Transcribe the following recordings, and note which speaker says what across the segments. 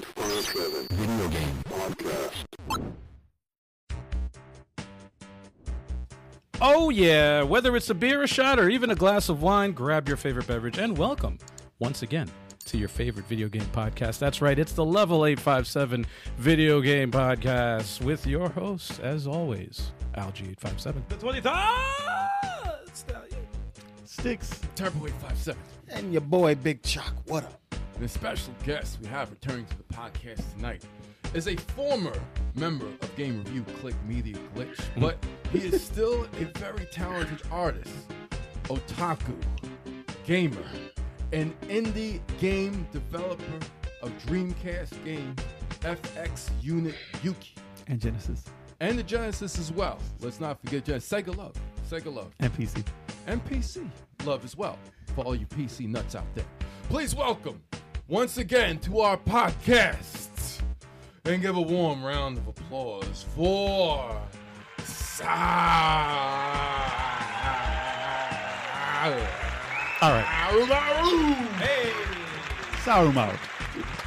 Speaker 1: 24-7 Video Game Podcast.
Speaker 2: Oh, yeah. Whether it's a beer, a shot, or even a glass of wine, grab your favorite beverage and welcome once again to your favorite video game podcast. That's right. It's the Level 857 Video Game Podcast with your host, as always, Algie857. The 20
Speaker 3: Sticks.
Speaker 4: Turbo 857.
Speaker 3: And your boy Big Chalk. What up?
Speaker 4: And a special guest we have returning to the podcast tonight is a former member of Game Review Click Media Glitch, but he is still a very talented artist, otaku, gamer, an indie game developer of Dreamcast game FX Unit Yuki.
Speaker 3: And Genesis.
Speaker 4: And the Genesis as well. Let's not forget Genesis. Sega Love. Sega Love.
Speaker 3: And PC.
Speaker 4: and PC love as well for all you PC nuts out there. Please welcome once again to our podcast and give a warm round of applause for Saru.
Speaker 3: All right.
Speaker 4: Hey,
Speaker 3: Sarumaru.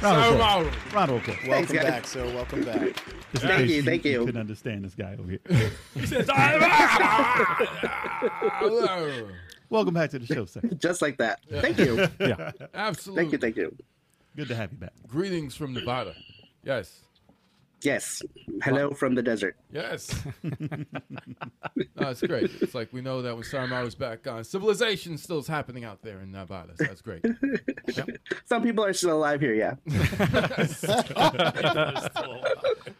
Speaker 3: Round
Speaker 4: Saru.
Speaker 3: of applause. Round of applause.
Speaker 5: Welcome back, sir. Welcome back.
Speaker 3: Just in
Speaker 5: Thank
Speaker 3: case
Speaker 5: you, thank you.
Speaker 3: couldn't understand this guy over here. Welcome back to the show, sir.
Speaker 5: Just like that. Thank you.
Speaker 3: Yeah.
Speaker 4: Absolutely.
Speaker 5: Thank you. Thank you.
Speaker 3: Good to have you back.
Speaker 4: Greetings from Nevada. Yes.
Speaker 5: Yes. Hello from the desert.
Speaker 4: Yes. no, it's great. It's like we know that when Saramaru's back on, civilization still is happening out there in Nevada. So that's great.
Speaker 5: Some people are still alive here. Yeah.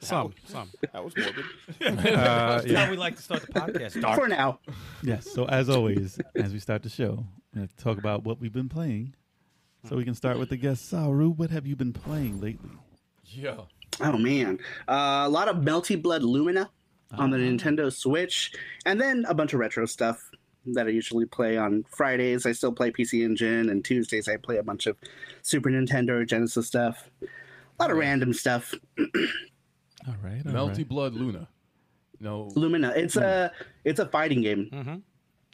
Speaker 2: Some, some.
Speaker 6: That was morbid.
Speaker 2: Uh, yeah.
Speaker 7: we like to start the podcast.
Speaker 5: For now.
Speaker 3: Yes. So, as always, as we start the show, we have to talk about what we've been playing. So, we can start with the guest. Saru, what have you been playing lately?
Speaker 4: Yeah.
Speaker 5: Oh man. Uh, a lot of Melty Blood Lumina on
Speaker 6: Uh-huh.
Speaker 5: the Nintendo Switch, and then a bunch of retro stuff that I usually play on Fridays. I still play PC Engine, and Tuesdays I play a bunch of Super Nintendo or Genesis stuff. A lot of random stuff.
Speaker 2: All right. all
Speaker 4: Melty
Speaker 2: right.
Speaker 4: Blood Luna. No.
Speaker 5: Lumina.
Speaker 6: Hmm.
Speaker 5: It's a it's a fighting game.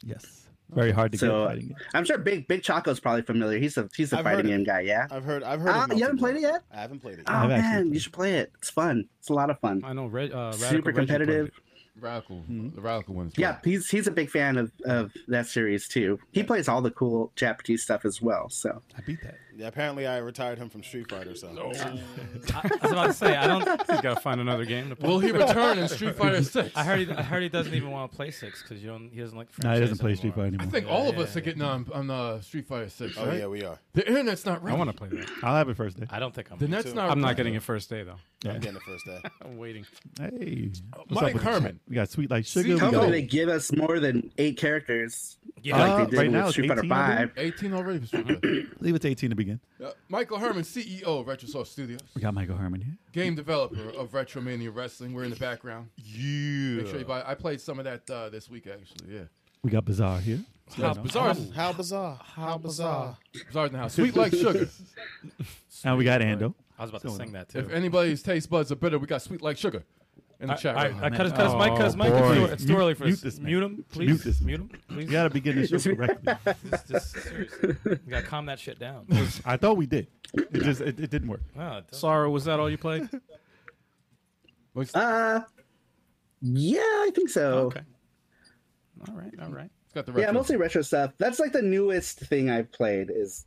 Speaker 3: Yes. Very hard to
Speaker 5: So
Speaker 3: get fighting. it.
Speaker 5: I'm sure Big Big Choco's probably familiar. He's a he's a
Speaker 6: I've heard
Speaker 5: fighting
Speaker 6: of
Speaker 5: game guy. Yeah.
Speaker 6: I've heard. I've heard. of
Speaker 5: Ah, you haven't
Speaker 6: Melty
Speaker 5: played
Speaker 6: Blood.
Speaker 5: it yet?
Speaker 6: I haven't played it.
Speaker 5: Oh
Speaker 3: I've actually
Speaker 5: man,
Speaker 3: played
Speaker 5: you should play it. It's fun. It's a lot of fun.
Speaker 2: I know. Red, uh, Radical
Speaker 5: Super
Speaker 2: Reggie played
Speaker 5: competitive.
Speaker 2: it.
Speaker 4: Radical.
Speaker 2: Hmm?
Speaker 4: The Radical one's
Speaker 5: Yeah, he's he's a big fan of, of that series too. He plays all the cool Japanese stuff as well. So
Speaker 3: I beat that.
Speaker 6: Yeah, apparently, I retired him from Street Fighter. So
Speaker 7: Uh, I was about to say I don't.
Speaker 2: You gotta find another game to play.
Speaker 4: Will he return in Street Fighter Six?
Speaker 7: I heard. He, I heard he doesn't even want to play six because you don't. He doesn't like. The
Speaker 3: No, he doesn't
Speaker 7: franchise
Speaker 3: play
Speaker 7: anymore.
Speaker 3: Street Fighter
Speaker 4: I
Speaker 3: anymore.
Speaker 4: think all of us are getting on on uh, Street Fighter Six.
Speaker 6: oh
Speaker 4: right?
Speaker 6: yeah, we are.
Speaker 4: The internet's not
Speaker 2: I
Speaker 4: right.
Speaker 2: want to play that.
Speaker 3: I'll have it first day.
Speaker 7: I don't think I'm.
Speaker 4: The net's
Speaker 6: too.
Speaker 4: not.
Speaker 2: I'm
Speaker 4: right.
Speaker 2: not getting it first day, though.
Speaker 6: I'm getting it first day.
Speaker 2: I'm waiting.
Speaker 3: Hey. What's
Speaker 4: Mike
Speaker 3: up with the chat?
Speaker 4: Herman.
Speaker 3: We got Sweet Like Sugar.
Speaker 4: See,
Speaker 3: we
Speaker 4: how
Speaker 3: got
Speaker 5: hopefully
Speaker 4: go.
Speaker 5: they give us more than eight characters.
Speaker 7: Yeah.
Speaker 5: like
Speaker 3: Uh,
Speaker 5: they did
Speaker 3: right
Speaker 5: with
Speaker 3: now it's
Speaker 5: Street Fighter
Speaker 3: 18, I
Speaker 5: Five.
Speaker 3: believe.
Speaker 4: 18 already for Street Fighter.
Speaker 3: Leave it to 18 to begin.
Speaker 4: Uh, Michael Herman, CEO of Retrosoft Studios,
Speaker 3: We got Michael Herman here.
Speaker 4: game developer of Retromania Wrestling. We're in the background.
Speaker 3: Yeah.
Speaker 4: Make sure you buy. I played some of that uh, this week actually. Yeah.
Speaker 3: We got Bizarre here.
Speaker 4: How bizarre!
Speaker 6: How bizarre! How bizarre!
Speaker 4: Bizarre in the house. Sweet like sugar.
Speaker 3: And we got Ando.
Speaker 7: I was about to sing that too.
Speaker 4: if anybody's taste buds are bitter, we got sweet like sugar in the
Speaker 7: I,
Speaker 4: chat.
Speaker 7: I,
Speaker 4: right
Speaker 7: I
Speaker 4: now.
Speaker 7: cut his, cut his mic. Cut his
Speaker 3: Oh,
Speaker 7: mic. It's
Speaker 3: boy.
Speaker 7: too, it's too
Speaker 3: Mute-
Speaker 7: early for
Speaker 3: mute
Speaker 7: this.
Speaker 3: this man.
Speaker 7: mute him, please.
Speaker 3: Mute this man.
Speaker 7: Mute him, please.
Speaker 3: We got to begin the show correctly.
Speaker 7: This- this- seriously. You gotta calm that shit down.
Speaker 3: I thought we did. It just it, it didn't work.
Speaker 7: No, it doesn't-
Speaker 2: Sorrow, was that all you played?
Speaker 5: Uh, yeah, I think so.
Speaker 2: Okay. All right. All right.
Speaker 4: It's got the
Speaker 5: Yeah,
Speaker 4: retro-
Speaker 5: mostly retro stuff. That's like the newest thing I've played is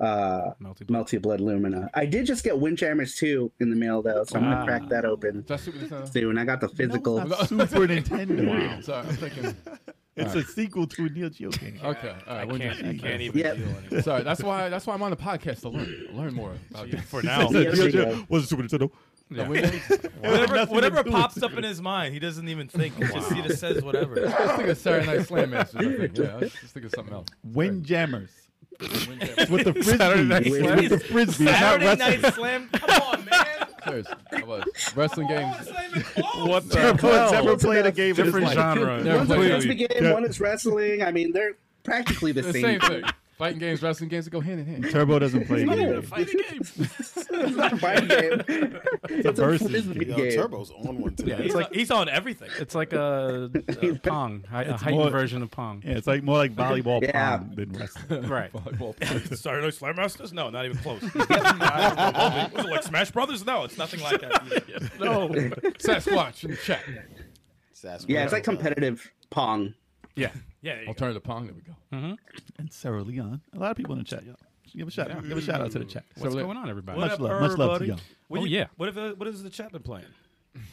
Speaker 5: uh,
Speaker 2: Melty Blood.
Speaker 5: Multi Blood Lumina. I did just get Windjammers two in the mail though, so I'm gonna crack that open
Speaker 4: Is that Super Nintendo?
Speaker 5: soon. I got the physical.
Speaker 3: No, it's not Super Nintendo.
Speaker 4: Sorry, I'm thinking.
Speaker 3: It's a sequel to a Neo Geo game.
Speaker 4: Okay, all right.
Speaker 7: I
Speaker 4: we'll
Speaker 7: can't. I can't even
Speaker 5: Yeah.
Speaker 7: deal anymore.
Speaker 4: just- Sorry, that's why. That's why I'm on the podcast to learn, learn more about this.
Speaker 7: For now,
Speaker 5: Neo
Speaker 3: Neo Geo
Speaker 5: Geo.
Speaker 3: was a Super Nintendo.
Speaker 4: The Windows-
Speaker 3: Nothing
Speaker 7: whatever,
Speaker 3: to
Speaker 7: whatever
Speaker 3: do
Speaker 7: pops
Speaker 3: with
Speaker 7: up in his mind, he doesn't even think. It's Just he just says whatever.
Speaker 4: Let's think of Saturday Night Slam Masters. I think. Yeah, let's, let's think of something else.
Speaker 3: Windjammers.
Speaker 4: Windjammers.
Speaker 3: With the frisbee.
Speaker 2: Night
Speaker 3: It's
Speaker 5: Slam.
Speaker 3: With the frisbee. It's not
Speaker 7: Saturday
Speaker 3: wrestling.
Speaker 7: Night Slam. Come on, man.
Speaker 4: Seriously, I was. Wrestling games.
Speaker 7: What
Speaker 3: No one's ever
Speaker 5: It's
Speaker 3: played a
Speaker 5: about-
Speaker 3: game in his
Speaker 2: Different
Speaker 3: life.
Speaker 2: genre.
Speaker 4: Never
Speaker 5: One's a
Speaker 4: played
Speaker 5: frisbee
Speaker 4: it.
Speaker 5: game,
Speaker 3: Yeah.
Speaker 5: one is wrestling. I mean, they're practically the,
Speaker 4: The
Speaker 5: same.
Speaker 4: same thing. Fighting games, wrestling games, they go hand in hand.
Speaker 3: Turbo doesn't play
Speaker 2: Not even a
Speaker 3: games.
Speaker 2: fighting game.
Speaker 5: it's not a fighting game. It's, a
Speaker 3: versus
Speaker 5: frisbee
Speaker 3: game.
Speaker 6: Yo,
Speaker 5: game.
Speaker 6: Turbo's on one today.
Speaker 7: He's, like, he's on everything.
Speaker 2: It's like a, a Pong, hi- a heightened
Speaker 3: more-
Speaker 2: version of Pong.
Speaker 3: Yeah, it's like more like volleyball
Speaker 5: Yeah.
Speaker 3: pong than wrestling.
Speaker 2: Right.
Speaker 7: Saturday Night Slam Masters? No, not even close. Was it like Smash Brothers? No, it's nothing like that.
Speaker 2: No.
Speaker 4: Sasquatch in the chat.
Speaker 6: Sasquatch.
Speaker 5: Yeah, it's like competitive Pong.
Speaker 2: Yeah.
Speaker 7: Yeah, there you go.
Speaker 4: Alternative Pong, there we go.
Speaker 3: Hmm. And Sarah Leon, a lot of people in the chat. Y'all. Give a shout out. Give a shout out to the chat.
Speaker 2: What's going on, everybody?
Speaker 3: Much
Speaker 7: up,
Speaker 3: love- much love to
Speaker 7: everybody?
Speaker 3: y'all.
Speaker 7: What
Speaker 2: Oh,
Speaker 7: you-
Speaker 2: yeah.
Speaker 7: What if uh, what is the chat been playing?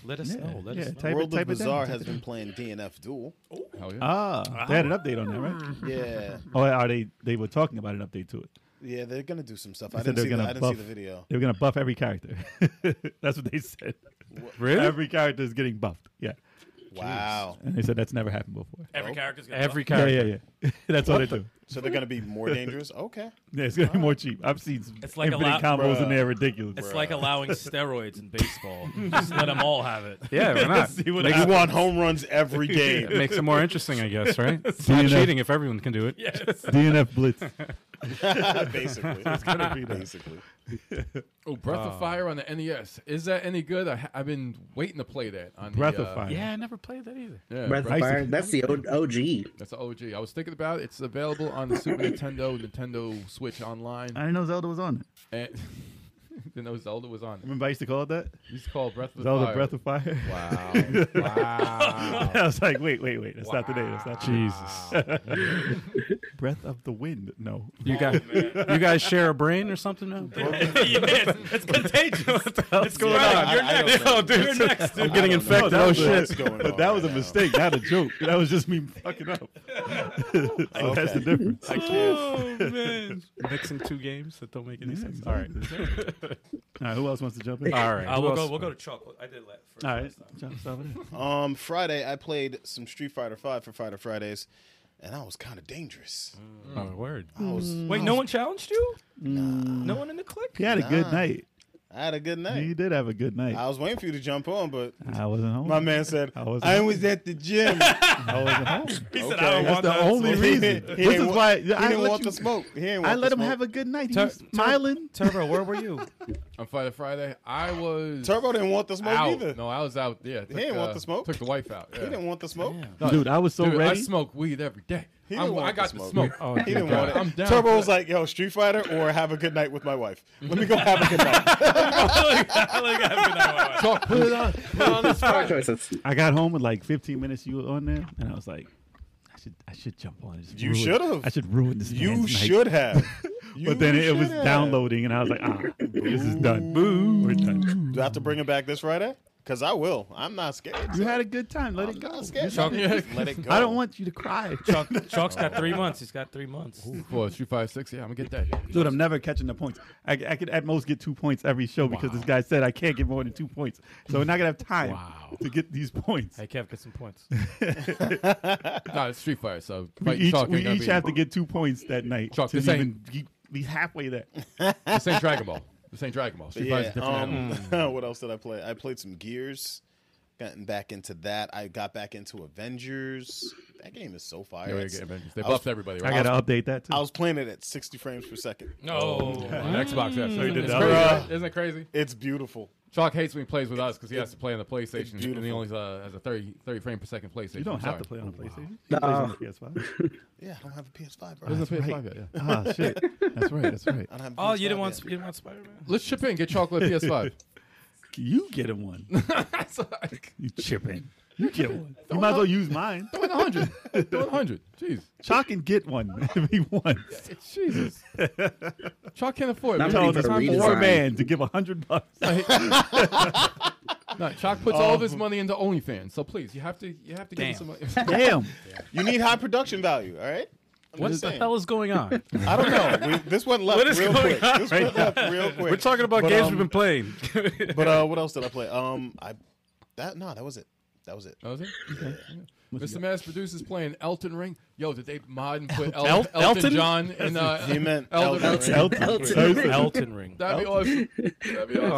Speaker 7: Let us know. Let
Speaker 3: yeah,
Speaker 7: us know.
Speaker 3: type
Speaker 6: World
Speaker 3: it, type
Speaker 6: of Bizarre
Speaker 3: it down.
Speaker 6: has been playing DNF Duel.
Speaker 4: Hell yeah.
Speaker 3: Ah, they had an update on that, right?
Speaker 6: Yeah,
Speaker 3: Oh, are they? They were talking about an update to it.
Speaker 6: yeah, they're gonna do some stuff. I
Speaker 3: They said
Speaker 6: didn't,
Speaker 3: they're
Speaker 6: see the,
Speaker 3: gonna
Speaker 6: I didn't
Speaker 3: buff.
Speaker 6: see the video.
Speaker 3: They're gonna buff every character. that's what they said.
Speaker 2: Really?
Speaker 3: Every character is getting buffed. Yeah,
Speaker 6: Wow.
Speaker 3: and they said that's never happened before.
Speaker 7: Every character's got
Speaker 2: Every
Speaker 3: Yeah,
Speaker 2: character.
Speaker 3: yeah, yeah. that's all they do.
Speaker 6: So they're gonna be more dangerous. Okay.
Speaker 3: Yeah, it's gonna be more cheap. I've seen some
Speaker 7: It's like a
Speaker 3: infinite
Speaker 7: lot-
Speaker 3: combos in
Speaker 6: Bruh.
Speaker 3: there, ridiculous.
Speaker 7: It's like allowing steroids in baseball. Just let them all have it.
Speaker 2: Yeah, why not?
Speaker 3: See what
Speaker 2: Make-
Speaker 6: You want home runs every game.
Speaker 2: It makes it more interesting, I guess, right? It's not
Speaker 3: enough.
Speaker 2: cheating if everyone can do it.
Speaker 7: Yes.
Speaker 3: DNF Blitz.
Speaker 6: basically. It's gonna be basically.
Speaker 3: Uh,
Speaker 4: Oh, Breath of Fire on the NES. Is that any good? I, I've been waiting to play that on
Speaker 3: Breath
Speaker 4: the,
Speaker 3: of
Speaker 4: uh,
Speaker 3: Fire.
Speaker 2: Yeah, I never played that either.
Speaker 4: Yeah,
Speaker 5: Breath of
Speaker 3: Bryson.
Speaker 5: Fire. That's the O- OG.
Speaker 4: That's the OG. I was thinking about it. It's available on the Super Nintendo, Nintendo Switch Online.
Speaker 3: I didn't know Zelda was on it.
Speaker 4: And didn't know Zelda was on it.
Speaker 3: Remember I used to call it that?
Speaker 4: It's called Breath of
Speaker 3: Zelda
Speaker 4: Fire.
Speaker 3: Breath of Fire.
Speaker 4: Wow. wow.
Speaker 3: I was like, wait, wait, wait. That's not the name. That's not Jesus. Breath of the Wind. No.
Speaker 2: You guys, you guys share a brain or something now?
Speaker 7: it's, it's contagious. What's going
Speaker 6: Yeah,
Speaker 7: on?
Speaker 6: I-
Speaker 7: You're
Speaker 6: I don't
Speaker 7: next.
Speaker 6: know.
Speaker 7: Yo, dude, You're next.
Speaker 2: I'm getting infected.
Speaker 6: don't know.
Speaker 3: No,
Speaker 2: Oh
Speaker 3: that was
Speaker 2: shit!
Speaker 6: What's going
Speaker 3: But
Speaker 6: on
Speaker 3: that was a
Speaker 6: right now?
Speaker 3: mistake, not a joke. That was just me fucking up. so that's the difference.
Speaker 6: I can't.
Speaker 7: Oh,
Speaker 2: Mixing two games that don't make any sense.
Speaker 3: exactly.
Speaker 2: All right,
Speaker 3: All right, who else wants to jump in?
Speaker 2: all right.
Speaker 7: Uh,
Speaker 2: who
Speaker 7: we'll,
Speaker 2: else?
Speaker 7: go, we'll go to chocolate. I did that first.
Speaker 3: All right. Jump, stop it.
Speaker 6: Um, Friday I played some Street Fighter Five for Fighter Fridays, and I was kind of dangerous.
Speaker 2: Oh, word.
Speaker 6: I was.
Speaker 7: Wait, no one challenged you? No one in the clique?
Speaker 3: He had a good
Speaker 6: Nah.
Speaker 3: night.
Speaker 6: I had a good
Speaker 3: He
Speaker 6: night.
Speaker 3: did have a good
Speaker 6: I
Speaker 3: night.
Speaker 6: was waiting for you to jump on, but
Speaker 3: I wasn't home.
Speaker 6: my man said
Speaker 3: I wasn't-
Speaker 6: I was at the gym.
Speaker 3: I wasn't home.
Speaker 7: He said, I don't
Speaker 3: That's
Speaker 7: want
Speaker 3: the
Speaker 7: that.
Speaker 3: only reason.
Speaker 6: He
Speaker 3: This
Speaker 6: didn't
Speaker 3: is
Speaker 6: wa-
Speaker 3: why
Speaker 6: he
Speaker 3: I
Speaker 6: didn't
Speaker 3: let
Speaker 6: want
Speaker 3: you-
Speaker 6: the smoke. He didn't want
Speaker 3: I let
Speaker 6: the
Speaker 3: him
Speaker 6: smoke.
Speaker 3: have a good night. He
Speaker 2: Tur-
Speaker 3: was smiling.
Speaker 7: Turbo, where were you?
Speaker 4: on Friday, Friday, I was
Speaker 6: Turbo didn't want the smoke
Speaker 4: out.
Speaker 6: either.
Speaker 4: No, I was out. Yeah, took,
Speaker 6: didn't want
Speaker 4: uh,
Speaker 6: the smoke.
Speaker 4: Took the wife out.
Speaker 6: He didn't want the smoke.
Speaker 3: Dude, I was so
Speaker 4: Dude, I
Speaker 3: ready.
Speaker 4: smoke weed every day.
Speaker 6: He
Speaker 4: I'm-
Speaker 6: didn't want
Speaker 4: I got
Speaker 6: the
Speaker 4: the smoke.
Speaker 6: smoke.
Speaker 2: Oh,
Speaker 6: He
Speaker 2: dear
Speaker 6: didn't
Speaker 2: God.
Speaker 6: want it.
Speaker 4: I'm down
Speaker 6: Turbo
Speaker 4: for
Speaker 6: was like, "Yo, Street Fighter or have a good night with my wife. Let me go have a good night."
Speaker 4: Talk, put it on. Put it on this
Speaker 5: Power
Speaker 4: Friday.
Speaker 5: choices.
Speaker 3: I got home with like 15 minutes you were on there, and I was like, I should, I should jump on. and just
Speaker 6: You
Speaker 3: ruin-
Speaker 6: should've.
Speaker 3: I should ruin this.
Speaker 6: You
Speaker 3: man's night.
Speaker 6: should have. You
Speaker 3: But then it, it was
Speaker 6: should have.
Speaker 3: downloading, and I was like, ah, this is done. Boo, we're done.
Speaker 6: Do I have to bring it back this Friday? Because I will. I'm not scared.
Speaker 3: You had a good time. Let
Speaker 6: I'm
Speaker 3: it go.
Speaker 6: not scared.
Speaker 7: Chuck-
Speaker 6: Let it go.
Speaker 3: I don't want you to cry,
Speaker 7: Chalk, Chalk's got three months. He's got three months.
Speaker 4: Well, it's 356. Yeah, I'm going to get that.
Speaker 3: dude. I'm never catching the points. I, I could at most get two points every show because this guy said I can't get more than two points. So we're not gonna have time
Speaker 2: Wow.
Speaker 3: to get these points.
Speaker 7: Hey, Kev, get some points.
Speaker 4: No, it's Street Fighter, so
Speaker 3: We
Speaker 4: fight
Speaker 3: each,
Speaker 4: talking.
Speaker 3: we each have to get two points that night
Speaker 4: Chuck,
Speaker 3: to
Speaker 4: this ain't-
Speaker 3: even be, be halfway there.
Speaker 4: This ain't Dragon Ball. This ain't Dragon Ball. Street Fighter's
Speaker 6: Yeah.
Speaker 4: a different. animal.
Speaker 6: Um, what else did I play? I played some Gears. Gotten back into that. I got back into Avengers. That game is so fire.
Speaker 4: Yeah, we
Speaker 6: It's-
Speaker 4: get Avengers. They
Speaker 6: I was-
Speaker 4: buffed everybody,
Speaker 3: I
Speaker 4: right?
Speaker 3: gotta update that too.
Speaker 6: I was playing it at 60 frames per second.
Speaker 2: Oh,
Speaker 7: No. Oh,
Speaker 4: On "Oh, Xbox, yes. Isn't,
Speaker 3: did
Speaker 4: it
Speaker 3: that.
Speaker 4: crazy,
Speaker 6: Bruh.
Speaker 4: right? Isn't it crazy?
Speaker 6: It's beautiful.
Speaker 4: Chalk hates when he plays with us because he has to play on the PlayStation and he
Speaker 6: beautiful.
Speaker 4: only uh, has a 30, 30 frame per second PlayStation.
Speaker 3: you don't have
Speaker 4: I'm sorry. Oh,
Speaker 3: to play on a PlayStation. He plays on the PS5.
Speaker 6: Yeah, I don't have a PS5, bro.
Speaker 4: Doesn't
Speaker 6: I
Speaker 4: play PS5 yet, yeah.
Speaker 3: Ah, shit. That's right. That's right.
Speaker 6: don't have a
Speaker 7: Oh,
Speaker 6: PS5
Speaker 7: you didn't want
Speaker 6: yet.
Speaker 7: you didn't want Spider Man.
Speaker 4: Let's chip in, get chocolate PS5.
Speaker 3: You get him one.
Speaker 4: That's like
Speaker 3: You chip in. You get one. You might as well use mine.
Speaker 4: doing 100. Doing 100. Jeez.
Speaker 3: Chalk and get one if he wants.
Speaker 4: It's Jesus. Chalk can't afford it.
Speaker 5: I'm
Speaker 4: man.
Speaker 5: telling
Speaker 4: It's
Speaker 5: you,
Speaker 4: time
Speaker 5: redesign.
Speaker 4: for
Speaker 3: Poor man to give a hundred bucks.
Speaker 4: work. No, Chalk puts all of his money into OnlyFans, so please, you have to, you have to give him some money.
Speaker 3: Damn.
Speaker 6: You need high production value, all right? I'm
Speaker 2: What
Speaker 6: just
Speaker 2: the
Speaker 6: saying.
Speaker 2: hell is going on?
Speaker 6: I don't know. We, this one left
Speaker 2: is
Speaker 6: real
Speaker 2: going
Speaker 6: quick. This one left real quick.
Speaker 2: We're talking about
Speaker 6: But,
Speaker 2: games
Speaker 6: um,
Speaker 2: we've been playing.
Speaker 6: But uh, what else did I play? Um, I that no, that was it. That was it.
Speaker 4: That was it? Yeah. Mr. Mass Producer's playing Elton Ring. Yo, did they mod and put El-
Speaker 2: El-
Speaker 4: Elton,
Speaker 2: Elton?
Speaker 4: John in uh,
Speaker 6: He meant
Speaker 4: Elden
Speaker 6: Elden
Speaker 4: Ring?
Speaker 3: Elton.
Speaker 5: Elton. Elton.
Speaker 3: Elton.
Speaker 7: Elton Ring.
Speaker 4: That'd be awesome. That'd be awesome.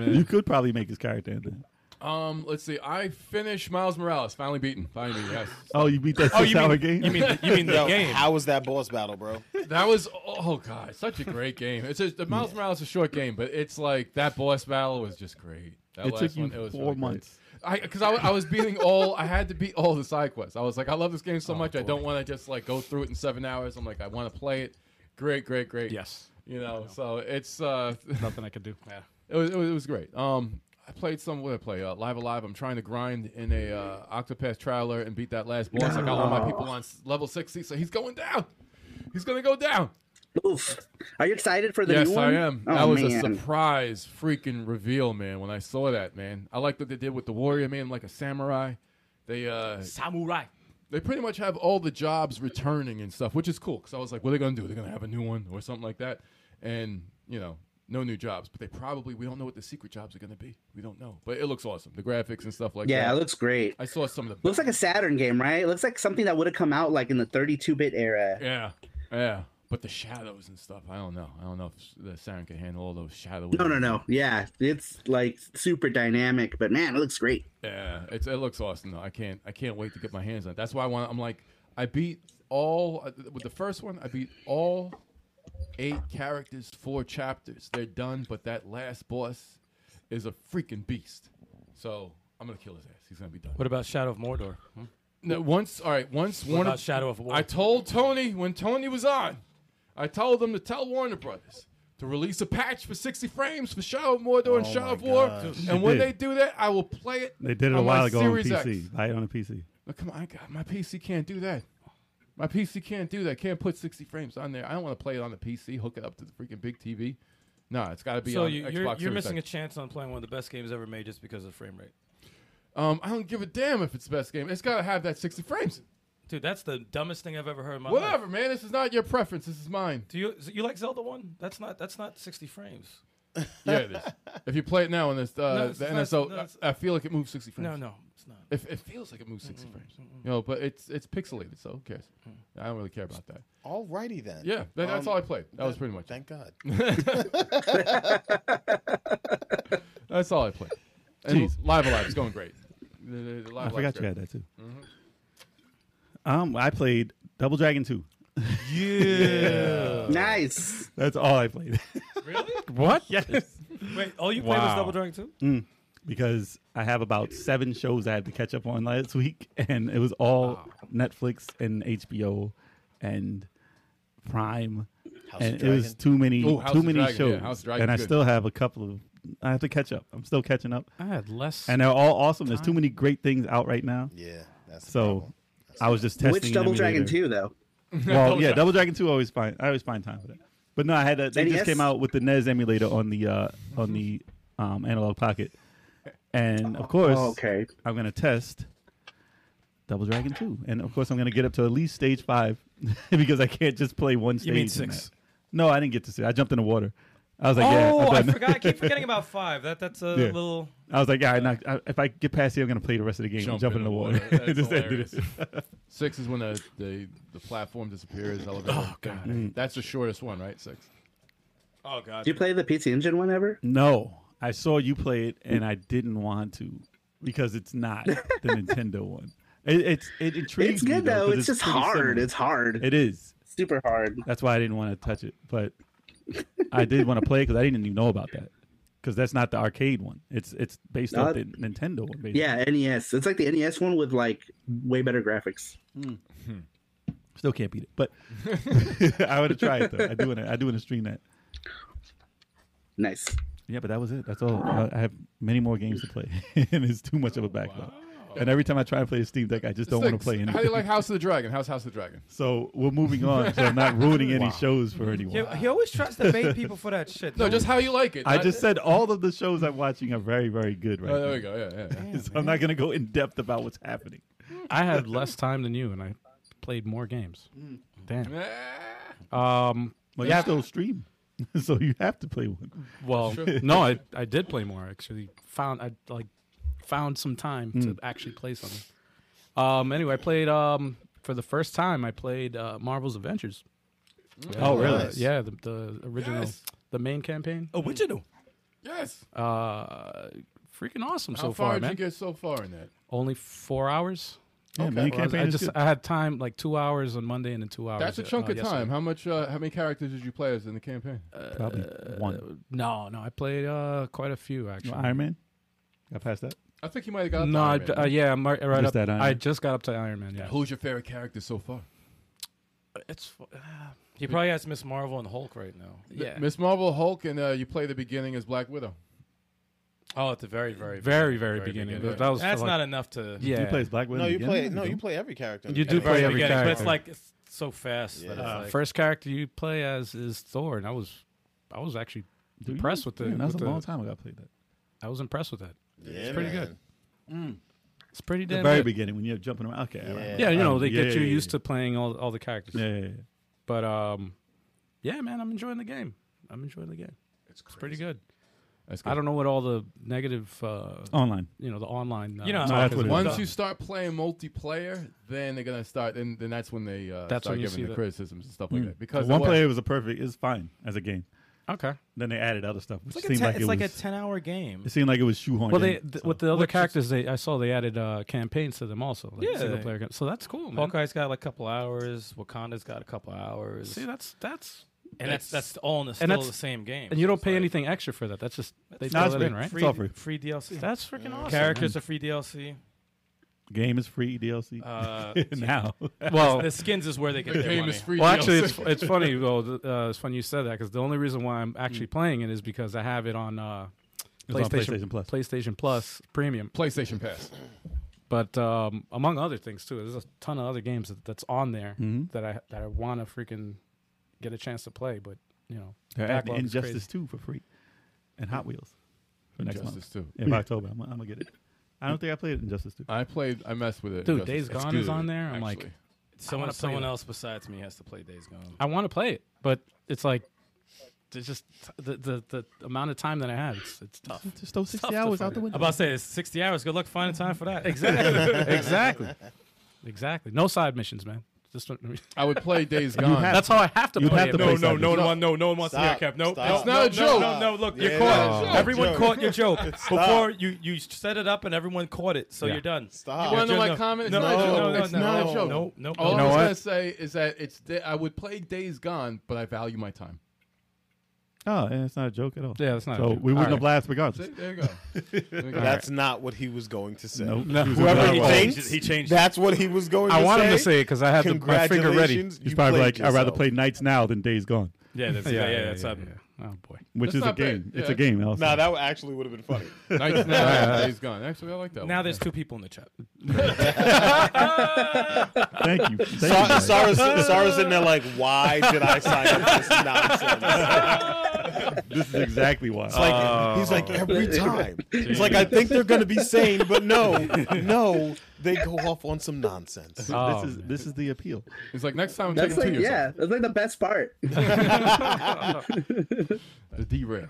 Speaker 2: oh
Speaker 3: You
Speaker 2: man,
Speaker 3: could probably make his character in there.
Speaker 4: Um, let's see. I finished Miles Morales. Finally beaten. Finally beaten. Yes.
Speaker 3: Oh, you beat that
Speaker 7: Oh, you
Speaker 3: six-hour
Speaker 7: mean,
Speaker 3: game?
Speaker 7: you mean you mean the
Speaker 6: Yo,
Speaker 7: game?
Speaker 6: How was that boss battle, bro?
Speaker 4: That was oh god, such a great game. It's just, the Miles Morales is a short game, but it's like that boss battle was just great. That
Speaker 3: it
Speaker 4: last
Speaker 3: took you
Speaker 4: one, it was
Speaker 3: four
Speaker 4: really great.
Speaker 3: months.
Speaker 4: I because I, wa- I was beating all I had to beat all the side quests. I was like, I love this game so much. I don't want to just like go through it in seven hours. I'm like, I want to play it. Great, great, great.
Speaker 2: Yes.
Speaker 4: you know. So it's uh,
Speaker 2: Nothing I could do. Yeah.
Speaker 4: it was, it was it was great. Um, I played some. What did I play? Uh, Live Alive. I'm trying to grind in a uh, Octopath Traveler and beat that last boss. I got all my people on s- level sixty, so he's going down. He's gonna go down.
Speaker 5: Oof. Are you excited for the
Speaker 4: Yes,
Speaker 5: new one?
Speaker 4: I am.
Speaker 5: Oh,
Speaker 4: that was a
Speaker 5: man.
Speaker 4: surprise freaking reveal, man. When I saw that, man, I like what they did with the warrior man, like a samurai. They uh,
Speaker 7: Samurai.
Speaker 4: they pretty much have all the jobs returning and stuff, which is cool. Because I was like, what are they gonna do? They're gonna have a new one or something like that, and you know, no new jobs. But they probably we don't know what the secret jobs are gonna be. We don't know, but it looks awesome. The graphics and stuff like
Speaker 5: Yeah, it
Speaker 4: that.
Speaker 5: looks great.
Speaker 4: I saw some of the
Speaker 5: Looks like a Saturn game, right? It looks like something that would have come out like in the 32-bit era.
Speaker 4: yeah, yeah. But the shadows and stuff, I don't know. I don't know if the Saren can handle all those shadows.
Speaker 5: No, no, no. Yeah, it's like super dynamic, but man, it looks great.
Speaker 4: Yeah, it's, it looks awesome though. I can't I can't wait to get my hands on it. That's why I want. I'm like I beat all uh, with the first one. I beat all eight characters, four chapters. They're done, but that last boss is a freaking beast. So I'm gonna kill his ass. He's gonna be done.
Speaker 2: What about Shadow of Mordor? Hmm?
Speaker 4: No, once all right. Once
Speaker 2: What
Speaker 4: Warner.
Speaker 2: about Shadow of War?
Speaker 4: I told Tony when Tony was on. I told them to tell Warner Brothers to release a patch for 60 frames for Shadow of Mordor and
Speaker 6: Oh
Speaker 4: Shadow
Speaker 6: my
Speaker 4: of War.
Speaker 6: gosh.
Speaker 4: And when
Speaker 3: did.
Speaker 4: they do that, I will play it.
Speaker 3: They did it a
Speaker 4: on my
Speaker 3: while ago on
Speaker 4: Series X.
Speaker 3: PC. Buy it on a PC.
Speaker 4: But come on, I got, my PC can't do that. My PC can't do that. Can't put 60 frames on there. I don't want to play it on the PC. Hook it up to the freaking big TV. No, it's got to be
Speaker 2: so
Speaker 4: on
Speaker 2: you,
Speaker 4: Xbox.
Speaker 2: you're, you're
Speaker 4: Series
Speaker 2: missing a
Speaker 4: X.
Speaker 2: chance on playing one of the best games ever made just because of the frame rate.
Speaker 4: Um, I don't give a damn if it's the best game. It's got to have that 60 frames.
Speaker 2: Dude, that's the dumbest thing I've ever heard in my life.
Speaker 4: Whatever, man. This is not your preference. This is mine.
Speaker 2: Do you you like Zelda one? That's not that's not sixty frames.
Speaker 4: Yeah, it is. if you play it now on this
Speaker 2: No,
Speaker 4: uh,
Speaker 2: it's
Speaker 4: the
Speaker 2: not-
Speaker 4: NSO,
Speaker 2: no, it's-
Speaker 4: I, I feel like it moves 60 frames.
Speaker 2: No, no, it's not.
Speaker 4: If it feels like it moves 60 frames. You know, but it's it's pixelated, so who cares? I don't really care about that.
Speaker 6: Alrighty then.
Speaker 4: Yeah, that, that's
Speaker 6: Um,
Speaker 4: all I played. That, was pretty much. it.
Speaker 6: Thank God.
Speaker 4: That's all I played. And
Speaker 3: Jeez.
Speaker 4: Live Alive is going great. The- the- the Live
Speaker 3: I forgot
Speaker 4: Alive's
Speaker 3: you
Speaker 4: great.
Speaker 3: had that too.
Speaker 4: Mm-hmm.
Speaker 3: Um, I played Double Dragon 2.
Speaker 4: Uh,
Speaker 5: Nice.
Speaker 3: That's all I played.
Speaker 2: Really?
Speaker 3: what? Yes.
Speaker 2: Wait,
Speaker 7: Oh,
Speaker 2: all you played was
Speaker 7: Wow.
Speaker 2: Double Dragon two?
Speaker 3: because I have about seven shows I had to catch up on last week, and it was all Netflix and HBO and Prime,
Speaker 6: House
Speaker 3: and
Speaker 6: of
Speaker 3: it was
Speaker 6: Dragon.
Speaker 3: too many,
Speaker 4: Ooh, House
Speaker 3: too
Speaker 4: of
Speaker 3: many
Speaker 4: Dragon, yeah,
Speaker 3: shows,
Speaker 4: House of Dragon's
Speaker 3: and I
Speaker 4: good.
Speaker 3: still have a couple of. I have to catch up. I'm still catching up,
Speaker 2: I had less.
Speaker 3: and they're all awesome. There's too many great things out right now,
Speaker 6: Yeah, that's the
Speaker 3: so
Speaker 6: problem.
Speaker 3: I was just testing.
Speaker 5: Which
Speaker 3: an
Speaker 5: Double Dragon
Speaker 3: emulator.
Speaker 5: 2 though?
Speaker 3: Well, yeah, Double Dragon Two always find I always find time for that. But no, I had a, they just
Speaker 5: NES?
Speaker 3: came out with the NES emulator on the uh, on the um, analog pocket, and of course,
Speaker 5: Oh, okay.
Speaker 3: I'm gonna test Double Dragon Two, and of course, I'm gonna get up to at least stage five because I can't just play one stage.
Speaker 2: You mean
Speaker 3: in
Speaker 2: six.
Speaker 3: that. No, I didn't get to six. I jumped in the water. I was like, yeah,
Speaker 2: Oh,
Speaker 3: I'm
Speaker 2: I
Speaker 3: done.
Speaker 2: forgot. I keep forgetting about five. That that's a
Speaker 3: Yeah.
Speaker 2: little.
Speaker 3: I was like, yeah, I knocked, I, if I get past here, I'm gonna play the rest of the game. and Jump, in, the, water.
Speaker 4: That's
Speaker 3: Just ended it.
Speaker 4: Six is when the, the, the platform disappears. Elevator. Oh, God.
Speaker 3: Mm.
Speaker 4: That's the shortest one, right? Six.
Speaker 7: Oh god.
Speaker 5: Do you play the PC Engine one ever?
Speaker 3: No, I saw you play it, and I didn't want to because it's not the Nintendo one. It, it's it intrigues
Speaker 5: It's
Speaker 3: me,
Speaker 5: good though.
Speaker 3: 'cause
Speaker 5: It's, just
Speaker 3: pretty
Speaker 5: hard.
Speaker 3: similar.
Speaker 5: It's hard.
Speaker 3: It is.
Speaker 5: super hard.
Speaker 3: That's why I didn't want to touch it, but I did want to play because I didn't even know about that because that's not the arcade one. It's it's based
Speaker 5: Uh,
Speaker 3: on the Nintendo one. Basically.
Speaker 5: Yeah, NES. It's like the NES one with like way better graphics.
Speaker 3: still can't beat it, but I would have tried it though. I do want to. I do want to stream that.
Speaker 5: Nice.
Speaker 3: Yeah, but that was it. That's all. I, I have many more games to play, and it's too much of a backlog. And every time I try to play a Steam Deck, I just don't want to
Speaker 4: Six.
Speaker 3: play anything.
Speaker 4: How do you like House of the Dragon? How's House of the Dragon?
Speaker 3: So we're moving on. So I'm not ruining any shows for anyone.
Speaker 2: He, he always tries to bait people for that shit.
Speaker 4: No, just how you like it.
Speaker 3: I
Speaker 4: Not-
Speaker 3: just said all of the shows I'm watching are very, very good right
Speaker 4: Oh, there
Speaker 3: now.
Speaker 4: we go. Yeah, yeah, yeah.
Speaker 3: So I'm not going to go in depth about what's happening.
Speaker 2: I had less time than you, and I played more games.
Speaker 4: Mm.
Speaker 2: Damn.
Speaker 4: Ah.
Speaker 2: Um.
Speaker 3: But you still stream, so you have to play one.
Speaker 2: Well,
Speaker 4: Sure.
Speaker 2: no, I I did play more. I Actually, found I like found some time
Speaker 3: Hmm.
Speaker 2: to actually play something. Um. Anyway, I played um for the first time. I played uh, Marvel's Adventures.
Speaker 3: Oh, really?
Speaker 6: Nice.
Speaker 2: Yeah, the, the original,
Speaker 4: Mm. Yes. Oh.
Speaker 2: the main campaign.
Speaker 3: Uh,
Speaker 7: Original.
Speaker 4: Yes.
Speaker 2: Uh, freaking awesome
Speaker 4: How
Speaker 2: so
Speaker 4: far,
Speaker 2: far,
Speaker 4: did
Speaker 2: man.
Speaker 4: you get so far in that?
Speaker 2: Only four hours.
Speaker 3: Yeah, man, your
Speaker 2: Well, I was-
Speaker 3: campaign
Speaker 2: I
Speaker 3: is
Speaker 2: just uh,
Speaker 3: good.
Speaker 2: I had time like two hours on Monday and then two hours.
Speaker 4: That's a
Speaker 2: uh,
Speaker 4: chunk of
Speaker 2: yesterday.
Speaker 4: time. How much? Uh, how many characters did you play as in the campaign?
Speaker 3: Uh, probably
Speaker 2: uh,
Speaker 3: one.
Speaker 2: No, no, I played uh, quite a few
Speaker 3: You
Speaker 2: actually.
Speaker 3: know, Iron Man. Got past that.
Speaker 4: I think you might have got.
Speaker 2: no, I,
Speaker 4: that
Speaker 2: uh, yeah, I'm right, right
Speaker 3: Just
Speaker 2: up.
Speaker 3: that Iron
Speaker 2: I
Speaker 3: Man.
Speaker 2: just got up to Iron Man. Yeah,
Speaker 4: Who's your favorite character so far?
Speaker 7: It's uh, he probably has Miss Marvel and Hulk right now.
Speaker 2: yeah.
Speaker 4: Miss Marvel, Hulk, and uh, you play the beginning as Black Widow.
Speaker 7: Oh, at the very, very,
Speaker 2: very, very beginning.
Speaker 4: beginning.
Speaker 2: That was
Speaker 7: That's
Speaker 2: like-
Speaker 7: not enough to.
Speaker 2: Yeah,
Speaker 3: You play as Black Widow.
Speaker 6: No,
Speaker 3: in the
Speaker 6: you play.
Speaker 3: beginning?
Speaker 6: No, you play every character. in
Speaker 2: You
Speaker 6: the
Speaker 2: do
Speaker 6: game.
Speaker 2: play
Speaker 7: Very
Speaker 2: every
Speaker 7: beginning, but it's like
Speaker 2: character.
Speaker 7: it's so fast. That
Speaker 6: Yeah.
Speaker 2: Uh,
Speaker 7: it's like,
Speaker 2: first character you play as is Thor, and I was, I was actually
Speaker 3: Do you?
Speaker 2: impressed with the.
Speaker 3: Man, that's
Speaker 2: with
Speaker 3: a
Speaker 2: the-
Speaker 3: long time ago. I played that.
Speaker 2: I was impressed with that.
Speaker 6: Yeah,
Speaker 2: It's pretty
Speaker 6: man.
Speaker 2: good. Mm. It's pretty
Speaker 3: The
Speaker 2: damn
Speaker 3: very
Speaker 2: good.
Speaker 3: beginning when you're jumping around. Okay. all right.
Speaker 2: Yeah,
Speaker 6: Yeah.
Speaker 2: you know
Speaker 3: Um,
Speaker 2: they
Speaker 3: yeah,
Speaker 2: get you
Speaker 3: yeah,
Speaker 2: used
Speaker 3: yeah.
Speaker 2: to playing all all the characters.
Speaker 3: Yeah, yeah, yeah.
Speaker 2: But um, yeah, man, I'm enjoying the game. I'm enjoying the game. It's, pretty good.
Speaker 4: That's
Speaker 2: I don't know what all the negative, uh,
Speaker 3: Online.
Speaker 2: you know, the online. Uh,
Speaker 7: You know,
Speaker 2: talk
Speaker 7: No, that's
Speaker 2: is
Speaker 3: what it
Speaker 2: about.
Speaker 4: Once you start playing multiplayer, then they're gonna start, and then that's when they uh,
Speaker 2: That's
Speaker 4: start
Speaker 2: when you
Speaker 4: giving
Speaker 2: see
Speaker 4: the
Speaker 2: the-
Speaker 4: criticisms and stuff like that. Because
Speaker 3: Hmm. one
Speaker 4: what-
Speaker 3: player was a perfect. It's fine as a game.
Speaker 2: okay.
Speaker 3: Then they added other stuff, which
Speaker 7: it's like, a
Speaker 3: seemed
Speaker 7: ten,
Speaker 3: like
Speaker 7: it's
Speaker 3: it
Speaker 7: like a
Speaker 3: was.
Speaker 7: ten-hour game.
Speaker 3: It seemed like it was shoehorned.
Speaker 2: Well, they
Speaker 3: in,
Speaker 2: th-
Speaker 3: so.
Speaker 2: with the other
Speaker 7: Which is-
Speaker 2: characters, they I saw they added uh, campaigns to them also. Like
Speaker 7: Yeah.
Speaker 2: single player. Cam- so that's cool, man.
Speaker 7: Hawkeye's got like a couple hours. Wakanda's got a couple hours.
Speaker 2: See, that's that's
Speaker 7: and that's that's all in the, still
Speaker 2: that's-
Speaker 7: the same game.
Speaker 2: and you
Speaker 7: So
Speaker 2: don't
Speaker 7: it's
Speaker 2: pay
Speaker 7: like
Speaker 2: anything extra for that. That's just they
Speaker 3: No,
Speaker 2: throw
Speaker 3: it's
Speaker 2: that
Speaker 3: free.
Speaker 2: in, right?
Speaker 3: It's all free.
Speaker 7: Free DLC.
Speaker 2: That's freaking awesome.
Speaker 7: Characters are free DLC.
Speaker 3: game is free DLC
Speaker 7: Uh,
Speaker 3: now.
Speaker 2: Well,
Speaker 7: the skins is where they get
Speaker 4: the
Speaker 7: their
Speaker 4: game
Speaker 7: money.
Speaker 4: is free.
Speaker 2: well,
Speaker 4: DLC.
Speaker 2: actually, it's it's funny though. th- Uh, it's funny you said that because the only reason why I'm actually playing it is because I have it on uh,
Speaker 3: It's on PlayStation Plus.
Speaker 2: PlayStation Plus Premium.
Speaker 4: PlayStation Pass.
Speaker 2: But um, among other things too, there's a ton of other games that, that's on there
Speaker 3: Mm-hmm.
Speaker 2: that I that I want to freaking get a chance to play. But you know,
Speaker 3: They're adding
Speaker 2: backlog is crazy.
Speaker 3: Injustice Two for free, and Hot Wheels for next
Speaker 4: Injustice
Speaker 3: month.
Speaker 4: Two.
Speaker 3: In October, I'm, I'm gonna get it. I don't think I played Injustice
Speaker 2: Uh,
Speaker 3: Two.
Speaker 4: I played. I messed with it.
Speaker 2: Dude,
Speaker 4: Justice.
Speaker 2: Days
Speaker 4: It's
Speaker 2: Gone is
Speaker 4: good,
Speaker 2: on there. I'm like,
Speaker 4: actually.
Speaker 7: Someone,
Speaker 2: wanna play
Speaker 7: someone
Speaker 2: that.
Speaker 7: else besides me has to play Days Gone.
Speaker 2: I want to play it, but it's like it's just the the, the amount of time that I have. It's, it's tough.
Speaker 3: Just throw
Speaker 2: tough
Speaker 3: sixty
Speaker 2: to
Speaker 3: hours
Speaker 2: find
Speaker 3: out
Speaker 2: it.
Speaker 3: the
Speaker 7: I'm
Speaker 3: window.
Speaker 7: about to say it's 60 hours. Good luck finding time for that.
Speaker 2: Exactly. exactly. Exactly. No side missions, man. Just don't-
Speaker 4: I would play Days Gone.
Speaker 3: have-
Speaker 2: that's how I have to
Speaker 3: You'd
Speaker 2: play
Speaker 3: have
Speaker 2: it.
Speaker 3: to
Speaker 2: man.
Speaker 3: play
Speaker 7: No, no,
Speaker 3: side
Speaker 7: no,
Speaker 3: missions.
Speaker 7: no one, no, no one wants
Speaker 6: Stop.
Speaker 7: to hear Kev. No,
Speaker 6: Stop.
Speaker 7: no,
Speaker 6: It's
Speaker 7: no,
Speaker 4: not a
Speaker 7: no,
Speaker 4: joke.
Speaker 7: No, no, look,
Speaker 6: Yeah,
Speaker 7: you're caught.
Speaker 6: it's not a
Speaker 7: everyone
Speaker 6: joke.
Speaker 7: caught your joke before you you set it up and everyone caught it, so
Speaker 2: Yeah.
Speaker 7: you're done.
Speaker 6: Stop.
Speaker 4: You want to
Speaker 7: You're
Speaker 4: know my
Speaker 7: done.
Speaker 4: comment? It's
Speaker 7: No,
Speaker 4: not a
Speaker 7: no,
Speaker 4: joke.
Speaker 7: no,
Speaker 4: It's
Speaker 7: no,
Speaker 4: not
Speaker 7: no,
Speaker 4: a joke.
Speaker 7: no, no.
Speaker 4: All
Speaker 7: You
Speaker 4: I
Speaker 7: know
Speaker 4: was
Speaker 7: what?
Speaker 4: gonna say is that it's. Da- I would play Days Gone, but I value my time.
Speaker 3: Oh, and it's not a joke at all.
Speaker 2: Yeah, that's not. a
Speaker 3: So
Speaker 2: joke.
Speaker 3: we wouldn't
Speaker 2: All
Speaker 3: have
Speaker 2: right.
Speaker 3: laughed
Speaker 4: See,
Speaker 3: regardless.
Speaker 4: there you go. There you go.
Speaker 6: That's not what he was going to say.
Speaker 3: Nope.
Speaker 2: No.
Speaker 3: He was
Speaker 2: Whoever
Speaker 3: about
Speaker 6: He
Speaker 3: right.
Speaker 6: thinks
Speaker 7: he changed it.
Speaker 6: That's what he was going
Speaker 2: I
Speaker 6: to
Speaker 2: wanted
Speaker 6: say.
Speaker 2: to say it because I had the, my finger ready.
Speaker 6: Congratulations,
Speaker 3: He's
Speaker 6: you
Speaker 3: probably like, I'd
Speaker 6: played
Speaker 3: rather
Speaker 6: yourself.
Speaker 3: play Nights Now than Days Gone,
Speaker 7: Yeah, that's yeah, yeah, that's up.
Speaker 2: yeah. Oh boy.
Speaker 3: which
Speaker 4: That's
Speaker 3: is a
Speaker 4: not bad.
Speaker 3: game. It's
Speaker 4: Yeah.
Speaker 3: a game. Also.
Speaker 6: Nah, that actually would have been funny.
Speaker 4: Nice now, Days Gone. Actually, I like that.
Speaker 7: Now
Speaker 4: one.
Speaker 7: there's two people in the chat.
Speaker 3: Thank you. Thank you,
Speaker 6: Sar-
Speaker 3: Mike.
Speaker 6: Sarah's, Sarah's in there like, why did I sign up for this nonsense?
Speaker 3: This is exactly why.
Speaker 6: It's like, he's like, every time. It's like, I think they're going to be sane, but no, no, they go off on some nonsense.
Speaker 2: Oh,
Speaker 3: this is this is the appeal.
Speaker 4: It's like next time I'm
Speaker 5: That's
Speaker 4: taking
Speaker 5: like
Speaker 4: two years.
Speaker 5: yeah, that's like the best part.
Speaker 4: The derail.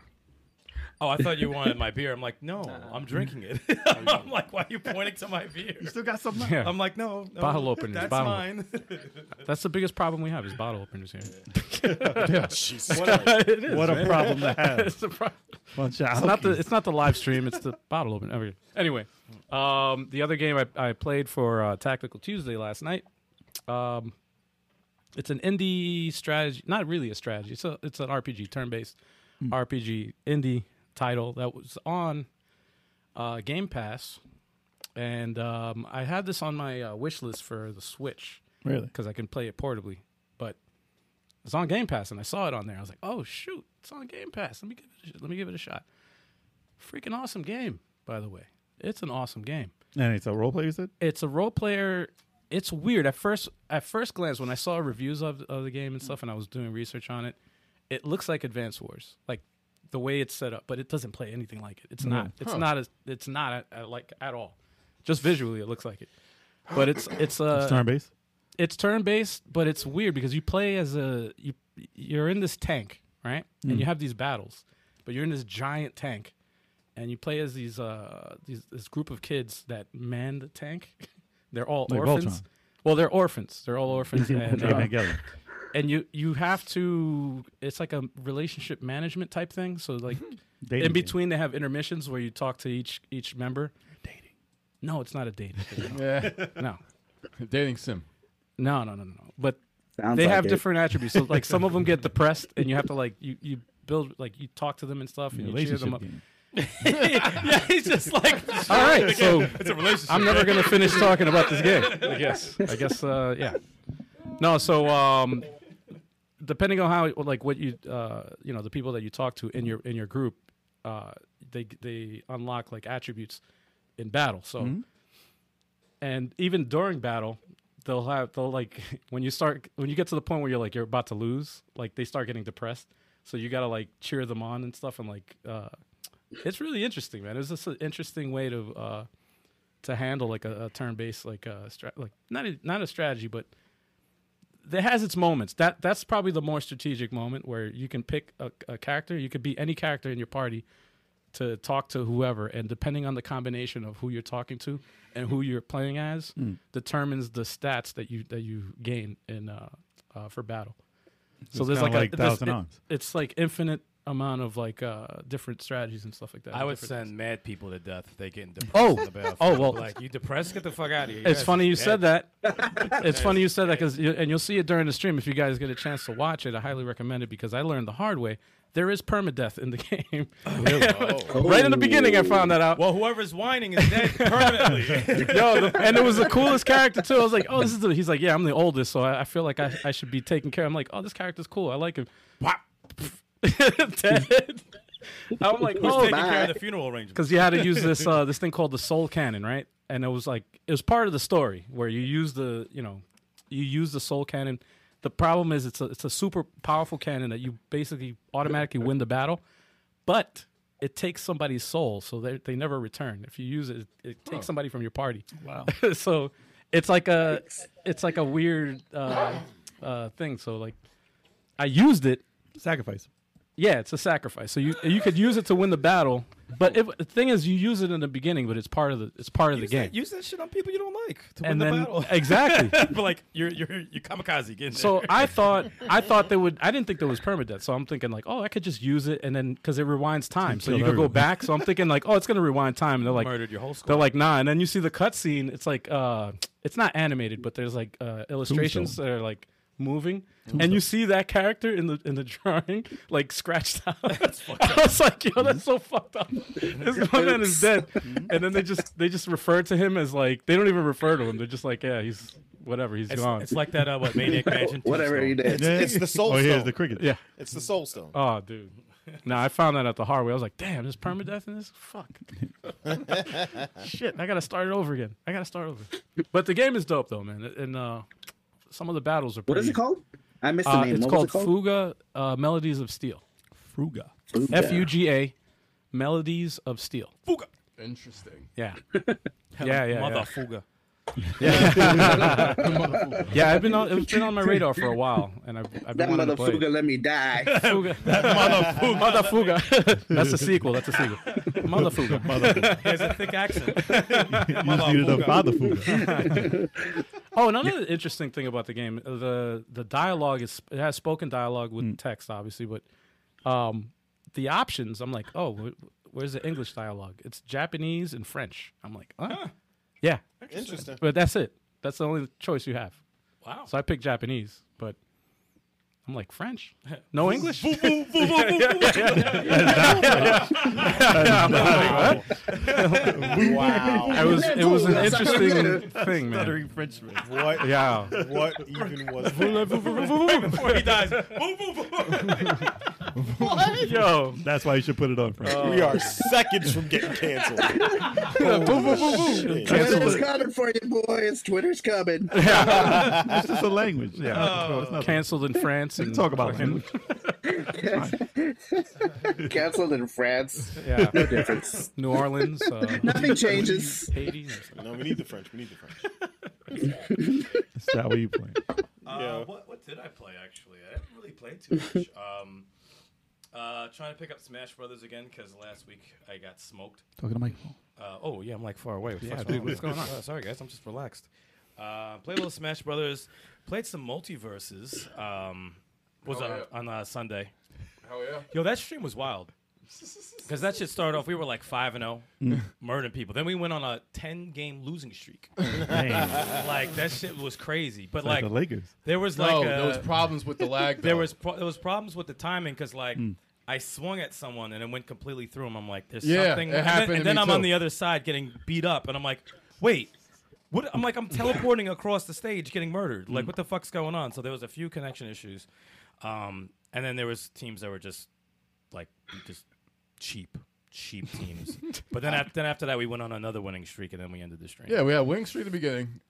Speaker 7: Oh, I thought you wanted my beer. I'm like, no, I'm drinking it. I'm like, why are you pointing to my beer?
Speaker 3: Still got some.
Speaker 2: Yeah.
Speaker 7: I'm like, no, no
Speaker 2: Bottle openers,
Speaker 7: That's
Speaker 2: bottle
Speaker 7: mine.
Speaker 2: That's the biggest problem we have is bottle openers here.
Speaker 6: Jesus Christ.
Speaker 3: What a problem to have.
Speaker 2: it's, a pro-
Speaker 3: Bunch
Speaker 2: it's not the it's not the live stream. It's the bottle open. Okay. Anyway, um, the other game I, I played for uh, Tactical Tuesday last night. Um, it's an indie strategy, not really a strategy. It's a it's an RPG, turn based RPG indie title that was on uh, Game Pass, and um, I had this on my uh, wish list for the Switch.
Speaker 3: really.
Speaker 2: because I can play it portably. But it's on Game Pass, and I saw it on there. I was like, "Oh shoot, it's on Game Pass. Let me give it. A sh- let me give it a shot." Freaking awesome game, by the way. It's an awesome game.
Speaker 3: And it's a role play, you said?
Speaker 2: It's a role player. It's weird at first. At first glance, when I saw reviews of, of the game and stuff, and I was doing research on it, it looks like Advance Wars, like the way it's set up. But it doesn't play anything like it. It's not. It's not. A, it's not a, a, like at all. Just visually, it looks like it. But it's it's uh, a
Speaker 3: It's turn based.
Speaker 2: it's turn based, but it's weird because you play as a you you're in this tank, right? And
Speaker 3: Mm.
Speaker 2: you have these battles, but you're in this giant tank, and you play as these uh these this group of kids that man the tank. They're all
Speaker 3: Like
Speaker 2: orphans.
Speaker 3: Voltron.
Speaker 2: Well, they're orphans. They're all orphans, and,
Speaker 3: They
Speaker 2: uh,
Speaker 3: together.
Speaker 2: and you you have to. It's like a relationship management type thing. So like
Speaker 3: Dating
Speaker 2: in
Speaker 3: game.
Speaker 2: between, they have intermissions where you talk to each each member. Dating? No, it's not a dating. thing.
Speaker 4: Yeah.
Speaker 2: No,
Speaker 4: Dating sim.
Speaker 2: no, no, no, no. no. But
Speaker 5: Sounds
Speaker 2: they
Speaker 5: like
Speaker 2: have
Speaker 5: it.
Speaker 2: different attributes. So like some of them get depressed, and you have to like you you build like you talk to them and stuff, and you cheer them
Speaker 3: Relationship
Speaker 2: up.
Speaker 3: game.
Speaker 7: yeah, he's just like
Speaker 2: All right, so
Speaker 7: it's a relationship.
Speaker 2: I'm never
Speaker 7: right?
Speaker 2: gonna finish talking about this game. I guess. I guess. Uh, yeah. No. So um, depending on how like what you uh, you know the people that you talk to in your in your group, uh, they they unlock like attributes in battle. So and even during battle. They'll have they'll like when you start when you get to the point where you're like you're about to lose like they start getting depressed so you gotta like cheer them on and stuff and like uh, it's really interesting man it's just an interesting way to uh, to handle like a, a turn based like a stra- like not a, not a strategy, but it has its moments. That that's probably the more strategic moment where you can pick a, a character. You could be any character in your party to talk to whoever, and depending on the combination of who you're talking to and who you're playing as,
Speaker 3: Hmm.
Speaker 2: determines the stats that you that you gain in uh, uh, for battle. So there's like,
Speaker 3: kinda like
Speaker 2: a, there's-
Speaker 3: Thousand
Speaker 2: it-
Speaker 3: Arms.
Speaker 2: it's like infinite amount of like uh, different strategies and stuff like that.
Speaker 8: I would
Speaker 2: Different-
Speaker 8: send mad people to death if they get depressed.
Speaker 2: Oh.
Speaker 8: in the bathroom.
Speaker 2: Oh, well.
Speaker 8: like you depressed? Get the fuck out of here.
Speaker 2: It's
Speaker 8: guys
Speaker 2: funny
Speaker 8: are
Speaker 2: you
Speaker 8: dead.
Speaker 2: said that. It's funny you said that because, and you'll see it during the stream if you guys get a chance to watch it. I highly recommend it because I learned the hard way. There is permadeath in the game.
Speaker 7: Oh,
Speaker 2: right in the beginning, I found that out.
Speaker 7: Well, whoever's whining is dead permanently.
Speaker 2: Yo, the, and it was the coolest character too. I was like, oh, this is the. He's like, yeah, I'm the oldest, so I, I feel like I, I should be taken care. of. I'm like, oh, this character's cool. I like him. Dead. I'm like,
Speaker 7: Who's
Speaker 2: oh,
Speaker 7: taking care
Speaker 5: bye.
Speaker 7: of the funeral arrangements?
Speaker 2: because you had to use this uh, this thing called the soul cannon, right? And it was like it was part of the story where you use the you know you use the soul cannon. The problem is it's a it's a super powerful cannon that you basically automatically win the battle, but it takes somebody's soul, so they they never return. If you use it, it, it takes somebody from your party. Wow! so it's like a it's like a weird uh, uh, thing. So like I used it
Speaker 3: Sacrifice.
Speaker 2: yeah, it's a sacrifice. So you you could use it to win the battle, but if, the thing is, you use it in the beginning, but it's part of the it's part of the
Speaker 7: Use
Speaker 2: game.
Speaker 7: that, use that shit on people you don't like to
Speaker 2: and
Speaker 7: win
Speaker 2: then
Speaker 7: the battle.
Speaker 2: exactly.
Speaker 7: but like you're you're you kamikaze getting
Speaker 2: So
Speaker 7: there.
Speaker 2: I thought I thought they would. I didn't think there was permadeath. So I'm thinking like, oh, I could just use it, and then because it rewinds time, so
Speaker 3: kill
Speaker 2: you could go
Speaker 3: everyone.
Speaker 2: back. So I'm thinking like, oh, it's gonna rewind time. And they're like,
Speaker 7: murdered your whole squad.
Speaker 2: they're like, nah. And then you see the cutscene. It's like, uh, it's not animated, but there's like uh, illustrations
Speaker 3: Tombstone.
Speaker 2: that are like moving, and you see that character in the in the drawing like scratched out. I was like, yo, that's so fucked up. This one man is dead, and then they just they just refer to him as like they don't even refer to him. They're just like, yeah, he's whatever, he's
Speaker 7: it's,
Speaker 2: gone.
Speaker 7: it's like that uh, what Maniac Mansion.
Speaker 5: Whatever he
Speaker 7: Tombstone.
Speaker 5: did.
Speaker 6: it's the soul
Speaker 3: Oh, here's
Speaker 6: stone.
Speaker 3: the cricket.
Speaker 2: yeah.
Speaker 6: It's the soul stone.
Speaker 2: Oh, dude. No, I found that out the hard way. I was like, damn, there's permadeath in this? Fuck. Shit, I got to start it over again. I got to start over. But the game is dope, though, man. And uh, some of the battles are pretty.
Speaker 5: What is it called? I missed the
Speaker 2: Uh,
Speaker 5: name.
Speaker 2: it's
Speaker 5: what
Speaker 2: called,
Speaker 5: was it called?
Speaker 2: Fuga uh, Melodies of Steel.
Speaker 3: Fruga.
Speaker 2: F U G A Melodies of Steel.
Speaker 7: Fuga.
Speaker 4: Interesting.
Speaker 2: Yeah. yeah, yeah, yeah.
Speaker 7: Mother Fuga.
Speaker 2: Yeah, I've been on, it's been on my radar for a while, and I've, I've
Speaker 5: That
Speaker 2: been wanting to play.
Speaker 5: motherfucker let me die.
Speaker 2: Fuga. Mother Fuga. That's a sequel. That's a sequel. Mother Fuga.
Speaker 7: He has a thick accent.
Speaker 3: You just needed a
Speaker 7: Fuga.
Speaker 3: father Fuga.
Speaker 2: Oh, another interesting thing about the game uh, the the dialogue is it has spoken dialogue with
Speaker 7: Hmm.
Speaker 2: text, obviously, but um, the options. I'm like, oh, wh- where's the English dialogue? It's Japanese and French. I'm like, huh? yeah,
Speaker 6: Interesting.
Speaker 2: but that's it. That's the only choice you have.
Speaker 7: Wow.
Speaker 2: So I picked Japanese, but I'm like French, no English.
Speaker 7: Boo, boo, boo, boo, boo.
Speaker 6: Wow.
Speaker 2: I was it was an
Speaker 5: That's not
Speaker 2: interesting thing, man.
Speaker 3: Stuttering Frenchman.
Speaker 6: what?
Speaker 2: Yeah.
Speaker 6: What even was that?
Speaker 7: Before he dies. Boo, boo, boo.
Speaker 2: Yo,
Speaker 3: That's why you should put it on
Speaker 2: Uh,
Speaker 3: French.
Speaker 6: We are seconds from getting canceled. Shit.
Speaker 5: Twitter's coming for you, boys. Twitter's coming.
Speaker 3: it's just a language. Yeah. it's
Speaker 2: Uh,
Speaker 3: nothing.
Speaker 2: canceled in France. And
Speaker 3: talk about
Speaker 2: fucking-
Speaker 3: language.
Speaker 5: Canceled in France.
Speaker 2: yeah,
Speaker 5: No difference.
Speaker 2: New Orleans, uh,
Speaker 5: Nothing changes.
Speaker 2: Haiti.
Speaker 6: No, we need the French. We need the French.
Speaker 3: It's not what you playing.
Speaker 6: Yeah.
Speaker 8: Uh, what, what did I play actually? I didn't really play too much. um, uh, trying to pick up Smash Brothers again because last week I got smoked.
Speaker 3: Talking to Michael.
Speaker 8: Uh, oh yeah, I'm like far away.
Speaker 2: dude, what's going on?
Speaker 7: Uh, sorry guys, I'm just relaxed.
Speaker 8: Uh, played a little Smash Brothers. Played some multiverses. Um, was
Speaker 4: Oh,
Speaker 8: on,
Speaker 4: yeah.
Speaker 8: on uh, Sunday.
Speaker 4: Hell yeah.
Speaker 8: Yo, that stream was wild. Because that shit started off, we were like 5 and
Speaker 2: Mm.
Speaker 8: 0, murdering people. Then we went on a 10 game losing streak.
Speaker 3: Dang.
Speaker 8: like, that shit was crazy. But,
Speaker 3: like
Speaker 8: like,
Speaker 3: the Lakers.
Speaker 8: there was like.
Speaker 4: No,
Speaker 8: a-
Speaker 4: there was problems with the lag.
Speaker 8: uh, there
Speaker 4: though. Mm.
Speaker 8: was pro- there was problems with the timing because like I swung at someone and it went completely through him. I'm like, there's
Speaker 4: Yeah,
Speaker 8: something.
Speaker 4: it
Speaker 8: and
Speaker 4: happened
Speaker 8: then,
Speaker 4: to
Speaker 8: and then
Speaker 4: me
Speaker 8: I'm on
Speaker 4: too.
Speaker 8: the other side getting beat up, and I'm like, wait, what? I'm like, I'm teleporting across the stage, getting murdered.
Speaker 4: Mm.
Speaker 8: Like, what the fuck's going on? So there was a few connection issues, um, and then there was teams that were just like just cheap. Cheap teams, but then after, then after that we went on another winning streak, and then we ended the streak.
Speaker 4: Yeah, we had winning streak at the beginning,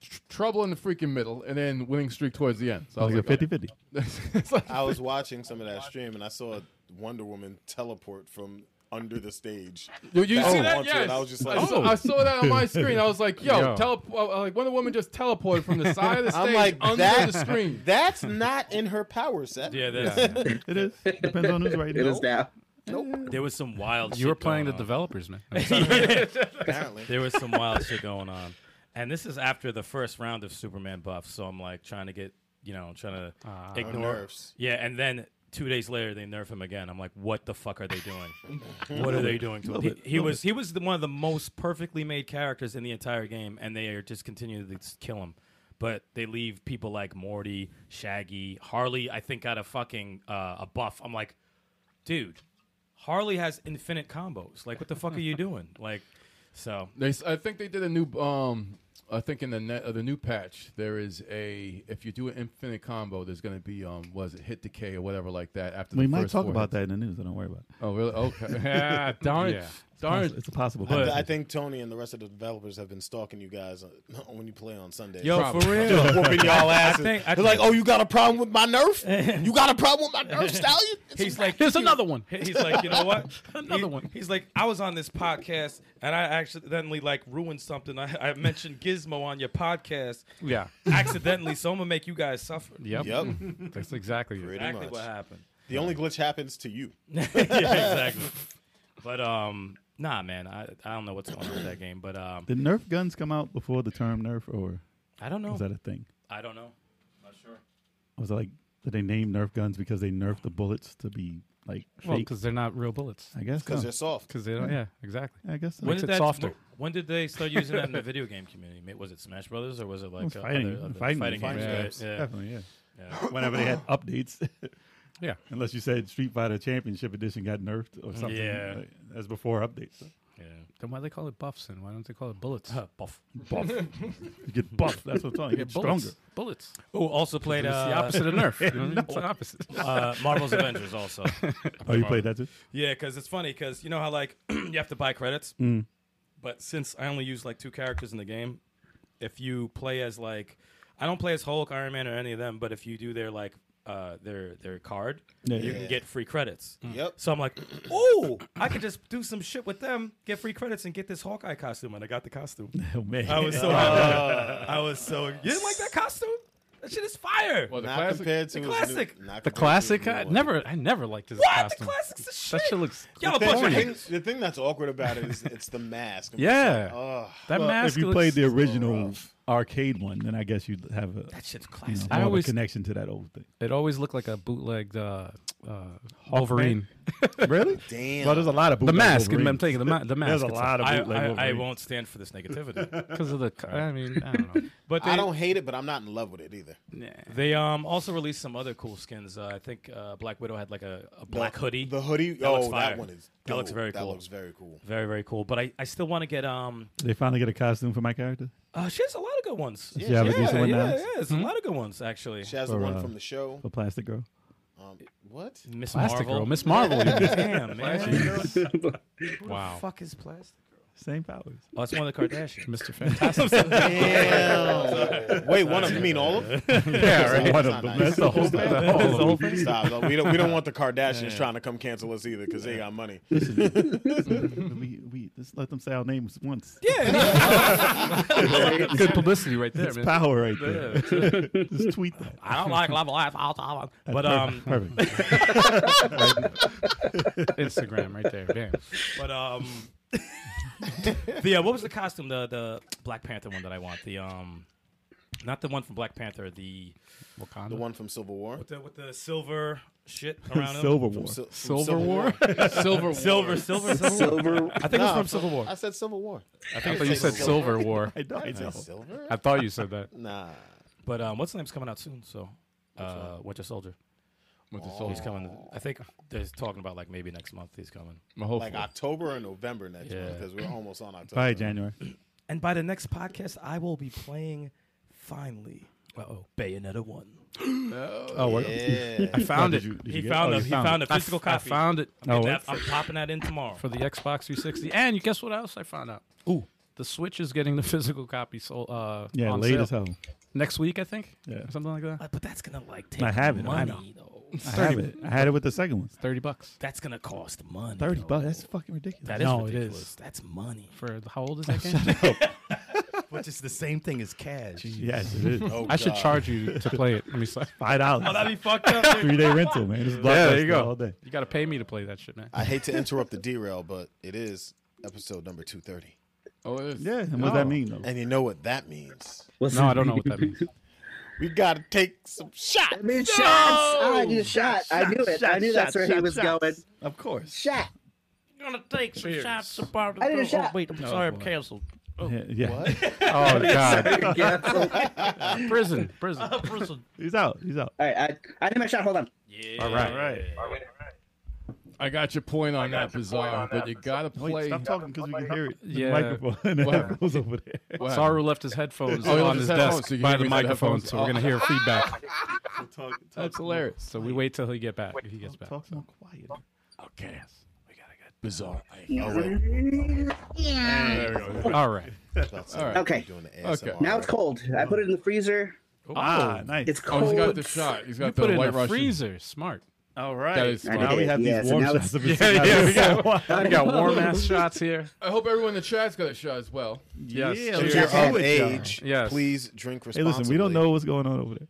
Speaker 4: tr- trouble in the freaking middle, and then winning streak towards the end. So I
Speaker 2: oh,
Speaker 3: It was
Speaker 4: was
Speaker 3: a
Speaker 4: like,
Speaker 3: 50 50.
Speaker 4: it's like-
Speaker 6: I was watching some of that stream and I saw Wonder Woman teleport from under the stage.
Speaker 4: Yo, you
Speaker 6: That's
Speaker 4: see
Speaker 6: what I
Speaker 4: that?
Speaker 6: wanted,
Speaker 4: Yes.
Speaker 6: I was just like,
Speaker 4: Oh. I, saw, I saw that on my screen. I was like, yo, tele- uh, like Wonder Woman just teleported from the side of the
Speaker 6: I'm
Speaker 4: stage
Speaker 6: like,
Speaker 4: under
Speaker 6: that,
Speaker 4: the screen.
Speaker 6: that's not in her power set.
Speaker 8: yeah, there,
Speaker 3: It is. Depends on who's writing
Speaker 5: It is now.
Speaker 8: there was some wild.
Speaker 2: You
Speaker 8: shit
Speaker 2: were playing the
Speaker 8: going on.
Speaker 2: developers, man.
Speaker 6: apparently.
Speaker 8: there was some wild shit going on. And this is after the first round of Superman buff, so I'm like trying to get, you know, trying to ignore.
Speaker 6: nerves.
Speaker 8: Yeah, and then two days later they nerf him again. I'm like, what the fuck are they doing? what are they doing to him? He, he was he was the, one of the most perfectly made characters in the entire game, and they are just continuing to s- kill him. But they leave people like Morty, Shaggy, Harley. I think got a fucking uh, a buff. I'm like, dude, Harley has infinite combos. Like, what the fuck are you doing? Like, so
Speaker 4: They, s- I think they did a new. Um, I think in the net, uh, the new patch, there is a if you do an infinite combo, there's going to be um, was it hit decay or whatever like that after.
Speaker 3: We
Speaker 4: the
Speaker 3: might
Speaker 4: first
Speaker 3: talk
Speaker 4: four
Speaker 3: about
Speaker 4: hits.
Speaker 3: that in the news, so don't worry about it.
Speaker 4: Oh really? Okay. yeah, darn it.
Speaker 2: Yeah.
Speaker 4: Darn it.
Speaker 3: It's a possible.
Speaker 6: I,
Speaker 3: But,
Speaker 6: I think Tony and the rest of the developers have been stalking you guys uh, when you play on Sunday.
Speaker 8: Yo, for
Speaker 4: Probably.
Speaker 8: real.
Speaker 6: whooping y'all asses.
Speaker 8: think- I
Speaker 6: They're
Speaker 8: think-
Speaker 6: like, oh, you got a problem with my nerf? You got a problem with my nerf, Stallion? It's
Speaker 8: He's like,
Speaker 2: Here's another one.
Speaker 8: he's like, you know what?
Speaker 2: "Oh, Another
Speaker 8: He-
Speaker 2: one.
Speaker 8: He's like, I was on this podcast and I accidentally like ruined something. I, I mentioned Gizmo on your podcast
Speaker 2: yeah.
Speaker 8: accidentally, so I'm gonna make you guys suffer.
Speaker 2: Yep.
Speaker 6: Yep.
Speaker 2: That's exactly it.
Speaker 6: Pretty
Speaker 8: Exactly
Speaker 6: much.
Speaker 8: what happened.
Speaker 6: The only glitch happens to you.
Speaker 8: yeah, exactly. But um, nah, man, I I don't know what's going on with that game, but um,
Speaker 3: did Nerf guns come out before the term Nerf, or
Speaker 8: I don't know.
Speaker 3: was that a thing?
Speaker 8: I don't know. Not sure.
Speaker 3: Was it like, did they name Nerf guns because they nerfed the bullets to be like
Speaker 2: Well,
Speaker 3: fake?
Speaker 2: because they're not real bullets.
Speaker 3: I guess.
Speaker 6: Because
Speaker 3: so.
Speaker 6: they're soft.
Speaker 2: Because they don't. Yeah, exactly.
Speaker 3: I guess. So.
Speaker 8: When
Speaker 2: Makes
Speaker 8: did
Speaker 2: it
Speaker 8: that,
Speaker 2: softer.
Speaker 8: When did they start using that in the video game community? Ma- Was it Smash Brothers or was it like
Speaker 3: It's fighting,
Speaker 8: other, other
Speaker 3: fighting,
Speaker 6: fighting
Speaker 8: games? right?
Speaker 6: games.
Speaker 8: Yeah.
Speaker 3: Definitely, yeah.
Speaker 8: Yeah.
Speaker 3: Whenever they had updates,
Speaker 2: Yeah.
Speaker 3: unless you said Street Fighter Championship Edition got nerfed or something.
Speaker 8: Yeah.
Speaker 3: like, that's before updates.
Speaker 8: yeah.
Speaker 2: Then why do they call it buffs and why don't they call it bullets?
Speaker 8: Uh, buff.
Speaker 3: Buff, you get buff. That's what I'm telling you. You get
Speaker 2: bullets.
Speaker 3: stronger.
Speaker 2: Bullets.
Speaker 8: Oh, also played
Speaker 2: It's the
Speaker 8: uh,
Speaker 2: opposite of nerf. You know what I mean? It's the opposite.
Speaker 8: uh, Marvel's Avengers also.
Speaker 3: Oh, you played that too?
Speaker 8: Yeah, because it's funny because you know how like you have to buy credits, but since I only use like two characters in the game, if you play as like I don't play as Hulk, Iron Man, or any of them, but if you do their like uh, their their card,
Speaker 3: Yeah,
Speaker 8: you
Speaker 3: yeah,
Speaker 8: can
Speaker 6: yeah. Mm.
Speaker 8: get free credits.
Speaker 6: Yep.
Speaker 8: So I'm like, oh, I could just do some shit with them, get free credits, and get this Hawkeye costume, and I got the costume.
Speaker 3: Oh man,
Speaker 8: I was so happy. I was so you didn't like that costume? That shit is fire.
Speaker 4: Well, the
Speaker 6: Not
Speaker 4: classic.
Speaker 6: compared to
Speaker 8: the
Speaker 6: his new-
Speaker 8: classic.
Speaker 6: not
Speaker 2: The
Speaker 6: compared to his
Speaker 2: classic.
Speaker 6: new
Speaker 2: I
Speaker 6: one.
Speaker 2: never. I never liked this
Speaker 8: What? The
Speaker 2: costume.
Speaker 8: classic's the shit.
Speaker 2: That shit looks.
Speaker 8: Y'all a
Speaker 6: The
Speaker 8: bunch of
Speaker 6: thing,
Speaker 8: haters.
Speaker 6: the thing that's awkward about it is it's the mask. I'm
Speaker 2: Yeah.
Speaker 6: just like, ugh.
Speaker 2: That
Speaker 3: Well,
Speaker 2: mask.
Speaker 3: if you
Speaker 2: looks-
Speaker 3: played the original
Speaker 6: rough.
Speaker 3: arcade one, then I guess you'd have a
Speaker 8: That shit's
Speaker 3: you know,
Speaker 8: classic.
Speaker 3: more of a
Speaker 2: always-
Speaker 3: connection to that old thing.
Speaker 2: It always looked like a bootlegged uh, uh, Wolverine.
Speaker 3: really?
Speaker 6: Damn.
Speaker 3: Well, there's a lot of
Speaker 2: The
Speaker 3: bootleg
Speaker 2: mask.
Speaker 3: Wolverine.
Speaker 2: I'm taking the, ma- the mask.
Speaker 3: There's a lot of
Speaker 8: I,
Speaker 3: bootleg
Speaker 8: I, I
Speaker 3: Wolverine.
Speaker 8: won't stand for this negativity.
Speaker 2: because of the. co- I mean, I don't know.
Speaker 8: But they,
Speaker 6: I don't hate it, but I'm not in love with it either.
Speaker 8: they um also released some other cool skins. Uh, I think uh, Black Widow had like a, a black hoodie.
Speaker 6: The hoodie.
Speaker 8: That looks
Speaker 6: oh,
Speaker 8: fire.
Speaker 6: that one is.
Speaker 8: That looks
Speaker 6: dope.
Speaker 8: very
Speaker 6: That
Speaker 8: cool.
Speaker 6: looks very cool.
Speaker 8: very very cool. But I, I still want to get um.
Speaker 3: They finally get a costume for my character.
Speaker 8: Uh, she has a lot of good ones.
Speaker 3: Does she have a decent one now?
Speaker 8: yeah, It's a lot of good ones actually.
Speaker 6: She has the
Speaker 3: Or,
Speaker 6: one
Speaker 3: uh,
Speaker 6: from the show.
Speaker 3: For Plastic Girl.
Speaker 6: Um, what?
Speaker 8: Miss
Speaker 2: Plastic
Speaker 8: Marvel.
Speaker 2: Girl, Miss Marvel. even.
Speaker 8: Damn man.
Speaker 2: wow.
Speaker 8: Fuck is plastic.
Speaker 3: Same powers.
Speaker 8: Oh, it's one of the Kardashians.
Speaker 2: Mr. Fantastic.
Speaker 6: Damn. Wait, one of them. You mean all of them?
Speaker 2: yeah, right.
Speaker 3: One
Speaker 6: not
Speaker 3: of them.
Speaker 6: nice.
Speaker 3: That's the whole thing.
Speaker 2: The whole thing.
Speaker 6: Stop. no, we don't. We don't want the Kardashians trying to come cancel us either because they got money.
Speaker 3: we, we just let them say our names once.
Speaker 2: Good publicity right there,
Speaker 3: It's
Speaker 2: man.
Speaker 3: power right there. just tweet that.
Speaker 8: I don't like love life. I'll, I'll, but um,
Speaker 3: Perfect.
Speaker 2: Instagram right there. Damn.
Speaker 8: But um, the uh, what was the costume? The the Black Panther one that I want. The um, Not the one from Black Panther. The
Speaker 6: The one from Civil War.
Speaker 8: with the, with the silver shit around him.
Speaker 3: Silver
Speaker 6: From
Speaker 3: War.
Speaker 6: Sil- from
Speaker 2: Silver War?
Speaker 4: Silver,
Speaker 8: Silver, silver, silver.
Speaker 5: Silver.
Speaker 2: I think it's
Speaker 6: Nah,
Speaker 2: from Civil War.
Speaker 6: I said Civil War.
Speaker 2: I thought you said Silver War.
Speaker 3: I know. I know.
Speaker 6: Silver?
Speaker 2: I thought you said that.
Speaker 6: Nah.
Speaker 8: But um, what's the name's coming out soon? So, uh, Winter Soldier.
Speaker 4: With the soul.
Speaker 8: He's coming. I think they're talking about like maybe next month he's coming.
Speaker 4: My whole
Speaker 6: Like October or November next
Speaker 8: Yeah.
Speaker 6: month because we're almost on October.
Speaker 3: Probably January.
Speaker 8: And by the next podcast, I will be playing finally. Uh oh, Bayonetta one.
Speaker 2: Oh, we're-
Speaker 6: Yeah.
Speaker 2: I found
Speaker 3: Did
Speaker 2: it.
Speaker 3: you- did
Speaker 8: He
Speaker 3: you get-
Speaker 8: found
Speaker 3: oh,
Speaker 8: a
Speaker 3: you
Speaker 8: he found a
Speaker 2: I,
Speaker 8: physical
Speaker 2: I
Speaker 8: copy.
Speaker 2: found it
Speaker 3: Oh,
Speaker 8: That-
Speaker 3: it's-
Speaker 8: I'm popping that in tomorrow.
Speaker 2: for the Xbox 360. And you guess what else I found out? Ooh, the Switch is getting the physical copy sold. Uh,
Speaker 3: yeah,
Speaker 2: on
Speaker 3: late
Speaker 2: sale.
Speaker 3: as hell.
Speaker 2: next week, I think.
Speaker 3: Yeah.
Speaker 2: Or something like that.
Speaker 8: Uh, but that's gonna like take
Speaker 3: I have it, I
Speaker 8: money though.
Speaker 3: I have it. I had it with the second one. Oh,
Speaker 2: Thirty bucks
Speaker 8: That's gonna cost money.
Speaker 3: Thirty
Speaker 8: though.
Speaker 3: bucks. That's fucking ridiculous.
Speaker 8: That is
Speaker 2: No, it
Speaker 8: ridiculous.
Speaker 2: is.
Speaker 8: That's money.
Speaker 2: for how old is that game?
Speaker 9: Which is the same thing as cash.
Speaker 3: yes, it is.
Speaker 6: Oh,
Speaker 2: I should
Speaker 6: God.
Speaker 2: charge you to play it. Let me slap.
Speaker 3: Five dollars.
Speaker 8: Oh, be fucked up.
Speaker 3: Three day rental, man. It's
Speaker 2: Yeah, there you
Speaker 3: Blockbuster
Speaker 2: go.
Speaker 3: All day.
Speaker 2: You got to pay me to play that shit, man.
Speaker 6: I hate to interrupt the derail, but it is episode number 230.
Speaker 4: Oh, it is.
Speaker 3: Yeah. And what does that mean though?
Speaker 6: And you know what that means.
Speaker 2: No, I don't know what that means.
Speaker 6: We got to take some shots.
Speaker 5: I mean, shots. Oh, I need a shot. I knew it. I knew that's where he was going.
Speaker 9: Of course.
Speaker 5: Shot.
Speaker 8: gonna take some shots about
Speaker 5: I need a shot.
Speaker 8: wait, I'm sorry, I'm canceled.
Speaker 3: Yeah. yeah.
Speaker 2: Oh God,
Speaker 5: Yeah. All right.
Speaker 2: prison, prison.
Speaker 3: He's out. He's out.
Speaker 5: I, I need my shot. Hold on.
Speaker 2: All right,
Speaker 4: I got your point on that bizarre, but you gotta
Speaker 3: Wait,
Speaker 4: play.
Speaker 3: stop talking because we can hear it.
Speaker 2: Yeah.
Speaker 3: The microphone
Speaker 4: What
Speaker 3: that
Speaker 4: happened?
Speaker 3: goes over there.
Speaker 4: What happened?
Speaker 2: Saru left his headphones
Speaker 4: Oh, he left
Speaker 2: on
Speaker 4: his
Speaker 2: his
Speaker 4: headphones,
Speaker 2: desk
Speaker 4: so you can
Speaker 2: by
Speaker 4: hear
Speaker 2: the
Speaker 4: me without
Speaker 2: microphone,
Speaker 4: headphones.
Speaker 2: so we're gonna
Speaker 4: Oh.
Speaker 2: hear feedback.
Speaker 3: Talk,
Speaker 4: That's hilarious.
Speaker 2: So we wait till he get back. If he gets back.
Speaker 3: Talk more quiet.
Speaker 4: Okay. Oh, We gotta get bizarre.
Speaker 6: Oh, wait.
Speaker 2: All right.
Speaker 6: That's all right.
Speaker 5: Okay.
Speaker 6: Doing the
Speaker 4: Okay.
Speaker 6: ASMR.
Speaker 5: Now it's cold. I put it in the freezer.
Speaker 3: Ah, nice.
Speaker 5: It's
Speaker 4: Oh,
Speaker 5: cold.
Speaker 4: he's got the shot. He's got
Speaker 2: Put
Speaker 4: the
Speaker 2: it
Speaker 4: white
Speaker 2: in the
Speaker 4: Russian.
Speaker 2: freezer. Smart.
Speaker 3: All right.
Speaker 4: That is
Speaker 5: I
Speaker 4: smart.
Speaker 3: now we
Speaker 5: did,
Speaker 3: have these
Speaker 5: yeah, so
Speaker 3: warm
Speaker 5: now
Speaker 3: shots of
Speaker 5: it's-
Speaker 2: Yeah, yeah, we
Speaker 3: got,
Speaker 2: We got warm ass shots here.
Speaker 4: I hope everyone in the chat's got a shot as well.
Speaker 3: Yes.
Speaker 2: Yeah,
Speaker 6: If
Speaker 5: Yeah.
Speaker 6: you're
Speaker 5: Yeah.
Speaker 6: of age,
Speaker 2: Yes.
Speaker 6: please drink
Speaker 3: Hey,
Speaker 6: responsibly.
Speaker 3: listen, we don't know what's going on over there.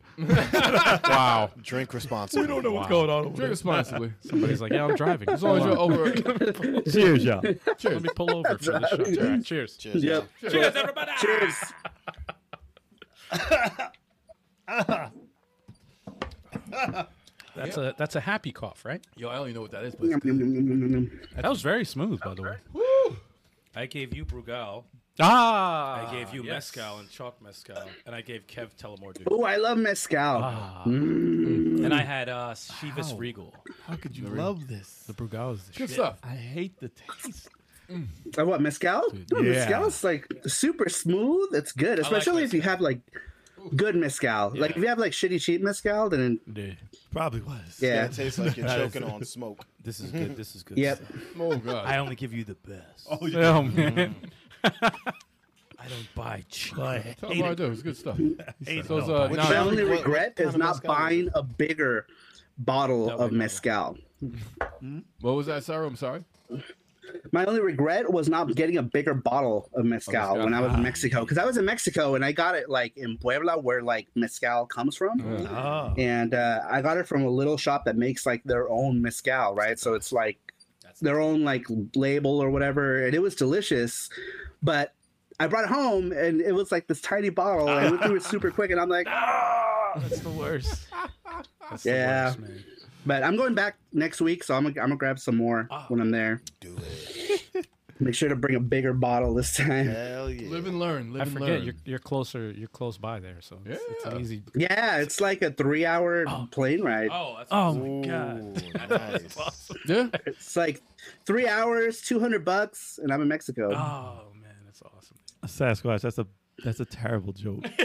Speaker 2: Wow.
Speaker 6: Drink responsibly. We don't know
Speaker 3: What's going on over
Speaker 4: Drink responsibly.
Speaker 2: Somebody's like, yeah, I'm driving.
Speaker 4: As long as you're
Speaker 2: Hold
Speaker 4: over.
Speaker 3: there. Cheers, y'all.
Speaker 2: on. Let me pull over for the shot. All right, cheers.
Speaker 6: Cheers.
Speaker 5: Yep.
Speaker 8: Cheers, everybody.
Speaker 5: Cheers.
Speaker 2: That's a that's a happy cough, right?
Speaker 4: Yo, I don't even know what that is, but it's good.
Speaker 5: That's
Speaker 2: That was very smooth, by the way.
Speaker 8: I gave you Brugal.
Speaker 2: Ah,
Speaker 8: I gave you
Speaker 2: yes.
Speaker 8: mezcal and chalk mezcal, and I gave Kev Telemore Duke.
Speaker 5: Oh, I love mezcal.
Speaker 8: And I had uh, Shivas Regal.
Speaker 3: How could you love this?
Speaker 2: The Brugal is the shit.
Speaker 4: Good stuff.
Speaker 3: I hate the taste.
Speaker 5: Uh, what mezcal? No,
Speaker 3: Yeah.
Speaker 5: mezcal is like super smooth. It's good, especially if you have like good mezcal. Like if you have like shitty cheap mezcal, then
Speaker 3: Probably was.
Speaker 5: yeah, Mm-hmm.
Speaker 6: It tastes like you're choking on smoke.
Speaker 8: This is good. This is good.
Speaker 5: yep.
Speaker 4: Oh god.
Speaker 8: I only give you the best.
Speaker 2: Oh man,
Speaker 8: I don't buy cheap.
Speaker 4: Tell them what I do. It's good stuff. So it's,
Speaker 3: no,
Speaker 4: uh,
Speaker 6: Which
Speaker 4: now-
Speaker 5: My only
Speaker 6: What- what
Speaker 5: regret
Speaker 6: kind
Speaker 5: is
Speaker 6: of
Speaker 5: not
Speaker 6: mezcal is
Speaker 5: buying a bigger bottle
Speaker 8: That
Speaker 5: of
Speaker 8: would be
Speaker 5: mezcal.
Speaker 4: what was that, Sarah? I'm sorry.
Speaker 5: My only regret was not getting a bigger bottle of mezcal
Speaker 4: mezcal.
Speaker 5: when I was in Mexico because I was in Mexico and I got it like in Puebla where like mezcal comes from.
Speaker 3: Ah.
Speaker 5: and uh, I got it from a little shop that makes like their own mezcal, right? So it's like their own like label or whatever, and it was delicious. But I brought it home, and it was like this tiny bottle, and I went through it super quick, and I'm like,
Speaker 2: that's the worst. That's the
Speaker 5: Yeah.
Speaker 2: worst, man.
Speaker 5: but I'm going back next week, so I'm gonna, I'm gonna grab some more when I'm there.
Speaker 6: Do it.
Speaker 5: Make sure to bring a bigger bottle this time. Yeah,
Speaker 6: Hell yeah.
Speaker 4: Live and learn. Live
Speaker 2: I
Speaker 4: and
Speaker 2: forget
Speaker 4: learn.
Speaker 2: you're you're closer. You're close by there, so it's, it's an
Speaker 4: Yeah.
Speaker 2: easy.
Speaker 5: it's like a three hour plane ride.
Speaker 8: Oh, that's
Speaker 6: Ooh, nice. Oh,
Speaker 4: Yeah.
Speaker 5: It's like three hours, two hundred bucks, and I'm in Mexico.
Speaker 2: Oh man, that's awesome.
Speaker 3: Sasquatch, that's a that's a terrible joke.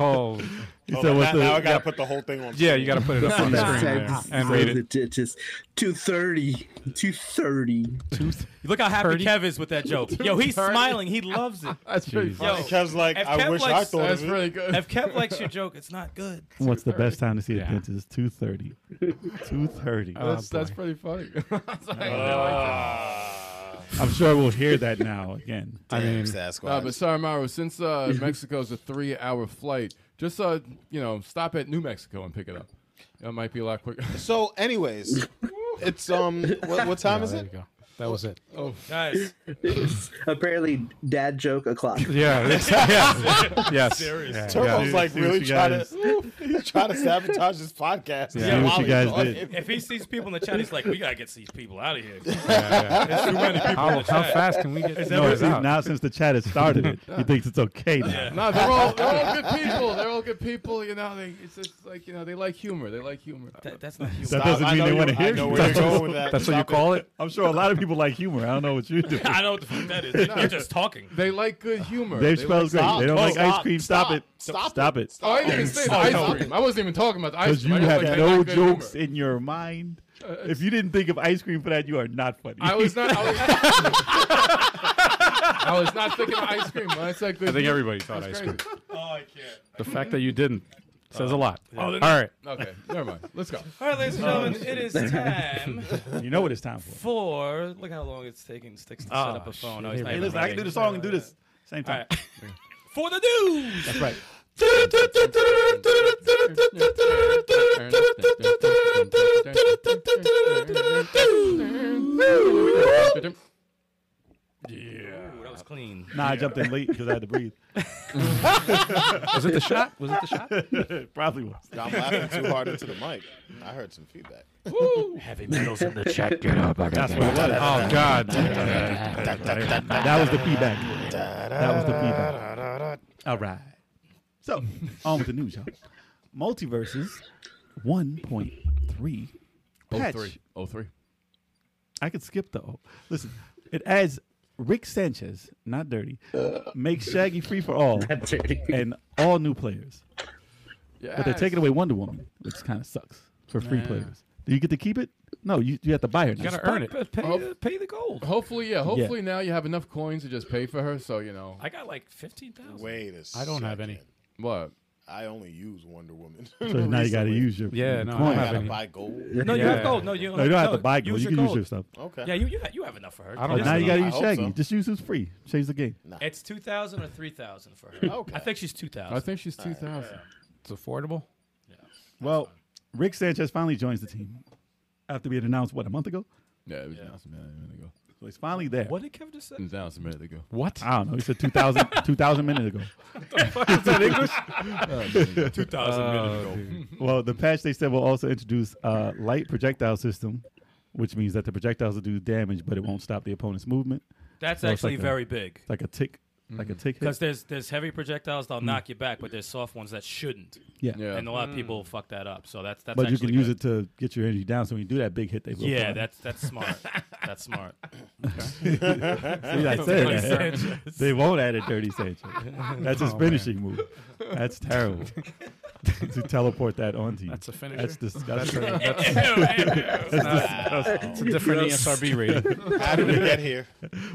Speaker 2: Oh
Speaker 3: He
Speaker 6: Oh,
Speaker 3: said,
Speaker 6: now,
Speaker 3: what's the-
Speaker 6: now I gotta put the whole thing on.
Speaker 2: yeah, you got to put it
Speaker 4: Oh,
Speaker 2: up on the
Speaker 5: Last
Speaker 2: screen
Speaker 5: time
Speaker 2: there
Speaker 5: this
Speaker 2: and read it.
Speaker 5: is- it is 230. 230.
Speaker 8: Look how happy Kev is with that joke. Yo, he's smiling. He loves it.
Speaker 4: That's pretty
Speaker 2: Jesus.
Speaker 4: funny.
Speaker 8: Yo,
Speaker 6: Kev's like,
Speaker 8: If
Speaker 6: I
Speaker 8: Kev
Speaker 6: wish I
Speaker 8: likes-
Speaker 6: thought
Speaker 4: That's
Speaker 6: of it.
Speaker 4: really good.
Speaker 8: if Kev likes your joke, it's not good.
Speaker 3: what's the best time to see
Speaker 2: Yeah.
Speaker 3: a dentist? Two thirty. Two thirty.
Speaker 4: that's that's pretty funny.
Speaker 3: I'm sure we'll hear that now again.
Speaker 6: I mean,
Speaker 4: Nah,
Speaker 6: Sasquatch.
Speaker 4: but sorry, Mauro. Since uh, Mexico's a three-hour flight, just uh, you know, stop at New Mexico and pick it up. That might be a lot quicker.
Speaker 6: so, anyways, it's um, what, what time is
Speaker 2: There you
Speaker 6: it?
Speaker 2: go. That was it.
Speaker 7: Guys,
Speaker 5: Apparently, dad joke o'clock.
Speaker 2: Yeah. it's- yes. yes.
Speaker 7: serious.
Speaker 2: Yeah,
Speaker 6: Turbo's
Speaker 2: yeah.
Speaker 6: like
Speaker 3: See what
Speaker 6: really
Speaker 3: you
Speaker 6: trying
Speaker 3: guys-
Speaker 6: to he's trying to sabotage this podcast.
Speaker 3: See what
Speaker 6: while
Speaker 3: you
Speaker 6: he's
Speaker 3: guys
Speaker 6: on
Speaker 3: did.
Speaker 6: it.
Speaker 7: If he sees people in the chat, he's like, "We gotta get these people out of here."
Speaker 2: Yeah, yeah.
Speaker 7: There's too many people in
Speaker 2: How,
Speaker 7: the
Speaker 2: how
Speaker 7: chat.
Speaker 2: fast can we get this
Speaker 3: No,
Speaker 2: noise
Speaker 3: it's
Speaker 2: out?
Speaker 3: now since the chat has started it, he thinks it's okay now.
Speaker 4: No, they're all they're all good people. They're all good people. You know, they it's just like you know they like humor. They like humor.
Speaker 8: That, that's not
Speaker 3: That
Speaker 8: humor.
Speaker 6: Stop.
Speaker 3: doesn't
Speaker 6: I
Speaker 3: mean
Speaker 6: know
Speaker 3: they
Speaker 6: you-
Speaker 3: want to
Speaker 6: I
Speaker 3: hear
Speaker 6: know
Speaker 3: you.
Speaker 6: where you're
Speaker 3: That's what-
Speaker 6: going with that.
Speaker 2: That's what you
Speaker 6: Stop it.
Speaker 2: call it?
Speaker 3: I'm sure a lot of people like humor. I don't know what you do.
Speaker 7: I know what the fuck that is. You're just talking.
Speaker 4: They like good humor.
Speaker 3: Dave
Speaker 4: They
Speaker 3: Chappelle's
Speaker 4: like-
Speaker 3: great. They don't
Speaker 6: Oh,
Speaker 3: like ice
Speaker 6: stop.
Speaker 3: cream. Stop, it.
Speaker 6: Stop.
Speaker 3: Stop it.
Speaker 4: Oh, I didn't even say the ice cream. I wasn't even talking about the ice
Speaker 3: Because
Speaker 4: cream.
Speaker 3: you
Speaker 4: I just
Speaker 3: have
Speaker 4: like they
Speaker 3: no
Speaker 4: like good
Speaker 3: jokes
Speaker 4: humor.
Speaker 3: in your mind. If you didn't think of ice cream for that, you are not funny.
Speaker 4: I was not. I was, I was not thinking of ice cream. When I said good
Speaker 2: I think
Speaker 4: humor.
Speaker 2: everybody thought ice
Speaker 4: That's
Speaker 2: cream.
Speaker 4: crazy.
Speaker 7: Oh, I can't.
Speaker 2: The fact that you didn't says a lot. All
Speaker 7: then-
Speaker 2: right.
Speaker 4: Okay, never mind. Let's go.
Speaker 8: All right, ladies and gentlemen, it is time
Speaker 3: you know what it's time for.
Speaker 8: for. Look how long it's taking Sticks to set up a phone. Oh, he's not
Speaker 3: Hey,
Speaker 8: even
Speaker 3: listen, I can do
Speaker 8: ready.
Speaker 3: the song and do this same
Speaker 8: All
Speaker 3: time.
Speaker 8: right. For the news.
Speaker 3: That's right.
Speaker 8: Ooh, that was clean.
Speaker 3: Nah, I jumped in late because I had to breathe.
Speaker 2: Was it the shot? Was it the shot?
Speaker 3: It probably was.
Speaker 6: I'm laughing too hard into the mic. I heard some feedback.
Speaker 8: Heavy metals in the chat.
Speaker 3: That's what it was.
Speaker 2: Oh God.
Speaker 3: That was the feedback. That was the feedback. All right. So, on with the news, y'all. Multiverses 1.3 patch.
Speaker 4: Oh three.
Speaker 3: I could skip the O. Listen, it adds Rick Sanchez, not dirty, makes Shaggy free for all
Speaker 5: Dirty.
Speaker 3: and all new players.
Speaker 4: Yeah.
Speaker 3: But they're taking away Wonder Woman, which kind of sucks for free players. Do you get to keep it? No, you, you have to buy her. now.
Speaker 2: You gotta earn it.
Speaker 8: Pay,
Speaker 4: Oh.
Speaker 8: pay the gold.
Speaker 4: Hopefully, yeah. Hopefully now you have enough coins to just pay for her. So you know
Speaker 8: I got like fifteen thousand.
Speaker 6: Wait a
Speaker 2: I don't have any.
Speaker 6: second.
Speaker 4: what?
Speaker 6: I only use Wonder Woman.
Speaker 3: So now you got to use your
Speaker 2: Yeah, no, I don't
Speaker 3: coin.
Speaker 6: I
Speaker 2: have
Speaker 6: gotta
Speaker 2: any.
Speaker 6: buy gold.
Speaker 8: No, you
Speaker 2: Yeah.
Speaker 8: have gold. No, you don't.
Speaker 3: No, you don't have to buy
Speaker 8: use
Speaker 3: gold. You
Speaker 8: your
Speaker 3: can use your stuff.
Speaker 6: Okay.
Speaker 8: Yeah, you, you ha- you have enough for her.
Speaker 2: I don't
Speaker 3: But
Speaker 2: Oh, Yeah.
Speaker 3: now you got to
Speaker 6: I
Speaker 3: use
Speaker 6: hope
Speaker 3: Shaggy.
Speaker 6: so.
Speaker 3: Just use who's free. Shaggy's the game.
Speaker 8: It's two thousand or three thousand for her.
Speaker 6: Okay.
Speaker 8: I think she's two thousand.
Speaker 4: I think she's two thousand.
Speaker 2: It's affordable.
Speaker 3: Well, Rick Sanchez finally joins the team after being announced, what, a month ago?
Speaker 4: Yeah, it was announced a minute ago.
Speaker 3: So he's finally there.
Speaker 8: What did Kevin just say?
Speaker 4: It
Speaker 3: Mm.
Speaker 4: was announced a minute ago.
Speaker 2: What?
Speaker 3: I don't know. He said 2,000 2000 minutes ago. Oh,
Speaker 8: Two thousand
Speaker 3: Well, the patch they said will also introduce a light projectile system, which means that the projectiles will do damage, but it won't stop the opponent's movement.
Speaker 8: That's
Speaker 3: No, it's
Speaker 8: actually
Speaker 3: like a-
Speaker 8: very big.
Speaker 3: It's like a tick, like a tick
Speaker 8: Because
Speaker 3: hit.
Speaker 8: there's there's heavy projectiles that'll knock you back, but there's soft ones that shouldn't.
Speaker 3: Mm. Yeah.
Speaker 4: Yeah.
Speaker 8: And a lot of people fuck that up. So that's that's.
Speaker 3: But you can
Speaker 8: actually
Speaker 3: use
Speaker 8: good.
Speaker 3: it to get your energy down. So when you do that big hit, they will.
Speaker 8: Yeah,
Speaker 3: fly.
Speaker 8: that's that's smart. that's smart.
Speaker 3: See, I said
Speaker 8: Dirty
Speaker 3: that.
Speaker 8: Sanchez.
Speaker 3: They won't add a dirty Sanchez. That's his finishing move. That's terrible. to teleport that onto you.
Speaker 2: That's a finisher?
Speaker 3: That's disgusting.
Speaker 2: It's a different E ESRB rating.
Speaker 6: How did we get here?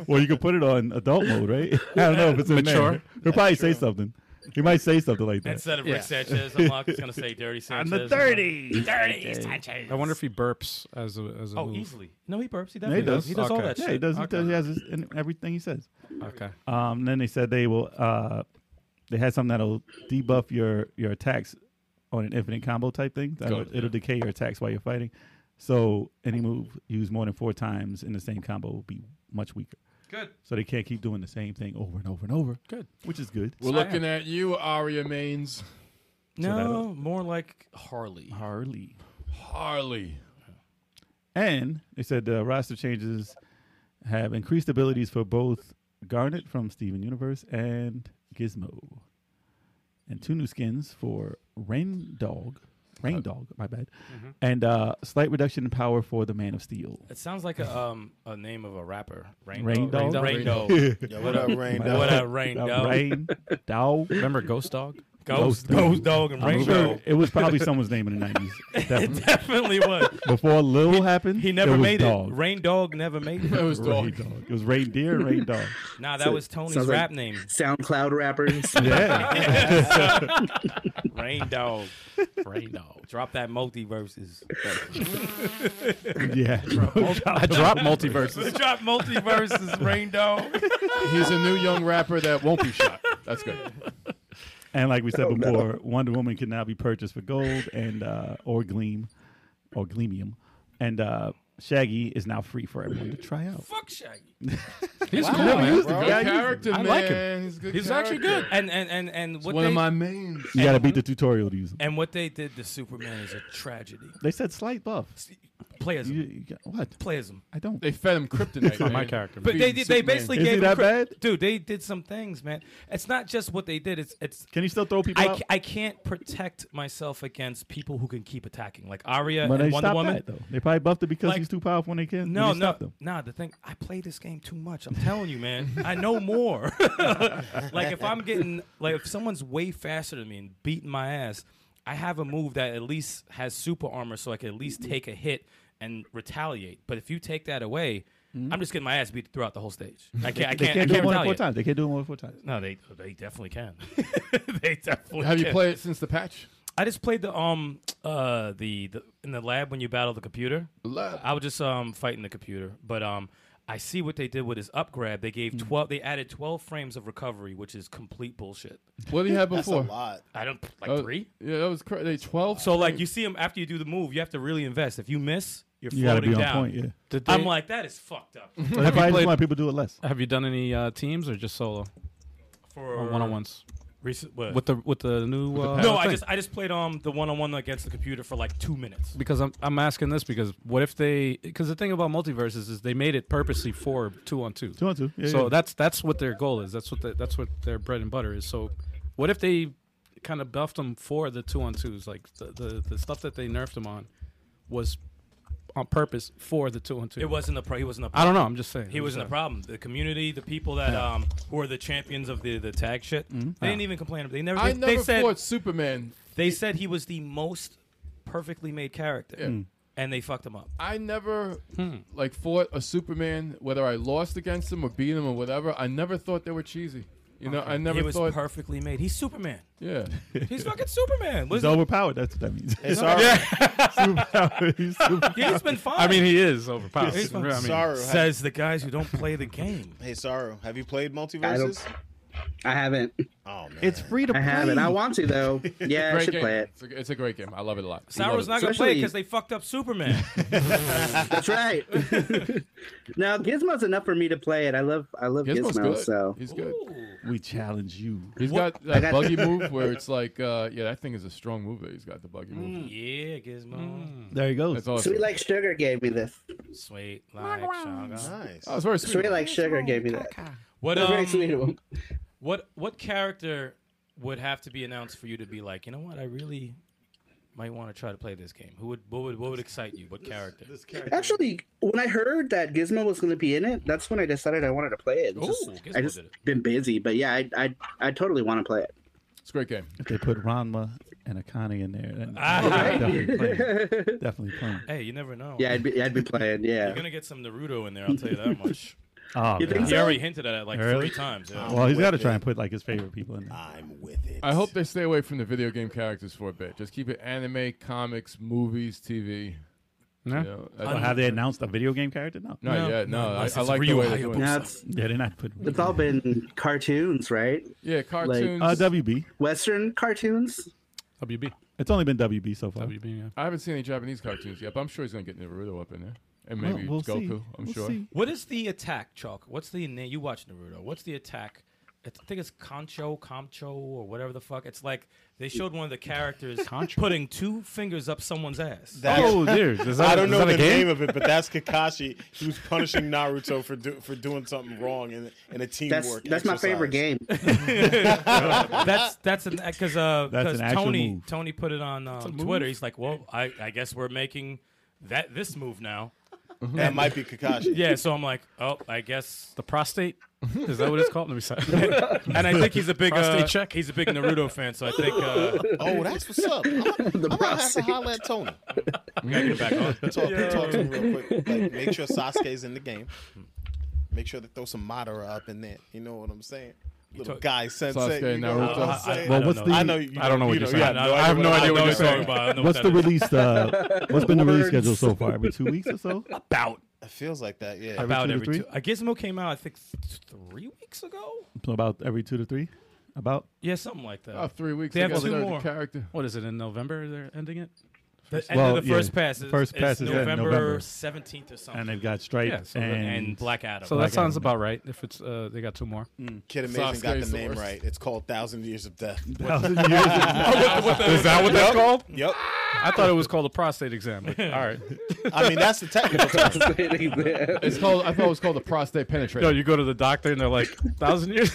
Speaker 3: Well, you can put it on adult mode, right? I don't know if it's in there.
Speaker 2: Mature.
Speaker 3: He'll probably say something. He might say something like that.
Speaker 8: Instead of Rick Sanchez, I'm like, it's gonna say Dirty Sanchez.
Speaker 3: the dirty.
Speaker 8: dirty Sanchez.
Speaker 2: I wonder if he burps as a as a
Speaker 8: Oh,
Speaker 2: move.
Speaker 8: easily. No, he burps. He
Speaker 3: No, he
Speaker 8: definitely
Speaker 3: does.
Speaker 8: does. He does all
Speaker 2: Okay.
Speaker 8: that
Speaker 3: Yeah,
Speaker 8: shit.
Speaker 3: he does. He,
Speaker 2: Okay.
Speaker 3: does. he has his, in everything he says.
Speaker 2: Okay.
Speaker 3: Um, then they said they will. Uh, they had something that'll debuff your your attacks on an infinite combo type thing. That'll,
Speaker 4: Good,
Speaker 3: it'll decay your attacks while you're fighting. So any move used more than four times in the same combo will be much weaker.
Speaker 8: Good.
Speaker 3: So they can't keep doing the same thing over and over and over.
Speaker 2: Good.
Speaker 3: Which is good.
Speaker 4: We're looking at you, Aria Mains.
Speaker 8: No, more like Harley.
Speaker 3: Harley.
Speaker 4: Harley.
Speaker 3: And they said the roster changes have increased abilities for both Garnet from Steven Universe and Gizmo. And two new skins for Rain Dog.
Speaker 2: Uh,
Speaker 3: Rain Dog, my bad.
Speaker 2: mm-hmm.
Speaker 3: And uh, slight reduction in power for the Man of Steel.
Speaker 8: It sounds like a um a name of a rapper. Rain
Speaker 3: Rain
Speaker 8: Dog?
Speaker 3: Dog?
Speaker 8: Rain Dog.
Speaker 6: Yo, what up, Rain?
Speaker 3: My
Speaker 8: What
Speaker 3: bad.
Speaker 8: up, Rain
Speaker 3: Uh,
Speaker 8: Dog?
Speaker 3: Rain Dog.
Speaker 2: Remember Ghost Dog?
Speaker 3: Ghost
Speaker 8: Ghost,
Speaker 3: Dog.
Speaker 8: Ghost Dog, and
Speaker 3: I'm
Speaker 8: Rain
Speaker 3: sure
Speaker 8: Dog.
Speaker 3: it was probably someone's name in the 90s. Definitely.
Speaker 8: Definitely was.
Speaker 3: Before Lil happened,
Speaker 8: He never
Speaker 3: it was
Speaker 8: made
Speaker 3: dog.
Speaker 8: it. Rain Dog never made
Speaker 4: It
Speaker 8: it.
Speaker 4: was
Speaker 3: Rain
Speaker 4: dog.
Speaker 3: Dog. It was Reindeer and Rain Dog.
Speaker 8: Nah, that was Tony's
Speaker 5: sounds like-
Speaker 8: rap name.
Speaker 5: SoundCloud rappers.
Speaker 3: Yeah.
Speaker 8: Rain Dog. Rain Dog. Drop that multiverses.
Speaker 3: yeah.
Speaker 2: I dropped multiverses.
Speaker 8: Drop multiverses, Rain Dog.
Speaker 4: He's a new young rapper that won't be shot. That's good.
Speaker 3: And like we said before, Wonder Woman can now be purchased for gold and uh, or gleam or gleamium, and uh, Shaggy is now free for everyone to try out.
Speaker 7: Fuck Shaggy.
Speaker 2: He's cool,
Speaker 3: Never
Speaker 2: man.
Speaker 3: used it.
Speaker 4: Good
Speaker 3: Yeah, I used it.
Speaker 4: character,
Speaker 2: I
Speaker 4: man.
Speaker 2: like him.
Speaker 4: He's, a good
Speaker 2: He's actually good.
Speaker 4: character.
Speaker 8: And and and and what
Speaker 4: One
Speaker 8: they,
Speaker 4: of my mains.
Speaker 3: You got to beat the tutorial to use them.
Speaker 8: and what they did to Superman is a tragedy.
Speaker 3: They said slight buff. You,
Speaker 8: Playism.
Speaker 3: you got, what?
Speaker 8: Playism.
Speaker 3: I don't.
Speaker 4: They fed him kryptonite.
Speaker 2: not my
Speaker 4: man.
Speaker 2: character, man.
Speaker 8: But they
Speaker 4: Feeding
Speaker 8: did, they
Speaker 4: Superman.
Speaker 8: basically
Speaker 3: Is he
Speaker 8: gave
Speaker 3: that
Speaker 8: cri-
Speaker 3: bad?
Speaker 8: dude. They did some things, man. It's not just what they did. It's it's
Speaker 3: Can you still throw people
Speaker 8: I,
Speaker 3: out?
Speaker 8: ca- I can't protect myself against people who can keep attacking, like Arya
Speaker 3: But they
Speaker 8: and Wonder
Speaker 3: stopped
Speaker 8: Woman.
Speaker 3: that though. They probably buffed it because
Speaker 8: Like-
Speaker 3: he's too powerful when they can. when
Speaker 8: No,
Speaker 3: they
Speaker 8: no,
Speaker 3: stopped him.
Speaker 8: nah. The thing I play this game too much. I'm telling you, man. I know more. like if I'm getting like if someone's way faster than me and beating my ass, I have a move that at least has super armor, so I can at least take a hit and retaliate. But if you take that away, I'm just getting my ass beat throughout the whole stage. I can't. I
Speaker 3: Mm-hmm. They
Speaker 8: can't.
Speaker 3: can't,
Speaker 8: I
Speaker 3: do it
Speaker 8: can't
Speaker 3: more than four
Speaker 8: retaliate.
Speaker 3: times. They can't do it more than four times.
Speaker 8: No, they they definitely can. they definitely.
Speaker 4: Have you
Speaker 8: can.
Speaker 4: played it since the patch?
Speaker 8: I just played the um uh the, the in the lab when you battle the computer.
Speaker 4: lab.
Speaker 8: I was just um fighting the computer, but um I see what they did with his up grab. They
Speaker 3: Mm.
Speaker 8: gave twelve. They added twelve frames of recovery, which is complete bullshit.
Speaker 4: What do you have
Speaker 6: That's a
Speaker 4: before?
Speaker 6: lot.
Speaker 8: I don't
Speaker 3: Oh.
Speaker 8: like
Speaker 4: That was-
Speaker 8: three.
Speaker 4: Yeah, that was crazy. They twelve.
Speaker 8: So like you see him after you do the move, you have to really invest. If you miss, you're
Speaker 3: You got to
Speaker 8: floating
Speaker 3: be on
Speaker 8: down.
Speaker 3: point. Yeah.
Speaker 2: Did they- Mm-hmm.
Speaker 8: I'm like that is fucked up.
Speaker 3: That's probably
Speaker 2: played-
Speaker 3: just why people do it less.
Speaker 2: Have you done any uh, teams or just solo
Speaker 8: For
Speaker 2: or one on ones
Speaker 8: recent what?
Speaker 2: with the with the new? Uh,
Speaker 8: no, I
Speaker 2: thing?
Speaker 8: just I just played um the one on one against the computer for like two minutes.
Speaker 2: because I'm I'm asking this because what if they? Because the thing about multiverses is they made it purposely for two on two.
Speaker 3: Two on two. Yeah,
Speaker 2: so
Speaker 3: yeah.
Speaker 2: that's that's what their goal is. That's what the, that's what their bread and butter is. So, what if they kind of buffed them for the two on twos? Like the, the the stuff that they nerfed them on was on purpose for the two on two.
Speaker 8: It wasn't a pro. He wasn't a. Pro.
Speaker 2: I don't know. I'm just saying.
Speaker 8: He
Speaker 2: I'm
Speaker 8: wasn't
Speaker 2: just
Speaker 8: a problem. The community, the people that um who are the champions of the the tag shit,
Speaker 3: Mm-hmm.
Speaker 8: they didn't even complain. They never. They,
Speaker 4: I
Speaker 8: they
Speaker 4: never
Speaker 8: said
Speaker 4: fought Superman.
Speaker 8: they said he was the most perfectly made character,
Speaker 4: Yeah. Mm.
Speaker 8: and they fucked him up.
Speaker 4: I never
Speaker 8: Hmm.
Speaker 4: like fought a Superman, whether I lost against him or beat him or whatever. I never thought they were cheesy. You know, I never
Speaker 8: he was
Speaker 4: thought.
Speaker 8: perfectly made. He's Superman.
Speaker 4: yeah,
Speaker 8: He's fucking Superman.
Speaker 3: He's
Speaker 8: Listen,
Speaker 3: overpowered. That's what that means.
Speaker 6: Hey, Sorrow,
Speaker 3: Superpowered. He's super-
Speaker 8: he's been fine.
Speaker 2: I mean, he is overpowered.
Speaker 8: He's
Speaker 2: I mean,
Speaker 6: Sorrow. Have,
Speaker 8: says the guys who don't play the game.
Speaker 6: hey, Sorrow, have you played Multiverses?
Speaker 5: I haven't.
Speaker 6: Oh man,
Speaker 3: It's free to
Speaker 5: I
Speaker 3: play.
Speaker 5: haven't. I want to though. Yeah, I
Speaker 4: great
Speaker 5: should
Speaker 4: game.
Speaker 5: play it.
Speaker 4: It's, a, it's a great game. I love it a lot. Love
Speaker 8: Sauron's not
Speaker 4: it.
Speaker 8: gonna play
Speaker 5: Especially-
Speaker 8: because they fucked up Superman.
Speaker 5: That's right. now Gizmo's enough for me to play it. I love I love Gizmo.
Speaker 4: Gizmo's good.
Speaker 5: So
Speaker 4: He's good.
Speaker 3: We challenge you.
Speaker 4: He's got
Speaker 8: What-
Speaker 4: that
Speaker 5: got-
Speaker 4: buggy move where it's like, uh, yeah, that thing is a strong move. that He's got the buggy
Speaker 8: Hmm.
Speaker 4: move.
Speaker 8: yeah, Gizmo.
Speaker 3: There he goes.
Speaker 4: That's awesome.
Speaker 5: Sweet Like Sugar gave me this.
Speaker 8: Sweet like Shango.
Speaker 6: nice.
Speaker 4: Oh, it's very sweet.
Speaker 5: Sweet Like Sugar gave me that.
Speaker 8: What
Speaker 5: That's very
Speaker 8: um,
Speaker 5: sweet of him.
Speaker 8: What what character would have to be announced for you to be like, you know what, I really might want to try to play this game? Who would what would what would excite you? What character?
Speaker 5: Actually, when I heard that Gizmo was going to be in it, that's when I decided I wanted to play it. It's
Speaker 8: Ooh,
Speaker 5: just-
Speaker 8: Gizmo
Speaker 5: I just
Speaker 8: did it.
Speaker 5: been busy, but yeah, I I, I totally want to play it.
Speaker 4: It's a great game.
Speaker 3: If they put Ranma and Akane in there, then
Speaker 8: Ah.
Speaker 3: definitely playing. Definitely playing.
Speaker 8: Hey, you never know.
Speaker 5: Yeah, I'd be, I'd be playing.
Speaker 8: You're
Speaker 5: Yeah,
Speaker 8: gonna get some Naruto in there, I'll tell you that much.
Speaker 3: Oh,
Speaker 5: You think
Speaker 3: God.
Speaker 8: he already hinted at it like
Speaker 3: Really?
Speaker 8: three times. Yeah.
Speaker 3: well, he's got to try and put like his favorite people in there.
Speaker 6: I'm with it.
Speaker 4: I hope they stay away from the video game characters for a bit. Just keep it anime, comics, movies, TV.
Speaker 2: Yeah.
Speaker 4: You know, I-
Speaker 3: Well, have they announced a video game character? Uh, No.
Speaker 4: no,
Speaker 8: No.
Speaker 4: yeah, no.
Speaker 8: No,
Speaker 4: I,
Speaker 8: unless
Speaker 4: I
Speaker 8: it's
Speaker 4: like the
Speaker 8: Ryu
Speaker 4: way they're doing it.
Speaker 5: now it's
Speaker 3: Yeah, they're not putting.
Speaker 5: it's all been cartoons, right?
Speaker 4: Yeah, cartoons.
Speaker 3: uh, WB.
Speaker 5: Western cartoons.
Speaker 2: WB.
Speaker 3: It's only been WB so far.
Speaker 2: WB. Yeah.
Speaker 4: I haven't seen any Japanese cartoons yet, but I'm sure he's gonna get Naruto up in there, and
Speaker 3: Well,
Speaker 4: maybe
Speaker 3: we'll
Speaker 4: Goku.
Speaker 3: see.
Speaker 4: I'm
Speaker 3: We'll
Speaker 4: sure.
Speaker 3: see.
Speaker 8: What is the attack, Chalk? What's the name? You watch Naruto. What's the attack? I think it's Concho, Comcho, or whatever the fuck. It's like they showed one of the characters putting two fingers up someone's ass.
Speaker 3: Oh,
Speaker 6: That's-
Speaker 2: dude, is
Speaker 6: I don't
Speaker 2: is
Speaker 6: know
Speaker 2: that
Speaker 6: the name of it, but that's Kakashi who's punishing Naruto for do, for doing something wrong in, in a teamwork.
Speaker 5: That's that's my
Speaker 6: exercise.
Speaker 5: favorite game.
Speaker 8: that's that's an because uh
Speaker 3: That's
Speaker 8: because
Speaker 3: an actual
Speaker 8: Tony
Speaker 3: move.
Speaker 8: Tony put it on um, Twitter. He's like, well, I, I guess we're making that this move now.
Speaker 6: That might be Kakashi.
Speaker 8: Yeah, so I'm like, oh, I guess.
Speaker 2: The prostate. Is that what it's called? Let me see.
Speaker 8: And I think he's a big
Speaker 2: Prostate
Speaker 8: uh,
Speaker 2: check.
Speaker 8: He's a big Naruto fan, so I think uh,
Speaker 6: Oh, that's what's up. I'm,
Speaker 5: The
Speaker 6: I'm gonna have to
Speaker 5: prostate.
Speaker 6: holler at Tony.
Speaker 8: we gotta get back on.
Speaker 6: Talk, talk to him real quick. Like, make sure Sasuke's in the game. Make sure to throw some Madara up in there. You know what I'm saying? Little
Speaker 8: talk-
Speaker 6: guy sensei.
Speaker 4: Sasuke,
Speaker 6: you know what
Speaker 8: Naruto.
Speaker 6: I'm saying?
Speaker 8: I
Speaker 3: Well,
Speaker 8: don't
Speaker 3: what's
Speaker 8: know.
Speaker 3: the?
Speaker 6: I know you.
Speaker 2: I don't know what
Speaker 6: you
Speaker 2: you're
Speaker 6: you
Speaker 2: saying.
Speaker 6: have no
Speaker 2: I have
Speaker 6: idea
Speaker 2: no
Speaker 6: what-
Speaker 2: idea
Speaker 8: I
Speaker 2: what you're
Speaker 8: know what you're talking
Speaker 2: saying.
Speaker 8: about. I know
Speaker 3: What's
Speaker 8: what
Speaker 3: the
Speaker 8: that is.
Speaker 3: release? Uh, what's been the release
Speaker 5: Words.
Speaker 3: schedule so far? Every two weeks or so.
Speaker 8: about
Speaker 6: It feels like that. Yeah.
Speaker 8: about
Speaker 3: two to
Speaker 8: every
Speaker 3: three?
Speaker 8: two. Uh, Gizmo came out, I think, th- three weeks ago.
Speaker 3: So about every two to three. About
Speaker 8: Yeah, something like that.
Speaker 3: Oh,
Speaker 4: About three weeks.
Speaker 8: They have
Speaker 4: got
Speaker 8: two
Speaker 4: another
Speaker 8: more.
Speaker 4: character.
Speaker 2: What is it in November? They're ending it.
Speaker 8: The end
Speaker 3: Well,
Speaker 8: of the
Speaker 3: yeah,
Speaker 8: first pass
Speaker 3: the
Speaker 8: is,
Speaker 3: first pass is in November.
Speaker 8: November seventeenth or something.
Speaker 3: and they've got Stripe
Speaker 2: Yeah, so the-
Speaker 3: and,
Speaker 8: and Black Adam.
Speaker 2: So
Speaker 3: Black
Speaker 2: that sounds
Speaker 3: Adam.
Speaker 2: about right. If it's uh, they got two more.
Speaker 6: Kid Amazing got
Speaker 4: Sasuke's
Speaker 6: the
Speaker 4: the
Speaker 6: name
Speaker 4: worst.
Speaker 6: right. It's called Thousand Years of Death.
Speaker 3: Thousand Years of-
Speaker 7: Is that what that's called?
Speaker 6: yep.
Speaker 2: I thought it was called a prostate exam. But, all right.
Speaker 6: I mean, that's the technical term.
Speaker 4: It's called. I thought it was called the prostate penetrator.
Speaker 2: No, you go to the doctor and they're like, thousand years.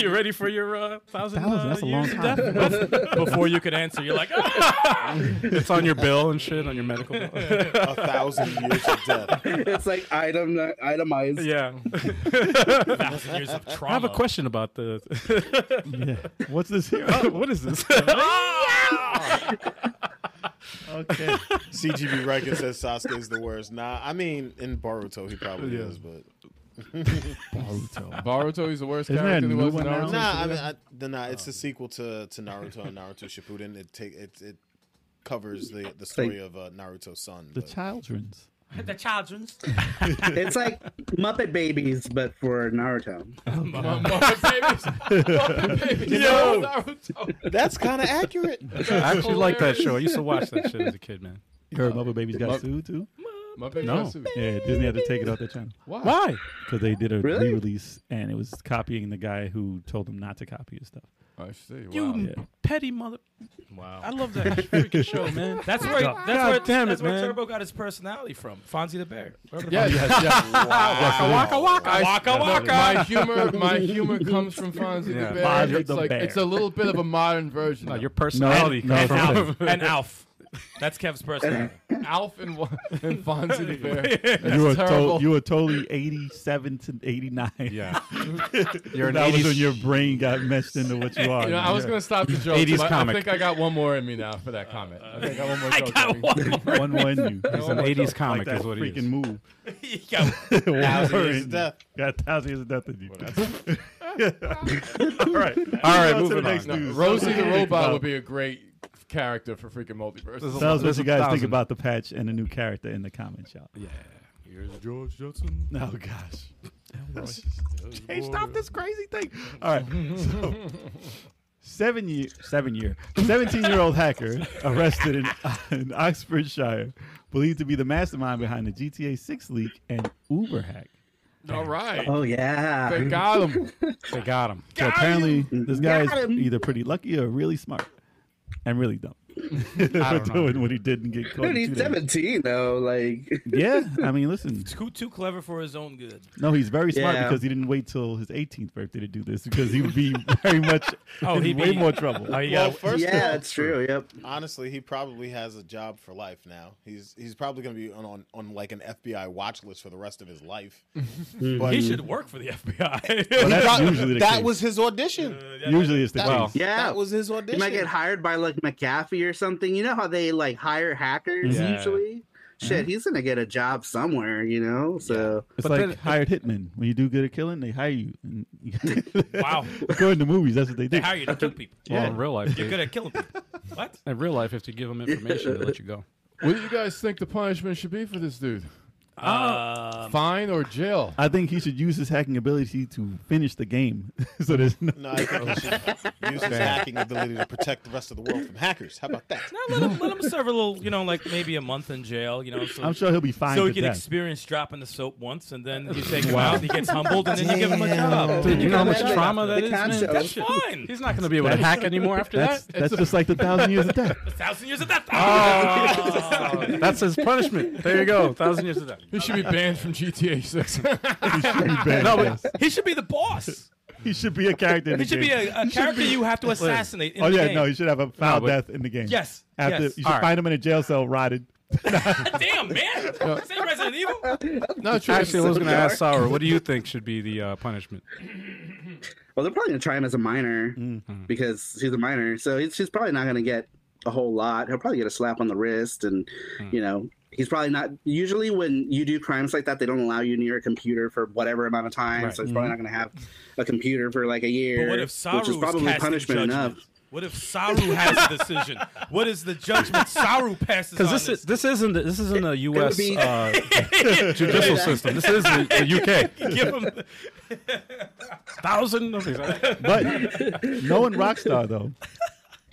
Speaker 2: you ready for your uh, thousand,
Speaker 3: Thousand,
Speaker 2: uh,
Speaker 3: that's a long
Speaker 2: years
Speaker 3: time.
Speaker 2: of death?
Speaker 8: Before you could answer, you're like, "Ah!"
Speaker 2: it's on your bill and shit on your medical bill.
Speaker 6: A thousand years of death.
Speaker 5: it's like item itemized.
Speaker 2: yeah.
Speaker 8: thousand years of trauma.
Speaker 2: I have a question about the.
Speaker 3: Yeah. What's this here?
Speaker 2: what is this?
Speaker 8: Ah!
Speaker 3: okay.
Speaker 6: CGB Riker says Sasuke is the worst. Nah, I mean, in Boruto, he probably is, but.
Speaker 4: Baruto is the worst
Speaker 3: Isn't
Speaker 4: character
Speaker 3: there a
Speaker 4: there
Speaker 3: new
Speaker 4: was in
Speaker 3: one now?
Speaker 4: Naruto.
Speaker 6: Nah, I mean, I, the, nah,
Speaker 2: Oh,
Speaker 6: it's a sequel to, to Naruto and Naruto Shippuden. It take it it covers the, the story of uh, Naruto's son.
Speaker 3: The
Speaker 6: but-
Speaker 3: children's.
Speaker 8: the children's.
Speaker 5: It's like Muppet Babies, but for Naruto.
Speaker 6: Yo!
Speaker 4: Naruto.
Speaker 6: That's kind of accurate.
Speaker 2: I actually like that show. I used to watch that shit as a kid, man.
Speaker 3: You heard Mother Babies got sued too?
Speaker 4: My baby
Speaker 2: No.
Speaker 4: Sasuke.
Speaker 3: Yeah, Disney had to take it off their channel.
Speaker 4: Why?
Speaker 2: Why?
Speaker 3: Because they did a
Speaker 5: Really?
Speaker 3: re-release and it was copying the guy who told them not to copy his stuff.
Speaker 4: I see. Wow.
Speaker 2: You
Speaker 3: Yeah.
Speaker 2: petty mother.
Speaker 8: Wow.
Speaker 2: I love that freaking show, man.
Speaker 8: That's where
Speaker 3: God
Speaker 8: that's where
Speaker 2: damn
Speaker 8: that's
Speaker 2: it,
Speaker 8: where
Speaker 2: man.
Speaker 8: Turbo got his personality from. Fonzie the Bear.
Speaker 4: Yes, yes, yes.
Speaker 2: Waka waka.
Speaker 4: I-
Speaker 8: Waka
Speaker 4: My
Speaker 8: waka.
Speaker 4: humor, my humor comes from Fonzie
Speaker 2: Yeah.
Speaker 4: the Bear.
Speaker 3: Fonzie
Speaker 4: it's
Speaker 3: the
Speaker 4: like
Speaker 3: Bear.
Speaker 4: it's a little bit of a modern version.
Speaker 2: No,
Speaker 4: of
Speaker 2: your personality
Speaker 3: No,
Speaker 2: comes
Speaker 3: no,
Speaker 2: from.
Speaker 3: it's
Speaker 8: Alf. and Alf. That's Kev's personality.
Speaker 4: Alf and, Wa- and Fonzie the Bear. That's
Speaker 3: You were,
Speaker 4: terrible.
Speaker 3: to- you were totally 87 to 89.
Speaker 9: Yeah.
Speaker 3: You're an that was when your brain got meshed into what you are.
Speaker 4: You know, I was
Speaker 3: Yeah.
Speaker 4: gonna stop the joke.
Speaker 2: 80s
Speaker 4: but
Speaker 2: comic.
Speaker 4: I think I got one more in me now for that comment. I think I got one more joke. in me.
Speaker 3: one one you.
Speaker 2: He's an 80s comic,
Speaker 3: like
Speaker 2: is what he
Speaker 3: freaking
Speaker 2: is.
Speaker 3: move.
Speaker 8: You got-
Speaker 6: Thousand
Speaker 3: Warren,
Speaker 6: years of death.
Speaker 3: Got thousand years of death in you. All right.
Speaker 2: All right,
Speaker 3: on to the
Speaker 2: moving
Speaker 3: next
Speaker 2: on.
Speaker 3: news.
Speaker 4: Rosie the robot
Speaker 3: Wow.
Speaker 4: would be a great character for freaking multiverse.
Speaker 3: Tell us what
Speaker 2: There's
Speaker 3: you
Speaker 2: a
Speaker 3: guys think
Speaker 2: thousand.
Speaker 3: about the patch and the new character in the comments, y'all. Yeah.
Speaker 7: Here's George Johnson.
Speaker 3: Oh gosh.
Speaker 7: Hey, stop this crazy.
Speaker 3: All right. So, seven year, seven year, seventeen-year-old hacker arrested in, in Oxfordshire, believed to be the mastermind behind the GTA Six leak and Uber hack.
Speaker 4: All right,
Speaker 5: Oh yeah.
Speaker 4: they got him.
Speaker 2: They got him.
Speaker 3: So apparently, this guy
Speaker 5: Got
Speaker 3: is
Speaker 5: him.
Speaker 3: either pretty lucky or really smart, and really dumb
Speaker 2: I
Speaker 3: for
Speaker 2: don't know.
Speaker 3: doing what he did and get caught.
Speaker 5: Dude,
Speaker 3: in two
Speaker 5: he's
Speaker 3: days.
Speaker 5: 17 though. Like,
Speaker 3: Yeah, I mean, listen.
Speaker 8: Too too clever for his own good.
Speaker 3: No, he's very smart
Speaker 5: Yeah.
Speaker 3: because he didn't wait till his 18th birthday to do this because he would be very much
Speaker 8: Oh,
Speaker 3: in
Speaker 8: he'd
Speaker 3: way
Speaker 8: be-
Speaker 3: more trouble.
Speaker 8: Oh, you
Speaker 6: Well,
Speaker 8: got
Speaker 6: first
Speaker 5: yeah,
Speaker 6: of all,
Speaker 5: that's true. Yep.
Speaker 6: honestly, he probably has a job for life now. He's he's probably going to be on, on on like an FBI watch list for the rest of his life. but
Speaker 8: he should work for the FBI.
Speaker 6: He
Speaker 3: that's
Speaker 6: probably-
Speaker 3: usually the
Speaker 6: that
Speaker 3: case.
Speaker 6: was his audition.
Speaker 3: Usually it's the
Speaker 6: that,
Speaker 3: case.
Speaker 5: Yeah.
Speaker 6: that was his
Speaker 5: You
Speaker 6: audition.
Speaker 5: might get hired by like McAfee or something. You know how they like hire hackers
Speaker 2: Yeah.
Speaker 5: usually. Shit, he's gonna get a job somewhere. You know. So
Speaker 3: It's
Speaker 2: But
Speaker 3: like
Speaker 2: then-
Speaker 3: hired hitmen. When you do good at killing, they hire you. And
Speaker 8: wow.
Speaker 3: According to movies, that's what they do.
Speaker 8: How are you to kill people?
Speaker 2: Well, in real life,
Speaker 8: You're
Speaker 2: they-
Speaker 8: good at killing people. What?
Speaker 2: in real life, if you give them information, they let you go.
Speaker 4: What do you guys think the punishment should be for this dude?
Speaker 8: Uh, Um,
Speaker 4: Fine or jail?
Speaker 3: I think he should use his hacking ability to finish the game. so there's no,
Speaker 6: No, I think he should use his hacking ability to protect the rest of the world from hackers. How about that?
Speaker 8: now let him let him serve a little, you know, like maybe a month in jail, you know. So,
Speaker 3: I'm sure he'll be fine.
Speaker 8: so
Speaker 3: to
Speaker 8: he can
Speaker 3: death.
Speaker 8: experience dropping the soap once, and then you take him out, he gets humbled, and then you give him a
Speaker 6: Damn.
Speaker 8: job.
Speaker 2: Dude, you know how much
Speaker 5: Imagine
Speaker 2: trauma that
Speaker 5: the
Speaker 2: is, man?
Speaker 5: concept.
Speaker 2: That shit-
Speaker 8: Fine.
Speaker 2: He's not going to be able to hack anymore after
Speaker 3: That's
Speaker 2: that.
Speaker 3: that's just like the thousand years of death.
Speaker 8: thousand years of death.
Speaker 2: That's his punishment. There you go. Thousand years of that.
Speaker 4: He should be banned from GTA 6.
Speaker 2: No, but
Speaker 8: he should be the boss.
Speaker 3: He should be a character. In
Speaker 8: He
Speaker 3: the
Speaker 8: should be
Speaker 3: game.
Speaker 8: a, a character you have to assassinate. In
Speaker 3: Oh
Speaker 8: the
Speaker 3: yeah,
Speaker 8: game.
Speaker 3: no, he should have a foul
Speaker 2: but-
Speaker 3: death in the game.
Speaker 8: Yes,
Speaker 3: After
Speaker 8: yes.
Speaker 3: you should
Speaker 2: All right.
Speaker 3: find him in a jail cell, rotted.
Speaker 8: Damn man, say Resident Evil.
Speaker 4: Not
Speaker 2: actually,
Speaker 4: true.
Speaker 2: I was
Speaker 5: so
Speaker 2: going to
Speaker 5: dark.
Speaker 2: ask Sauer, what do you think should be the uh, punishment?
Speaker 5: Well, they're probably gonna try him as a minor
Speaker 3: Mm-hmm.
Speaker 5: because he's a minor. So he's, he's probably not gonna get a whole lot. He'll probably get a slap on the wrist, and
Speaker 3: Hmm.
Speaker 5: you know, he's probably not. Usually, when you do crimes like that, they don't allow you near a computer for whatever amount of time. So he's probably not gonna have a computer for like a year,
Speaker 8: But what if Saru
Speaker 5: which is
Speaker 8: was
Speaker 5: probably
Speaker 8: casting
Speaker 5: punishment
Speaker 8: judgment?
Speaker 5: enough.
Speaker 8: What if Saru has a decision? What is the judgment Saru passes on
Speaker 2: Because this is this isn't this isn't a U.S.
Speaker 5: be-
Speaker 2: Uh, judicial system. This is the, the U.K.
Speaker 8: Give him
Speaker 2: Thousand. of these-
Speaker 3: But knowing Rockstar though,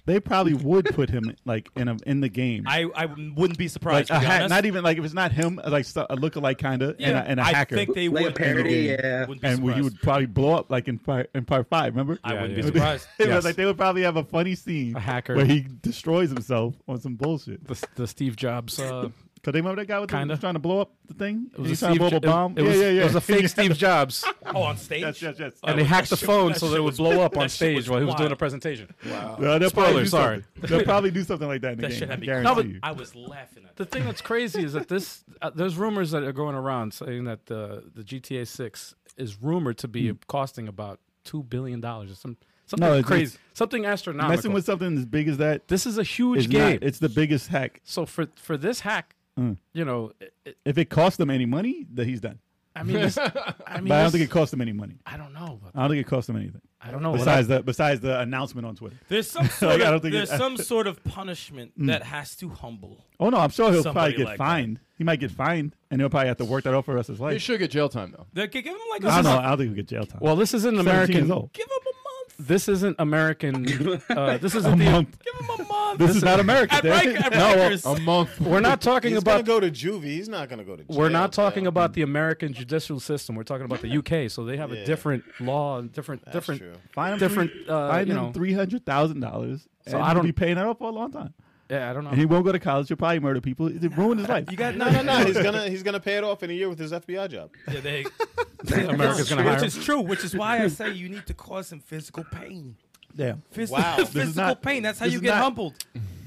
Speaker 3: They probably would put him like in a, in the game.
Speaker 8: I, I wouldn't be
Speaker 3: like
Speaker 8: surprised.
Speaker 3: a
Speaker 8: to be
Speaker 3: hat,
Speaker 8: honest.
Speaker 3: not even like if it's not him, like so- a lookalike kind of, and
Speaker 8: Yeah,
Speaker 3: a, and a
Speaker 8: I
Speaker 3: hacker.
Speaker 8: think they
Speaker 5: Like a
Speaker 8: would
Speaker 5: parody, yeah.
Speaker 8: Wouldn't be
Speaker 3: and we, he
Speaker 8: surprised.
Speaker 3: would probably blow up like in part in part five. Remember?
Speaker 8: I wouldn't be
Speaker 2: yeah.
Speaker 8: surprised.
Speaker 3: it
Speaker 2: Yes.
Speaker 3: was like they would probably have a funny scene,
Speaker 2: A hacker.
Speaker 3: where he destroys himself on some bullshit.
Speaker 2: The, the Steve Jobs. Uh,
Speaker 3: Cause they remember that guy with the,
Speaker 2: Kinda.
Speaker 3: was trying to blow up the thing.
Speaker 2: it was
Speaker 3: he
Speaker 2: a
Speaker 3: was trying
Speaker 2: Steve,
Speaker 3: to blow up a
Speaker 2: it-
Speaker 3: bomb.
Speaker 2: It, was,
Speaker 3: yeah, yeah, yeah.
Speaker 2: it was a fake Steve Jobs,
Speaker 8: Oh, on stage.
Speaker 3: Yes, yes, yes.
Speaker 2: and they hacked the
Speaker 8: shit-
Speaker 2: phone
Speaker 8: that
Speaker 2: so
Speaker 8: shit
Speaker 2: that it would
Speaker 8: was-
Speaker 2: blow up
Speaker 8: that
Speaker 2: on
Speaker 8: shit
Speaker 2: stage
Speaker 8: was
Speaker 2: while he was
Speaker 8: wild.
Speaker 2: doing a presentation.
Speaker 3: Well, they'll probably
Speaker 2: Spoiler,
Speaker 3: do
Speaker 2: sorry.
Speaker 3: something. They'll probably do something like that in the
Speaker 8: That
Speaker 3: game.
Speaker 8: shit had me.
Speaker 3: I
Speaker 8: No,
Speaker 3: guarantee
Speaker 8: but
Speaker 3: you.
Speaker 8: I was laughing at
Speaker 2: The
Speaker 8: that.
Speaker 2: thing that's crazy is that this uh, there's rumors that are going around saying that the the GTA 6 is rumored to be costing about two billion dollars or some something
Speaker 3: Hmm. No, it's-
Speaker 2: crazy, something astronomical.
Speaker 3: Messing with something as big as that
Speaker 2: this is a
Speaker 3: is
Speaker 2: huge
Speaker 3: not.
Speaker 2: game.
Speaker 3: It's the biggest hack.
Speaker 2: so for for this hack,
Speaker 3: Hmm.
Speaker 2: you know, it, it,
Speaker 3: If it cost them any money, that he's done.
Speaker 2: I mean, this, I mean,
Speaker 3: But I don't
Speaker 2: this-
Speaker 3: think it cost them any money.
Speaker 2: I don't know. But
Speaker 3: I don't think it cost them anything.
Speaker 2: I don't know. What
Speaker 3: Besides the besides the announcement on Twitter.
Speaker 8: There's some sort
Speaker 3: I don't
Speaker 8: of
Speaker 3: think
Speaker 8: there's
Speaker 3: it-
Speaker 8: some sort of punishment that has to humble.
Speaker 3: Oh no, I'm sure he'll
Speaker 8: Somebody
Speaker 3: probably get
Speaker 8: like that.
Speaker 3: fined. He might get fined, and he'll probably have to work that out for the rest of his
Speaker 4: He
Speaker 3: life.
Speaker 4: should get jail time though.
Speaker 8: They could give him like
Speaker 3: I don't
Speaker 8: a
Speaker 3: know. I don't think he'll get jail time.
Speaker 2: I- well, this isn't
Speaker 3: 17 years
Speaker 2: American.
Speaker 3: old.
Speaker 8: give him a month.
Speaker 2: This isn't American. Uh, this
Speaker 3: A
Speaker 2: isn't the,
Speaker 3: month.
Speaker 8: Give him a month.
Speaker 3: Um, This is not America.
Speaker 8: at,
Speaker 3: Dave.
Speaker 8: Riker, at
Speaker 3: No, well,
Speaker 8: Rikers.
Speaker 4: A month.
Speaker 2: We're not talking
Speaker 6: He's
Speaker 2: about.
Speaker 6: gonna go to juvie. He's not gonna go to. Jail,
Speaker 2: we're not talking
Speaker 6: though.
Speaker 2: about the American judicial system. We're talking about the UK. So they have a
Speaker 6: Yeah.
Speaker 2: different law and different different.
Speaker 6: true.
Speaker 3: Fine him
Speaker 2: different,
Speaker 3: Three,
Speaker 2: uh,
Speaker 3: fine
Speaker 2: you
Speaker 3: him
Speaker 2: know.
Speaker 3: three hundred thousand dollars.
Speaker 2: So
Speaker 3: and
Speaker 2: I
Speaker 3: he'll
Speaker 2: don't-
Speaker 3: be paying that off for a long time.
Speaker 2: Yeah, I don't know.
Speaker 3: And he won't go to college. He'll probably murder people. It ruined his life.
Speaker 8: You got
Speaker 6: No, no, no. He's gonna he's gonna pay it off in a year with his FBI job.
Speaker 8: Yeah, they,
Speaker 2: America's gonna hire.
Speaker 8: which
Speaker 2: him.
Speaker 8: is true, which is why I say you need to cause him physical pain.
Speaker 3: Damn.
Speaker 8: Phys-
Speaker 6: Wow. This is
Speaker 8: physical
Speaker 3: not-
Speaker 8: pain. That's how
Speaker 3: this
Speaker 8: you
Speaker 3: is
Speaker 8: get
Speaker 3: not-
Speaker 8: humbled.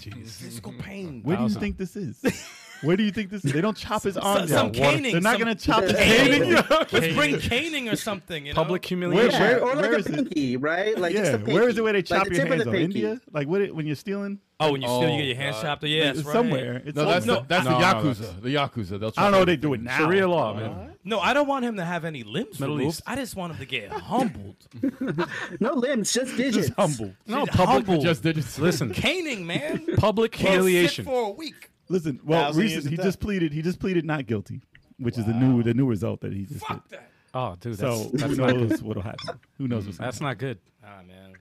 Speaker 8: Physical pain.
Speaker 3: Where do you think this is? Where do you think this is? They don't chop his
Speaker 8: Some,
Speaker 3: arms
Speaker 8: some
Speaker 3: out.
Speaker 8: caning.
Speaker 3: They're not
Speaker 8: some
Speaker 3: going to chop his
Speaker 8: caning.
Speaker 3: caning. out.
Speaker 8: Let's bring caning or something. You know?
Speaker 2: Public
Speaker 3: Where-
Speaker 2: humiliation.
Speaker 5: Yeah,
Speaker 3: where-
Speaker 5: or like
Speaker 3: where
Speaker 5: a
Speaker 3: is it?
Speaker 5: pinky, right? Like just
Speaker 3: Yeah.
Speaker 5: a pinky.
Speaker 3: Where is it where they
Speaker 5: Like
Speaker 3: chop
Speaker 5: the
Speaker 3: your
Speaker 5: tip of
Speaker 3: hands
Speaker 5: the
Speaker 3: off?
Speaker 5: pinky.
Speaker 3: India? Like what? It, when you're stealing?
Speaker 8: Oh, when you steal, you get your
Speaker 4: Oh,
Speaker 8: hands
Speaker 4: God.
Speaker 8: chopped. Yeah, that's
Speaker 3: it's
Speaker 8: right.
Speaker 3: somewhere. It's
Speaker 4: No, that's
Speaker 3: somewhere.
Speaker 4: no, that's
Speaker 2: No,
Speaker 4: the
Speaker 2: no,
Speaker 4: yakuza.
Speaker 2: that's-
Speaker 4: the
Speaker 3: I
Speaker 4: yakuza. They'll
Speaker 3: don't know
Speaker 4: try
Speaker 3: what they
Speaker 4: everything.
Speaker 3: do it now.
Speaker 2: Sharia law, Oh, man.
Speaker 8: No, I don't want him to have any limbs
Speaker 2: Middle
Speaker 8: removed.
Speaker 2: East.
Speaker 8: I just want him to get humbled.
Speaker 5: No limbs, just digits.
Speaker 3: Just humble.
Speaker 2: No,
Speaker 8: Dude,
Speaker 2: public.
Speaker 8: humble.
Speaker 4: Just did it.
Speaker 2: Listen,
Speaker 8: caning, man.
Speaker 2: public humiliation.
Speaker 8: Sit for a week.
Speaker 3: Listen, well,
Speaker 6: Thousand years
Speaker 3: recent,
Speaker 6: of
Speaker 3: he
Speaker 6: death.
Speaker 3: just pleaded. He just pleaded not guilty, which is the new the new result that he just did.
Speaker 8: Fuck that.
Speaker 2: Oh, dude, that's
Speaker 3: So
Speaker 2: that's,
Speaker 3: who
Speaker 2: not good.
Speaker 3: knows what'll happen? Who knows what's
Speaker 2: that's
Speaker 3: happening?
Speaker 2: not good.
Speaker 8: Nah,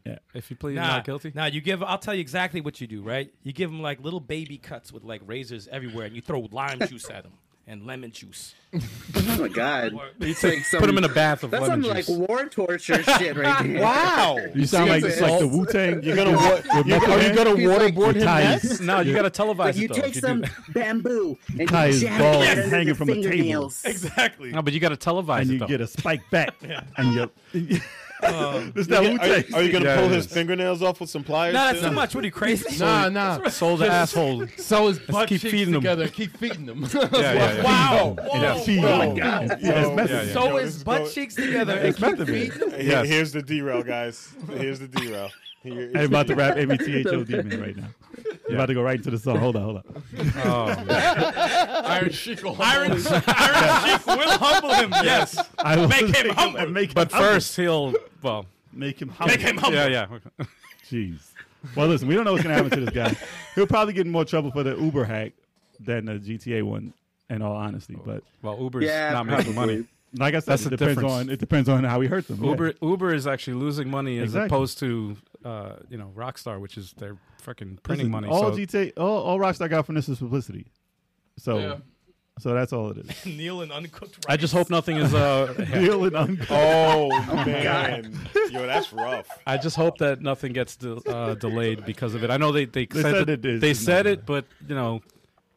Speaker 8: man.
Speaker 2: If you plead
Speaker 8: Nah,
Speaker 2: not guilty,
Speaker 8: Nah, you give. I'll tell you exactly what you do. Right? You give him like little baby cuts with like razors everywhere, and you throw lime juice at him and lemon juice.
Speaker 5: Oh my god. It's like some,
Speaker 2: put him in a bath of
Speaker 5: That's
Speaker 2: lemon
Speaker 5: some
Speaker 2: juice.
Speaker 5: like war torture shit right there.
Speaker 6: Wow.
Speaker 3: You sound like it's like the Wu Tang. You're Oh, gonna what? You're
Speaker 6: Are Oh, you gonna
Speaker 5: He's like-
Speaker 6: waterboard him
Speaker 3: Ties.
Speaker 6: next?
Speaker 2: no, you got to televise
Speaker 5: Like
Speaker 2: it
Speaker 5: you
Speaker 2: though.
Speaker 5: take
Speaker 2: if you
Speaker 5: some
Speaker 2: do-
Speaker 5: bamboo and
Speaker 3: Tie
Speaker 5: you
Speaker 3: his
Speaker 5: jam
Speaker 3: balls
Speaker 5: it
Speaker 3: and
Speaker 5: under
Speaker 3: hang
Speaker 5: your
Speaker 3: it from a table.
Speaker 5: fingernails.
Speaker 8: Exactly.
Speaker 2: No, but you got to televise
Speaker 3: and
Speaker 2: it
Speaker 3: you
Speaker 2: though.
Speaker 3: get a spike back, and you. It's
Speaker 6: Are
Speaker 3: that Wu
Speaker 6: you,
Speaker 3: Tang.
Speaker 6: are you gonna
Speaker 2: Yeah,
Speaker 6: pull
Speaker 2: it
Speaker 6: his
Speaker 2: is.
Speaker 6: fingernails off with some pliers?
Speaker 8: Nah, that's
Speaker 6: too?
Speaker 8: too much. What are you crazy?
Speaker 4: Nah, nah.
Speaker 2: Sold the asshole.
Speaker 4: So his butt
Speaker 2: keep
Speaker 4: keep
Speaker 2: feeding
Speaker 4: feeding
Speaker 2: 'em.
Speaker 4: together. Keep feeding them.
Speaker 2: Yeah, yeah, yeah.
Speaker 8: Wow.
Speaker 3: Yeah,
Speaker 8: Whoa,
Speaker 3: see,
Speaker 8: whoa.
Speaker 3: oh my God. Yeah, it's messy.
Speaker 2: yeah.
Speaker 8: So
Speaker 6: Yo, this
Speaker 8: his
Speaker 6: is
Speaker 8: butt
Speaker 6: going-
Speaker 8: cheeks together.
Speaker 3: It's method man.
Speaker 6: Here-
Speaker 2: Yes.
Speaker 6: Here's the derail, guys. Here's the derail. Here is
Speaker 3: I'm
Speaker 6: the
Speaker 3: about to rap ABTHOD man right now. I'm about to go right into the song. Hold on, hold on.
Speaker 4: Iron Sheik. will-
Speaker 8: Iron, Iron Sheik will humble him. Yes.
Speaker 3: I will
Speaker 8: Make him
Speaker 3: take
Speaker 8: humble.
Speaker 3: and Make him
Speaker 2: But
Speaker 3: humble.
Speaker 2: first he'll well.
Speaker 3: make him humble.
Speaker 8: Make him humble.
Speaker 2: Yeah, yeah.
Speaker 3: Jeez. Well, listen, we don't know what's gonna happen to this guy. He'll probably get in more trouble for the Uber hack than the GTA one. In all honesty, but
Speaker 2: Well, Uber's
Speaker 5: Yeah,
Speaker 2: not making money.
Speaker 3: like I said,
Speaker 2: That's
Speaker 3: it
Speaker 2: the
Speaker 3: depends
Speaker 2: difference.
Speaker 3: on it depends on how he hurts them. yeah.
Speaker 2: Uber Uber is actually losing money as
Speaker 3: Exactly.
Speaker 2: opposed to uh, you know Rockstar, which is they're fucking printing money.
Speaker 3: Listen, All
Speaker 2: so
Speaker 3: GTA, all, all Rockstar got from this is publicity. So,
Speaker 4: Yeah.
Speaker 3: so that's all it is.
Speaker 8: Kneel and uncooked
Speaker 2: I just hope nothing is. Uh,
Speaker 3: Real and un-
Speaker 6: Oh man, yo, that's rough.
Speaker 2: I just hope that nothing gets de- uh, delayed because of it. I know they they,
Speaker 3: They said it is
Speaker 2: they
Speaker 3: not
Speaker 2: said it,
Speaker 3: delayed.
Speaker 2: but you know,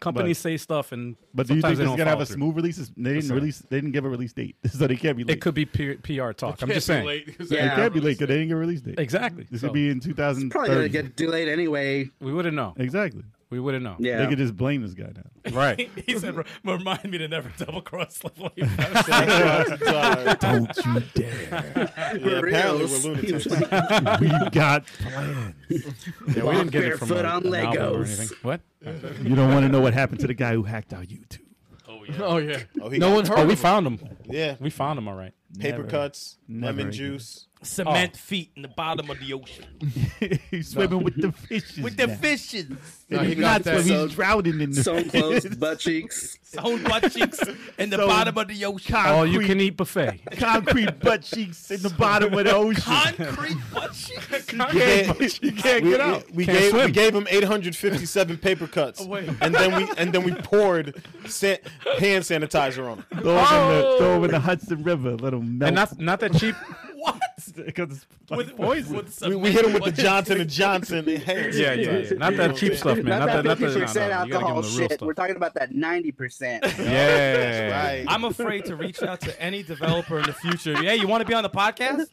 Speaker 2: companies
Speaker 3: But-
Speaker 2: say stuff and
Speaker 3: but do you
Speaker 2: sometimes
Speaker 3: think
Speaker 2: they
Speaker 3: this is
Speaker 2: don't
Speaker 3: gonna have
Speaker 2: follow
Speaker 3: a
Speaker 2: through.
Speaker 3: smooth release? They didn't
Speaker 2: saying.
Speaker 3: release. They didn't give a release date, so they can't be late.
Speaker 2: It could be P- PR talk. I'm just saying.
Speaker 5: Yeah.
Speaker 3: It can't be late because they didn't get a release date.
Speaker 2: Exactly.
Speaker 3: This
Speaker 2: So
Speaker 3: could be in
Speaker 5: Probably gonna
Speaker 3: 2030.
Speaker 5: get delayed anyway.
Speaker 2: we wouldn't know.
Speaker 3: exactly.
Speaker 2: We wouldn't know.
Speaker 5: Yeah.
Speaker 3: They could just blame this guy now.
Speaker 2: Right.
Speaker 8: He said, "Remind me to never double cross level."
Speaker 6: Don't
Speaker 3: you dare!
Speaker 6: yeah, apparently we're
Speaker 5: Reels.
Speaker 6: lunatics.
Speaker 3: we got plans.
Speaker 2: Yeah, we didn't get it from
Speaker 5: Barefoot
Speaker 2: a,
Speaker 5: on
Speaker 2: an album or
Speaker 5: Legos.
Speaker 2: anything. What?
Speaker 3: You don't want to know what happened to the guy who hacked our YouTube.
Speaker 4: Oh yeah.
Speaker 6: Oh, he
Speaker 2: No
Speaker 6: got-
Speaker 2: one heard. Oh, we found him.
Speaker 6: Yeah,
Speaker 2: We found him. All right.
Speaker 6: Paper
Speaker 3: Never.
Speaker 6: cuts,
Speaker 3: Never
Speaker 6: lemon
Speaker 3: again.
Speaker 6: juice.
Speaker 8: Cement
Speaker 2: Oh.
Speaker 8: feet in the bottom of the ocean
Speaker 3: he's swimming with the fishes.
Speaker 8: with the
Speaker 3: now.
Speaker 8: fishes.
Speaker 4: No, he
Speaker 3: He's not
Speaker 4: got that.
Speaker 3: swimming,
Speaker 5: So-
Speaker 3: he's drowning in the
Speaker 5: Sewn clothes,
Speaker 3: fishes.
Speaker 5: butt cheeks.
Speaker 8: Own butt cheeks in the
Speaker 3: So-
Speaker 8: bottom of the ocean.
Speaker 2: All you can eat buffet.
Speaker 3: Concrete butt cheeks in the bottom of the ocean.
Speaker 8: Concrete butt cheeks.
Speaker 6: You can't, get
Speaker 2: out.
Speaker 6: We,
Speaker 2: Can't
Speaker 6: gave
Speaker 2: swim.
Speaker 6: we gave him 857 paper cuts,
Speaker 2: Oh,
Speaker 6: and then we and then we poured san- hand sanitizer on him.
Speaker 3: throw, him in the, throw him in the Hudson River. Let him melt.
Speaker 2: And not not that cheap.
Speaker 8: What?
Speaker 3: because it's like
Speaker 8: With,
Speaker 3: poison.
Speaker 8: with
Speaker 6: We,
Speaker 8: cement
Speaker 6: we hit him with the
Speaker 8: butt-
Speaker 6: Johnson and Johnson hand
Speaker 2: Yeah, yeah, yeah.
Speaker 6: sanitizer.
Speaker 2: Not that cheap stuff, man. Not, that, not that. No,
Speaker 5: 50%
Speaker 2: no, You gotta
Speaker 5: alcohol
Speaker 2: give them the real
Speaker 5: shit.
Speaker 2: stuff.
Speaker 5: We're talking about that 90%.
Speaker 2: yeah.
Speaker 6: Right.
Speaker 8: I'm afraid to reach out to any developer in the future. Hey, you want to be on the podcast?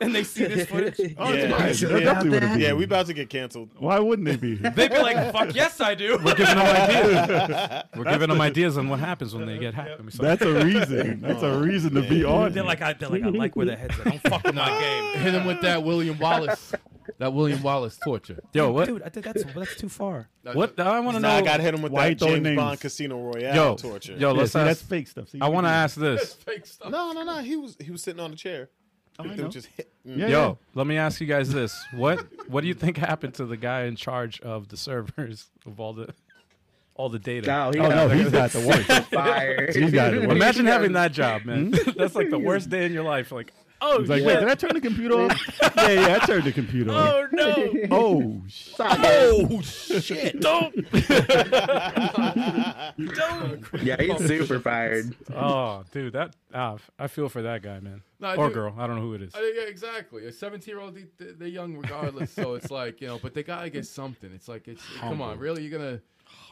Speaker 8: And they see this footage.
Speaker 6: Oh,
Speaker 3: Yeah,
Speaker 6: yeah.
Speaker 3: that definitely would've been-
Speaker 6: Yeah, we about to get canceled.
Speaker 3: Why wouldn't it be?
Speaker 8: They'd be like, "Fuck yes, I do."
Speaker 2: We're giving them ideas. We're giving them ideas on what happens when they get hacked.
Speaker 3: That's a reason. That's a reason to be on.
Speaker 8: They're
Speaker 3: it.
Speaker 8: like, I, they're like, I like where their heads at. Don't fuck with my game.
Speaker 4: Hit him with that William Wallace. That William Wallace torture.
Speaker 2: Yo, what?
Speaker 8: Dude, I think that's that's too far.
Speaker 2: What? I want to
Speaker 6: Nah,
Speaker 2: know.
Speaker 6: I got hit him with
Speaker 3: why
Speaker 6: that
Speaker 3: throwing
Speaker 6: James
Speaker 3: names?
Speaker 6: Bond Casino Royale
Speaker 2: Yo,
Speaker 6: torture.
Speaker 2: yo,
Speaker 3: yeah,
Speaker 2: let's
Speaker 3: see, that's
Speaker 2: ask.
Speaker 3: fake stuff. See,
Speaker 2: I
Speaker 3: you
Speaker 2: want to
Speaker 3: can-
Speaker 2: ask this.
Speaker 4: Fake stuff.
Speaker 6: No, no, no. He was he was sitting on a chair.
Speaker 2: Oh,
Speaker 3: I
Speaker 6: They
Speaker 3: know.
Speaker 6: were just hit.
Speaker 3: Yeah, yeah.
Speaker 2: Yo, let me ask you guys this: what What do you think happened to the guy in charge of the servers of all the all the data?
Speaker 5: No, he
Speaker 3: Oh no,
Speaker 5: got
Speaker 3: he's got the worst.
Speaker 5: fired.
Speaker 3: He's got it. worse.
Speaker 2: Imagine having that job, man.
Speaker 3: Hmm?
Speaker 2: That's like the worst day in your life. Like, oh,
Speaker 3: He's like,
Speaker 2: shit.
Speaker 3: wait, did I turn the computer off? yeah, yeah, I turned the computer off.
Speaker 2: oh no,
Speaker 3: Oh, sh-
Speaker 8: Oh shit!
Speaker 2: don't.
Speaker 5: Yeah, he's super fired.
Speaker 2: Oh, dude, that ah, I feel for that guy, man,
Speaker 4: No, I
Speaker 2: or
Speaker 4: do-
Speaker 2: girl. I don't know who it is.
Speaker 4: I think- yeah, exactly. A 17 year old, they, they- they're young regardless. so it's like, you know, but they got to get something. It's like, it's come on, really? You're going to.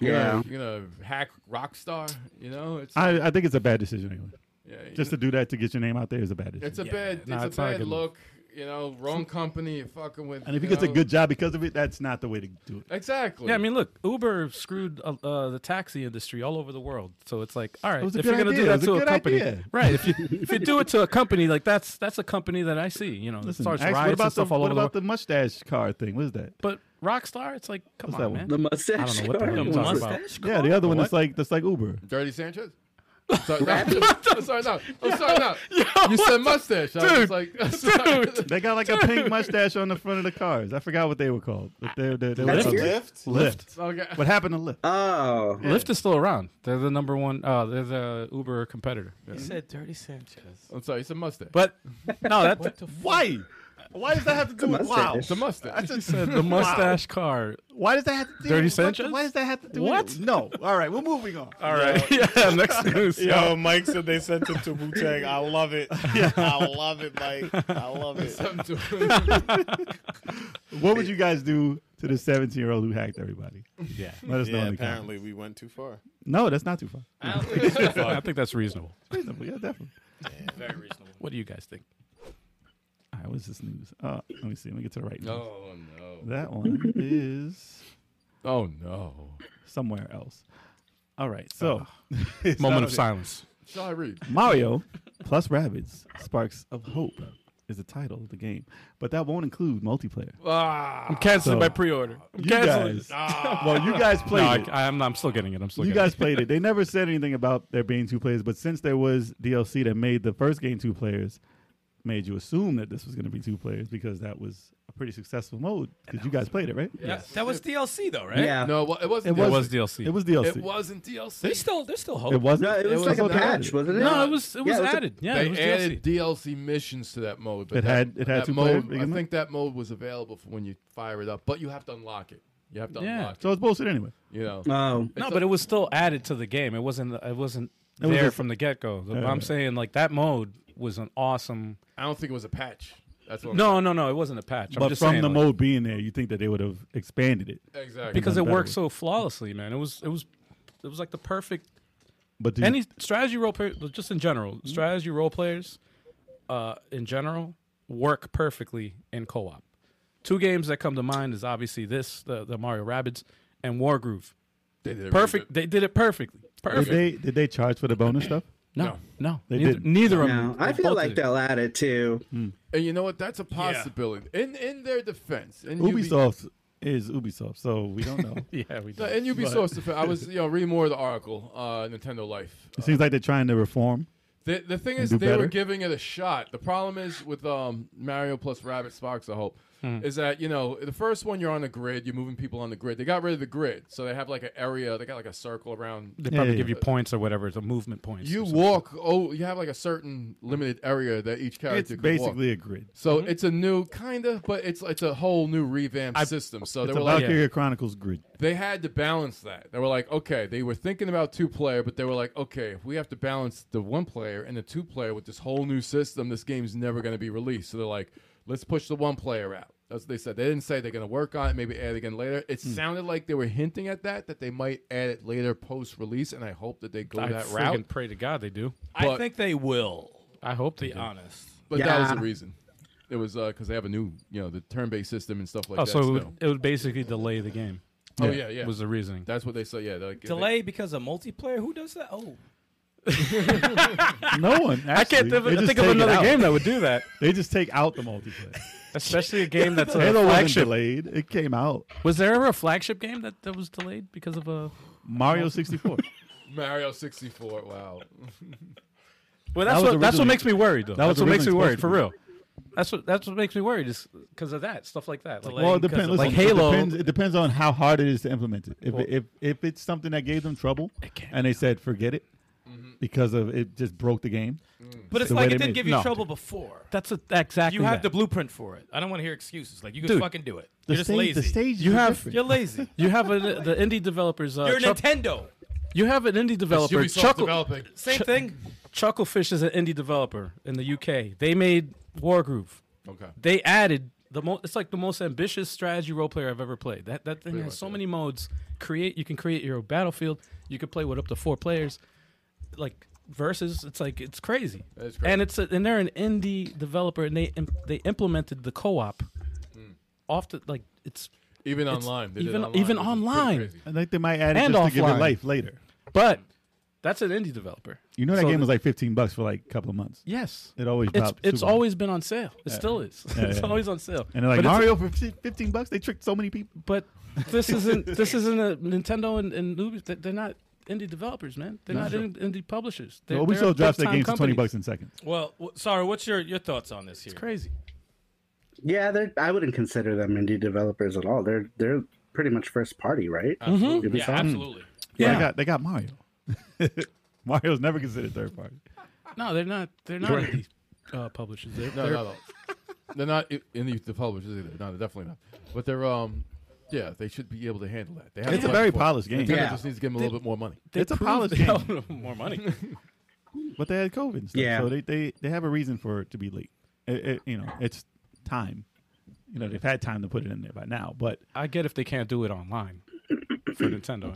Speaker 5: Yeah.
Speaker 4: You're going to hack Rockstar? You know? It's,
Speaker 3: I, I think it's a bad decision anyway.
Speaker 4: yeah, you
Speaker 3: Just to do that to get your name out there is a bad decision.
Speaker 4: It's a bad,
Speaker 2: nah,
Speaker 4: it's,
Speaker 2: it's
Speaker 4: a
Speaker 2: not a
Speaker 4: bad
Speaker 2: good move.
Speaker 4: look. You know, wrong company. You're fucking with.
Speaker 3: and if he
Speaker 4: you
Speaker 3: gets a
Speaker 4: know-
Speaker 3: good job because of it, that's not the way to do it.
Speaker 4: exactly.
Speaker 2: yeah, I mean, look, Uber screwed uh, uh, the taxi industry all over the world. So it's like, all right,
Speaker 3: was
Speaker 2: if
Speaker 3: a
Speaker 2: you're
Speaker 3: good
Speaker 2: gonna do
Speaker 3: idea. It
Speaker 2: that
Speaker 3: was a
Speaker 2: to a,
Speaker 3: good
Speaker 2: company,
Speaker 3: idea.
Speaker 2: right? If you if you do it to a company, like that's that's a company that I see. You know, it
Speaker 3: Listen,
Speaker 2: starts
Speaker 3: ask-
Speaker 2: riots
Speaker 3: what about
Speaker 2: and stuff
Speaker 3: the,
Speaker 2: all
Speaker 3: what
Speaker 2: over the world.
Speaker 3: about the mustache car thing? What is that?
Speaker 2: But Rockstar, it's like, come
Speaker 3: What's that
Speaker 2: on,
Speaker 3: one?
Speaker 2: man.
Speaker 5: The
Speaker 2: I
Speaker 5: mustache.
Speaker 2: don't know what the hell
Speaker 5: guard.
Speaker 2: you're talking about.
Speaker 3: Yeah, the other one that's like that's like Uber.
Speaker 4: Dirty Sanchez? Sorry, no, I'm sorry, no. I'm sorry, no. you said mustache. I was like, dude.
Speaker 3: They got like a pink mustache on the front of the cars. I forgot what they were called. But they, they, they
Speaker 5: That's
Speaker 3: were
Speaker 5: weird.
Speaker 6: Lift.
Speaker 3: Lyft.
Speaker 4: okay.
Speaker 3: What happened to Lyft?
Speaker 5: Oh.
Speaker 2: Lyft is still around. They're the number one. Uh, they're the Uber competitor.
Speaker 8: He said, "Dirty Sanchez."
Speaker 4: I'm sorry, it's a mustache.
Speaker 2: But no, that
Speaker 3: Why? Why does that have to do with wow?
Speaker 4: it's a mustache.
Speaker 3: That's a-
Speaker 2: said the mustache car.
Speaker 3: why does that have to do
Speaker 2: Dirty
Speaker 3: with
Speaker 2: Sanchez?
Speaker 3: Why does that have to do
Speaker 2: What?
Speaker 3: With, no. All right, we're moving on.
Speaker 2: All right. Yeah. Next news.
Speaker 6: Yo, Mike said they sent him to Wu Tang. I love it. I love it, Mike. I love it.
Speaker 3: What would you guys do to the 17 year old who hacked everybody?
Speaker 2: Yeah.
Speaker 3: Let us know
Speaker 6: Yeah,
Speaker 3: in the comments.
Speaker 6: apparently we went too far.
Speaker 3: No, that's not too far.
Speaker 2: I think that's reasonable.
Speaker 3: Reasonable, yeah, definitely.
Speaker 8: Very reasonable.
Speaker 2: What do you guys think?
Speaker 3: All right, what's this news? Uh, let me see. Let me get to the right news.
Speaker 4: oh, no.
Speaker 3: That one is
Speaker 4: Oh, no.
Speaker 3: somewhere else. All right, so
Speaker 2: Oh. Moment of silence.
Speaker 4: Shall I read?
Speaker 3: Mario plus Rabbids Sparks of Hope is the title of the game, but that won't include multiplayer.
Speaker 4: Ah,
Speaker 2: I'm canceling
Speaker 3: So-
Speaker 2: my pre-order. I'm
Speaker 3: You
Speaker 2: canceling.
Speaker 3: guys,
Speaker 2: Ah.
Speaker 3: well, you guys
Speaker 2: No,
Speaker 3: played
Speaker 2: I,
Speaker 3: it.
Speaker 2: I, am I'm still getting it. I'm still
Speaker 3: you
Speaker 2: getting
Speaker 3: guys played it. They never said anything about there being two players, but since there was DLC that made the first game two players, made you assume that this was going to be two players because that was a pretty successful mode because you guys played it, right?
Speaker 8: Yeah,
Speaker 4: Yes.
Speaker 8: that was DLC though, right?
Speaker 5: Yeah.
Speaker 4: no, it wa- it wasn't.
Speaker 3: It
Speaker 2: it.
Speaker 4: DLC.
Speaker 2: It was DLC.
Speaker 3: It was DLC.
Speaker 4: It wasn't DLC.
Speaker 8: They still, there's still hope.
Speaker 3: It wasn't.
Speaker 5: No, it was, like
Speaker 3: That's
Speaker 5: a
Speaker 3: what they
Speaker 5: patch,
Speaker 3: added.
Speaker 5: wasn't it?
Speaker 2: No, it was. It was
Speaker 5: Yeah, it was a-
Speaker 2: added. yeah,
Speaker 4: they
Speaker 2: it was
Speaker 4: added
Speaker 2: DLC.
Speaker 4: DLC. missions to that mode. But
Speaker 3: It
Speaker 4: that,
Speaker 3: had- it had
Speaker 4: that
Speaker 3: two player
Speaker 4: mode. I
Speaker 3: big
Speaker 4: think that mode was available for when you fire it up, but you have to unlock it. You have to
Speaker 2: Yeah.
Speaker 4: unlock it.
Speaker 3: So it's bullshit anyway.
Speaker 4: You know,
Speaker 5: Oh.
Speaker 2: No, but it was still added to the game. It wasn't. It wasn't
Speaker 3: was
Speaker 2: there
Speaker 3: just-
Speaker 2: from the get go.
Speaker 3: Yeah.
Speaker 2: I'm saying like that mode was an awesome.
Speaker 4: I don't think it was a patch. That's what. I'm
Speaker 2: No, no, no. It wasn't a patch. I'm
Speaker 3: but
Speaker 2: just
Speaker 3: from
Speaker 2: saying,
Speaker 3: the
Speaker 2: like,
Speaker 3: mode being there, you think that they would have expanded it.
Speaker 4: saying. exactly.
Speaker 2: because
Speaker 3: done
Speaker 2: it
Speaker 3: better
Speaker 2: worked
Speaker 3: with.
Speaker 2: so flawlessly, man. It was. It was. It was like the perfect
Speaker 3: But do you-
Speaker 2: any strategy role player, just in general,
Speaker 3: Mm-hmm.
Speaker 2: strategy role players, uh, in general, work perfectly in co-op. Two games that come to mind is obviously this, the, the Mario Rabbids, and Wargroove.
Speaker 4: They did it really
Speaker 2: Perfect.
Speaker 4: good.
Speaker 2: They did it perfectly.
Speaker 3: did
Speaker 2: Perfect.
Speaker 3: they did they charge for the bonus stuff?
Speaker 2: no, no,
Speaker 3: They
Speaker 2: neither,
Speaker 3: didn't.
Speaker 2: neither of them.
Speaker 5: No, I
Speaker 2: They
Speaker 5: feel
Speaker 2: both
Speaker 5: like
Speaker 2: did it.
Speaker 5: they'll add it too.
Speaker 4: And you know what? That's a possibility. In in their defense, in
Speaker 3: Ubisoft is Ubisoft, so we don't know.
Speaker 2: Yeah, we
Speaker 4: Ubi-
Speaker 2: did.
Speaker 4: in Ubisoft's defense, I was you know reading more of the article, uh, Nintendo Life.
Speaker 3: it seems like they're trying to reform.
Speaker 4: The, the thing is,
Speaker 3: do
Speaker 4: they were
Speaker 3: better?
Speaker 4: giving it a shot. The problem is with um, Mario plus Rabbit Sparks, I hope,
Speaker 2: Hmm.
Speaker 4: is that, you know, the first one you're on the grid, you're moving people on the grid. They got rid of the grid. So they have like an area, they got like a circle around.
Speaker 2: They probably
Speaker 3: yeah,
Speaker 2: give
Speaker 3: yeah.
Speaker 2: you points or whatever. It's a movement points.
Speaker 4: You
Speaker 2: or something.
Speaker 4: walk, oh, you have like a certain limited area that each
Speaker 3: It's
Speaker 4: character can walk.
Speaker 3: basically a grid.
Speaker 4: So
Speaker 2: Mm-hmm.
Speaker 4: it's a new kind of, but it's it's a whole new revamped system. So they
Speaker 3: It's
Speaker 4: were
Speaker 3: a
Speaker 4: like,
Speaker 3: Valkyria Chronicles grid.
Speaker 4: they had to balance that. They were like, okay, they were thinking about two player, but they were like, okay, if we have to balance the one player and the two player with this whole new system, this game's never going to be released. So they're like, let's push the one player out. That's what they said. They didn't say they're going to work on it, maybe add it again later. It
Speaker 2: Hmm.
Speaker 4: sounded like they were hinting at that, that they might add it later post release, and I hope that they go
Speaker 2: I
Speaker 4: that
Speaker 2: friggin'
Speaker 4: route.
Speaker 2: pray to God they do.
Speaker 8: I
Speaker 4: But-
Speaker 8: think they will.
Speaker 2: I hope they uh,
Speaker 8: Be
Speaker 2: do.
Speaker 8: honest.
Speaker 4: But that was
Speaker 5: Yeah.
Speaker 4: the reason. It was because they have a new, you know, the turn based system and stuff like
Speaker 2: oh,
Speaker 4: that.
Speaker 2: so it
Speaker 4: still.
Speaker 2: would, it would basically delay the game.
Speaker 4: oh, yeah, yeah.
Speaker 2: Was the reasoning.
Speaker 4: That's what they said. Yeah. they're Like,
Speaker 8: Delay because of multiplayer? Who does that? Oh,
Speaker 3: No one. Actually.
Speaker 2: I can't
Speaker 3: They
Speaker 2: think,
Speaker 3: just
Speaker 2: think of
Speaker 3: take it
Speaker 2: another
Speaker 3: out.
Speaker 2: game that would do that,
Speaker 3: They just take out the multiplayer.
Speaker 2: especially a game that's a
Speaker 3: Halo wasn't
Speaker 2: flagship.
Speaker 3: delayed. It came out
Speaker 2: Was there ever a flagship game that, that was delayed because of a?
Speaker 3: Mario 64.
Speaker 4: Mario 64.
Speaker 2: Well,
Speaker 4: Wow.
Speaker 2: that's
Speaker 3: was
Speaker 2: what that's what
Speaker 3: originally-
Speaker 2: makes me worried though.
Speaker 3: that was
Speaker 2: that's what makes me
Speaker 3: originally
Speaker 2: worried
Speaker 3: supposed
Speaker 2: for
Speaker 3: to
Speaker 2: real. That's what that's what makes me worried is because of that stuff like that. Like,
Speaker 8: Delay.
Speaker 3: well, it
Speaker 8: Because
Speaker 3: depends.
Speaker 8: of-
Speaker 3: Listen,
Speaker 2: Like
Speaker 3: It
Speaker 2: Halo-
Speaker 3: depends, it depends on how hard it is to implement it. If
Speaker 2: Well-
Speaker 3: if if it's something that gave them trouble
Speaker 2: can't Mm-hmm.
Speaker 3: and they said forget it because of it just broke the game.
Speaker 8: but it's
Speaker 3: The way
Speaker 8: like
Speaker 3: they
Speaker 8: it didn't
Speaker 3: made-
Speaker 8: give you
Speaker 3: no.
Speaker 8: trouble before.
Speaker 2: that's a, exactly
Speaker 8: You have the
Speaker 2: that.
Speaker 8: blueprint for it. I don't want to hear excuses. Like you can
Speaker 2: Dude,
Speaker 8: fucking do it.
Speaker 3: The
Speaker 8: You're just
Speaker 3: stage,
Speaker 8: lazy.
Speaker 3: The stage
Speaker 2: You
Speaker 3: is
Speaker 2: have-
Speaker 3: different.
Speaker 8: You're lazy.
Speaker 2: you have a, the indie developers. Uh,
Speaker 8: You're
Speaker 2: Chuck-
Speaker 8: Nintendo.
Speaker 2: you have an indie developer.
Speaker 4: Ubisoft
Speaker 2: Chuckle,
Speaker 4: developing.
Speaker 8: Same thing.
Speaker 2: Chucklefish is an indie developer in the UK. They made Wargroove.
Speaker 4: Okay.
Speaker 2: They added the most. It's like the most ambitious strategy role player I've ever played. That that thing
Speaker 4: Pretty
Speaker 2: has
Speaker 4: much,
Speaker 2: so
Speaker 4: yeah.
Speaker 2: many modes. Create. You can create your own battlefield. You can play with up to four players. Like versus. It's like it's crazy.
Speaker 4: That is crazy.
Speaker 2: And it's a, and they're an indie developer and they im- they implemented the co-op
Speaker 3: Hmm.
Speaker 2: off the like it's.
Speaker 4: Even
Speaker 2: It's-
Speaker 4: online. They
Speaker 2: even-
Speaker 4: did online.
Speaker 2: even
Speaker 4: which is pretty
Speaker 2: online.
Speaker 4: crazy.
Speaker 3: I think they might add it
Speaker 2: And
Speaker 3: just to give
Speaker 2: offline.
Speaker 3: it life later.
Speaker 2: But that's an indie developer.
Speaker 3: You know that
Speaker 2: So
Speaker 3: game
Speaker 2: the-
Speaker 3: was like 15 bucks for like a couple of months.
Speaker 2: Yes.
Speaker 3: It always
Speaker 2: It's,
Speaker 3: dropped.
Speaker 2: it's
Speaker 3: super high.
Speaker 2: always been on sale. It still is. it's
Speaker 3: yeah, yeah.
Speaker 2: always on sale.
Speaker 3: and they're like
Speaker 2: But it's-
Speaker 3: Mario for 15 15 bucks. They tricked so many people.
Speaker 2: But this isn't this isn't a Nintendo and, and Ubi- they- They're not indie developers, man. They're not in- indie publishers. They're,
Speaker 3: Well, we
Speaker 2: they're
Speaker 3: still drops that
Speaker 2: big-time
Speaker 3: game for 20
Speaker 2: companies.
Speaker 3: bucks in seconds.
Speaker 8: Well, w- sorry. What's your your thoughts on this here?
Speaker 2: It's crazy.
Speaker 5: Yeah, they're, I wouldn't consider them indie developers at all. They're they're pretty much first party, right?
Speaker 2: Mm-hmm.
Speaker 8: Yeah,
Speaker 5: Ubisoft?
Speaker 8: absolutely.
Speaker 3: Yeah,
Speaker 2: Yeah.
Speaker 3: they got, they got Mario. Mario's never considered third party.
Speaker 2: No, they're not. They're not indie uh, publishers. They're,
Speaker 4: No,
Speaker 2: they're-
Speaker 4: no, no. they're not i- in the, the publishers either. No, they're definitely not. But they're um, yeah, they should be able to handle that. They have
Speaker 3: It's
Speaker 4: the
Speaker 3: a
Speaker 4: money
Speaker 3: very
Speaker 4: for it.
Speaker 3: polished game.
Speaker 4: Nintendo
Speaker 5: Yeah.
Speaker 4: just needs to give them a little bit more money.
Speaker 2: they
Speaker 3: it's a
Speaker 2: prove
Speaker 3: polished
Speaker 2: they
Speaker 3: game.
Speaker 2: owe them more money.
Speaker 3: But they had COVID and stuff.
Speaker 5: Yeah.
Speaker 3: So they, they, they have a reason for it to be late. It, it, you know, it's time. You know, they've had time to put it in there by now. But
Speaker 2: I get if they can't do it online for Nintendo.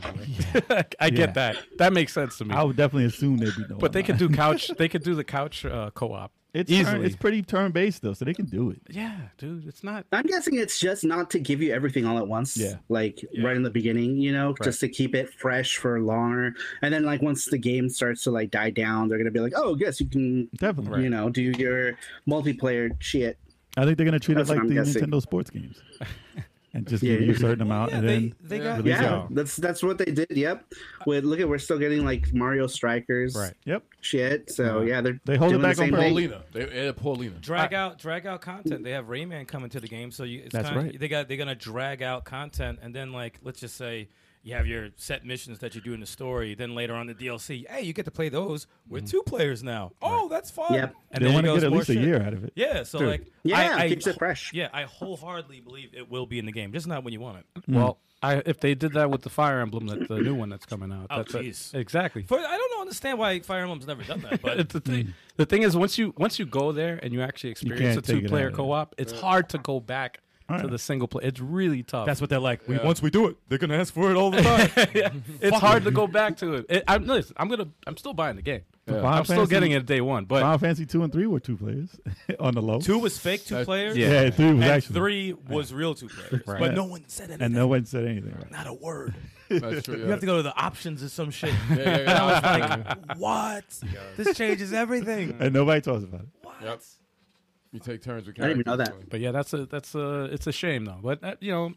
Speaker 2: Anyway, I get
Speaker 3: Yeah.
Speaker 2: that. That makes sense to me.
Speaker 3: I would definitely assume they'd be no
Speaker 2: but they
Speaker 3: online.
Speaker 2: could do couch. They could do the couch uh, co-op.
Speaker 3: it's
Speaker 2: easily.
Speaker 3: turn- it's pretty turn based though, so they can do it.
Speaker 2: yeah, dude. It's not.
Speaker 5: I'm guessing it's just not to give you everything all at once.
Speaker 3: Yeah.
Speaker 5: Like right in the beginning, you know, just to keep it fresh for longer. And then like once the game starts to like die down, they're gonna be like, Oh yes, you can
Speaker 3: Definitely.
Speaker 5: you know, do your multiplayer shit.
Speaker 3: I think they're gonna treat
Speaker 5: That's
Speaker 3: it
Speaker 5: what
Speaker 3: like
Speaker 5: I'm
Speaker 3: the
Speaker 5: guessing.
Speaker 3: Nintendo sports games. And just
Speaker 5: Yeah,
Speaker 3: give you a certain amount and then
Speaker 8: they
Speaker 4: Yeah.
Speaker 8: got
Speaker 3: release it
Speaker 5: yeah,
Speaker 3: all.
Speaker 5: that's that's what they did. Yep. With look at we're still getting like Mario Strikers
Speaker 2: Right.
Speaker 3: Yep.
Speaker 5: shit. So yeah, they're
Speaker 3: They hold it
Speaker 5: doing the
Speaker 3: back on
Speaker 5: same
Speaker 3: purpose.
Speaker 5: thing.
Speaker 4: Paulina, they added Paulina.
Speaker 8: drag out drag out content. They have Rayman coming to the game, so you, it's
Speaker 3: That's
Speaker 8: kinda,
Speaker 3: right.
Speaker 8: They got they're gonna drag out content, and then like let's just say you have your set missions that you do in the story. Then later on the DLC, hey, you get to play those with two players now. Oh, that's fun.
Speaker 5: Yep.
Speaker 8: And
Speaker 3: They
Speaker 8: then it
Speaker 3: want to
Speaker 8: goes
Speaker 3: get at
Speaker 8: more
Speaker 3: least a
Speaker 8: shit.
Speaker 3: year out of it.
Speaker 8: Yeah, so
Speaker 3: Dude.
Speaker 8: like
Speaker 5: Yeah,
Speaker 8: I, I,
Speaker 5: keeps it fresh.
Speaker 8: Yeah, I wholeheartedly believe it will be in the game, just not when you want it.
Speaker 2: Well, I, if they did that with the Fire Emblem, that the new one that's coming out.
Speaker 8: Oh,
Speaker 2: that's it.
Speaker 8: jeez.
Speaker 2: exactly.
Speaker 8: For, I don't know, understand why Fire Emblem's never done that, but mm.
Speaker 2: the thing. The thing is, once you once you go there and you actually experience
Speaker 3: can't
Speaker 2: a
Speaker 3: take it Oh,
Speaker 2: two player
Speaker 3: out of
Speaker 2: co op, it's hard to go back to
Speaker 3: Right.
Speaker 2: the single player. It's really tough.
Speaker 8: that's what they're like. We,
Speaker 7: Once we do it, they're gonna ask for it all the time.
Speaker 2: it's hard to go back to it. it I'm listen, I'm gonna I'm still buying the game.
Speaker 3: Final
Speaker 2: I'm still
Speaker 3: Fantasy-
Speaker 2: getting it day one, but
Speaker 3: Final Fantasy two and three were two players on the low.
Speaker 8: Two was fake two players.
Speaker 2: yeah.
Speaker 3: Yeah, three was
Speaker 8: And
Speaker 3: actually
Speaker 8: three was real two players,
Speaker 2: Right.
Speaker 8: but no one said anything.
Speaker 3: and no one said anything. Right.
Speaker 8: not a word.
Speaker 4: That's true.
Speaker 8: You
Speaker 4: Yeah.
Speaker 8: have to go to the options or some shit.
Speaker 4: yeah,
Speaker 8: and I was like, what? This changes everything.
Speaker 3: And nobody talks about it.
Speaker 4: Yep. You take turns with
Speaker 5: I didn't even
Speaker 4: characters.
Speaker 5: know that.
Speaker 2: but yeah, that's a that's a it's a shame though. But uh, you know,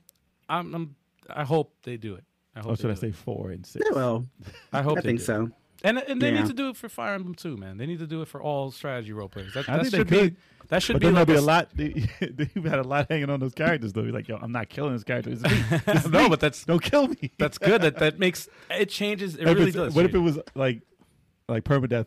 Speaker 2: I'm, I'm I hope they do it. I hope
Speaker 3: Or
Speaker 2: Oh, they
Speaker 3: should I
Speaker 2: do it.
Speaker 3: say four and six?
Speaker 5: Yeah, well,
Speaker 2: I hope
Speaker 5: I
Speaker 2: they
Speaker 5: think
Speaker 2: do it.
Speaker 5: so.
Speaker 2: And and they
Speaker 5: Yeah.
Speaker 2: need to do it for Fire Emblem too, man. They need to do it for all strategy role players. That,
Speaker 3: I
Speaker 2: that
Speaker 3: think they
Speaker 2: should
Speaker 3: could,
Speaker 2: be that should
Speaker 3: but
Speaker 2: be
Speaker 3: then
Speaker 2: like
Speaker 3: there'll be a
Speaker 2: s-
Speaker 3: lot. They, they've had a lot hanging on those characters though. You're like, yo, I'm not killing this character. It's me. It's
Speaker 2: No,
Speaker 3: me.
Speaker 2: but that's-
Speaker 3: don't kill me.
Speaker 2: That's good. That that makes it changes. It
Speaker 3: If
Speaker 2: really
Speaker 3: it's-
Speaker 2: does.
Speaker 3: What if
Speaker 2: change.
Speaker 3: it was like, like permadeath,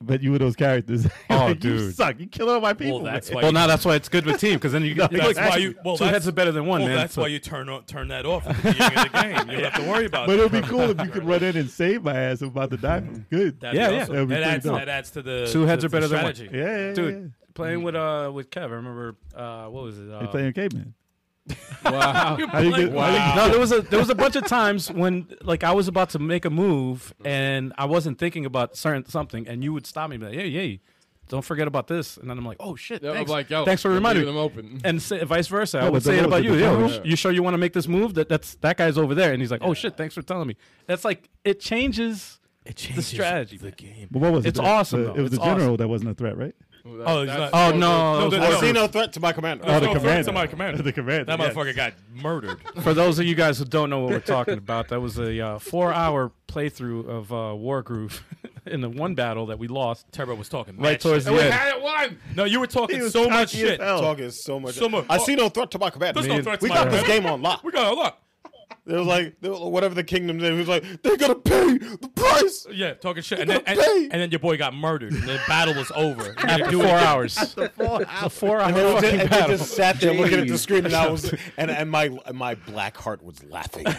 Speaker 3: but you were those characters?
Speaker 2: Oh,
Speaker 3: Like, You
Speaker 2: dude.
Speaker 3: suck. You killing all my people.
Speaker 8: that's
Speaker 3: man.
Speaker 8: why
Speaker 2: well, now that's why it's good with team because then you get
Speaker 3: No,
Speaker 7: That's why you. Well,
Speaker 2: two
Speaker 7: that's,
Speaker 2: heads are better than one,
Speaker 7: well,
Speaker 2: man.
Speaker 7: That's
Speaker 2: So-
Speaker 7: why you turn o- turn that off at the beginning of the game. You don't have to worry about.
Speaker 3: But
Speaker 7: it.
Speaker 3: it would be cool if you could run in and save my ass. I'm about to die. Good.
Speaker 8: That'd be
Speaker 2: Yeah, yeah.
Speaker 8: awesome.
Speaker 3: That'd be
Speaker 8: That
Speaker 3: pretty
Speaker 8: adds,
Speaker 3: dope.
Speaker 8: that adds to the
Speaker 2: Two heads
Speaker 8: to
Speaker 2: are better
Speaker 8: the
Speaker 2: than one.
Speaker 8: strategy.
Speaker 3: yeah, yeah,
Speaker 2: dude. Playing with uh with Kev, I remember uh what was it?
Speaker 3: yeah. They
Speaker 2: Uh,
Speaker 3: playing caveman.
Speaker 2: wow.
Speaker 3: How do you get? how do you-
Speaker 2: No, there was a there was a bunch of times when like I was about to make a move and I wasn't thinking about certain something, and you would stop me, and be like, hey, hey, don't forget about this, and then I'm like, oh shit,
Speaker 4: Yeah, I'm
Speaker 2: thanks,
Speaker 4: like, yo,
Speaker 2: thanks for
Speaker 4: I'm
Speaker 2: reminding
Speaker 4: leaving
Speaker 2: me.
Speaker 4: them open.
Speaker 2: And say, vice versa, I
Speaker 3: No,
Speaker 2: would
Speaker 3: but the
Speaker 2: say it
Speaker 3: little-
Speaker 2: about you.
Speaker 3: the
Speaker 2: Yo,
Speaker 3: difference-
Speaker 2: you sure you want to make this move? That that's that guy's over there, and he's like, oh shit, thanks for telling me. That's like it changes.
Speaker 8: It
Speaker 2: the
Speaker 8: changes
Speaker 2: strategy.
Speaker 8: The game.
Speaker 3: But what was it?
Speaker 2: It's
Speaker 3: The-
Speaker 2: awesome,
Speaker 3: the-
Speaker 2: though.
Speaker 3: It was the
Speaker 2: It's
Speaker 3: general that wasn't a threat, right?
Speaker 4: Well,
Speaker 7: Oh, he's
Speaker 4: that's-
Speaker 7: not-
Speaker 2: Oh
Speaker 4: that's-
Speaker 2: no,
Speaker 7: no,
Speaker 2: those-
Speaker 7: no,
Speaker 6: I
Speaker 7: no.
Speaker 6: see no threat to my commander.
Speaker 7: There's
Speaker 3: the
Speaker 7: no threat to
Speaker 3: commander.
Speaker 7: my commander.
Speaker 3: The commander.
Speaker 7: That
Speaker 3: yes.
Speaker 7: motherfucker got murdered.
Speaker 2: for those of you guys who don't know what we're talking about, that was a uh, four-hour playthrough of uh, Wargroove in the one battle that we lost.
Speaker 8: Turbo was talking.
Speaker 2: Right
Speaker 8: mad
Speaker 2: towards
Speaker 8: shit.
Speaker 2: the
Speaker 4: We
Speaker 2: end.
Speaker 4: had it one.
Speaker 7: No, you were
Speaker 3: He
Speaker 7: talking
Speaker 3: was
Speaker 7: so much
Speaker 3: cocky as
Speaker 7: shit.
Speaker 3: hell.
Speaker 6: Talk is so much.
Speaker 7: So much-
Speaker 6: I see no threat to my commander.
Speaker 7: There's no threat to
Speaker 6: we
Speaker 7: my
Speaker 6: got this
Speaker 7: commander.
Speaker 6: game on lock.
Speaker 7: We got a lot.
Speaker 6: It was like they were- whatever the kingdom name was like. They're gonna pay the price.
Speaker 7: Yeah, talking shit,
Speaker 6: You
Speaker 7: and then, and,
Speaker 6: gotta pay.
Speaker 8: And then your boy got murdered. and the battle was over. You
Speaker 2: After
Speaker 8: didn't do
Speaker 2: four
Speaker 8: it.
Speaker 2: hours. A four-hour
Speaker 6: And they, were just,
Speaker 2: fucking
Speaker 6: and they
Speaker 2: battle.
Speaker 6: just sat there looking at the screen, and I was, and, and my and my black heart was laughing.
Speaker 7: no,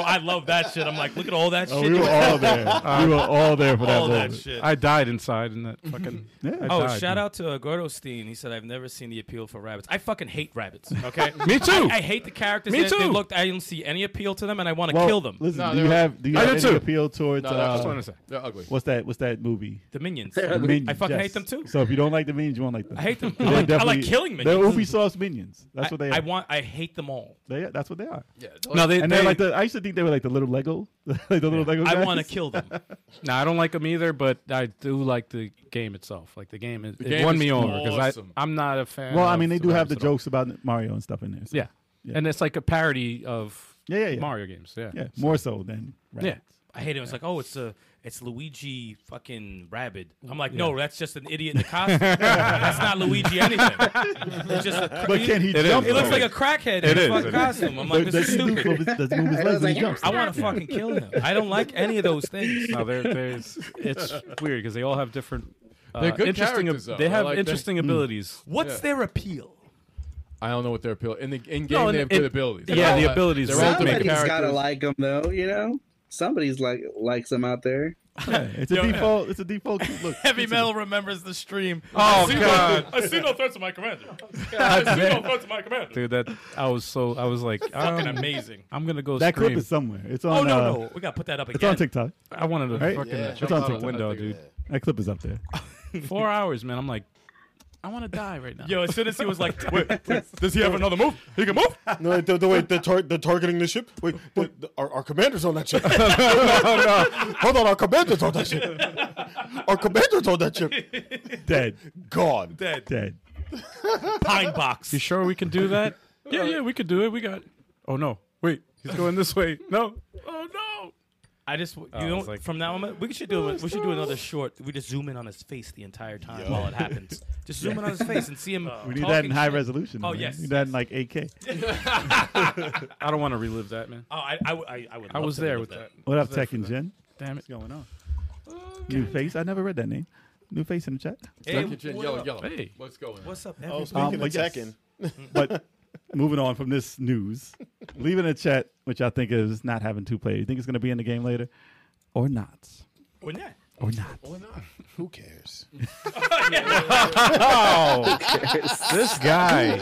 Speaker 7: I love that shit. I'm like, look at all that
Speaker 3: Oh,
Speaker 7: shit.
Speaker 3: we were all there. we were all there for that
Speaker 7: all that
Speaker 3: moment.
Speaker 7: shit.
Speaker 2: I died inside in that fucking.
Speaker 3: Yeah.
Speaker 8: Oh, shout out to uh, Gordostein. He said, "I've never seen the appeal for rabbits. I fucking hate rabbits. Okay,
Speaker 2: Me too.
Speaker 8: I, I hate the characters.
Speaker 2: Me
Speaker 8: that- They
Speaker 2: too.
Speaker 8: looked. I don't see any appeal to them, and I want to
Speaker 3: Well,
Speaker 8: kill them.
Speaker 3: Listen,
Speaker 4: No,
Speaker 3: do
Speaker 4: they
Speaker 3: you
Speaker 4: were-
Speaker 3: have do you
Speaker 2: I
Speaker 3: have
Speaker 2: did
Speaker 3: any
Speaker 2: too.
Speaker 3: appeal towards
Speaker 4: No, that's
Speaker 3: uh,
Speaker 4: what I'm saying. They're ugly.
Speaker 3: what's that? What's that movie?
Speaker 8: the minions.
Speaker 3: The Minions,
Speaker 8: I fucking hate them too.
Speaker 3: So if you don't like the minions, you won't like them.
Speaker 8: I hate them.
Speaker 3: They're
Speaker 8: I like, I like
Speaker 3: definitely-
Speaker 8: killing
Speaker 3: They're
Speaker 8: minions.
Speaker 3: Ubisoft's minions. That's what they are.
Speaker 8: I want. I hate them all.
Speaker 3: They- that's what they are.
Speaker 4: Yeah,
Speaker 2: No, they,
Speaker 3: And
Speaker 2: they
Speaker 3: they're like the. I used to think they were like the little Lego, like the little Lego.
Speaker 8: I
Speaker 3: guys.
Speaker 8: want to kill them.
Speaker 2: Nah, I don't like them either, but I do like the game itself. Like the game, is, it
Speaker 4: game
Speaker 2: won
Speaker 4: is
Speaker 2: me over because
Speaker 4: awesome.
Speaker 2: I I'm not a fan.
Speaker 3: Well,
Speaker 2: of
Speaker 3: I mean, they do have the
Speaker 2: rabbits at all.
Speaker 3: jokes about Mario and stuff in there. so-
Speaker 2: Yeah. and it's like a parody of
Speaker 3: Yeah, yeah, yeah.
Speaker 2: Mario games. Yeah,
Speaker 3: yeah, more so than
Speaker 2: yeah.
Speaker 3: rabbits.
Speaker 8: I hate him. It's like, oh, it's a, it's Luigi fucking rabbit. I'm like, no, that's just an idiot in the costume. that's not Luigi anything. It's just,
Speaker 3: But can he
Speaker 2: It
Speaker 3: jump?
Speaker 2: is.
Speaker 8: he looks
Speaker 3: though?
Speaker 8: like a crackhead
Speaker 2: It
Speaker 8: in
Speaker 2: is,
Speaker 8: a
Speaker 2: it
Speaker 8: fucking
Speaker 2: is.
Speaker 8: costume. I'm like,
Speaker 3: Does-
Speaker 8: this is
Speaker 3: does he move
Speaker 8: stupid.
Speaker 3: his- does he move his legs when he jumps?
Speaker 8: I want to fucking kill him. I don't like any of those things.
Speaker 2: No, they're, there's it's weird because they all have different. Uh,
Speaker 4: They're good
Speaker 2: interesting.
Speaker 4: characters, though.
Speaker 2: they
Speaker 4: I
Speaker 2: have
Speaker 4: like that.
Speaker 3: Mm.
Speaker 2: interesting abilities.
Speaker 8: What's their appeal?
Speaker 4: I don't know what their appeal in the in game.
Speaker 2: No, and
Speaker 4: they have
Speaker 2: it-
Speaker 4: good abilities.
Speaker 2: yeah,
Speaker 4: They're all
Speaker 2: the
Speaker 4: that-
Speaker 2: abilities
Speaker 4: They're all
Speaker 2: Rock
Speaker 4: good
Speaker 2: make
Speaker 5: Somebody's
Speaker 4: characters.
Speaker 5: gotta like them though, you know. Somebody's like likes them out there.
Speaker 3: Yeah, it's a default. It's a default. Look,
Speaker 8: Heavy Metal remembers the stream.
Speaker 2: Oh
Speaker 7: I see
Speaker 2: god,
Speaker 7: No, I see no threat to my commander. I see no threat to my commander.
Speaker 2: dude, that I was so I was like,
Speaker 7: Fucking
Speaker 2: um,
Speaker 7: amazing.
Speaker 2: I'm gonna go.
Speaker 3: that
Speaker 2: scream.
Speaker 3: clip is somewhere. It's on.
Speaker 8: Oh
Speaker 3: uh,
Speaker 8: no, no, we gotta put that up again.
Speaker 3: It's on TikTok.
Speaker 2: I wanted to
Speaker 3: Right?
Speaker 2: fucking
Speaker 3: Yeah,
Speaker 2: jump
Speaker 3: it's on
Speaker 2: out a
Speaker 3: TikTok.
Speaker 2: window, dude.
Speaker 3: That clip is up there.
Speaker 2: Four hours, man. I'm like, I want to die right now.
Speaker 7: Yo, as soon as he was like, wait, does he have another move? He can move.
Speaker 6: No, wait, the, the, wait, they're, tar- they're targeting the ship. Wait, the, the, our, our commander's on that ship. Hold on, our commander's on that ship. Our commander's on that ship.
Speaker 3: Dead.
Speaker 6: Gone.
Speaker 7: Dead.
Speaker 3: Dead.
Speaker 8: Pine Box.
Speaker 2: You sure we can do that? yeah, yeah, we could do it. We got. Oh no, wait, he's going this way. No. Oh no.
Speaker 8: I just you
Speaker 2: I
Speaker 8: know
Speaker 2: was like-
Speaker 8: from now on we should do it. We should do another short. We just zoom in on his face the entire time while it happens. Just zoom in on his face and see him.
Speaker 3: We need that in high resolution.
Speaker 8: Oh,
Speaker 3: man.
Speaker 8: yes,
Speaker 3: We need that in like 8K.
Speaker 2: I don't want to relive that, man.
Speaker 8: Oh, I, I, w- I, I would.
Speaker 2: I
Speaker 8: love
Speaker 2: was
Speaker 8: to do
Speaker 2: there with that.
Speaker 3: What up, Tech and Jen?
Speaker 2: Damn it.
Speaker 3: going on? New face. I never read that name. New face in the chat.
Speaker 8: Hey,
Speaker 4: Second gen,
Speaker 8: what
Speaker 4: yellow,
Speaker 8: up?
Speaker 4: yellow.
Speaker 2: Hey.
Speaker 4: What's going on?
Speaker 8: What's up?
Speaker 6: Oh,
Speaker 8: everybody?
Speaker 3: Um,
Speaker 6: speaking of
Speaker 3: but yes.
Speaker 6: Tekken,
Speaker 3: But moving on from this news, leave in the chat, which I think is not having two players. You think it's going to be in the game later, or not?
Speaker 8: Or not.
Speaker 3: Or not?
Speaker 6: who cares?
Speaker 2: Oh, this guy.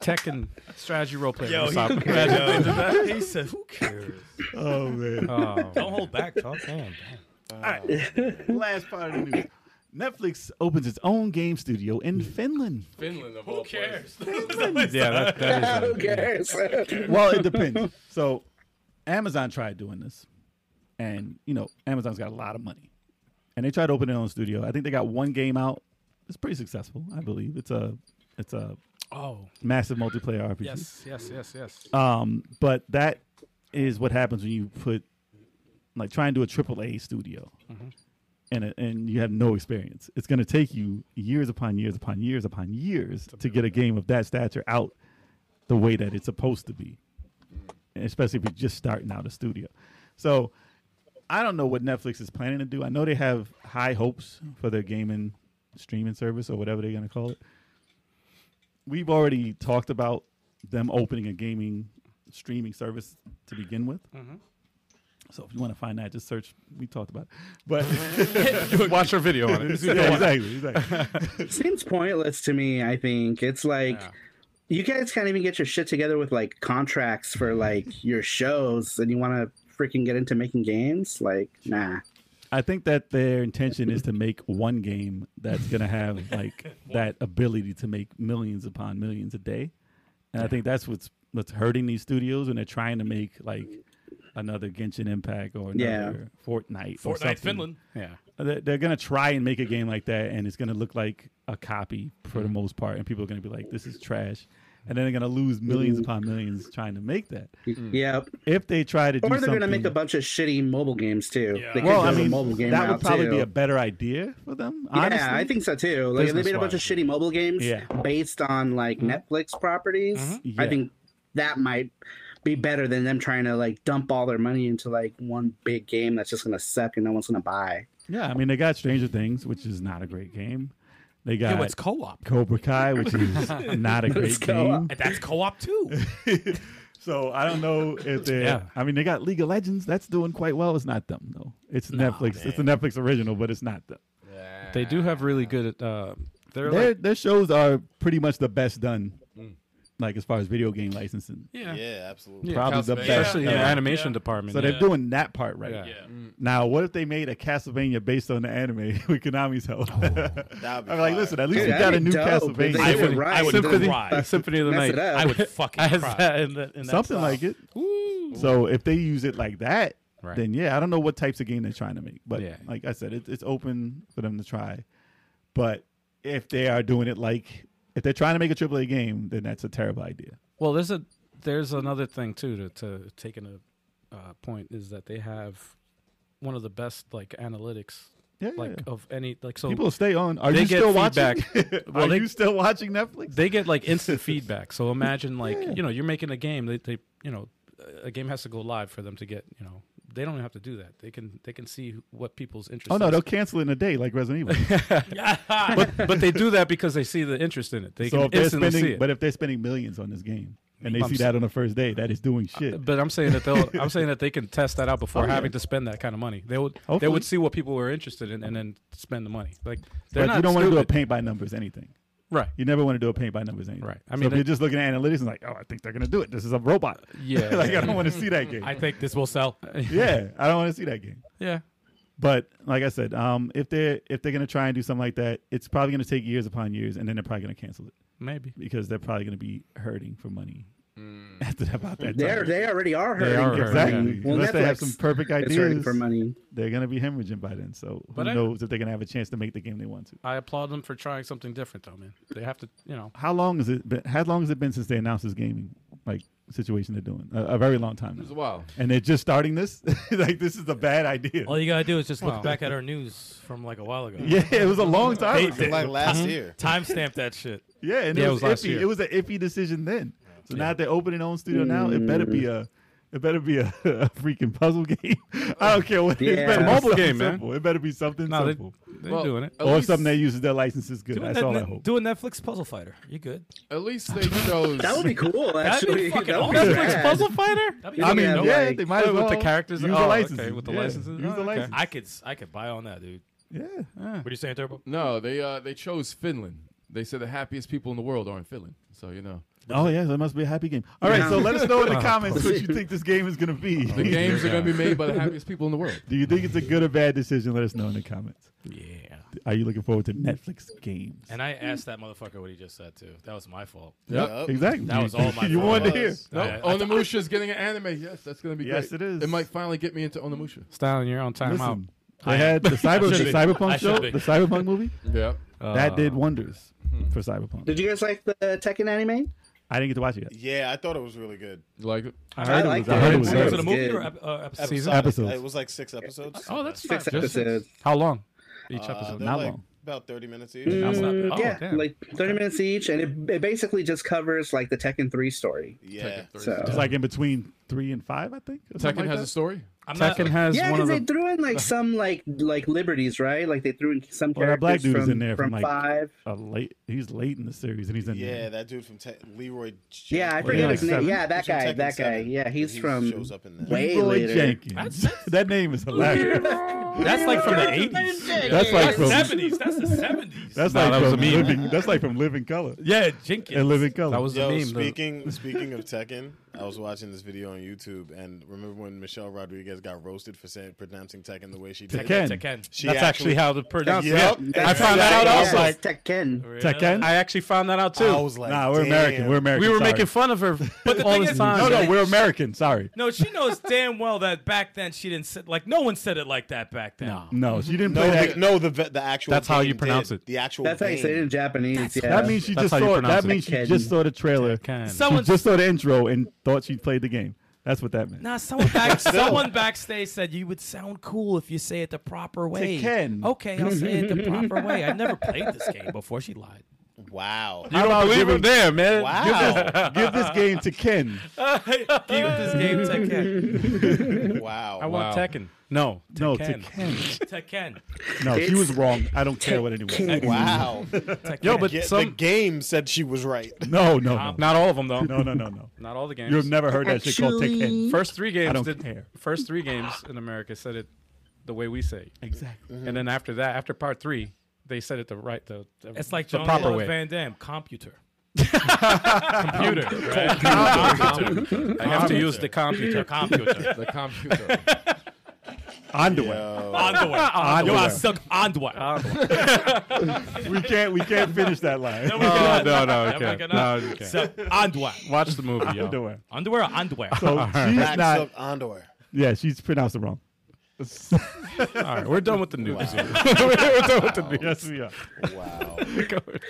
Speaker 2: Tech and strategy role player.
Speaker 8: Yo,
Speaker 2: What's
Speaker 8: he,
Speaker 2: up?
Speaker 8: yo, he said, "Who cares?
Speaker 3: Oh man!
Speaker 2: Oh,
Speaker 8: Don't hold back, talk." Damn.
Speaker 3: Last part of the news. Netflix opens its own game studio in Finland.
Speaker 4: Finland of Who all cares?
Speaker 2: yeah, that, that is.
Speaker 5: Who cares?
Speaker 3: Well, it depends. So, Amazon tried doing this, and you know, Amazon's got a lot of money, and they tried to open their own studio. I think they got one game out. It's pretty successful, I believe. It's a, it's a
Speaker 2: Oh,
Speaker 3: massive multiplayer RPG.
Speaker 2: Uh, yes, yes, yes, yes.
Speaker 3: Um, but that is what happens when you put like try and do a triple A studio, and it- and you have no experience. It's going to take you years upon years upon years upon years to get a game of that stature out the way that it's supposed to be, And especially if you're just starting out a studio. So I don't know what Netflix is planning to do. I know they have high hopes for their gaming streaming service or whatever they're going to call it. We've already talked about them opening a gaming streaming service to begin with.
Speaker 2: Mm-hmm.
Speaker 3: So if you want to find that, just search. We talked about, it. but
Speaker 2: Watch our video on it.
Speaker 3: Yeah, exactly, exactly.
Speaker 5: Seems pointless to me. I think it's like you guys can't even get your shit together with like contracts for like your shows, and you want to freaking get into making games. Like, nah.
Speaker 3: I think that their intention is to make one game that's going to have like that ability to make millions upon millions a day, and I think that's what's what's hurting these studios when they're trying to make like another Genshin Impact or
Speaker 5: Yeah.
Speaker 3: another Fortnite. or something.
Speaker 7: Fortnite Finland.
Speaker 2: Yeah.
Speaker 3: They're, they're going to try and make a game like that, and it's going to look like a copy for
Speaker 5: Mm-hmm.
Speaker 3: the most part, and people are going to be like, "This is trash," and then they're going to lose millions upon millions trying to make that.
Speaker 5: Yep.
Speaker 3: If they try to Hmm. do
Speaker 5: Or they're
Speaker 3: something,
Speaker 5: gonna make a bunch of shitty mobile games too.
Speaker 7: Yeah.
Speaker 5: They could
Speaker 3: well,
Speaker 5: go
Speaker 3: I
Speaker 5: the
Speaker 3: mean,
Speaker 5: mobile game
Speaker 3: that would
Speaker 5: route,
Speaker 3: probably be
Speaker 5: too.
Speaker 3: a better idea for them. honestly.
Speaker 5: Yeah, I think so too. Like if they made a bunch of
Speaker 3: business-wise.
Speaker 5: shitty mobile games
Speaker 3: Yeah.
Speaker 5: based on like Netflix properties. I
Speaker 3: Yeah.
Speaker 5: think that might be better than them trying to like dump all their money into like one big game that's just gonna suck and no one's gonna buy.
Speaker 3: Yeah, I mean, they got Stranger Things, which is not a great game. They got
Speaker 8: Yeah, what's co-op?
Speaker 3: Cobra Kai, which is not a great
Speaker 5: co-op.
Speaker 3: game.
Speaker 8: And that's co-op too.
Speaker 3: So I don't know if they.
Speaker 2: Yeah.
Speaker 3: I mean, they got League of Legends. That's doing quite well. It's not them though. It's Netflix. It's a Netflix original, but it's not them.
Speaker 2: They do have really good. Uh, they're
Speaker 3: Their
Speaker 2: like,
Speaker 3: their shows are pretty much the best done,
Speaker 2: Mm.
Speaker 3: like as far as video game licensing.
Speaker 2: yeah,
Speaker 9: Yeah, absolutely.
Speaker 2: Yeah,
Speaker 3: Probably the
Speaker 2: Castlevania.
Speaker 3: best.
Speaker 2: especially in the
Speaker 3: done.
Speaker 2: animation department.
Speaker 3: So
Speaker 2: yeah.
Speaker 3: they're doing that part right.
Speaker 2: Yeah. Mm.
Speaker 3: Now, what if they made a Castlevania based on the anime with Konami's help?
Speaker 2: Oh,
Speaker 9: That'd be
Speaker 3: I'm like,
Speaker 9: fire.
Speaker 3: listen, at least
Speaker 5: Dude,
Speaker 3: we
Speaker 5: that'd
Speaker 3: got
Speaker 5: be
Speaker 3: a new
Speaker 5: dope if
Speaker 3: Castlevania.
Speaker 5: they did
Speaker 2: I
Speaker 5: it
Speaker 2: would,
Speaker 5: right.
Speaker 2: I would Symphony,
Speaker 8: cry.
Speaker 2: Symphony of the
Speaker 5: Mess
Speaker 2: Night.
Speaker 5: it up.
Speaker 8: I would fucking
Speaker 2: Has
Speaker 8: cry.
Speaker 2: that in the, in that
Speaker 3: something
Speaker 2: style.
Speaker 3: like it. So if they use it like that,
Speaker 2: Right.
Speaker 3: then yeah, I don't know what types of game they're trying to make, but
Speaker 2: Yeah.
Speaker 3: like I said, it, it's open for them to try. But if they are doing it like if they're trying to make a AAA game, then that's a terrible idea.
Speaker 2: Well, there's a there's another thing too to to taking a uh, point is that they have one of the best like analytics
Speaker 3: Yeah, yeah,
Speaker 2: like
Speaker 3: yeah.
Speaker 2: of any like so
Speaker 3: people stay on. Are
Speaker 2: they
Speaker 3: you
Speaker 2: get
Speaker 3: still watching?
Speaker 2: feedback. Well,
Speaker 3: are
Speaker 2: they-
Speaker 3: you still watching Netflix?
Speaker 2: they get like instant feedback. So imagine like you know you're making a game. They, they you know a game has to go live for them to get you know they don't have to do that. They can they can see who- what people's interest.
Speaker 3: oh no,
Speaker 2: is.
Speaker 3: they'll cancel in a day, like Resident Evil.
Speaker 2: but but they do that because they see the interest in it. They
Speaker 3: so
Speaker 2: can
Speaker 3: if they're
Speaker 2: instantly see
Speaker 3: spending,
Speaker 2: it.
Speaker 3: but if they're spending millions on this game and they
Speaker 2: I'm
Speaker 3: see
Speaker 2: s-
Speaker 3: that on the first day, that is doing shit.
Speaker 2: But I'm saying that they'll. I'm saying that they can test that out before having to spend that kind of money. They would. They
Speaker 3: Oh, Hopefully.
Speaker 2: would see what people were interested in and then spend the money. Like they're
Speaker 3: But
Speaker 2: not.
Speaker 3: you don't want to do a
Speaker 2: stupid.
Speaker 3: paint by numbers anything.
Speaker 2: Right.
Speaker 3: You never want to do a paint by numbers anything.
Speaker 2: Right. I
Speaker 3: I
Speaker 2: mean,
Speaker 3: mean,
Speaker 2: that-
Speaker 3: if you're just looking at analytics and like, oh, I think they're gonna do it. This is a robot.
Speaker 2: Yeah.
Speaker 3: like I don't want to see that game.
Speaker 8: I think this will sell.
Speaker 3: yeah, I don't want to see that game.
Speaker 2: yeah.
Speaker 3: But like I said, um, if they're if they're gonna try and do something like that, it's probably gonna take years upon years, and then they're probably gonna cancel it
Speaker 2: Maybe.
Speaker 3: because they're probably gonna be hurting for money
Speaker 2: Mm.
Speaker 3: after about that.
Speaker 5: They're
Speaker 3: time.
Speaker 5: they already are hurting.
Speaker 2: are
Speaker 5: for
Speaker 2: hurting,
Speaker 5: money.
Speaker 3: exactly. Unless they have some perfect
Speaker 5: is hurting
Speaker 3: ideas,
Speaker 5: for money.
Speaker 3: they're gonna be hemorrhaging by then. So who
Speaker 2: But I-
Speaker 3: knows if they're gonna have a chance to make the game they want to?
Speaker 2: I applaud them for trying something different, though, man. They have to, you know.
Speaker 3: How long has it been? How long has it been since they announced this gaming like situation they're doing? A, a very long time.
Speaker 4: It was
Speaker 3: Now.
Speaker 4: a while.
Speaker 3: and they're just starting this. like this is a bad idea.
Speaker 2: Oh,
Speaker 8: All you gotta do is just
Speaker 2: Wow.
Speaker 8: look back at our news from like a while ago.
Speaker 3: Yeah, it was a long time. ago.
Speaker 9: Like, like last year.
Speaker 8: Timestamp that shit.
Speaker 3: Yeah, and
Speaker 2: Yeah,
Speaker 3: it
Speaker 2: it was
Speaker 3: was,
Speaker 2: last
Speaker 3: iffy.
Speaker 2: year.
Speaker 3: It was an iffy decision then. So now that they're opening their own studio now, it better be a, it better be a, a freaking puzzle game. I don't care what.
Speaker 5: Yeah.
Speaker 3: It better be
Speaker 2: Mobile
Speaker 3: something
Speaker 2: game, man.
Speaker 3: simple. It better be something
Speaker 2: No, they,
Speaker 3: simple,
Speaker 2: they're
Speaker 4: Well,
Speaker 2: doing it.
Speaker 4: at
Speaker 3: or
Speaker 4: least-
Speaker 3: something that uses their licenses good. That's all I hope.
Speaker 8: Do a Netflix puzzle fighter. You good?
Speaker 4: At least they chose.
Speaker 5: That would be cool.
Speaker 8: be
Speaker 5: Actually,
Speaker 8: fucking
Speaker 5: That would
Speaker 8: awesome.
Speaker 5: be
Speaker 8: Netflix
Speaker 5: rad.
Speaker 2: Puzzle Fighter.
Speaker 8: That'd
Speaker 5: You're
Speaker 3: I
Speaker 5: looking
Speaker 3: mean,
Speaker 5: at,
Speaker 3: yeah,
Speaker 5: like-
Speaker 3: they might as
Speaker 2: Oh, with
Speaker 3: well
Speaker 2: the characters?
Speaker 3: Use
Speaker 2: Oh,
Speaker 3: the
Speaker 2: okay,
Speaker 3: licenses.
Speaker 2: with the
Speaker 3: Yeah,
Speaker 2: licenses?
Speaker 3: Use
Speaker 2: Oh,
Speaker 3: the
Speaker 2: okay.
Speaker 3: licenses.
Speaker 8: I could s- I could buy on that, dude.
Speaker 3: yeah.
Speaker 8: What are you saying, Turbo?
Speaker 4: No, they uh, they chose Finland. They said the happiest people in the world are in Finland. So you know,
Speaker 3: Oh yeah, that must be a happy game. All right, so let us know in the comments what you think this game is going to be.
Speaker 4: the games are going to be made by the happiest people in the world.
Speaker 3: Do you think it's a good or bad decision? Let us know in the comments.
Speaker 8: Yeah.
Speaker 3: Are you looking forward to Netflix games?
Speaker 8: And I asked that motherfucker what he just said too. That was my fault.
Speaker 4: Yep.
Speaker 3: Exactly.
Speaker 8: That was all my
Speaker 3: you
Speaker 8: fault.
Speaker 3: wanted to
Speaker 8: It
Speaker 3: hear.
Speaker 8: was.
Speaker 4: No,
Speaker 8: I- I-
Speaker 4: Onimusha Oh, is getting an anime. Yes, that's going to be
Speaker 3: Yes,
Speaker 4: great.
Speaker 3: it is.
Speaker 4: It might finally get me into Onimusha.
Speaker 2: Style in your own time out.
Speaker 3: Listen, they had the cyber the
Speaker 8: be. I
Speaker 3: cyberpunk
Speaker 8: should
Speaker 3: show,
Speaker 8: be. Uh, hmm.
Speaker 3: the cyberpunk movie
Speaker 4: Yeah.
Speaker 3: that did wonders for cyberpunk.
Speaker 5: Did you guys like the Tekken anime?
Speaker 3: I didn't get to watch it yet.
Speaker 9: Yeah, I thought it was really good.
Speaker 4: You like it?
Speaker 3: I
Speaker 5: I
Speaker 3: heard it
Speaker 5: liked
Speaker 3: was. I heard it was.
Speaker 5: It
Speaker 8: Was it
Speaker 3: good.
Speaker 8: a movie
Speaker 5: good.
Speaker 8: or ep- uh, episode?
Speaker 9: Episode.
Speaker 3: Episodes.
Speaker 9: It was like six episodes.
Speaker 2: Oh, that's
Speaker 5: Six
Speaker 2: not just-
Speaker 5: episodes.
Speaker 2: How long? Each
Speaker 9: Uh,
Speaker 2: episode.
Speaker 9: they're
Speaker 3: Not
Speaker 9: like
Speaker 3: long.
Speaker 9: About thirty minutes each.
Speaker 2: Not bad.
Speaker 5: Mm,
Speaker 2: Oh,
Speaker 5: yeah,
Speaker 2: damn.
Speaker 5: like 30 minutes each, and it, it basically just covers like the Tekken 3 story.
Speaker 9: Yeah.
Speaker 5: So,
Speaker 3: It's like in between three and five, I think. or
Speaker 4: Tekken
Speaker 3: something like
Speaker 4: has
Speaker 3: that.
Speaker 4: a story.
Speaker 8: I'm not-
Speaker 2: Tekken has
Speaker 5: yeah,
Speaker 2: one of
Speaker 5: because they
Speaker 2: the.
Speaker 5: threw in like some like like liberties, right? Like they threw in some
Speaker 3: Well,
Speaker 5: characters
Speaker 3: that black dude
Speaker 5: from,
Speaker 3: is in there
Speaker 5: from,
Speaker 3: from, like-
Speaker 5: five.
Speaker 3: a late. He's late in the series, and he's in.
Speaker 9: Yeah, that dude from Te- Leroy. Jenkins.
Speaker 5: Yeah, I
Speaker 3: Well, yeah,
Speaker 5: forget
Speaker 3: like
Speaker 5: his name.
Speaker 3: seven.
Speaker 5: Yeah, that
Speaker 9: He's from
Speaker 5: guy.
Speaker 9: Tekken
Speaker 5: That guy.
Speaker 9: seven.
Speaker 5: Yeah, he's
Speaker 9: He
Speaker 5: from
Speaker 9: shows up in that.
Speaker 5: way
Speaker 3: Leroy
Speaker 5: later.
Speaker 3: Jenkins. that name is hilarious.
Speaker 8: That's like from the 80s.
Speaker 3: that's like from.
Speaker 7: That's 70s. That's the 70s.
Speaker 3: That's
Speaker 2: No,
Speaker 3: like
Speaker 2: that was
Speaker 3: from
Speaker 2: a meme.
Speaker 3: living. That's like from Living Color.
Speaker 8: Yeah, Jenkins.
Speaker 3: And Living Color.
Speaker 2: That was
Speaker 9: Yo,
Speaker 2: the meme. though.
Speaker 9: speaking speaking of Tekken, I was watching this video on YouTube, and remember when Michelle Rodriguez got roasted for saying pronouncing Tekken the way she did?
Speaker 3: Tekken.
Speaker 8: Tekken.
Speaker 9: She
Speaker 2: That's actually how to pronounce it.
Speaker 9: Yep.
Speaker 2: I found that out. I was like,
Speaker 5: Tekken.
Speaker 3: Tekken.
Speaker 2: I actually found that out too.
Speaker 9: I was like,
Speaker 3: nah, we're American.
Speaker 9: damn.
Speaker 3: We're American.
Speaker 2: we were
Speaker 3: sorry.
Speaker 2: making fun of her all
Speaker 8: thing
Speaker 2: the
Speaker 8: is-
Speaker 2: time.
Speaker 3: No, no, we're American. Sorry.
Speaker 8: No, she knows damn well that back then she didn't sit like no one said it like that back then.
Speaker 2: No.
Speaker 3: No, she didn't play
Speaker 9: No,
Speaker 3: that.
Speaker 9: the, no, the the actual.
Speaker 2: That's how you
Speaker 9: game
Speaker 2: pronounce
Speaker 9: did.
Speaker 2: it.
Speaker 9: The actual.
Speaker 5: That's how you say it
Speaker 9: game.
Speaker 5: in Japanese. Yeah.
Speaker 3: That means she
Speaker 2: That's
Speaker 3: just
Speaker 2: how you
Speaker 3: saw. That
Speaker 2: pronounce it.
Speaker 3: means she
Speaker 5: Tekken.
Speaker 3: just saw the trailer.
Speaker 2: Tekken.
Speaker 3: She
Speaker 8: Someone
Speaker 3: just saw the intro and thought she played the game. That's what that meant.
Speaker 8: nah, someone back someone backstage said you would sound cool if you say it the proper way.
Speaker 3: Tekken.
Speaker 8: Okay, I'll say it the proper way. I've never played this game before. She lied.
Speaker 9: Wow.
Speaker 3: How about give him-
Speaker 2: there, man.
Speaker 9: Wow.
Speaker 3: Give this game to Ken.
Speaker 8: Give this game Tekken.
Speaker 9: wow.
Speaker 2: I want
Speaker 4: Wow.
Speaker 2: Tekken. No.
Speaker 3: No, to
Speaker 8: Ken.
Speaker 3: Ken.
Speaker 8: Tekken.
Speaker 3: No, she
Speaker 5: It's
Speaker 3: was wrong. I don't care what anyone. Mm-hmm.
Speaker 9: Wow.
Speaker 8: Tekken.
Speaker 2: Yo, but
Speaker 9: Get- the
Speaker 2: some
Speaker 9: game said she was right.
Speaker 3: No, no, no,
Speaker 2: not all of them though.
Speaker 3: no, no, no, no.
Speaker 2: Not all the games.
Speaker 3: You've never heard that shit called
Speaker 5: Actually-
Speaker 3: Tekken.
Speaker 2: First three games
Speaker 3: I don't
Speaker 2: did
Speaker 3: care.
Speaker 2: first three games in America said it the way we say. it.
Speaker 3: Exactly.
Speaker 2: And then after that, after part 3, they said it the right the, the
Speaker 8: it's like
Speaker 2: the
Speaker 8: John
Speaker 2: proper
Speaker 8: Claude
Speaker 2: way.
Speaker 8: Van Damme, computer.
Speaker 2: computer. right? computer. I have to use the computer.
Speaker 8: Computer.
Speaker 4: The computer.
Speaker 3: Underwear.
Speaker 8: Underwear. Yo, I suck underwear.
Speaker 3: We can't. We can't finish that line.
Speaker 2: Oh, no, no,
Speaker 8: Am I
Speaker 2: okay.
Speaker 8: gonna-
Speaker 2: No, okay.
Speaker 8: So, underwear.
Speaker 2: Watch the movie, y'all.
Speaker 3: Underwear.
Speaker 8: Underwear or underwear?
Speaker 3: So she's
Speaker 9: Black
Speaker 3: not.
Speaker 9: silk underwear.
Speaker 3: Yeah, she's pronounced it wrong.
Speaker 2: All right, we're done with the news.
Speaker 3: Yes, we are.
Speaker 9: Wow.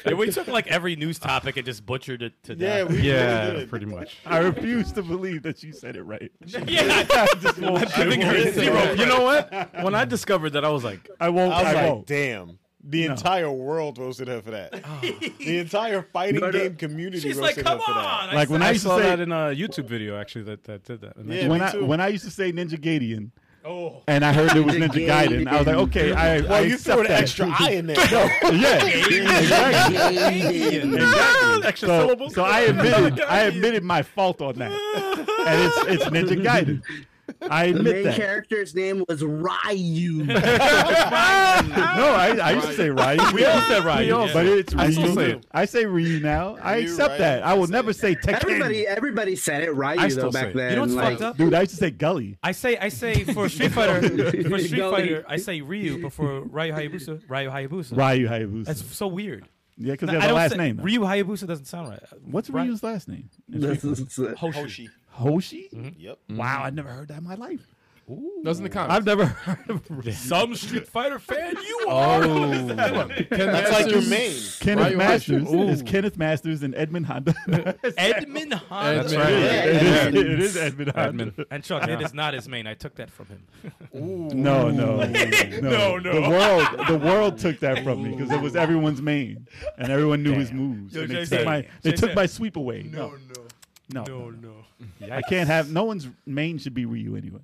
Speaker 8: Yeah, we took like every news topic and just butchered it to
Speaker 9: yeah,
Speaker 8: death.
Speaker 9: we really
Speaker 2: Yeah,
Speaker 9: did.
Speaker 2: pretty much.
Speaker 3: I refuse to believe that she said it right.
Speaker 8: Yeah,
Speaker 3: I just won't. I
Speaker 8: giving her
Speaker 3: won't.
Speaker 8: zero.
Speaker 2: You know what? When I discovered that, I was like,
Speaker 3: I won't.
Speaker 9: I was
Speaker 3: I
Speaker 9: like,
Speaker 3: won't.
Speaker 9: damn. The entire world roasted her for that. the entire fighting game community
Speaker 8: She's like,
Speaker 9: roasted
Speaker 8: come
Speaker 9: her for
Speaker 8: on.
Speaker 9: that.
Speaker 8: I
Speaker 3: Like when
Speaker 2: I,
Speaker 3: I used
Speaker 2: saw
Speaker 3: to say
Speaker 2: that in a YouTube video actually that, that did that. And
Speaker 9: Yeah,
Speaker 3: when
Speaker 9: me
Speaker 3: I
Speaker 9: too.
Speaker 3: when I used to say Ninja Gaiden
Speaker 8: Oh,
Speaker 3: and I heard it was
Speaker 5: Ninja
Speaker 3: Ninja Gaiden, I was like,
Speaker 5: Gaiden.
Speaker 3: okay, I I
Speaker 9: Well, you
Speaker 3: accept
Speaker 9: threw an
Speaker 3: that.
Speaker 9: extra eye in there. No,
Speaker 3: yeah, exactly.
Speaker 2: Exactly. Extra
Speaker 3: So,
Speaker 2: syllables.
Speaker 3: so I admitted I admitted my fault on that, and it's it's Ninja Gaiden. I
Speaker 5: The
Speaker 3: admit
Speaker 5: main
Speaker 3: that.
Speaker 5: character's name was Ryu.
Speaker 3: No, I, I used to say Ryu. We all said
Speaker 2: Ryu, yeah.
Speaker 3: but it's
Speaker 2: I still
Speaker 3: Ryu.
Speaker 2: say
Speaker 3: I,
Speaker 2: it.
Speaker 3: say Ryu now. I
Speaker 9: Ryu,
Speaker 3: accept
Speaker 9: Ryu,
Speaker 3: that. I will
Speaker 9: say
Speaker 3: never
Speaker 9: it.
Speaker 3: say Tekken.
Speaker 5: everybody, everybody said it
Speaker 2: I
Speaker 5: Ryu
Speaker 2: still
Speaker 5: though
Speaker 2: say
Speaker 5: back
Speaker 2: it.
Speaker 5: then.
Speaker 2: You know what's
Speaker 5: like,
Speaker 2: fucked up?
Speaker 3: Dude, I used to say Gully.
Speaker 8: I say, I say for Street Fighter, for Street
Speaker 5: Golly.
Speaker 8: Fighter, I say Ryu, but for Ryu Hayabusa, Ryu Hayabusa.
Speaker 3: Ryu Hayabusa.
Speaker 8: That's so weird.
Speaker 3: yeah, because
Speaker 8: I
Speaker 3: they have a
Speaker 8: don't
Speaker 3: last
Speaker 8: say-
Speaker 3: name. though.
Speaker 8: Ryu Hayabusa doesn't sound right.
Speaker 3: What's
Speaker 8: Ry-
Speaker 3: Ryu's last name?
Speaker 5: This is-
Speaker 9: Hoshi.
Speaker 8: Hoshi.
Speaker 3: Hoshi?
Speaker 6: Mm-hmm.
Speaker 9: Yep.
Speaker 3: Wow, I've never heard that in my life.
Speaker 4: That's in the comments.
Speaker 3: I've never heard of
Speaker 8: Some Street Fighter fan you are.
Speaker 2: Oh,
Speaker 4: Ken
Speaker 9: That's like your
Speaker 4: Masters,
Speaker 9: main.
Speaker 3: Kenneth
Speaker 4: Ryu Hoshi.
Speaker 3: Masters. It's Kenneth Masters and Edmund Honda.
Speaker 8: Edmund Honda.
Speaker 2: that's right.
Speaker 4: Edmund.
Speaker 9: Yeah.
Speaker 3: it, is, it is Edmund Honda.
Speaker 2: Edmund.
Speaker 8: And Chuck, it is not his main. I took that from him.
Speaker 3: No, no, no,
Speaker 8: no.
Speaker 3: The world, the world took that from me because it was everyone's main, and everyone knew his moves.
Speaker 8: Yo,
Speaker 3: and they
Speaker 8: Jay-Z.
Speaker 3: took my, they
Speaker 8: Jay-Z.
Speaker 3: took my sweep away. No, no, no,
Speaker 8: no.
Speaker 3: I can't have. No one's main should be Ryu anyway.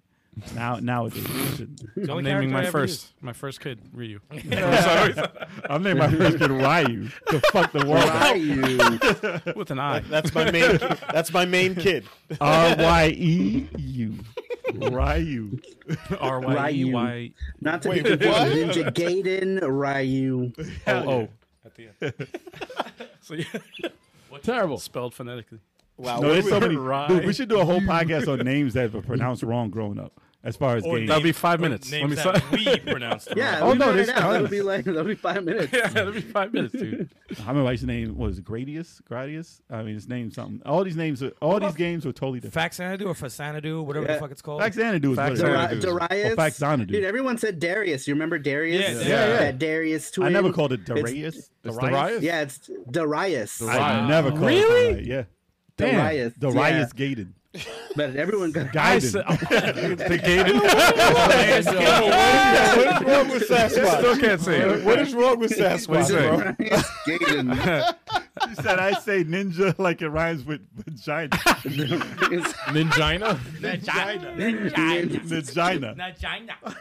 Speaker 3: Now, nowadays, it shouldn't.
Speaker 8: The
Speaker 2: I'm
Speaker 8: only
Speaker 2: naming
Speaker 8: character
Speaker 2: my
Speaker 8: I ever
Speaker 2: first,
Speaker 8: used.
Speaker 2: my first kid Ryu.
Speaker 3: I'm naming my first kid Ryu to fuck the world. up.
Speaker 5: Ryu.
Speaker 2: with an eye.
Speaker 9: That's my main. That's my main kid.
Speaker 3: R Y E U. Ryu.
Speaker 2: R Y E Y
Speaker 5: Not to
Speaker 9: Wait,
Speaker 5: be confused
Speaker 9: what?
Speaker 5: with Ninja Gaiden Ryu.
Speaker 2: O O at the end. so yeah,
Speaker 4: Terrible.
Speaker 2: spelled phonetically.
Speaker 9: Wow.
Speaker 3: No,
Speaker 9: what
Speaker 3: there's
Speaker 9: we-
Speaker 3: so many.
Speaker 2: Ryu.
Speaker 3: Dude, we should do a whole podcast on names that were pronounced wrong growing up. As far as
Speaker 8: Or
Speaker 3: games,
Speaker 2: That'll be
Speaker 8: names-
Speaker 2: five
Speaker 8: or
Speaker 2: minutes. Let
Speaker 8: names
Speaker 2: me
Speaker 8: that
Speaker 2: start.
Speaker 8: we pronounced. them
Speaker 5: Yeah,
Speaker 8: wrong.
Speaker 3: Oh,
Speaker 5: we
Speaker 3: no,
Speaker 5: no,
Speaker 3: there's
Speaker 5: it out. That
Speaker 3: tons.
Speaker 5: would be like that'll be five minutes.
Speaker 2: yeah, that'll be five minutes, dude.
Speaker 3: I remember his name what was it, Gradius. Gradius. I mean, his name something. All these names. Are, all these games were totally different.
Speaker 8: Faxanadu or Fasanadu, whatever the
Speaker 5: Yeah.
Speaker 8: fuck it's called.
Speaker 3: Faxanadu was what it
Speaker 2: Faxanadu.
Speaker 3: was.
Speaker 5: Dari- Darius.
Speaker 3: Or Faxanadu.
Speaker 5: Dude, everyone said Darius. You remember Darius?
Speaker 8: Yeah, Yeah,
Speaker 2: yeah.
Speaker 5: That Darius twin.
Speaker 3: I never called it
Speaker 5: It's-
Speaker 3: Darius.
Speaker 4: It's
Speaker 3: Darius.
Speaker 4: Darius?
Speaker 5: Yeah, it's Darius.
Speaker 3: I never called
Speaker 2: Really?
Speaker 3: it. Darius. Yeah.
Speaker 5: Darius.
Speaker 3: Damn, Darius Gaiden.
Speaker 5: Yeah, but everyone got
Speaker 2: I
Speaker 3: Gaiden.
Speaker 2: said-
Speaker 3: the Gaiden.
Speaker 6: What is wrong with
Speaker 2: still
Speaker 6: Sasquatch?
Speaker 2: can't say it.
Speaker 6: What is wrong with
Speaker 2: What is
Speaker 6: Sasquatch,
Speaker 2: it?
Speaker 6: bro?
Speaker 5: Gaiden.
Speaker 3: He said, I say ninja like it rhymes with vagina.
Speaker 5: It's-
Speaker 7: Ninjina
Speaker 5: it's-
Speaker 3: vagina.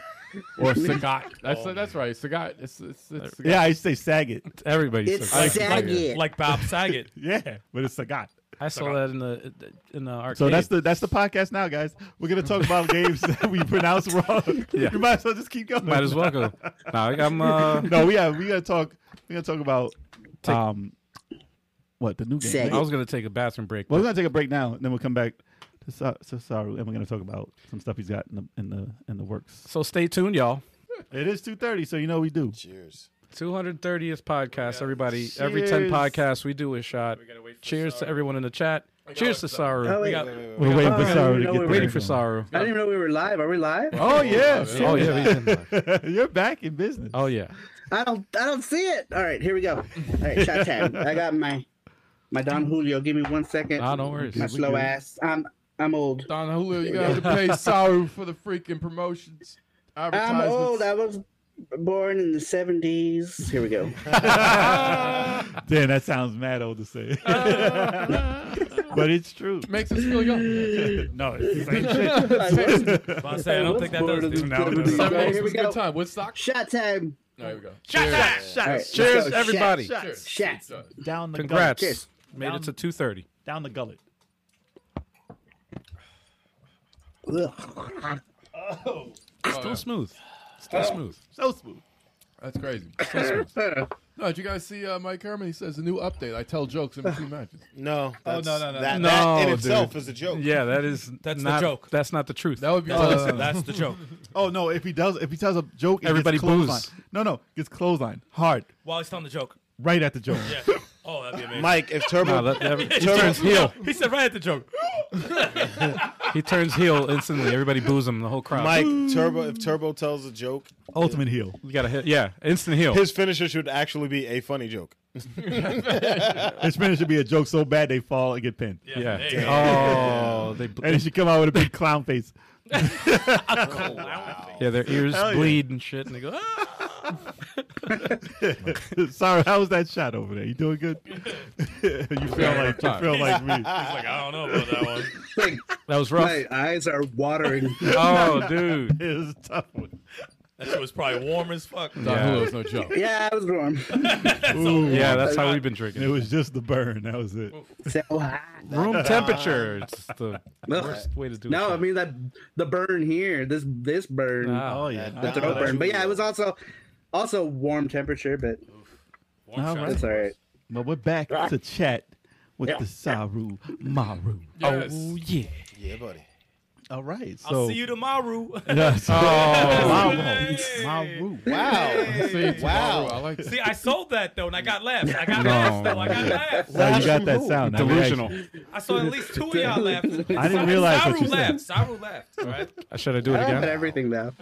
Speaker 4: Or Sagat. That's that's right. Sagat. It's it's it's. Sagat.
Speaker 3: Yeah, I say Sagat.
Speaker 2: Everybody
Speaker 5: It's
Speaker 2: says that.
Speaker 5: Sagat.
Speaker 8: like, like Bob Saget.
Speaker 3: Yeah, but it's Sagat.
Speaker 2: I saw that in the in the arcade.
Speaker 3: So that's the that's the podcast now, guys. We're gonna talk about games that we pronounce wrong.
Speaker 2: Yeah.
Speaker 3: You might as well just keep going.
Speaker 2: might as well go. No, I'm uh,
Speaker 3: No, we have we gotta talk. We gotta talk about um, what the new game.
Speaker 5: Sagat.
Speaker 2: I was gonna take a bathroom break.
Speaker 3: Well, we're gonna take a break now, and then we'll come back to Sa- to Saru, and we're gonna talk about some stuff he's got in the in the in the works.
Speaker 2: So stay tuned, y'all.
Speaker 3: It is two thirty, so you know we do.
Speaker 9: Cheers.
Speaker 2: 230th podcast, everybody. Every 10
Speaker 3: Cheers.
Speaker 2: podcasts, we do a shot. Cheers to everyone in the chat. Cheers to Saru.
Speaker 5: Oh, wait.
Speaker 2: we got,
Speaker 3: We're waiting for
Speaker 5: Oh,
Speaker 3: Saru
Speaker 5: no,
Speaker 3: to get
Speaker 5: we're
Speaker 2: we're
Speaker 3: there.
Speaker 2: waiting for Saru.
Speaker 5: I didn't even know we were live. Are we live?
Speaker 3: Oh yeah,
Speaker 2: Oh, yeah. we didn't-
Speaker 3: you're back in business.
Speaker 2: Oh, yeah.
Speaker 5: I don't I don't see it. All right, here we go. All right, shot time. I got my my Don Julio. Give me one second.
Speaker 2: Ah, no worries.
Speaker 5: My
Speaker 2: We
Speaker 5: slow
Speaker 2: good.
Speaker 5: ass. I'm I'm old.
Speaker 4: Don Julio, you gotta pay Saru for the freaking promotions.
Speaker 5: I'm
Speaker 4: Advertisements.
Speaker 5: old. I was born in the 70s. Here we go.
Speaker 3: Damn, that sounds mad old to say, but it's true.
Speaker 4: Makes us feel young.
Speaker 3: No, it's the same shit.
Speaker 5: I was
Speaker 8: Bob Saget. I don't think that
Speaker 5: born
Speaker 8: does.
Speaker 5: in the
Speaker 8: Dude.
Speaker 7: No, it
Speaker 5: 70s. All
Speaker 4: That
Speaker 5: right,
Speaker 4: was
Speaker 5: here we
Speaker 4: a good
Speaker 5: go.
Speaker 4: time. Woodstock.
Speaker 5: Shot time.
Speaker 4: There we go.
Speaker 5: All right, let's
Speaker 2: Cheers,
Speaker 5: go. Shot,
Speaker 2: everybody.
Speaker 5: shot,
Speaker 4: Cheers.
Speaker 5: Shot.
Speaker 4: Cheers.
Speaker 3: down the
Speaker 2: Congrats.
Speaker 5: Cheers.
Speaker 2: Made it to 230.
Speaker 3: down the gullet.
Speaker 5: Ugh.
Speaker 4: Oh,
Speaker 2: Still smooth. Still smooth.
Speaker 3: So smooth.
Speaker 4: That's crazy. no, did you guys see uh, Mike Herman? He says a new update. I tell jokes in between matches.
Speaker 9: No. That's,
Speaker 7: no, no, no,
Speaker 9: That,
Speaker 2: no.
Speaker 9: that in
Speaker 2: No,
Speaker 9: itself
Speaker 2: dude.
Speaker 9: is a joke.
Speaker 2: Yeah, that is
Speaker 8: That's the
Speaker 2: not,
Speaker 8: joke.
Speaker 2: That's not the truth.
Speaker 4: That would be
Speaker 3: Uh.
Speaker 8: Listen, that's the joke.
Speaker 3: Oh no, if he does, if he tells a joke, it
Speaker 2: Everybody
Speaker 3: gets clothesline.
Speaker 2: boos.
Speaker 3: No, no, gets clothesline hard
Speaker 8: While he's telling the joke.
Speaker 3: right at the joke.
Speaker 8: Yeah. Oh, that'd be amazing.
Speaker 9: Mike, if Turbo
Speaker 2: No, that- that- he turns heel.
Speaker 8: he said right at the joke.
Speaker 2: He turns heel instantly. Everybody boos him. The whole crowd.
Speaker 9: Mike Turbo if Turbo tells a joke,
Speaker 3: Ultimate heel.
Speaker 2: you got to hit. Yeah, instant heel.
Speaker 9: his finisher should actually be a funny joke.
Speaker 3: His finish should be a joke so bad they fall and get pinned,
Speaker 2: yeah.
Speaker 8: there you go.
Speaker 2: Oh, they.
Speaker 3: and he should come out with a big clown face.
Speaker 2: Yeah, their ears
Speaker 3: Hell yeah.
Speaker 2: bleed and shit, and they go. "Ah."
Speaker 3: Sorry, how was that shot over there? You doing good? you feel like you feel like me.
Speaker 8: He's like, I don't know about that one.
Speaker 5: Like,
Speaker 2: That was rough.
Speaker 5: my eyes are watering.
Speaker 2: Oh, dude.
Speaker 3: It was a tough one.
Speaker 8: That shit was probably warm as fuck.
Speaker 4: Don
Speaker 2: Yeah.
Speaker 4: Julio's no joke.
Speaker 5: yeah, I was warm.
Speaker 2: Yeah, that's how we've been
Speaker 3: It
Speaker 2: drinking.
Speaker 3: was just the burn. That was it.
Speaker 5: So hot.
Speaker 2: Room temperature. It's the
Speaker 5: Ugh.
Speaker 2: worst way to do it.
Speaker 5: No, I mean that the burn here. This this burn.
Speaker 2: Wow.
Speaker 3: yeah,
Speaker 5: the throat burn. But yeah, it was also also warm temperature, but
Speaker 3: all
Speaker 5: that's
Speaker 3: right.
Speaker 5: all right.
Speaker 3: Well, we're back to chat with the Saru Maru.
Speaker 4: Yes.
Speaker 2: Oh yeah.
Speaker 9: Yeah, buddy.
Speaker 3: All right, so
Speaker 8: I'll see you tomorrow.
Speaker 3: Yeah, so- Oh.
Speaker 8: Hey.
Speaker 3: Maru.
Speaker 9: Wow.
Speaker 4: See you tomorrow.
Speaker 9: Wow.
Speaker 4: I like it.
Speaker 8: See, I sold that though, and I got laughs. I got laughs though. I got laughs.
Speaker 3: No, you got that sound. I mean,
Speaker 2: Delusional.
Speaker 8: I saw at least two of y'all laughing.
Speaker 3: I didn't realize
Speaker 8: Saru
Speaker 3: what you said.
Speaker 8: laughed. Saru laughed. All right.
Speaker 2: Should I do it
Speaker 5: But
Speaker 2: again?
Speaker 5: everything though.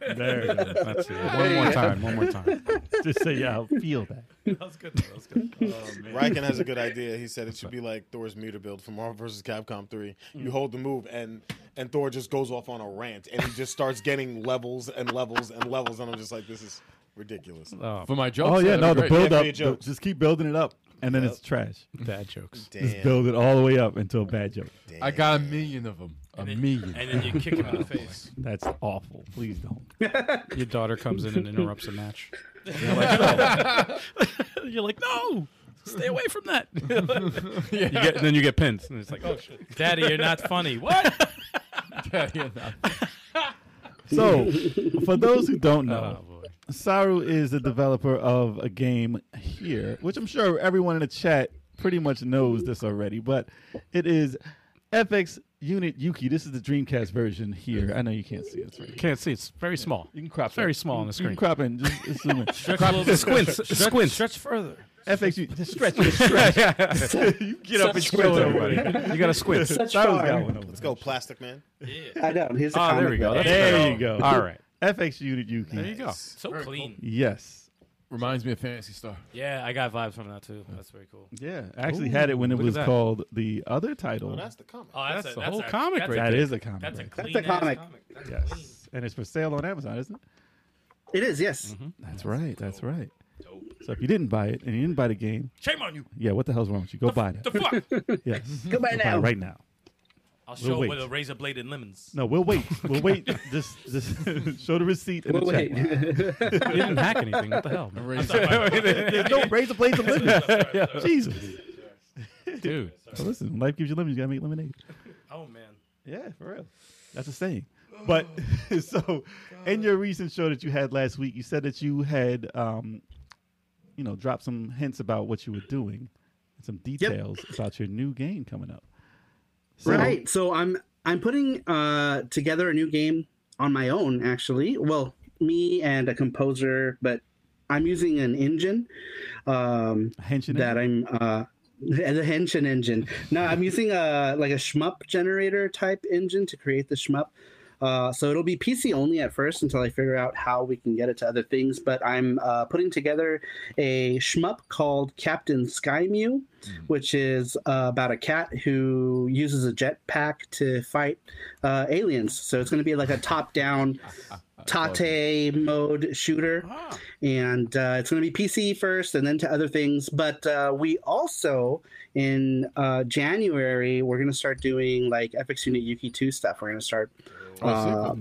Speaker 3: There it is.
Speaker 2: That's it. One more time. One more time.
Speaker 3: Just say, yeah, I feel that.
Speaker 8: That was good. Though. That was good. Um,
Speaker 9: Riken has a good idea. He said it should be like Thor's meter build from Marvel vs. Capcom 3.
Speaker 3: Mm.
Speaker 9: You hold the move and and Thor just goes off on a rant and he just starts getting levels and levels and levels and I'm just like this is ridiculous.
Speaker 4: For my jokes.
Speaker 3: Oh yeah,
Speaker 4: that'd
Speaker 3: no,
Speaker 4: be
Speaker 3: the
Speaker 4: great.
Speaker 3: build
Speaker 9: Yeah,
Speaker 3: up.
Speaker 9: for your jokes.
Speaker 3: Just keep building it up, and then it's trash.
Speaker 2: Bad jokes.
Speaker 9: Damn.
Speaker 3: Build it all the way up until bad joke.
Speaker 4: I got a million of them. A million.
Speaker 8: And then you kick him in the face.
Speaker 3: That's awful. Please don't.
Speaker 2: Your daughter comes in and interrupts a match. You're like, no. Stay away from that. You get, then you get pinned, and it's like, oh shit.
Speaker 8: Daddy, you're not funny. What?
Speaker 4: Yeah, yeah, no.
Speaker 3: So, for those who don't
Speaker 2: Oh
Speaker 3: know,
Speaker 2: boy.
Speaker 3: Saru is the developer of a game here, which I'm sure everyone in the chat pretty much knows this already, but it is FX Unit Yuki. This is the Dreamcast version here. I know you can't see it. It's right.
Speaker 2: Can't see. It's very small.
Speaker 3: You can crop
Speaker 2: It's very
Speaker 3: it.
Speaker 2: small on the
Speaker 3: You can
Speaker 2: screen.
Speaker 3: crop in. Just, just zoom in.
Speaker 2: Squints. Squints.
Speaker 8: Stretch further.
Speaker 3: FX Unit. Stretch. Stretch. you get up and squint
Speaker 2: Everybody,
Speaker 3: everybody.
Speaker 2: you got to squint.
Speaker 5: Such
Speaker 3: Saru's
Speaker 5: charm.
Speaker 3: got one over
Speaker 9: Let's go plastic man.
Speaker 5: I know. Here's a
Speaker 2: Ah,
Speaker 5: comic
Speaker 2: there we go.
Speaker 5: book.
Speaker 2: That's
Speaker 3: There you go.
Speaker 2: All right.
Speaker 3: FX Unit Yuki.
Speaker 2: There you go.
Speaker 8: So clean.
Speaker 3: Yes.
Speaker 4: Reminds me of Fantasy Star.
Speaker 8: Yeah, I got vibes from that too. That's very cool.
Speaker 3: Yeah, I actually had it when it
Speaker 2: look at
Speaker 3: was
Speaker 2: that.
Speaker 3: called the other title.
Speaker 9: Oh, that's the comic.
Speaker 8: Oh, that's,
Speaker 2: That's
Speaker 8: a,
Speaker 2: the whole comic
Speaker 8: that's
Speaker 2: right
Speaker 3: that
Speaker 8: a,
Speaker 3: is a comic.
Speaker 8: That's a
Speaker 3: book.
Speaker 8: clean
Speaker 5: comic.
Speaker 8: That's clean.
Speaker 3: yes, and it's for sale on Amazon, isn't it?
Speaker 5: It is, yes.
Speaker 2: Mm-hmm.
Speaker 3: That's right. That's right. So if you didn't buy it and you didn't buy the game,
Speaker 7: Shame on you.
Speaker 3: yeah, what the hell's wrong with you? Go buy it.
Speaker 7: The fuck?
Speaker 3: Yes,
Speaker 5: Go buy it now.
Speaker 3: right now.
Speaker 8: I'll
Speaker 3: We'll
Speaker 8: show
Speaker 3: wait.
Speaker 8: with a razor blade and lemons.
Speaker 3: No, we'll wait. We'll wait. Just, just show the receipt and
Speaker 5: Well,
Speaker 3: the check.
Speaker 5: wait.
Speaker 2: You didn't hack anything. What the hell, man?
Speaker 3: There's no razor blades to limit. Jesus.
Speaker 2: dude?
Speaker 3: Well, listen, when life gives you lemons. You gotta make lemonade.
Speaker 8: Oh man.
Speaker 3: Yeah, for real. That's a saying. But so, in your recent show that you had last week, you said that you had, um, you know, dropped some hints about what you were doing, and some details about your new game coming up. So,
Speaker 5: Right. So I'm I'm putting uh, together a new game on my own, actually. Well, me and a composer, but I'm using an engine um,
Speaker 3: Henshin
Speaker 5: that I'm uh, the Henshin engine. No, I'm using a like a shmup generator type engine to create the shmup. Uh, so it'll be PC only at first until I figure out how we can get it to other things. But I'm uh, putting together a shmup called Captain Skymew, which is uh, about a cat who uses a jetpack to fight uh, aliens. So it's going to be like a top-down Tate mode shooter, and uh, it's going to be PC first, and then to other things. But uh, we also in uh, January we're going to start doing like FX Unit Yuki two stuff. We're going to start uh,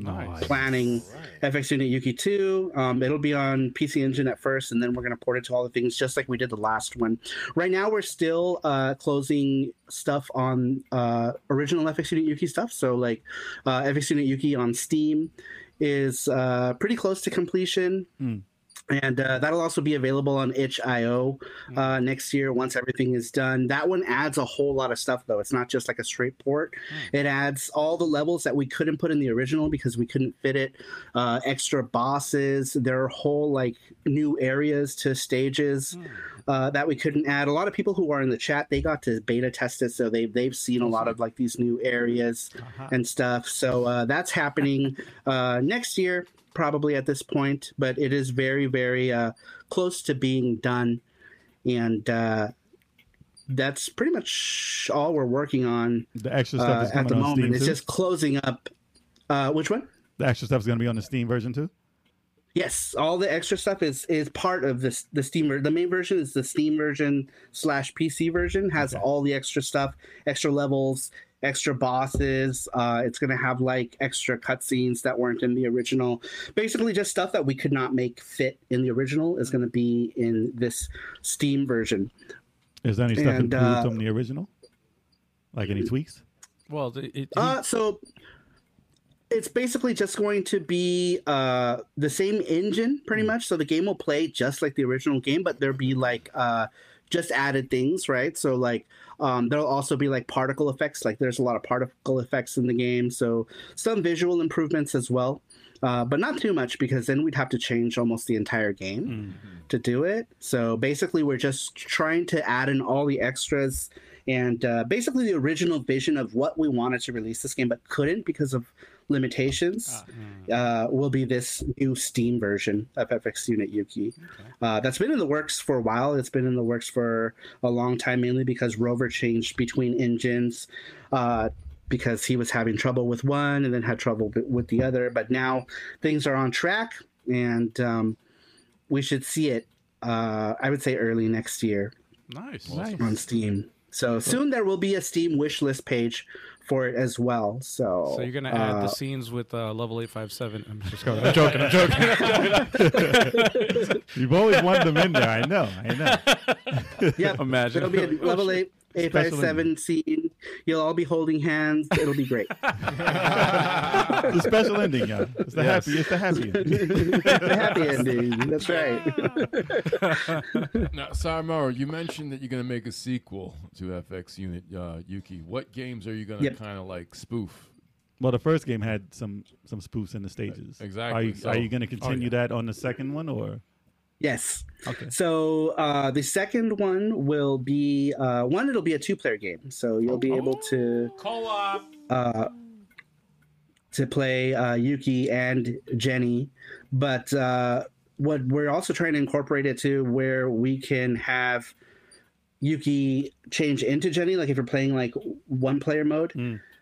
Speaker 5: planning FX Unit Yuki 2. Um, it'll be on PC Engine at first, and then we're going to port it to all the things, just like we did the last one. Right now, we're still uh, closing stuff on uh, original FX Unit Yuki stuff. So, like uh, FX Unit Yuki on Steam is uh, pretty close to completion. And uh, that'll also be available on itch.io uh, next year once everything is done. That one adds a whole lot of stuff, though. It's not just like a straight port. It adds all the levels that we couldn't put in the original because we couldn't fit it. Uh, extra bosses. There are whole like new areas to stages uh, that we couldn't add. A lot of people who are in the chat they got to beta test it, so they've they've seen a lot of like these new areas and stuff. So uh, that's happening uh, next year probably at this point, but it is very very uh, close to being done, and. Uh, that's pretty much all we're working on
Speaker 3: the extra stuff
Speaker 5: uh,
Speaker 3: is
Speaker 5: at
Speaker 3: coming
Speaker 5: the
Speaker 3: on
Speaker 5: moment.
Speaker 3: Steam
Speaker 5: it's
Speaker 3: too?
Speaker 5: just closing up. Uh, which one?
Speaker 3: the extra stuff is going to be on the Steam version too.
Speaker 5: Yes, all the extra stuff is is part of this the Steam. ver- The main version is the Steam version slash PC version. Has all the extra stuff, extra levels, extra bosses. Uh, it's gonna have like extra cutscenes that weren't in the original. Basically, just stuff that we could not make fit in the original is gonna be in this Steam version.
Speaker 3: Is there any stuff
Speaker 5: And,
Speaker 3: improved
Speaker 5: uh,
Speaker 3: from the original? Like any tweaks?
Speaker 2: Well, the- it,
Speaker 5: Uh, so it's basically just going to be uh, the same engine, pretty much. So the game will play just like the original game, but there'll be like uh, just added things, right? So like um, there'll also be like particle effects. Like there's a lot of particle effects in the game, so some visual improvements as well. Uh, but not too much because then we'd have to change almost the entire game to do it. So basically, we're just trying to add in all the extras and uh, basically the original vision of what we wanted to release this game but couldn't because of limitations. Uh, will be this new Steam version of FX Unit Yuki. Uh, that's been in the works for a while. It's been in the works for a long time, mainly because Rover changed between engines. Uh, because he was having trouble with one and then had trouble with the other. But now things are on track, and um, we should see it. Uh, I would say early next year
Speaker 2: nice.
Speaker 5: on Steam. So soon there will be a Steam wish list page for it as well. So,
Speaker 2: So you're gonna
Speaker 5: uh,
Speaker 2: add the scenes with uh, level eight five seven. I'm just going. I'm joking. I'm joking.
Speaker 3: You've always wanted them in there. I know. I know.
Speaker 5: yep,
Speaker 2: Imagine.
Speaker 5: uh, It'll be a level eight. Eight five
Speaker 3: Special
Speaker 5: seven scene. You'll all be holding hands. It'll be great.
Speaker 3: It's a special ending, y'all. It's the happy. It's the happy ending.
Speaker 5: the happy ending. That's right.
Speaker 4: Now, Sayamaru, you mentioned that you're going to make a sequel to FX Unit uh, Yuki. What games are you going to
Speaker 5: Yep.
Speaker 4: kind of like spoof?
Speaker 3: Well, the first game had some some spoofs in the stages.
Speaker 4: Exactly,
Speaker 3: Are you,
Speaker 4: so-
Speaker 3: are you going to continue that on the second one or?
Speaker 5: Yes.
Speaker 3: Okay.
Speaker 5: So uh, the second one will be uh, one. It'll be a two-player game, so you'll be able to
Speaker 8: Co-op.
Speaker 5: to play uh, Yuki and Jenny, but uh, what we're also trying to incorporate it to where we can have Yuki change into Jenny, like if you're playing like one player mode,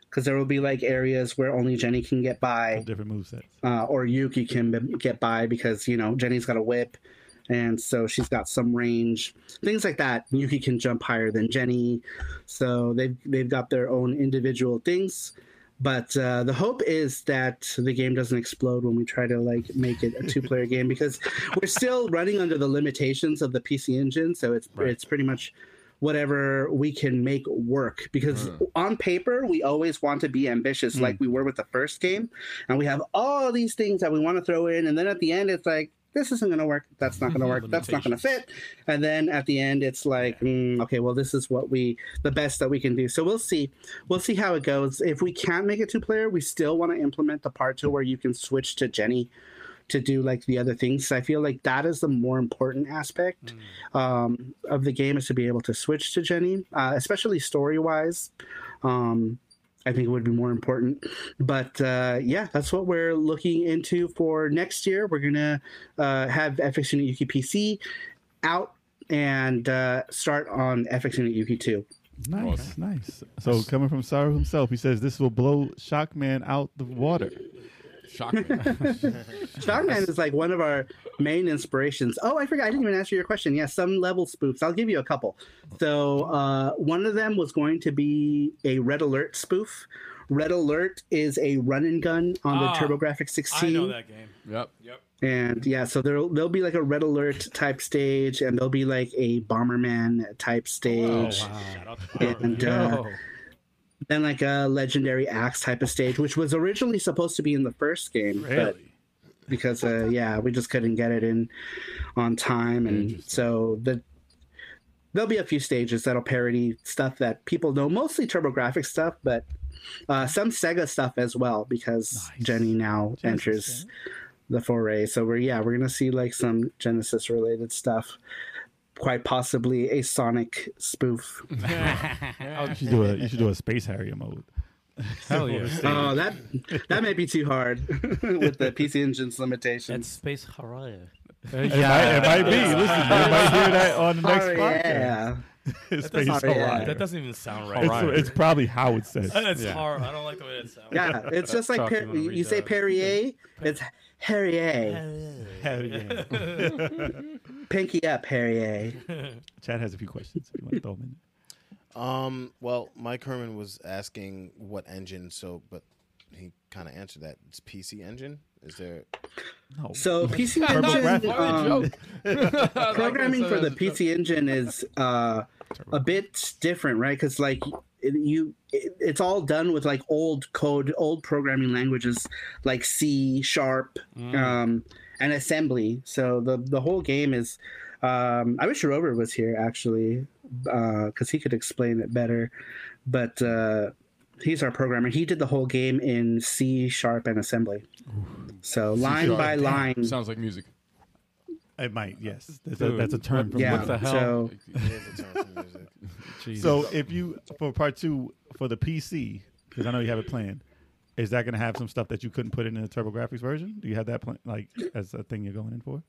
Speaker 5: because there will be like areas where only Jenny can get by
Speaker 3: different movesets.
Speaker 5: uh, or Yuki can b- get by because you know Jenny's got a whip, and so she's got some range. Things like that. Yuki can jump higher than Jenny, so they've they've got their own individual things. But uh, the hope is that the game doesn't explode when we try to like make it a two-player game because we're still running under the limitations of the PC engine. So it's it's pretty much whatever we can make work because on paper we always want to be ambitious like we were with the first game and we have all these things that we want to throw in and then at the end it's like this isn't going to work that's not going to work that's not going to fit and then at the end it's like mm, okay well this is what we the best that we can do so we'll see we'll see how it goes if we can't make it two player we still want to implement the part to where you can switch to jenny to do like the other things. I feel like that is the more important aspect um, of the game is to be able to switch to Jenny, uh, especially story wise. Um, I think it would be more important, but uh, yeah, that's what we're looking into for next year. We're gonna uh, have FX Unit Yuki PC out and uh, start on FX Unit Yuki two.
Speaker 3: Nice, nice. So coming from Saru himself, he says this will blow Shockman out the water.
Speaker 4: Shocking.
Speaker 5: Strongman is like one of our main inspirations. Oh, I forgot. I didn't even answer your question. Yeah, some level spoofs. I'll give you a couple. So, uh, one of them was going to be a Red Alert spoof. Red Alert is a run and gun on the
Speaker 8: Ah,
Speaker 5: TurboGrafx
Speaker 8: I
Speaker 5: 16.
Speaker 8: know that game.
Speaker 4: yep.
Speaker 5: And yeah, so there'll, there'll be like a Red Alert type stage, and there'll be like a Bomberman type stage.
Speaker 8: Oh, Shout out to Power
Speaker 5: And,
Speaker 8: Man.
Speaker 5: uh, then like a legendary axe type of stage, which was originally supposed to be in the first game, but because uh, yeah, we just couldn't get it in on time, and so the there'll be a few stages that'll parody stuff that people know, mostly TurboGrafx stuff, but uh, some Sega stuff as well because Jenny now enters the foray. So we're yeah, we're gonna see like some Genesis related stuff. Quite possibly a Sonic spoof.
Speaker 3: You should do a you should do a Space Harrier mode.
Speaker 8: Hell yeah.
Speaker 5: Oh, that that may be too hard with the PC Engine's limitations.
Speaker 8: That's Space Haraya.
Speaker 3: It, might, it might be. Listen, you might hear that on the next
Speaker 5: Oh,
Speaker 3: podcast.
Speaker 5: yeah.
Speaker 3: Space
Speaker 5: sound right.
Speaker 3: Harrier.
Speaker 8: That doesn't even sound right.
Speaker 3: It's, it's probably how it says.
Speaker 8: That's hard. I don't like the way that sounds.
Speaker 5: yeah, it's just like
Speaker 2: Chuck,
Speaker 5: per-
Speaker 2: you wanna
Speaker 5: you,
Speaker 2: read
Speaker 5: say
Speaker 2: that?
Speaker 5: Perrier, it's Harrier. Pinky up, Harrier.
Speaker 3: Chad has a few questions. If you want to throw them in.
Speaker 9: Um. Well, Mike Herman was asking what engine, so but he kind of answered that. It's PC engine. Is there?
Speaker 5: So PC
Speaker 3: graphic.
Speaker 5: Engine um,
Speaker 4: I like
Speaker 5: programming
Speaker 4: this,
Speaker 5: for
Speaker 4: uh,
Speaker 5: the PC Engine is uh, a bit different, right? Because like it- you, it, it's all done with like old code, old programming languages like C sharp
Speaker 4: Mm.
Speaker 5: um, and assembly. So the the whole game is. Um, I wish Rover was here actually, because he could explain it better. But uh, he's our programmer. He did the whole game in C sharp and assembly. So line
Speaker 4: sharp.
Speaker 5: by line.
Speaker 4: Sounds like music.
Speaker 3: It might. Yes, that's a, that's a term from
Speaker 5: yeah.
Speaker 3: what the-
Speaker 5: So
Speaker 9: There's a term for music.
Speaker 3: So if you for part two for the PC, because I know you have it planned, is that going to have some stuff that you couldn't put in the TurboGrafx version? Do you have that plan like as a thing you're going in for?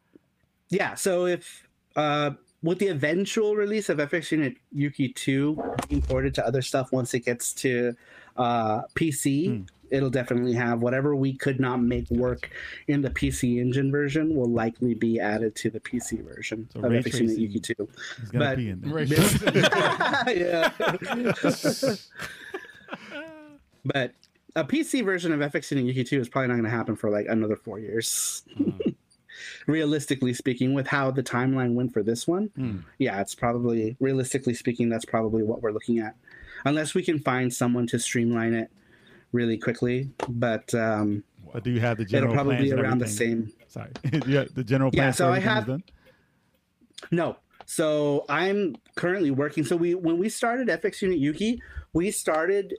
Speaker 5: yeah so if uh with the eventual release of FX Unit Yuki 2 being ported to other stuff once it gets to uh, PC,
Speaker 3: Hmm.
Speaker 5: it'll definitely have whatever we could not make work in the PC Engine version will likely be added to the PC version
Speaker 3: So
Speaker 5: of
Speaker 3: ray
Speaker 5: FX Unit
Speaker 3: tracing
Speaker 5: Yuki 2.
Speaker 3: It's going to
Speaker 5: But-
Speaker 3: be in there.
Speaker 5: yeah. but a PC version of FX and Yuki 2 is probably not going to happen for like another four years.
Speaker 3: Hmm.
Speaker 5: realistically speaking, with how the timeline went for this one,
Speaker 3: Hmm.
Speaker 5: yeah, it's probably, realistically speaking, that's probably what we're looking at. Unless we can find someone to streamline it really quickly. But um,
Speaker 3: But do you have the
Speaker 5: it'll
Speaker 3: general
Speaker 5: probably
Speaker 3: plans
Speaker 5: be
Speaker 3: and
Speaker 5: around the
Speaker 3: everything?
Speaker 5: same.
Speaker 3: Sorry, Do you have the general
Speaker 5: Yeah,
Speaker 3: plans
Speaker 5: so
Speaker 3: for
Speaker 5: I
Speaker 3: everything is
Speaker 5: have-
Speaker 3: done?
Speaker 5: No. So I'm currently working. So we when we started FX Unit Yuki, we started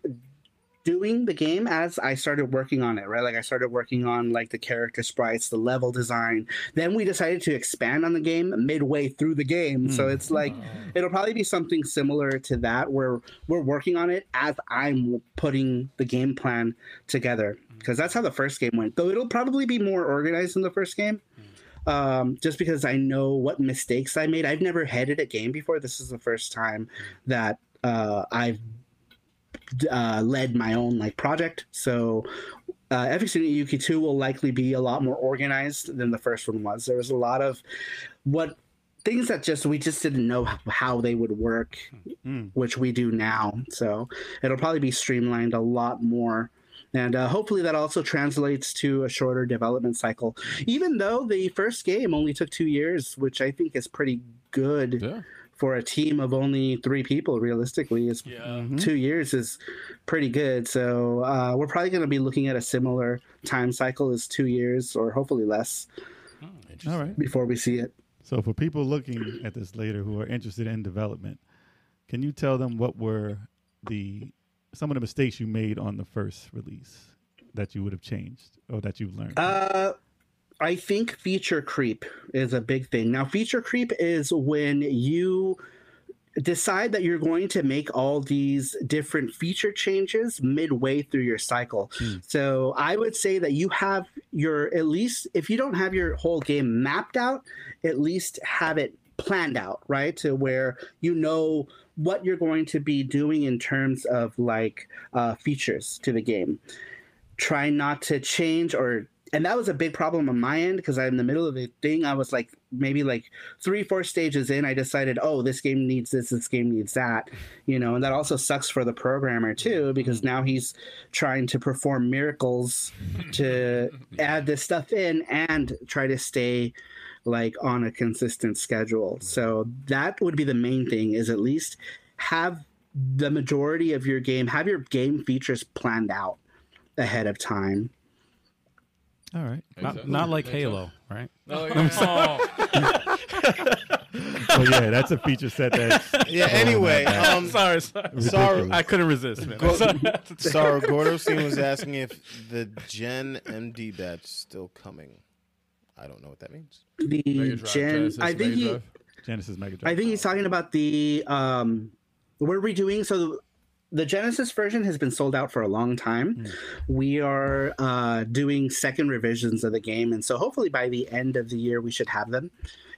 Speaker 5: doing the game as I started working on it, right? Like I started working on like the character sprites, the level design. Then we decided to expand on the game midway through the game. So it's like it'll probably be something similar to that where we're working on it as I'm putting the game plan together because that's how the first game went. Though it'll probably be more organized than the first game um, just because I know what mistakes I made. I've never headed a game before. This is the first time that uh, I've uh, led my own like project. So uh, every student Yuki two will likely be a lot more organized than the first one was. There was a lot of what things that just we just didn't know how they would work, which we do now. So it'll probably be streamlined a lot more. And uh, hopefully that also translates to a shorter development cycle. Even though the first game only took two years, which I think is pretty good
Speaker 4: Yeah.
Speaker 5: for a team of only three people. Realistically, is two years is pretty good. So uh, we're probably going to be looking at a similar time cycle as two years, or hopefully less,
Speaker 3: All right.
Speaker 5: before we see it.
Speaker 3: So for people looking at this later who are interested in development, can you tell them what were the some of the mistakes you made on the first release that you would have changed or that you've learned?
Speaker 5: Uh, I think feature creep is a big thing. Now, feature creep is when you decide that you're going to make all these different feature changes midway through your cycle. So, I would say that you have your at least if you don't have your whole game mapped out, at least have it planned out, right? To where you know what you're going to be doing in terms of like uh, features to the game try not to change or and that was a big problem on my end because I'm in the middle of a thing. I was like maybe like three, four stages in, I decided, oh, this game needs this, this game needs that. You know, and that also sucks for the programmer too, because now he's trying to perform miracles to add this stuff in and try to stay like on a consistent schedule. So that would be the main thing is at least have the majority of your game, have your game features planned out ahead of time.
Speaker 3: All right.
Speaker 2: Not, not like Halo, right?
Speaker 4: No, yeah.
Speaker 3: So yeah, that's a feature set that's
Speaker 6: Yeah. Anyway, um,
Speaker 2: Sorry, sorry.
Speaker 6: sorry.
Speaker 2: I couldn't resist, man.
Speaker 6: Go- Sorry, Gordo Singh was asking if the Gen MD badge is still coming. I don't know what that means.
Speaker 4: Mega
Speaker 5: The
Speaker 4: Drive,
Speaker 5: Gen,
Speaker 4: Genesis,
Speaker 5: I think
Speaker 4: Mega
Speaker 5: he,
Speaker 4: Drive.
Speaker 3: Genesis Mega Drive.
Speaker 5: I think he's talking about the um, we're redoing so. The, the Genesis version has been sold out for a long time. We are uh, doing second revisions of the game, and so hopefully by the end of the year we should have them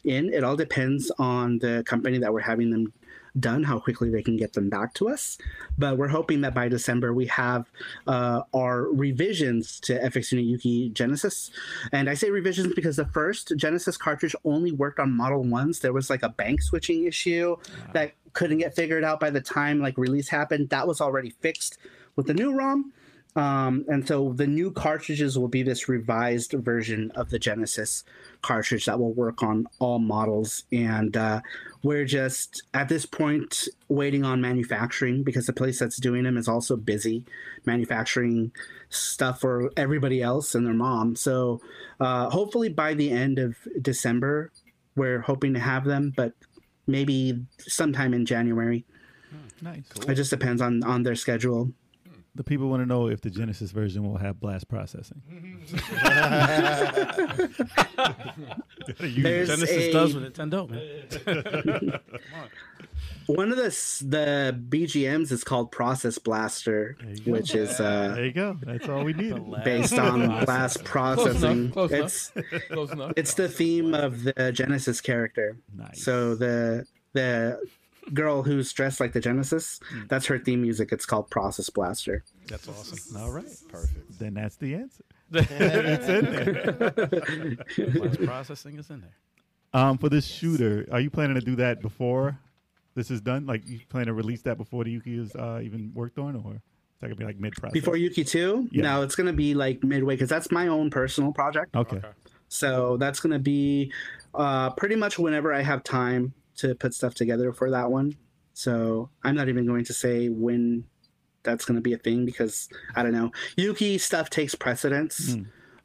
Speaker 5: in. It all depends on the company that we're having them done, how quickly they can get them back to us. But we're hoping that by December we have uh, our revisions to FX Unit Yuki Genesis. And I say revisions because the first Genesis cartridge only worked on Model 1s. There was like a bank switching issue that couldn't get figured out by the time like release happened. That was already fixed with the new ROM. Um, and so the new cartridges will be this revised version of the Genesis cartridge that will work on all models. And uh, we're just at this point waiting on manufacturing because the place that's doing them is also busy manufacturing stuff for everybody else and their mom. So uh, hopefully by the end of December, we're hoping to have them, but maybe sometime in January.
Speaker 3: nice.
Speaker 5: It just depends on on their schedule.
Speaker 3: The people want to know if the Genesis version will have blast processing.
Speaker 5: There's
Speaker 2: Genesis
Speaker 5: a-
Speaker 2: does with Nintendo, man.
Speaker 5: one of the s- the BGMs is called Process Blaster,
Speaker 3: go.
Speaker 5: which is uh,
Speaker 3: There you go. That's all we need.
Speaker 5: based on blast processing.
Speaker 4: Close enough,
Speaker 5: it's
Speaker 4: Close enough.
Speaker 5: it's the theme of the Genesis character.
Speaker 3: Nice.
Speaker 5: So the the girl who's dressed like the Genesis,
Speaker 3: Hmm.
Speaker 5: that's her theme music. It's called Process Blaster.
Speaker 2: That's awesome.
Speaker 3: all right. Perfect. Then that's the answer.
Speaker 2: Blast processing is in there.
Speaker 3: Um, for this shooter, are you planning to do that before this is done? Like, you plan to release that before the Yuki is uh, even worked on, or is that gonna be like mid process?
Speaker 5: Before Yuki two,
Speaker 3: Yeah.
Speaker 5: no, it's gonna be like midway because that's my own personal project.
Speaker 3: Okay.
Speaker 5: So that's going to be uh, pretty much whenever I have time to put stuff together for that one. So I'm not even going to say when that's going to be a thing because I don't know. Yuki stuff takes precedence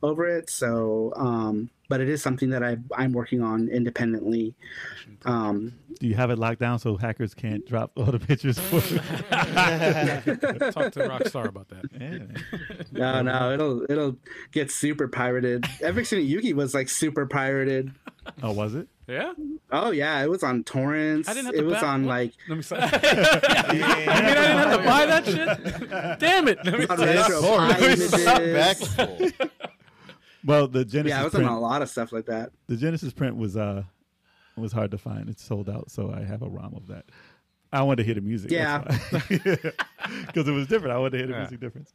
Speaker 5: over it. So, um, but it is something that I, I'm working on independently. Um,
Speaker 3: Do you have it locked down so hackers can't drop all the pictures? For
Speaker 2: Talk to Rockstar about that.
Speaker 3: yeah.
Speaker 5: no, no, it'll it'll get super pirated. Every single Yuki was like super pirated.
Speaker 3: Oh, was it?
Speaker 2: Yeah,
Speaker 5: Oh yeah, it was on torrents.
Speaker 2: I didn't have
Speaker 5: it
Speaker 2: to
Speaker 5: was
Speaker 2: bat-
Speaker 5: on
Speaker 2: what?
Speaker 5: like
Speaker 2: let me say. I mean, I didn't have to buy that shit. Damn it! Let me
Speaker 5: on
Speaker 2: say.
Speaker 5: retro pie images.
Speaker 6: Respectful.
Speaker 3: Well, the Genesis
Speaker 5: yeah, I was on
Speaker 3: print,
Speaker 5: a lot of stuff like that.
Speaker 3: the Genesis print was uh was hard to find. It's sold out, so I have a ROM of that. I wanted to hear the music. because it was different. I wanted to hear the
Speaker 7: Yeah.
Speaker 3: music difference,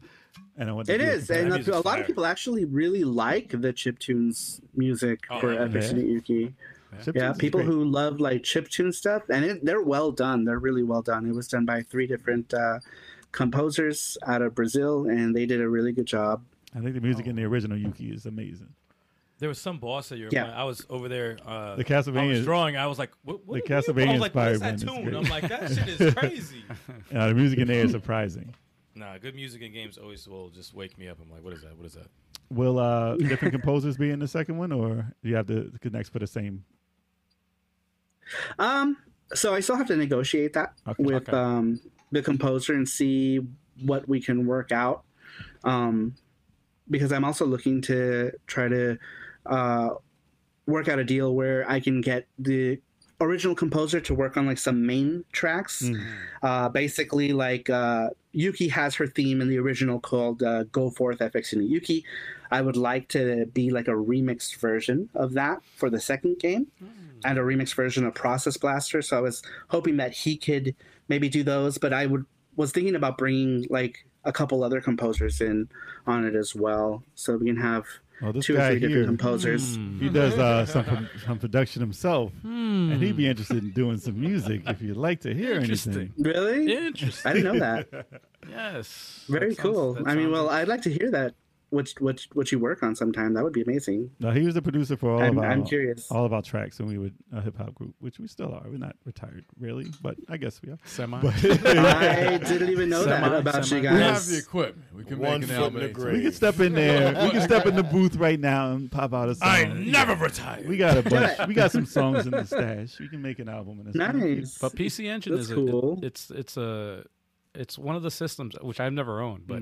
Speaker 3: and I wanted.
Speaker 5: It
Speaker 3: to hear
Speaker 5: is,
Speaker 3: compare-
Speaker 5: and a,
Speaker 7: music's
Speaker 5: a lot
Speaker 7: fire.
Speaker 5: of people actually really like the chiptunes music
Speaker 7: Oh,
Speaker 5: for
Speaker 8: yeah.
Speaker 5: Epic
Speaker 3: Yeah.
Speaker 5: City Yuki.
Speaker 3: Chiptunes
Speaker 5: Yeah,
Speaker 3: is
Speaker 5: people
Speaker 3: great.
Speaker 5: who love like chiptune stuff, and it, they're well done. They're really well done. It was done by three different uh, composers out of Brazil, and they did a really good job.
Speaker 3: I think the music in the original Yuki is amazing.
Speaker 8: There was some boss that you were
Speaker 5: Yeah.
Speaker 8: playing. I was over there. Uh,
Speaker 3: The
Speaker 8: I was
Speaker 3: Castlevania-
Speaker 8: drawing. I was like, what, what
Speaker 3: the
Speaker 8: are you playing?
Speaker 3: Castlevania
Speaker 8: I was like, what's
Speaker 3: Spider-Man
Speaker 8: that
Speaker 3: is
Speaker 8: tune?
Speaker 3: great.
Speaker 8: I'm like, that shit is crazy.
Speaker 3: Uh, the music in there is surprising.
Speaker 8: nah, good music in games always will just wake me up. I'm like, what is that? What is that?
Speaker 3: Will uh, different composers be in the second one, or do you have to connect for the same?
Speaker 5: Um, so I still have to negotiate that
Speaker 3: Okay.
Speaker 5: with
Speaker 8: Okay.
Speaker 5: um the composer and see what we can work out. Um, because I'm also looking to try to uh, work out a deal where I can get the original composer to work on like some main tracks.
Speaker 3: Mm.
Speaker 5: Uh, basically, like uh, Yuki has her theme in the original called uh, "Go Forth FX and Yuki." I would like to be like a remixed version of that for the second game, and a remixed version of Process Blaster. So I was hoping that he could maybe do those, but I would was thinking about bringing like a couple other composers in on it as well, so we can have
Speaker 3: Oh, this
Speaker 5: two or
Speaker 3: guy
Speaker 5: three
Speaker 3: here,
Speaker 5: different composers.
Speaker 3: he does uh, some pro- some production himself, and he'd be interested in doing some music if you'd like to hear anything.
Speaker 2: Interesting.
Speaker 5: Really?
Speaker 2: Interesting.
Speaker 5: I didn't know that.
Speaker 2: Yes.
Speaker 5: Very
Speaker 2: That sounds-
Speaker 5: cool.
Speaker 2: that
Speaker 5: I mean,
Speaker 2: sounds-
Speaker 5: well, I'd like to hear that. What what what you work on sometime? That would be amazing.
Speaker 3: No, he was the producer for all
Speaker 5: I'm-
Speaker 3: of our
Speaker 5: I'm curious.
Speaker 3: all of our tracks when we were a hip hop group, which we still are. We're not retired really, but I guess we are.
Speaker 2: semi.
Speaker 5: I didn't even know
Speaker 2: Semi-
Speaker 5: that about
Speaker 2: semi-
Speaker 5: you
Speaker 4: We have the
Speaker 5: guys.
Speaker 4: equipment. We can
Speaker 9: One
Speaker 4: make
Speaker 9: foot
Speaker 4: an
Speaker 9: in
Speaker 4: album.
Speaker 9: the
Speaker 3: We
Speaker 9: grave.
Speaker 3: can step in there. We can step in the booth right now and pop out a song.
Speaker 8: Uh,
Speaker 7: I never retire.
Speaker 3: We got a bunch.
Speaker 5: it.
Speaker 3: We got some songs in the stash. We can make an album in a
Speaker 5: Nice.
Speaker 2: But PC Engine
Speaker 5: That's
Speaker 2: is a,
Speaker 5: cool.
Speaker 2: it- it's it's a it's one of the systems which I've never owned, but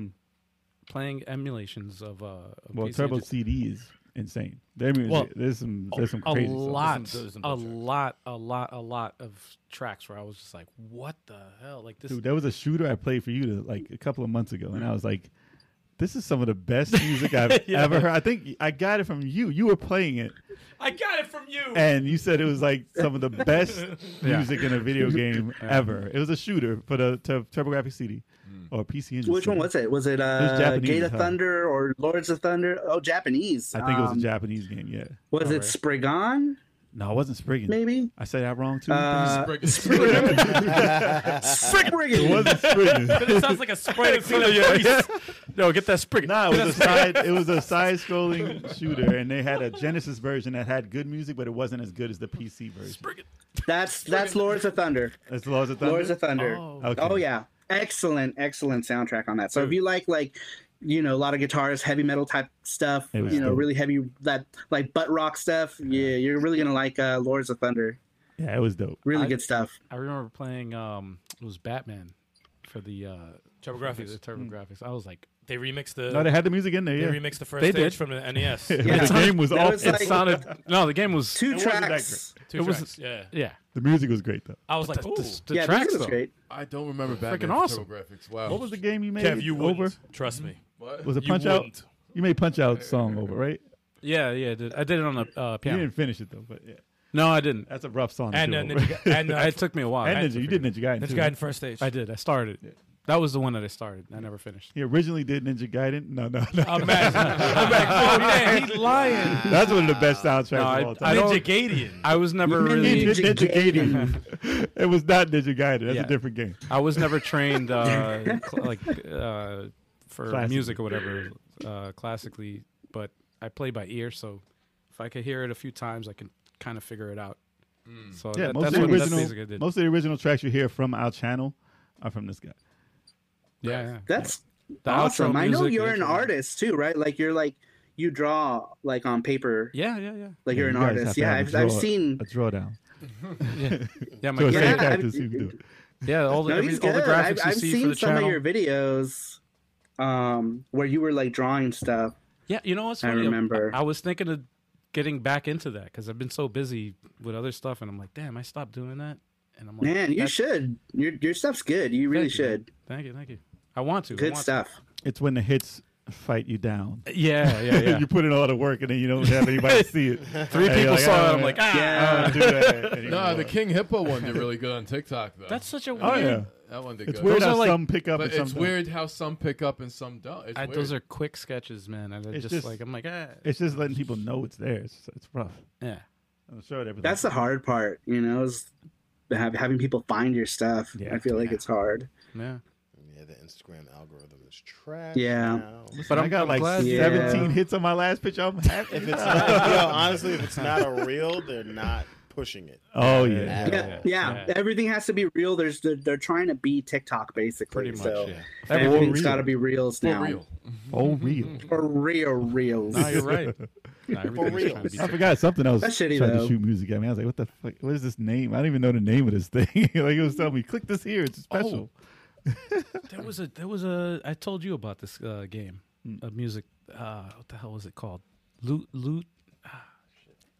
Speaker 2: playing emulations of uh of
Speaker 3: Well,
Speaker 2: PC
Speaker 3: Turbo
Speaker 2: Engine-
Speaker 3: CD is insane. There is,
Speaker 2: Well,
Speaker 3: there's some there's some
Speaker 2: a
Speaker 3: crazy songs.
Speaker 2: lot,
Speaker 8: There's some- there's some
Speaker 2: a
Speaker 8: good tracks.
Speaker 2: lot, a lot, a lot of tracks where I was just like, "What the hell?" Like this.
Speaker 3: Dude, there was a shooter I played for you to, like a couple of months ago, and I was like, "This is some of the best music I've ever heard." I think I got it from you. You were playing it,
Speaker 8: I got it from you.
Speaker 3: and you said it was like some of the best music in a video game ever. It was a shooter for the Tur- TurboGrafx CD
Speaker 8: Mm.
Speaker 3: or PC Engine.
Speaker 5: Which one was it? Was it
Speaker 3: was
Speaker 5: uh,
Speaker 3: Japanese,
Speaker 5: Gate of
Speaker 3: huh?
Speaker 5: Thunder or Lords of Thunder? Oh, Japanese.
Speaker 3: I think it was a
Speaker 5: Um,
Speaker 3: Japanese game. Yeah.
Speaker 5: Was it Spriggan?
Speaker 3: No, it wasn't Spriggan.
Speaker 5: Maybe.
Speaker 3: I said that wrong too.
Speaker 5: Uh,
Speaker 3: it
Speaker 5: Spriggan.
Speaker 3: wasn't Spriggan.
Speaker 8: it sounds like a sprite.
Speaker 2: No, get that sprig.
Speaker 3: Nah, it was a side. It was a side-scrolling shooter, and they had a Genesis version that had good music, but it wasn't as good as the PC version.
Speaker 5: That's that's Lords of Thunder.
Speaker 3: That's Lords of Thunder.
Speaker 5: Lords of Thunder.
Speaker 2: Oh.
Speaker 3: Okay.
Speaker 5: Oh yeah, excellent, excellent soundtrack on that. So if you like like you know a lot of guitars, heavy metal type stuff,
Speaker 3: It was
Speaker 5: you know
Speaker 3: dope.
Speaker 5: really heavy that like butt rock stuff, yeah, you're really gonna like uh, Lords of Thunder.
Speaker 3: Yeah, it was dope.
Speaker 5: Really
Speaker 2: I-
Speaker 5: good stuff.
Speaker 2: I remember playing. Um, it was Batman for the uh, for the
Speaker 8: TurboGrafx.
Speaker 2: TurboGrafx. I was like,
Speaker 8: They remixed the.
Speaker 3: No, they had the music in there.
Speaker 8: Uh, they
Speaker 3: Yeah,
Speaker 8: remixed the first
Speaker 2: They did.
Speaker 8: stage from the E NES.
Speaker 5: Yeah.
Speaker 3: the game was
Speaker 5: That
Speaker 3: awful.
Speaker 5: was
Speaker 2: it
Speaker 5: like-
Speaker 2: sounded. No, the game was.
Speaker 5: Two
Speaker 3: wasn't that
Speaker 5: tracks.
Speaker 8: Two
Speaker 2: It was-
Speaker 8: tracks. yeah.
Speaker 2: Yeah,
Speaker 3: the music was great though.
Speaker 8: I was like,
Speaker 2: the,
Speaker 8: ooh.
Speaker 2: the, the
Speaker 5: yeah, the
Speaker 2: tracks
Speaker 5: music was
Speaker 2: though.
Speaker 5: great.
Speaker 4: I don't remember Batman.
Speaker 2: Freaking awesome.
Speaker 4: Graphics. Wow.
Speaker 3: What was the game you made?
Speaker 8: Kev, you
Speaker 3: over?
Speaker 8: wouldn't. Trust me.
Speaker 4: What?
Speaker 3: Was it
Speaker 8: You
Speaker 3: Punch Out?
Speaker 8: wouldn't.
Speaker 3: You made Punch Out song over, right?
Speaker 2: Yeah, yeah. I did, I did it on the uh,
Speaker 3: You
Speaker 2: piano.
Speaker 3: didn't finish it though, but yeah,
Speaker 2: No, I didn't.
Speaker 3: that's a rough song. to
Speaker 8: And
Speaker 3: do
Speaker 8: uh,
Speaker 3: over.
Speaker 8: Ninja, Ga- and uh,
Speaker 2: it took me a while.
Speaker 3: and
Speaker 2: I-
Speaker 3: Ninja, you did Ninja Gaiden.
Speaker 8: Ninja
Speaker 3: too.
Speaker 8: Gaiden first stage.
Speaker 2: I did. I started. That was the one that I started. I never finished.
Speaker 3: He originally did Ninja Gaiden. No, no, no.
Speaker 8: Imagine. I'm like, oh man, he's lying.
Speaker 3: that's one of the best soundtracks
Speaker 2: No, I-
Speaker 3: of all time.
Speaker 2: I don't-
Speaker 8: Ninja Gaiden.
Speaker 2: I was never
Speaker 3: He
Speaker 2: really.
Speaker 3: did Ninja Gaiden. it was not Ninja Gaiden. That's
Speaker 2: Yeah.
Speaker 3: a different game.
Speaker 2: I was never trained uh, cl- like uh, for
Speaker 3: Classically.
Speaker 2: music or whatever uh, classically, but I play by ear. So if I could hear it a few times, I can kind of figure it out. So
Speaker 3: Yeah,
Speaker 2: that-
Speaker 3: most
Speaker 2: that's,
Speaker 3: of the
Speaker 2: what, that's
Speaker 3: original
Speaker 2: basically what I did.
Speaker 3: most of the original tracks you hear from our channel are from this guy.
Speaker 2: yeah, yeah.
Speaker 5: That's
Speaker 2: The outro
Speaker 5: awesome. I know
Speaker 2: music,
Speaker 5: you're
Speaker 2: the
Speaker 5: an
Speaker 2: intro-
Speaker 5: artist too, right? Like you're like you draw like on paper,
Speaker 2: Yeah, yeah, yeah.
Speaker 5: like you're an
Speaker 3: You guys have
Speaker 5: artist.
Speaker 3: to
Speaker 5: Yeah,
Speaker 3: have a
Speaker 5: I've, I've
Speaker 3: draw-
Speaker 5: seen.
Speaker 3: a drawdown.
Speaker 2: Yeah, my
Speaker 3: So
Speaker 2: yeah,
Speaker 3: yeah,
Speaker 5: I-
Speaker 3: characters you can do it.
Speaker 2: yeah, all the,
Speaker 5: No,
Speaker 2: every,
Speaker 5: he's
Speaker 2: all the
Speaker 5: good.
Speaker 2: graphics
Speaker 5: I've,
Speaker 2: you
Speaker 5: I've
Speaker 2: see for
Speaker 5: seen
Speaker 2: the
Speaker 5: some of
Speaker 2: channel.
Speaker 5: your videos, um, where you were like drawing stuff.
Speaker 2: Yeah, you know what's
Speaker 5: I
Speaker 2: funny?
Speaker 5: remember.
Speaker 2: I, was thinking of getting back into that because I've been so busy with other stuff, and I'm like, damn, I stopped doing that. And I'm like,
Speaker 5: Man, you
Speaker 2: that's-
Speaker 5: should. Your your stuff's good. You really
Speaker 2: Thank you, man.
Speaker 5: should.
Speaker 2: Thank you, thank you. I want to. I
Speaker 5: Good
Speaker 2: want to.
Speaker 5: stuff.
Speaker 3: It's when the hits fight you down.
Speaker 2: Yeah, yeah, yeah.
Speaker 3: you put in all the work and then you don't have anybody see it.
Speaker 2: Three
Speaker 3: And
Speaker 2: people
Speaker 3: you're
Speaker 2: saw
Speaker 3: "I
Speaker 2: it.
Speaker 3: don't
Speaker 2: I'm like,
Speaker 3: wanna-
Speaker 2: ah.
Speaker 3: I
Speaker 5: Yeah.
Speaker 3: don't wanna do that
Speaker 4: Nah, the
Speaker 3: anymore."
Speaker 4: King Hippo one did really good on TikTok though.
Speaker 2: That's such a weird.
Speaker 3: Oh, yeah.
Speaker 4: that one did
Speaker 3: It's
Speaker 4: good.
Speaker 3: weird
Speaker 2: Those
Speaker 3: how
Speaker 2: are like-
Speaker 3: some pick up
Speaker 4: But
Speaker 3: and some
Speaker 4: it's
Speaker 3: don't.
Speaker 4: weird how some pick up and some don't. It's
Speaker 2: I,
Speaker 4: weird.
Speaker 2: those are quick sketches, man. And it's
Speaker 3: It's
Speaker 2: just,
Speaker 3: just-
Speaker 2: like I'm like, ah,
Speaker 3: It's just letting people know it's there. It's, it's rough.
Speaker 2: yeah.
Speaker 3: I'm sure everything.
Speaker 5: That's the hard part, you know, is have, having people find your stuff.
Speaker 3: Yeah.
Speaker 5: I feel like it's hard.
Speaker 2: Yeah,
Speaker 9: Yeah, the Instagram algorithm is trash.
Speaker 5: Yeah.
Speaker 9: now.
Speaker 2: but
Speaker 3: I
Speaker 2: I'm-
Speaker 3: got
Speaker 2: I'm
Speaker 3: like
Speaker 2: glad-
Speaker 3: 17
Speaker 5: Yeah.
Speaker 3: hits on my last picture. I'm happy.
Speaker 9: If it's not, yo, honestly, if it's not a reel, they're not pushing it.
Speaker 3: oh yeah.
Speaker 5: Yeah, yeah. Everything has to be real. There's they're, they're trying to be TikTok basically.
Speaker 2: pretty much.
Speaker 5: so
Speaker 2: yeah.
Speaker 5: everything's got to be reels
Speaker 4: for
Speaker 5: now.
Speaker 4: real.
Speaker 3: Oh real.
Speaker 5: For real reels.
Speaker 2: No, you're right. No, everything's
Speaker 9: real.
Speaker 2: trying to be
Speaker 3: I forgot something else.
Speaker 5: That's shitty,
Speaker 3: trying
Speaker 5: though.
Speaker 3: to shoot music at me. I was like, what the fuck? What is this name? I don't even know the name of this thing. like it was telling me, click this here. It's special.
Speaker 2: There was a there was a I told you about this uh, game, a music. Uh, what the hell was it called? Loot loot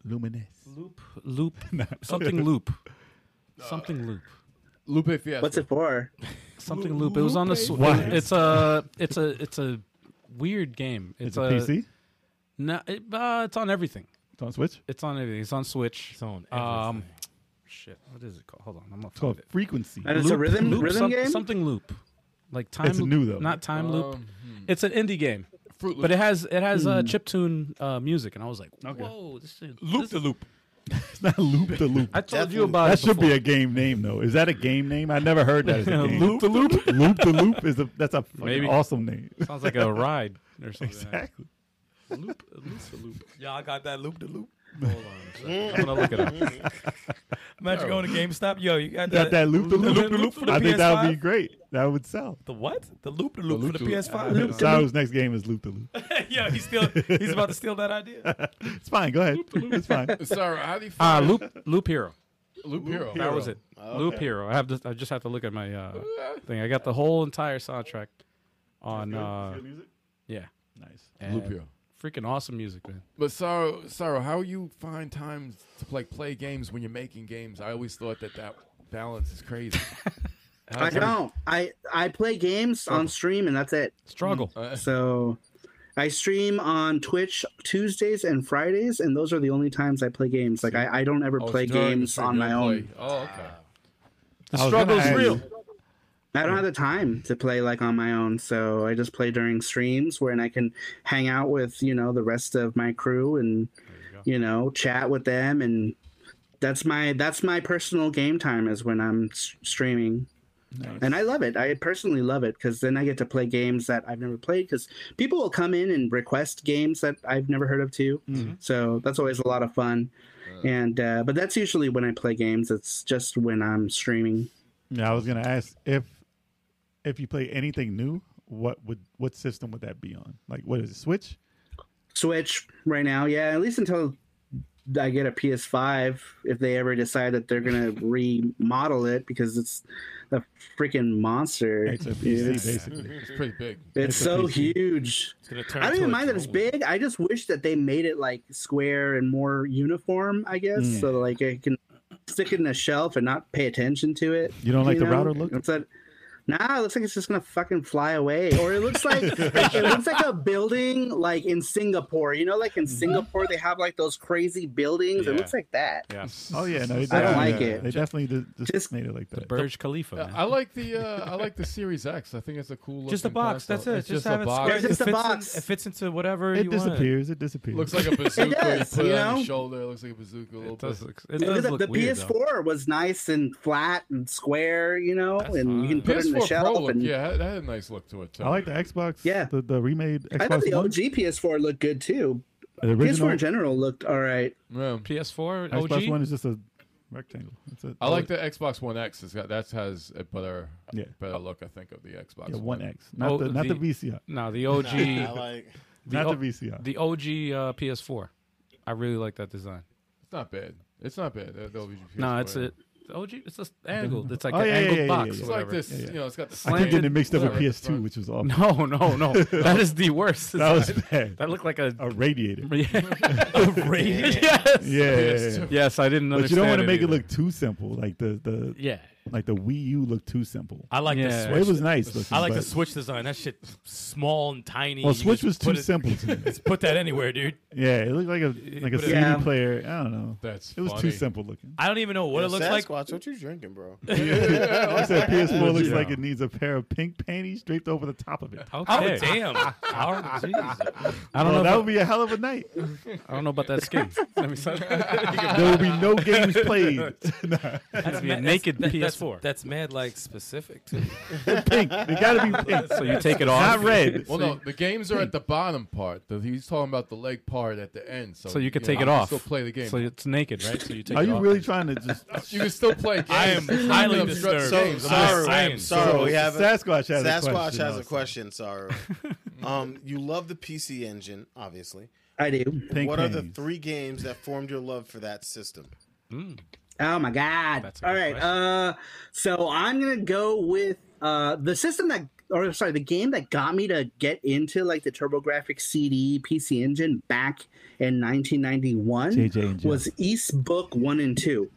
Speaker 3: Lumines.
Speaker 2: loop loop something loop
Speaker 3: Uh,
Speaker 2: something loop
Speaker 4: Lupe Fiasco.
Speaker 5: What's it for?
Speaker 2: something loop. It was on the. Sw-
Speaker 3: Why?
Speaker 2: It's a it's a it's a weird game. It's,
Speaker 3: It's a PC.
Speaker 2: No, it, uh, it's on everything.
Speaker 3: It's on Switch.
Speaker 2: It's on everything. It's on Switch. It's
Speaker 8: on
Speaker 2: Um,
Speaker 8: everything.
Speaker 2: shit. What is it called? Hold on, I'm gonna find
Speaker 3: It's called
Speaker 2: it.
Speaker 3: Frequency.
Speaker 5: And it's a
Speaker 2: Loop-
Speaker 5: rhythm
Speaker 2: loop,
Speaker 5: rhythm
Speaker 2: some-
Speaker 5: game.
Speaker 2: Something loop, like time.
Speaker 3: It's
Speaker 2: loop-
Speaker 3: new, though.
Speaker 2: Not time loop.
Speaker 4: Um, hmm.
Speaker 2: It's an indie game.
Speaker 4: Fruit Loop.
Speaker 2: but it has it has
Speaker 3: Hmm.
Speaker 2: uh, chiptune uh, music, and I was like, "Whoa, this is
Speaker 7: Loop
Speaker 2: this-
Speaker 7: the loop.
Speaker 3: It's not Loop the Loop.
Speaker 2: I told you about
Speaker 3: that
Speaker 2: it
Speaker 3: should be a game name though. Is that a game name? I never heard that. As a game.
Speaker 2: Loop the Loop.
Speaker 3: Loop the Loop is a that's a fucking
Speaker 2: Maybe.
Speaker 3: awesome name.
Speaker 2: Sounds like a ride or something.
Speaker 3: exactly.
Speaker 2: Loop, loop the loop.
Speaker 7: Y'all got that loop the loop.
Speaker 2: Hold on, a second. I'm gonna look it up.
Speaker 7: Imagine going to GameStop. Yo, you got
Speaker 3: Got
Speaker 7: that.
Speaker 3: that Loop the
Speaker 7: Loop the
Speaker 3: Loop.
Speaker 7: Loop for the
Speaker 3: I think that would be
Speaker 7: PS5?
Speaker 3: great. That would sell.
Speaker 7: The what? The loop the loop for the
Speaker 4: loop-de-loop.
Speaker 7: PS5.
Speaker 3: Cyrus' next game is Loop the Loop.
Speaker 7: Yo, he's still he's about to steal that idea.
Speaker 3: It's fine. Go ahead. It's fine.
Speaker 4: Sarah, how do you
Speaker 2: Uh,
Speaker 4: find
Speaker 2: loop, loop hero.
Speaker 4: Loop Hero?
Speaker 2: That was it. Loop hero. I have to, I just have to look at my uh, thing. I got the whole entire soundtrack on. Uh, yeah,
Speaker 3: Nice.
Speaker 4: Loop
Speaker 2: and
Speaker 4: Hero.
Speaker 2: Freaking awesome music, man.
Speaker 4: But Sarah, Sarah, how you find time to like play games when you're making games? I always thought that that balance is crazy.
Speaker 5: I don't. I I play games
Speaker 2: Oh.
Speaker 5: on stream and that's it.
Speaker 2: Struggle.
Speaker 4: Uh,
Speaker 5: So I stream on Twitch Tuesdays and Fridays, and those are the only times I play games. Like I, I don't ever
Speaker 4: oh, it's
Speaker 5: play
Speaker 4: during the
Speaker 5: games
Speaker 4: stream,
Speaker 5: on
Speaker 4: you
Speaker 5: my
Speaker 4: don't
Speaker 5: own.
Speaker 4: play. Oh, okay.
Speaker 3: The
Speaker 2: struggle's real.
Speaker 5: I don't have the time to play like on my own, so I just play during streams wherein I can hang out with, you know, the rest of my crew and you, know, chat with them and that's my that's my personal game time is when I'm s- streaming. And I love it. I personally love it cuz then I get to play games that I've never played cuz people will come in and request games that I've never heard of too. So that's always a lot of fun. And Mm-hmm. uh, but that's usually when I play games. It's just when I'm streaming.
Speaker 3: Yeah, I was gonna ask if if you play anything new, what would what system would that be on? Like, what is it? Switch?
Speaker 5: Switch right now, yeah. At least until I get a PS5, if they ever decide that they're gonna remodel it, because it's a freaking monster.
Speaker 3: It's a PC,
Speaker 5: It's,
Speaker 3: basically.
Speaker 4: It's pretty big.
Speaker 5: it's
Speaker 3: a
Speaker 5: so
Speaker 3: PC.
Speaker 5: huge.
Speaker 8: It's gonna turn
Speaker 5: I don't
Speaker 8: into
Speaker 5: even
Speaker 8: a
Speaker 5: mind that it's
Speaker 8: drone.
Speaker 5: big. I just wish that they made it like square and more uniform. I guess so, like I can stick it in a shelf and not pay attention to it.
Speaker 3: You don't like the router look?
Speaker 5: It's a- Nah, it looks like it's just gonna fucking fly away. Or it looks like it looks like a building like in Singapore. You know, like in Singapore they have like those crazy buildings. It
Speaker 2: Yeah.
Speaker 5: looks like that.
Speaker 2: Yes.
Speaker 3: Oh yeah, no, they
Speaker 5: I don't
Speaker 3: definitely- uh,
Speaker 5: like it.
Speaker 3: They definitely did, just,
Speaker 5: Just-
Speaker 3: made it like that.
Speaker 2: Burj Khalifa.
Speaker 4: Uh,
Speaker 2: Man.
Speaker 4: I like the uh, I like the Series X. I think it's a cool.
Speaker 8: Just a
Speaker 4: looking
Speaker 8: box. That's
Speaker 4: console.
Speaker 8: it.
Speaker 4: It's
Speaker 8: Just,
Speaker 4: a
Speaker 8: have it
Speaker 4: box.
Speaker 8: squared.
Speaker 5: It's just
Speaker 8: It
Speaker 5: a
Speaker 8: fits in-
Speaker 5: box.
Speaker 8: It fits into whatever
Speaker 3: it
Speaker 8: you want.
Speaker 3: disappears. It disappears.
Speaker 4: Looks like a bazooka. you
Speaker 5: does,
Speaker 4: put
Speaker 5: you
Speaker 4: it on
Speaker 5: know?
Speaker 4: your shoulder. It looks like a bazooka. A little
Speaker 2: it
Speaker 4: bit.
Speaker 2: does look. It does
Speaker 5: Look at the,
Speaker 2: look
Speaker 5: the
Speaker 2: weird, though.
Speaker 5: PS4 was nice and flat and square, you know, and you can put it in the
Speaker 4: PS4 Pro
Speaker 5: shelf.
Speaker 4: look,
Speaker 5: and
Speaker 4: yeah, that had a nice look to it too.
Speaker 3: I like the Xbox.
Speaker 5: Yeah.
Speaker 3: the, the remade Xbox
Speaker 5: I thought the
Speaker 3: One.
Speaker 5: OG PS4 looked good too.
Speaker 3: The original
Speaker 5: PS4 in general looked all right.
Speaker 4: Yeah.
Speaker 2: PS4 OG.
Speaker 3: Xbox One is just a rectangle. That's it.
Speaker 4: I like the Xbox One X. It's got that has a better
Speaker 3: Yeah.
Speaker 4: better look. I think of the Xbox
Speaker 3: Yeah, One
Speaker 4: One.
Speaker 3: X, not
Speaker 2: Oh,
Speaker 3: the not the,
Speaker 2: the-
Speaker 3: VCR,
Speaker 2: No, the
Speaker 9: I
Speaker 2: OG.
Speaker 9: like.
Speaker 3: not
Speaker 2: o-
Speaker 3: the VCR.
Speaker 2: the OG uh, PS4. I really like that design.
Speaker 4: It's not bad. It's not bad. The- the OG
Speaker 2: No,
Speaker 4: PS4,
Speaker 2: it's
Speaker 4: yeah.
Speaker 2: a the OG. It's this angle. It's like
Speaker 3: Oh,
Speaker 2: an
Speaker 3: yeah, yeah,
Speaker 2: angled
Speaker 3: yeah, yeah,
Speaker 2: box.
Speaker 3: yeah.
Speaker 2: or
Speaker 4: It's
Speaker 2: whatever.
Speaker 4: like this.
Speaker 3: Yeah, yeah.
Speaker 4: You know, it's got the.
Speaker 3: I keep getting it
Speaker 2: slanted-
Speaker 3: mixed up with
Speaker 4: whatever.
Speaker 3: PS2, which was awful.
Speaker 2: No, no, no. that is the worst.
Speaker 3: that was bad.
Speaker 2: that looked like a.
Speaker 3: a radiator.
Speaker 2: yes.
Speaker 3: Yeah, yeah, yeah.
Speaker 2: Yes, I didn't.
Speaker 3: but you don't
Speaker 2: want
Speaker 3: want to make it look too simple. Like the the
Speaker 2: Yeah.
Speaker 3: Like the Wii U looked too simple.
Speaker 8: I like
Speaker 2: Yeah.
Speaker 8: the
Speaker 3: it
Speaker 8: Switch.
Speaker 3: was nice looking.
Speaker 8: I like the
Speaker 3: but-
Speaker 8: Switch design. That shit small and tiny.
Speaker 3: Well,
Speaker 8: You
Speaker 3: Switch
Speaker 8: just
Speaker 3: was too
Speaker 8: put it-
Speaker 3: simple to me.
Speaker 8: Just put that anywhere, dude.
Speaker 3: Yeah, it looked like a like a
Speaker 8: put it-
Speaker 3: CD
Speaker 5: Yeah.
Speaker 3: player. I don't know.
Speaker 4: That's
Speaker 3: it was
Speaker 4: funny.
Speaker 3: too simple looking.
Speaker 8: I don't even know what it looks like.
Speaker 9: Sasquatch, what you drinking, bro?
Speaker 3: I said PS4 looks like it needs a pair of pink panties draped over the top of it.
Speaker 8: Oh
Speaker 2: Okay.
Speaker 8: damn! Oh, Jesus.
Speaker 2: I don't
Speaker 3: Bro,
Speaker 2: know.
Speaker 3: that
Speaker 2: About,
Speaker 3: would be a hell of a night.
Speaker 2: I don't know about that skin. Let me stop.
Speaker 3: there would be no games played. Nah,
Speaker 8: That's
Speaker 2: be a
Speaker 8: mad-
Speaker 2: naked
Speaker 8: that's- that's-
Speaker 2: PS4.
Speaker 8: That's mad, like specific too.
Speaker 3: pink. They gotta be pink.
Speaker 2: So you take it
Speaker 3: Not
Speaker 2: off.
Speaker 3: red.
Speaker 4: Well, no, the games are at the bottom part. The, he's talking about the leg part at the end. So,
Speaker 2: So you can
Speaker 4: know,
Speaker 2: take
Speaker 4: I
Speaker 2: it
Speaker 4: can
Speaker 2: off.
Speaker 4: Still play the game.
Speaker 2: So it's naked, right? So you take
Speaker 3: Are
Speaker 2: it
Speaker 3: you
Speaker 2: off.
Speaker 3: really trying to just?
Speaker 4: you can still play games.
Speaker 8: I am
Speaker 4: You're not
Speaker 8: highly
Speaker 4: gonna obstruct
Speaker 8: disturbed.
Speaker 4: the
Speaker 8: So-
Speaker 4: games.
Speaker 8: so-
Speaker 4: I'm
Speaker 8: Sorry,
Speaker 9: I'm
Speaker 8: Sasquatch
Speaker 9: sorry. We have a,
Speaker 3: Sasquatch has a
Speaker 9: Sasquatch has
Speaker 3: question.
Speaker 9: a
Speaker 3: also.
Speaker 9: question. Sorry. um, you love the PC engine, obviously.
Speaker 5: I do.
Speaker 3: Pink
Speaker 9: what are the
Speaker 3: panties.
Speaker 9: three games that formed your love for that system?
Speaker 5: Oh my god!
Speaker 2: That's a
Speaker 5: All
Speaker 2: good
Speaker 5: right,
Speaker 2: question.
Speaker 5: uh, so I'm gonna go with uh the system that, or sorry, the game that got me to get into like the TurboGrafx CD PC Engine back in 1991
Speaker 3: JJ and Jeff.
Speaker 5: was East Book One and Two.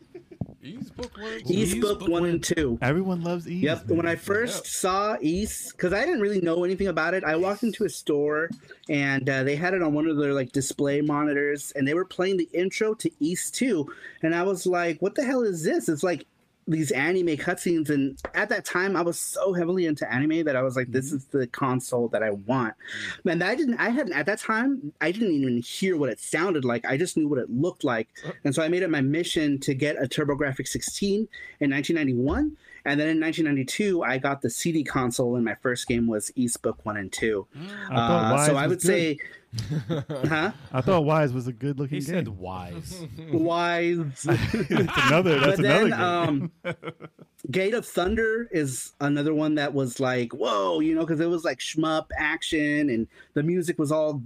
Speaker 4: Eastbrook Woods?
Speaker 5: East, Book, One and Two.
Speaker 3: Everyone loves Eve.
Speaker 5: Yep. When I first saw East, because I didn't really know anything about it, I walked into a store and uh, they had it on one of their like display monitors, and they were playing the intro to East Two, and I was like, "What the hell is this?" It's like these anime cutscenes, and at that time, I was so heavily into anime that I was like, "This is the console that I want." And I didn't, I hadn't at that time, I didn't even hear what it sounded like. I just knew what it looked like, and so I made it my mission to get a TurboGrafx 16 in 1991. And then in 1992, I got the CD console, and my first game was East Book 1 and 2.
Speaker 3: thought
Speaker 5: Uh, so
Speaker 3: Wise
Speaker 5: I
Speaker 3: was
Speaker 5: would
Speaker 3: good.
Speaker 5: say, huh?
Speaker 3: I thought Wise was a good looking
Speaker 8: He
Speaker 3: game.
Speaker 8: said wise.
Speaker 5: Why?
Speaker 3: that's another. That's
Speaker 5: but
Speaker 3: another
Speaker 5: then
Speaker 3: game.
Speaker 5: um gate of thunder is another one that was like whoa you know because it was like shmup action and the music was all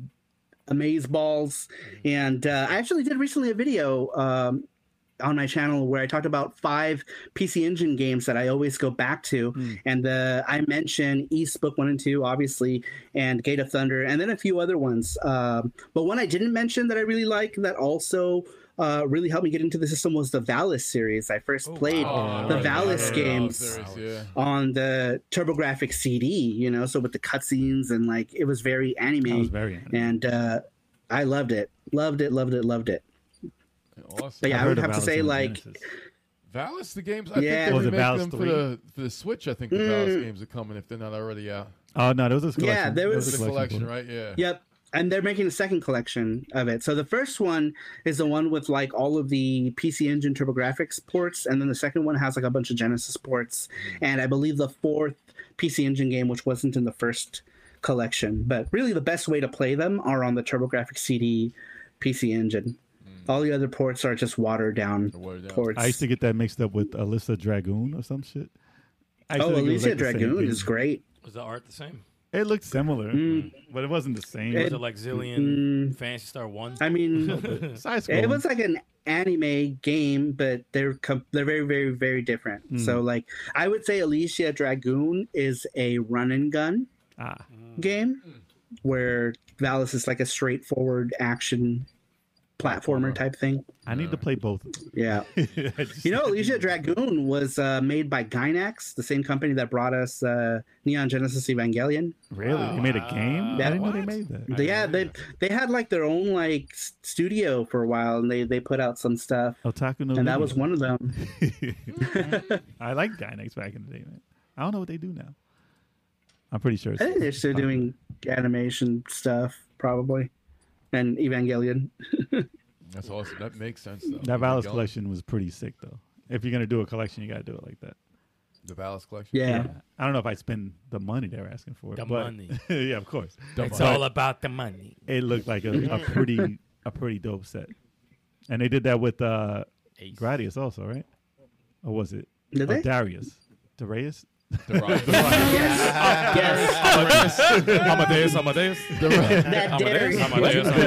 Speaker 5: amaze balls and uh, i actually did recently a video um on my channel where i talked about five pc engine games that i always go back to and the i mentioned east book one and two obviously and gate of thunder and then a few other ones um, but one i didn't mention that i really like that also uh, really helped me get into the system was the Valis series. I first played
Speaker 4: Oh,
Speaker 5: the
Speaker 4: right,
Speaker 5: Valis
Speaker 4: right, right,
Speaker 5: games
Speaker 4: right, yeah.
Speaker 5: on the TurboGrafx CD, you know, so with the cutscenes and like it was very anime.
Speaker 3: that was very. anime.
Speaker 5: and uh, I loved it. Loved it, loved it, loved it.
Speaker 4: Awesome.
Speaker 5: But yeah, I,
Speaker 3: heard
Speaker 5: would have
Speaker 3: about
Speaker 5: to
Speaker 3: it
Speaker 5: say,
Speaker 3: on
Speaker 5: like,
Speaker 3: Genesis.
Speaker 4: Valis, the games. I
Speaker 5: Yeah. Mm.
Speaker 4: think
Speaker 3: Was
Speaker 4: they
Speaker 3: it
Speaker 4: remake
Speaker 3: Valis
Speaker 4: them for
Speaker 3: 3?
Speaker 4: the, for the Switch. I think the Valis games are coming if they're not already out.
Speaker 3: Oh no, there was a
Speaker 5: Yeah,
Speaker 3: collection.
Speaker 5: there
Speaker 3: There
Speaker 5: was-
Speaker 3: was
Speaker 4: The
Speaker 3: a
Speaker 4: collection,
Speaker 3: collection.
Speaker 4: right? Yeah.
Speaker 5: Yep. And they're making a second collection of it. So the first one is the one with like all of the PC Engine TurboGrafx ports, and then the second one has like a bunch of Genesis ports,
Speaker 3: Hmm.
Speaker 5: and I believe the fourth PC Engine game, which wasn't in the first collection. But really, the best way to play them are on the TurboGrafx CD PC Engine.
Speaker 3: Hmm.
Speaker 5: All the other ports are just watered down
Speaker 4: Watered down.
Speaker 5: ports.
Speaker 3: I used to get that mixed up with Alyssa Dragoon or some shit. I used
Speaker 5: oh,
Speaker 3: to think it was,
Speaker 5: Alicia
Speaker 3: like, the same
Speaker 5: Dragoon
Speaker 3: game.
Speaker 5: is great. Mm.
Speaker 8: Was the art the same?
Speaker 3: It looked similar, but it wasn't the same.
Speaker 8: Was it like Zillion Fantasy Star One?
Speaker 5: I mean,
Speaker 3: Side scroll.
Speaker 5: It was like an anime game, but they're com- they're very very very different. So
Speaker 3: Hmm.
Speaker 5: like I would say Alicia Dragoon is a run and gun
Speaker 3: ah,
Speaker 5: game, where Valis is like a straightforward action platformer type thing.
Speaker 3: I need to play both. Of them.
Speaker 5: Yeah,
Speaker 3: I just-
Speaker 5: you know Alicia Dragoon was uh, made by Gynax, the same company that brought us uh, Neon Genesis Evangelion.
Speaker 3: really? They made a game?
Speaker 5: Yeah.
Speaker 3: I didn't know they made that.
Speaker 5: yeah, they they had like their own like s- studio for a while, and they they put out some stuff,
Speaker 3: Otaku no.
Speaker 5: and that
Speaker 3: Miku.
Speaker 5: was one of them.
Speaker 3: I liked Gynax back in the day, man. I don't know what they do now. I'm pretty sure. It's
Speaker 5: I think they're still doing animation stuff, probably, and Evangelion.
Speaker 4: That's awesome. That makes sense. Though.
Speaker 3: that
Speaker 4: Keep
Speaker 3: Valis
Speaker 4: going.
Speaker 3: collection was pretty sick though. If you're gonna do a collection, you gotta do it like that.
Speaker 4: The Valis collection.
Speaker 5: Yeah.
Speaker 3: I don't know if I spend the money they're asking for.
Speaker 8: The
Speaker 3: but-
Speaker 8: money.
Speaker 3: yeah, of course.
Speaker 8: It's all about the money.
Speaker 3: It looked like a, a pretty a pretty dope set. And they did that with uh Gradius also, right? Or was it?
Speaker 5: Did
Speaker 3: or
Speaker 5: they?
Speaker 3: Darius. Darius?
Speaker 4: The Rise- the Rise-
Speaker 7: Amadeus, Amadeus.
Speaker 4: the Ri-
Speaker 5: That
Speaker 7: Amadeus,
Speaker 5: dare-
Speaker 7: Amadeus,
Speaker 3: They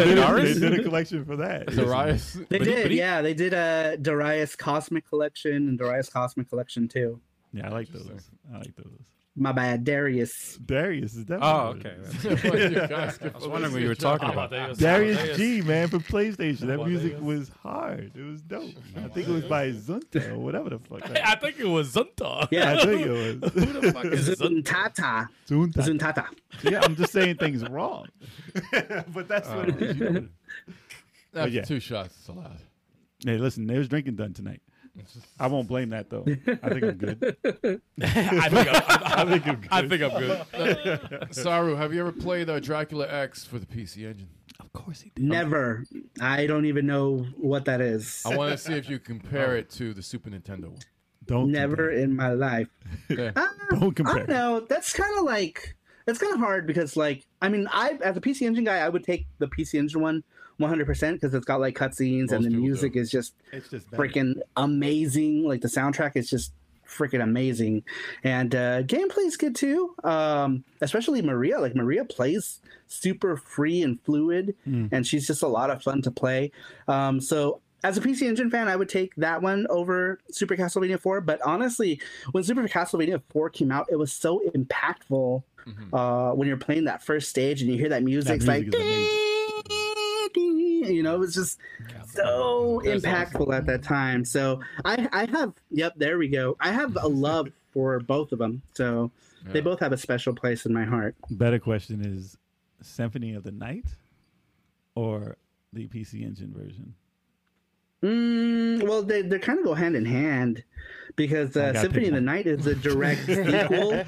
Speaker 3: did,
Speaker 7: Amadeus.
Speaker 3: a, they did a collection for that.
Speaker 4: the Rise-
Speaker 5: They
Speaker 4: But-
Speaker 5: did, yeah. They did uh, a Darius Cosmic Collection and Darius Cosmic Collection too.
Speaker 3: Yeah, I like those. I like those.
Speaker 5: My bad, Darius.
Speaker 3: Darius is definitely.
Speaker 2: Oh, okay.
Speaker 4: I
Speaker 2: I was wondering what you were talking about.
Speaker 3: Darius G, man, from PlayStation. That
Speaker 8: Amadeus.
Speaker 3: music was hard. It was dope. I think it was by Zunta or whatever the fuck.
Speaker 8: I think it was Zunta.
Speaker 5: Yeah.
Speaker 3: I think it was.
Speaker 8: Who the fuck is Zunta?
Speaker 5: Zuntata.
Speaker 3: Zunta.
Speaker 5: Zuntata.
Speaker 3: Yeah, I'm just saying things wrong. but that's what it is. you know.
Speaker 4: After
Speaker 3: yeah.
Speaker 4: two shots, it's allowed.
Speaker 3: Hey, listen, there's drinking done tonight. I won't blame that though. I think I'm good.
Speaker 8: I think I'm,
Speaker 3: I think I'm good.
Speaker 8: I think I'm good.
Speaker 4: Saru, have you ever played uh, Dracula X for the PC Engine?
Speaker 3: of course he did.
Speaker 5: Never. I don't even know what that is.
Speaker 4: I want to see if you
Speaker 5: Oh.
Speaker 4: compare it to the Super Nintendo one.
Speaker 3: Don't
Speaker 5: Never in my life.
Speaker 4: Okay.
Speaker 5: Ah,
Speaker 3: Don't compare.
Speaker 5: I don't know. That's kind of like it's kind of hard because like I mean I as a PC Engine guy I would take the PC Engine one 100 percent because it's got like cutscenes
Speaker 4: Most
Speaker 5: and the
Speaker 4: people
Speaker 5: music
Speaker 4: do.
Speaker 5: is just
Speaker 3: It's just better.
Speaker 5: freaking amazing. Like the soundtrack is just freaking amazing, and uh, gameplay is good too. Um, especially Maria, like Maria plays super free and fluid, and she's just a lot of fun to play. Um, so. As a PC Engine fan, I would take that one over Super Castlevania 4. But honestly, when Super Castlevania 4 came out, it was so impactful uh, when you're playing that first stage and you hear that music, it's
Speaker 3: music
Speaker 5: like,
Speaker 3: is
Speaker 5: you know, it was just so
Speaker 4: That's
Speaker 5: impactful at that time. So I, I have, yep, there we go. I have a love for both of them. So they
Speaker 4: Yeah.
Speaker 5: both have a special place in my heart.
Speaker 3: Better question is Symphony of the Night or the PC Engine version?
Speaker 5: Mm, well, they, they kind of go hand in hand because
Speaker 3: I
Speaker 5: uh,
Speaker 3: gotta
Speaker 5: Symphony
Speaker 3: pick
Speaker 5: of the
Speaker 3: one.
Speaker 5: Night is a direct sequel.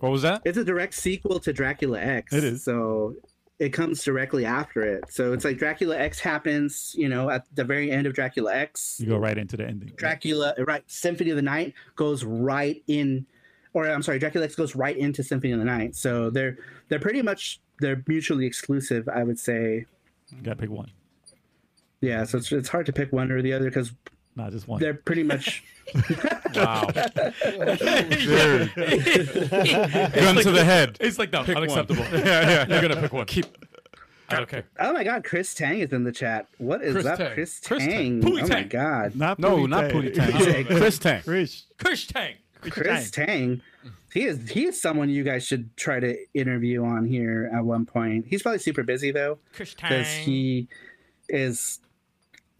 Speaker 2: What was that?
Speaker 5: It's a direct sequel to Dracula X.
Speaker 3: It is.
Speaker 5: So it comes directly after it. So it's like Dracula X happens, you know, at the very end of Dracula X.
Speaker 3: You go right into the ending.
Speaker 5: Dracula, right? Symphony of the Night goes right in, or I'm sorry, Dracula X goes right into Symphony of the Night. So they're they're pretty much they're mutually exclusive, I would say.
Speaker 3: Got to pick one.
Speaker 5: Yeah, so it's, it's hard to pick one or the other because
Speaker 3: Not just one.
Speaker 5: they're pretty much
Speaker 2: Wow. Dude. Gun to the head.
Speaker 8: It's like no, unacceptable.
Speaker 2: One. yeah, yeah.
Speaker 8: You're gonna pick one. Keep. I don't care.
Speaker 5: oh my god, Chris Tang is in the chat. What is
Speaker 4: Chris
Speaker 5: up,
Speaker 4: Tang.
Speaker 5: Chris Tang?
Speaker 2: Chris Tang.
Speaker 5: Oh my
Speaker 8: Tang.
Speaker 5: god,
Speaker 3: Not
Speaker 2: No,
Speaker 3: Pootie
Speaker 2: not
Speaker 3: Tang.
Speaker 2: Pootie Tang. Chris Tang.
Speaker 3: Chris.
Speaker 8: Kush Tang.
Speaker 5: Chris Tang. He is he is someone you guys should try to interview on here at one point. He's probably super busy though.
Speaker 8: Kush Tang.
Speaker 5: because he is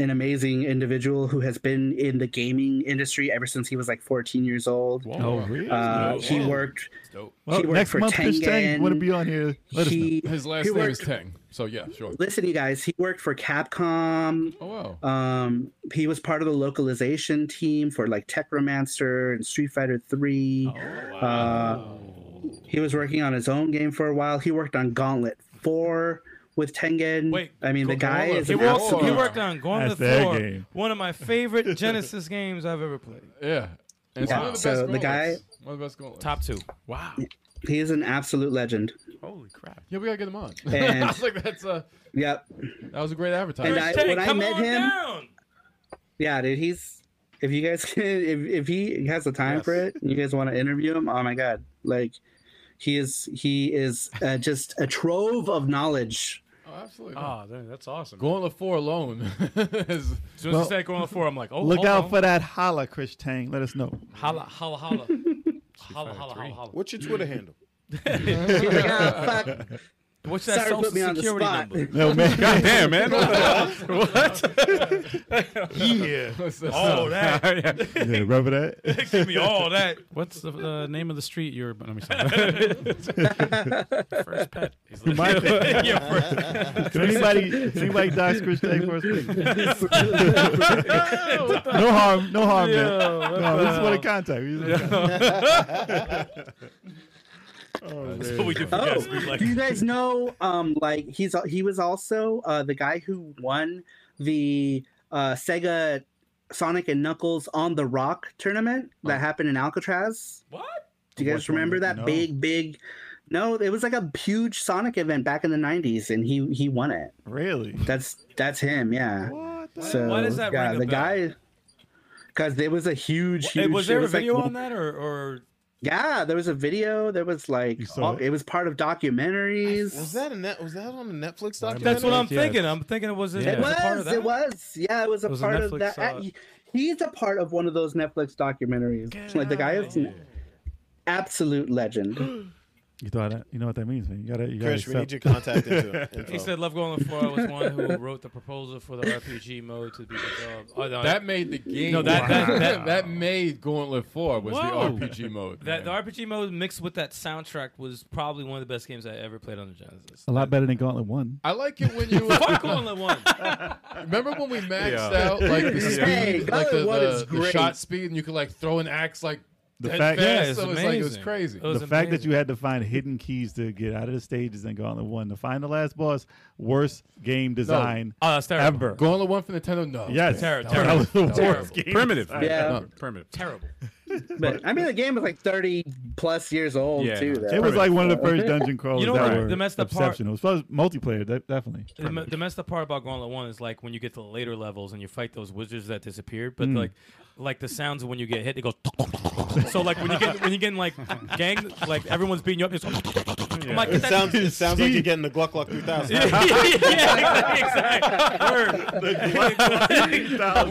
Speaker 5: an amazing individual who has been in the gaming industry ever since he was like 14 years old.
Speaker 3: Oh, really?
Speaker 5: Uh,
Speaker 4: Whoa.
Speaker 5: he worked.
Speaker 4: Dope.
Speaker 3: well,
Speaker 5: he worked
Speaker 3: next
Speaker 5: for
Speaker 3: month, Chris Tang
Speaker 5: Tengen.
Speaker 3: want to be on here. Let us know.
Speaker 5: He,
Speaker 4: His last
Speaker 5: he
Speaker 4: name
Speaker 5: worked,
Speaker 4: is Tang. So yeah, sure.
Speaker 5: Listen, you guys. He worked for Capcom.
Speaker 4: Oh wow.
Speaker 5: Um, he was part of the localization team for like Techromancer and Street Fighter Three.
Speaker 8: Oh,
Speaker 5: uh, he was working on his own game for a while. He worked on Gauntlet Four with Tengen.
Speaker 8: Wait,
Speaker 5: I mean, the guy
Speaker 4: Gauntlet
Speaker 5: is
Speaker 8: He
Speaker 5: an
Speaker 8: worked,
Speaker 5: absolute
Speaker 8: he worked on Going to
Speaker 3: That's
Speaker 8: the
Speaker 3: their
Speaker 8: Floor,
Speaker 3: game.
Speaker 8: one of my favorite Genesis games I've ever played.
Speaker 4: yeah. And it's
Speaker 5: Yeah,
Speaker 4: one of the
Speaker 5: so
Speaker 4: best
Speaker 5: the guy-
Speaker 4: gauntlets. one of the best gauntlets.
Speaker 8: Top two.
Speaker 2: Wow.
Speaker 5: he is an absolute legend.
Speaker 8: Holy crap.
Speaker 4: Yeah, we gotta get him on.
Speaker 5: And-
Speaker 4: I was like, that's a
Speaker 5: Yep.
Speaker 4: that was a great advertisement.
Speaker 5: And I-
Speaker 8: Kush Tang,
Speaker 5: when
Speaker 8: come
Speaker 5: met
Speaker 8: on
Speaker 5: him-
Speaker 8: down.
Speaker 5: Yeah, dude, he's if you guys can if, if he has the time for it, you guys want to interview him, oh my god. Like he is he is uh, just a trove of knowledge.
Speaker 4: oh, absolutely.
Speaker 8: Ah.
Speaker 2: Oh, dude, that's awesome.
Speaker 4: Gauntlet four alone is
Speaker 8: As soon as he said Going to the Floor, I'm like, oh,
Speaker 3: Look
Speaker 8: hold
Speaker 3: out
Speaker 8: on.
Speaker 3: for that holla, Chris Tang. Let us know.
Speaker 8: Holla, holla, holla. holla, holla, holla, holla.
Speaker 9: What's your Twitter handle?
Speaker 5: He's like, ah, fuck.
Speaker 8: What's that
Speaker 5: Sorry, to put me
Speaker 8: social
Speaker 5: on the
Speaker 8: security
Speaker 5: spot.
Speaker 8: number?
Speaker 3: No, man.
Speaker 2: God damn, man. what?
Speaker 3: yeah.
Speaker 4: what's that?
Speaker 8: Oh, that.
Speaker 3: Remember that?
Speaker 8: Give me all that.
Speaker 2: What's the uh, name of the street you're. Let me stop. First pet. He's like,
Speaker 3: My-
Speaker 8: yeah, for-
Speaker 3: Can anybody, can anybody dox Chris Tang for us? please? no harm. No harm, man.
Speaker 2: Yo, what
Speaker 3: No,
Speaker 2: the
Speaker 3: we just want
Speaker 2: hell?
Speaker 3: to contact. We just wanna
Speaker 8: that's what we do for
Speaker 5: Oh,
Speaker 8: guests. We like,
Speaker 5: do you guys know um like he's he was also uh the guy who won the uh Sega Sonic and Knuckles on the Rock tournament that happened in Alcatraz?
Speaker 8: Oh. what?
Speaker 5: Do you guys
Speaker 3: Which one?
Speaker 5: remember that
Speaker 3: No.
Speaker 5: big, big? No, it was like a huge Sonic event back in the '90s, and he he won it.
Speaker 3: Really?
Speaker 5: That's that's him, yeah.
Speaker 3: What? the-
Speaker 5: So
Speaker 8: Why does that
Speaker 5: yeah,
Speaker 8: ring a
Speaker 5: the
Speaker 8: bell?
Speaker 5: guy? Because there was a huge,
Speaker 8: Hey,
Speaker 5: huge.
Speaker 8: was
Speaker 5: it
Speaker 8: there a
Speaker 5: like-
Speaker 8: video on that or, or
Speaker 5: Yeah, there was a video. There was like
Speaker 3: You saw
Speaker 5: all,
Speaker 3: it?
Speaker 5: it? was part of documentaries.
Speaker 9: Was that a net? Was that on the Netflix documentary?
Speaker 8: that's what I'm
Speaker 2: Yeah.
Speaker 8: thinking. I'm thinking it was it,
Speaker 2: It
Speaker 5: It
Speaker 8: was
Speaker 5: was.
Speaker 8: it part of that.
Speaker 5: It was. Yeah, it was a
Speaker 2: It was a
Speaker 5: part of
Speaker 2: Netflix,
Speaker 5: that.
Speaker 2: uh,
Speaker 5: He's a part of one of those Netflix documentaries. like the guy is. absolute legend.
Speaker 3: You thought that, you know what that means, man. You gotta, you gotta
Speaker 9: Chris, we need
Speaker 3: accept.
Speaker 9: your contact info. info.
Speaker 8: He said Love Going Far was one who wrote the proposal for the RPG mode to be developed. Oh, no,
Speaker 4: That made the game.
Speaker 8: No, that- that-
Speaker 4: Wow.
Speaker 8: that-
Speaker 4: That made Gauntlet Four was
Speaker 8: Whoa.
Speaker 4: the RPG mode.
Speaker 8: that the
Speaker 4: man.
Speaker 8: RPG mode mixed with that soundtrack was probably one of the best games I ever played on the Genesis.
Speaker 3: a lot better than Gauntlet One.
Speaker 4: I like it when you
Speaker 8: Fuck Gauntlet One.
Speaker 4: remember when we maxed
Speaker 7: Yeah.
Speaker 4: out like the speed,
Speaker 5: Hey,
Speaker 4: like the,
Speaker 5: Gauntlet One
Speaker 4: the-
Speaker 5: is
Speaker 4: the
Speaker 5: great.
Speaker 4: shot speed, and you could like throw an axe like
Speaker 3: The
Speaker 4: dead
Speaker 3: fact-
Speaker 4: fast.
Speaker 8: yeah, it's
Speaker 4: so it's like it was
Speaker 8: amazing.
Speaker 4: crazy.
Speaker 8: It was
Speaker 3: the fact that
Speaker 8: amazing.
Speaker 3: you had to find hidden keys to get out of the stages in Gauntlet One to find the last boss, worst game design
Speaker 8: Oh, that's terrible.
Speaker 3: ever.
Speaker 4: Gauntlet One for Nintendo, no.
Speaker 3: yes,
Speaker 8: Terror-
Speaker 3: that was the
Speaker 8: terrible.
Speaker 3: worst game.
Speaker 2: Primitive.
Speaker 5: Yeah.
Speaker 2: Primitive.
Speaker 8: Terrible.
Speaker 5: But I mean, the game was like 30 plus years old,
Speaker 2: Yeah.
Speaker 5: too.
Speaker 3: It
Speaker 5: Though.
Speaker 3: was like one of the first dungeon crawlers
Speaker 8: You know
Speaker 3: that
Speaker 8: what?
Speaker 3: were
Speaker 8: The messed up part-
Speaker 3: exceptional. It was multiplayer, de- definitely.
Speaker 8: The, me- the messed up part about Gauntlet One is like when you get to the later levels and you fight those wizards that disappeared, but
Speaker 2: Mm.
Speaker 8: like, like the sounds when you get hit, it goes. so like when you get when you get in like gang, like everyone's beating you up. It's I'm like,
Speaker 9: it
Speaker 8: that-
Speaker 9: sounds, it sounds like you're getting the Gluck Gluck 3000.
Speaker 8: yeah, yeah, exactly. exactly.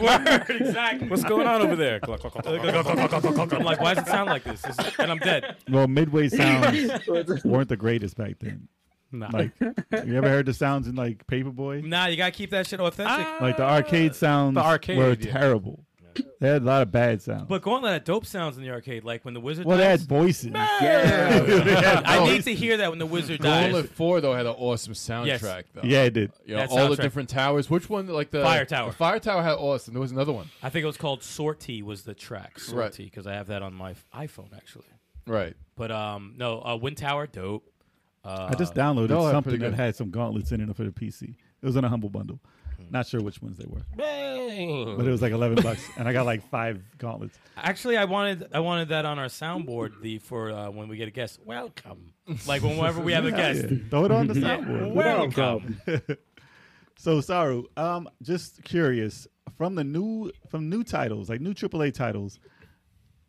Speaker 8: Word. Word. Exactly.
Speaker 2: What's going on over there?
Speaker 8: I'm like, why does it sound like this? This is- and I'm dead.
Speaker 3: Well, midway sounds weren't the greatest back then.
Speaker 8: Nah.
Speaker 3: Like, you ever heard the sounds in like Paperboy?
Speaker 8: nah, you gotta keep that shit authentic.
Speaker 2: Ah.
Speaker 3: Like the arcade sounds
Speaker 2: the arcade,
Speaker 3: were
Speaker 2: yeah.
Speaker 3: terrible. They had a lot of bad sounds.
Speaker 8: but Gauntlet had dope sounds in the arcade, like when the wizard.
Speaker 3: well, they had
Speaker 8: dies,
Speaker 3: voices.
Speaker 2: Oh,
Speaker 5: yeah.
Speaker 8: I need to hear that when the wizard dies.
Speaker 4: Gauntlet Four though had an awesome soundtrack though.
Speaker 3: Yeah, it did.
Speaker 4: You know,
Speaker 8: That
Speaker 4: all the
Speaker 8: soundtrack.
Speaker 4: different towers. Which one? Like the
Speaker 8: Fire Tower.
Speaker 4: the Fire Tower had awesome. There was another one.
Speaker 8: I think it was called Sortie was the track
Speaker 4: Right.
Speaker 8: Sortie because I have that on my f- iPhone actually.
Speaker 4: Right.
Speaker 8: But um, no, uh, Wind Tower, dope. Uh,
Speaker 3: I just downloaded
Speaker 4: no, that's
Speaker 3: something
Speaker 4: pretty
Speaker 3: that
Speaker 4: good.
Speaker 3: had some gauntlets in it for the PC. It was in a humble bundle. Not sure which ones they were, but it was like eleven bucks, and I got like five gauntlets.
Speaker 8: actually, I wanted I wanted that on our soundboard the for uh, when we get a guest. Welcome, like whenever we have a guest.
Speaker 3: Yeah. Throw it on the soundboard.
Speaker 8: Welcome.
Speaker 3: So Saru, um, just curious from the new from new titles, like new AAA titles,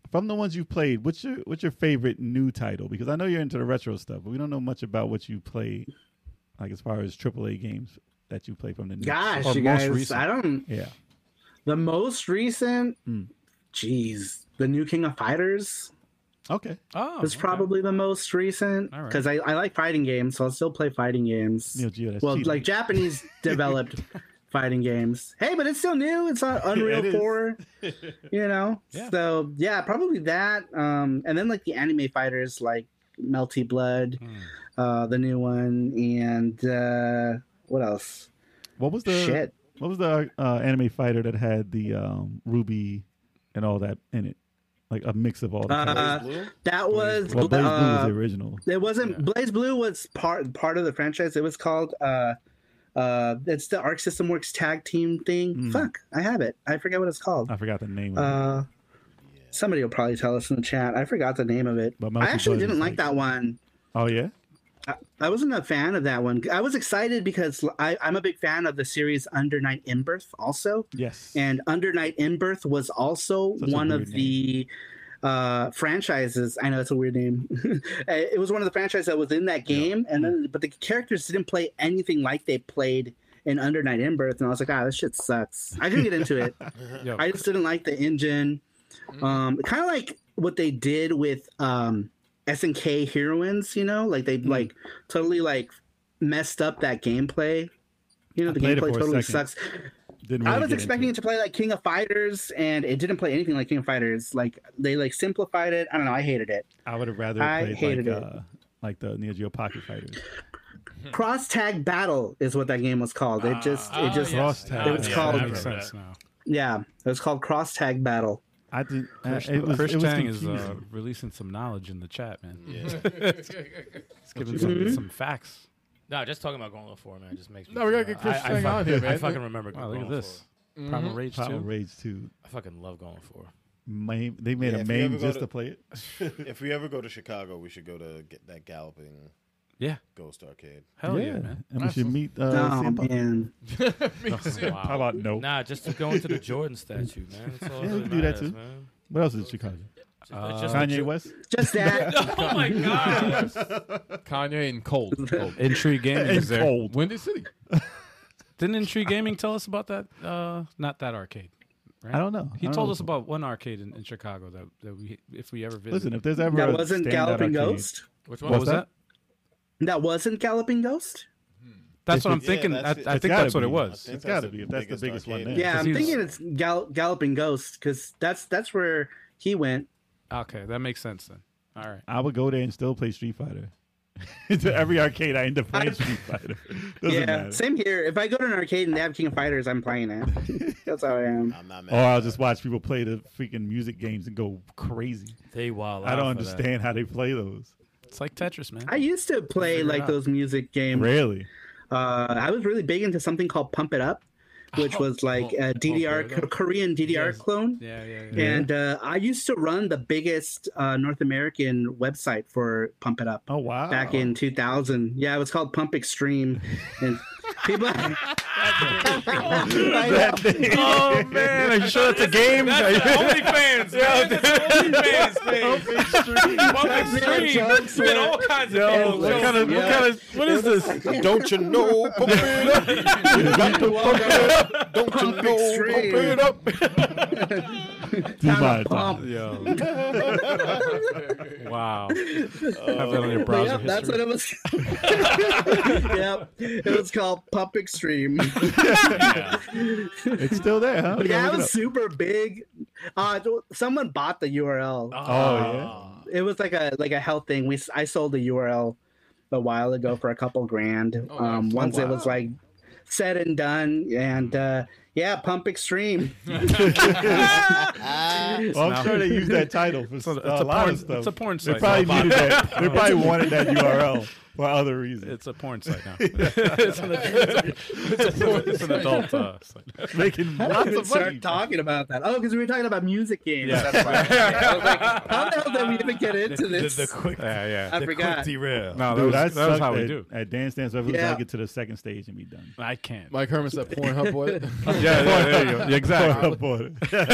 Speaker 3: from the ones you've played, what's your what's your favorite new title? Because I know you're into the retro stuff, but we don't know much about what you play, like as far as AAA games that you play from the new.
Speaker 5: Gosh,
Speaker 3: or
Speaker 5: you
Speaker 3: most
Speaker 5: guys,
Speaker 3: recent.
Speaker 5: I don't.
Speaker 3: yeah,
Speaker 5: The most recent, jeez, the new King of Fighters
Speaker 3: okay,
Speaker 2: Oh,
Speaker 5: was
Speaker 2: okay.
Speaker 5: probably the most recent because I, I like fighting games, so I'll still play fighting games.
Speaker 3: Neo Geo. That's
Speaker 5: well,
Speaker 3: cheating.
Speaker 5: like Japanese developed fighting games. Hey, but it's still new. It's on Unreal
Speaker 3: it is.
Speaker 5: Four. You know, so yeah, probably that. Um, and then like the anime fighters, like Melty Blood,
Speaker 3: Hmm.
Speaker 5: uh, the new one, and uh, what else?
Speaker 3: what was the
Speaker 5: Shit.
Speaker 3: what was the uh, anime fighter that had the um, ruby and all that in it, like a mix of all the. colors?
Speaker 5: Uh, that was
Speaker 3: well, Blaze Blue was
Speaker 5: uh,
Speaker 3: the original.
Speaker 5: It wasn't Blaze Blue was part part of the franchise. It was called uh uh it's the Arc System Works tag team thing.
Speaker 3: Hmm.
Speaker 5: Fuck, I have it. I forget what it's called.
Speaker 3: I forgot the name. of it.
Speaker 5: Uh somebody will probably tell us in the chat. I forgot the name of it.
Speaker 3: But
Speaker 5: I
Speaker 3: Monkey
Speaker 5: actually
Speaker 3: Blood is
Speaker 5: didn't
Speaker 3: like-
Speaker 5: like that one.
Speaker 3: Oh yeah,
Speaker 5: I wasn't a fan of that one. I was excited because I, I'm a big fan of the series Under Night in Birth also.
Speaker 3: yes.
Speaker 5: And Under Night in Birth was also
Speaker 3: Such a
Speaker 5: one of
Speaker 3: weird
Speaker 5: the uh, franchises. I know it's a weird name. Uh, it was one of the franchises that was in that game, and then
Speaker 3: Mm.
Speaker 5: but the characters didn't play anything like they played in Under Night in Birth, and I was like, ah, this shit sucks. I couldn't get into it.
Speaker 2: Yeah.
Speaker 5: I just didn't like the engine.
Speaker 3: Mm.
Speaker 5: Um, kind of like what they did with um, SNK heroines, you know, like they
Speaker 3: Mm.
Speaker 5: like totally like messed up that gameplay. You know, the
Speaker 3: played it
Speaker 5: gameplay
Speaker 3: for a
Speaker 5: totally
Speaker 3: second.
Speaker 5: sucks.
Speaker 3: Didn't
Speaker 5: I
Speaker 3: really
Speaker 5: was
Speaker 3: get
Speaker 5: expecting
Speaker 3: into
Speaker 5: it to play like King of Fighters, and it didn't play anything like King of Fighters. Like they like simplified it. I don't know. I hated it.
Speaker 3: I would have rather
Speaker 5: I
Speaker 3: played
Speaker 5: hated
Speaker 3: like
Speaker 5: it.
Speaker 3: uh, like the Neo Geo Pocket Fighters.
Speaker 5: Cross Tag Battle is what that game was called. It just, it just, yeah.
Speaker 3: Cross Tag.
Speaker 5: It was
Speaker 8: Ah, yeah,
Speaker 5: called-
Speaker 8: I
Speaker 2: That
Speaker 8: remember
Speaker 2: makes sense
Speaker 8: that.
Speaker 2: now.
Speaker 5: it was called Cross Tag Battle.
Speaker 3: I didn't. Uh, it was,
Speaker 2: Chris
Speaker 3: it was
Speaker 2: Chang is uh,
Speaker 3: confusing.
Speaker 2: releasing some knowledge in the chat, man. He's giving
Speaker 3: Mm-hmm.
Speaker 2: some, some facts.
Speaker 8: No, just talking about Gauntlet Four, man, just makes me.
Speaker 4: No, we gotta
Speaker 8: feel-
Speaker 4: get Chris
Speaker 8: I- I
Speaker 4: Chang
Speaker 8: fucking-
Speaker 4: on here, man.
Speaker 8: I fucking remember.
Speaker 2: Wow, look at
Speaker 8: Gauntlet
Speaker 2: this.
Speaker 8: 4.
Speaker 2: Primal Mm-hmm. Rage
Speaker 3: Power
Speaker 2: 2.
Speaker 3: Rage Two.
Speaker 8: I fucking love Gauntlet Four.
Speaker 3: Mame, they made
Speaker 9: Yeah,
Speaker 3: a
Speaker 9: if you ever
Speaker 3: meme
Speaker 9: go
Speaker 3: just
Speaker 9: to-
Speaker 3: to play it.
Speaker 9: if we ever go to Chicago, we should go to get that galloping
Speaker 2: Yeah.
Speaker 9: ghost arcade.
Speaker 2: Hell yeah, man.
Speaker 3: and we should meet. Uh,
Speaker 5: Oh
Speaker 3: CM Punk.
Speaker 5: man,
Speaker 3: How about no?
Speaker 8: Nah, just to go into the Jordan statue, man. That's all
Speaker 3: Yeah, we
Speaker 8: that
Speaker 3: can do that
Speaker 8: matters,
Speaker 3: too.
Speaker 8: man.
Speaker 3: What else is Chicago?
Speaker 8: Just- uh, just the
Speaker 3: Kanye
Speaker 8: Jo-
Speaker 3: West.
Speaker 5: just that.
Speaker 8: Oh my god!
Speaker 4: Kanye and Cold. Cold.
Speaker 2: Intrigue Gaming is there.
Speaker 3: Cold.
Speaker 4: Windy City.
Speaker 2: Didn't Intrigue Gaming tell us about that? Uh, not that arcade. Right?
Speaker 3: I don't know.
Speaker 2: He
Speaker 3: I don't
Speaker 2: told
Speaker 3: know.
Speaker 2: us about one arcade in, in Chicago that, that we if we ever visit.
Speaker 3: Listen, if there's ever
Speaker 5: That
Speaker 3: a
Speaker 5: wasn't
Speaker 3: standout
Speaker 5: Galloping
Speaker 3: arcade-
Speaker 5: Ghost.
Speaker 2: Which
Speaker 3: What's that?
Speaker 5: That wasn't Galloping Ghost.
Speaker 2: That's what I'm
Speaker 9: Yeah,
Speaker 2: thinking.
Speaker 9: that's
Speaker 2: I, I
Speaker 9: it.
Speaker 2: think
Speaker 3: It's gotta
Speaker 2: that's what
Speaker 3: be.
Speaker 2: it was.
Speaker 9: I think
Speaker 3: It's gotta
Speaker 9: that's
Speaker 3: be,
Speaker 9: the
Speaker 3: if that's the biggest one
Speaker 9: arcade.
Speaker 3: there.
Speaker 5: Yeah,
Speaker 2: 'cause
Speaker 5: I'm
Speaker 2: he was-
Speaker 5: thinking it's Gal- Galloping Ghost because that's that's where he went.
Speaker 2: Okay, that makes sense then. All right.
Speaker 3: I would go there and still play Street Fighter. to every arcade, I end up playing Street Fighter. Doesn't
Speaker 5: yeah,
Speaker 3: matter.
Speaker 5: same here. If I go to an arcade and they have King of Fighters, I'm playing it. that's how I am.
Speaker 9: I'm not mad.
Speaker 3: Or I'll just watch people play the freaking music games and go crazy.
Speaker 8: They wild.
Speaker 3: I
Speaker 8: out
Speaker 3: don't
Speaker 8: for that.
Speaker 3: understand how they play those.
Speaker 2: It's like Tetris, man.
Speaker 5: I used to play
Speaker 2: Figure it
Speaker 5: like
Speaker 2: out.
Speaker 5: those music games.
Speaker 3: Really?
Speaker 5: Uh, I was really big into something called Pump It Up, which was like
Speaker 2: oh,
Speaker 5: a DDR
Speaker 2: Pump It Up.
Speaker 5: Korean DDR
Speaker 2: Yes.
Speaker 5: clone.
Speaker 2: yeah, yeah, yeah.
Speaker 5: And uh, I used to run the biggest uh, North American website for Pump It Up.
Speaker 3: Oh wow!
Speaker 5: back in 2000. Yeah, it was called Pump Extreme, and people. I know.
Speaker 3: that day.
Speaker 2: Oh man, are you sure that's a game?
Speaker 7: That's the OnlyFans. Yeah, that's the OnlyFans thing. Public stream.
Speaker 5: jokes
Speaker 7: We had
Speaker 5: were-
Speaker 7: all kinds of
Speaker 2: Yo,
Speaker 7: people.
Speaker 2: what kind of, what kind of, what is this?
Speaker 9: Don't you know? Pump it up. Don't you
Speaker 5: Pump
Speaker 9: know? Pump
Speaker 5: extreme.
Speaker 9: it up.
Speaker 3: Demon.
Speaker 5: Pump.
Speaker 2: Yo. wow. Have that on your browser
Speaker 5: Yep, that's what
Speaker 2: history.
Speaker 5: it was. yep, it was called Pump Extreme.
Speaker 3: It's still there, huh? You
Speaker 5: Yeah,
Speaker 3: gotta look
Speaker 5: it was
Speaker 3: it
Speaker 5: super big. Uh, someone bought the URL.
Speaker 3: up. oh yeah.
Speaker 5: It was like a like a health thing. We s- I sold the URL a while ago for a couple grand.
Speaker 4: Oh,
Speaker 5: um,
Speaker 4: nice. Oh,
Speaker 5: once it was like said and done, and uh, yeah, Pump Extreme.
Speaker 3: Well, I'm sure they use that title
Speaker 2: a-
Speaker 3: for a,
Speaker 2: it's a
Speaker 3: lot
Speaker 2: porn-
Speaker 3: of stuff.
Speaker 2: it's a porn
Speaker 3: They
Speaker 2: site.
Speaker 3: probably
Speaker 2: It's a
Speaker 3: needed that. They probably wanted that URL for other reasons.
Speaker 2: It's a porn site now. it's, an, it's, a, it's an adult uh, site.
Speaker 3: It's making lots
Speaker 5: even
Speaker 3: of
Speaker 5: start
Speaker 3: money.
Speaker 5: talking about that. Oh, because we were talking about music games.
Speaker 2: Yeah.
Speaker 5: That's why. I was like, how the hell did we even get into this?
Speaker 2: Yeah, yeah.
Speaker 5: I forgot.
Speaker 8: derail.
Speaker 2: No, that
Speaker 3: Dude, I
Speaker 2: was, that was
Speaker 3: sucked
Speaker 2: how we
Speaker 3: at,
Speaker 2: do.
Speaker 3: At Dance Dance Revolution,
Speaker 5: Yeah.
Speaker 3: I get to the second stage and be done.
Speaker 2: I can't.
Speaker 4: Mike Herman's that Pornhub boy.
Speaker 2: yeah, yeah, there you go. Yeah,
Speaker 3: Exactly.
Speaker 2: exactly.
Speaker 3: you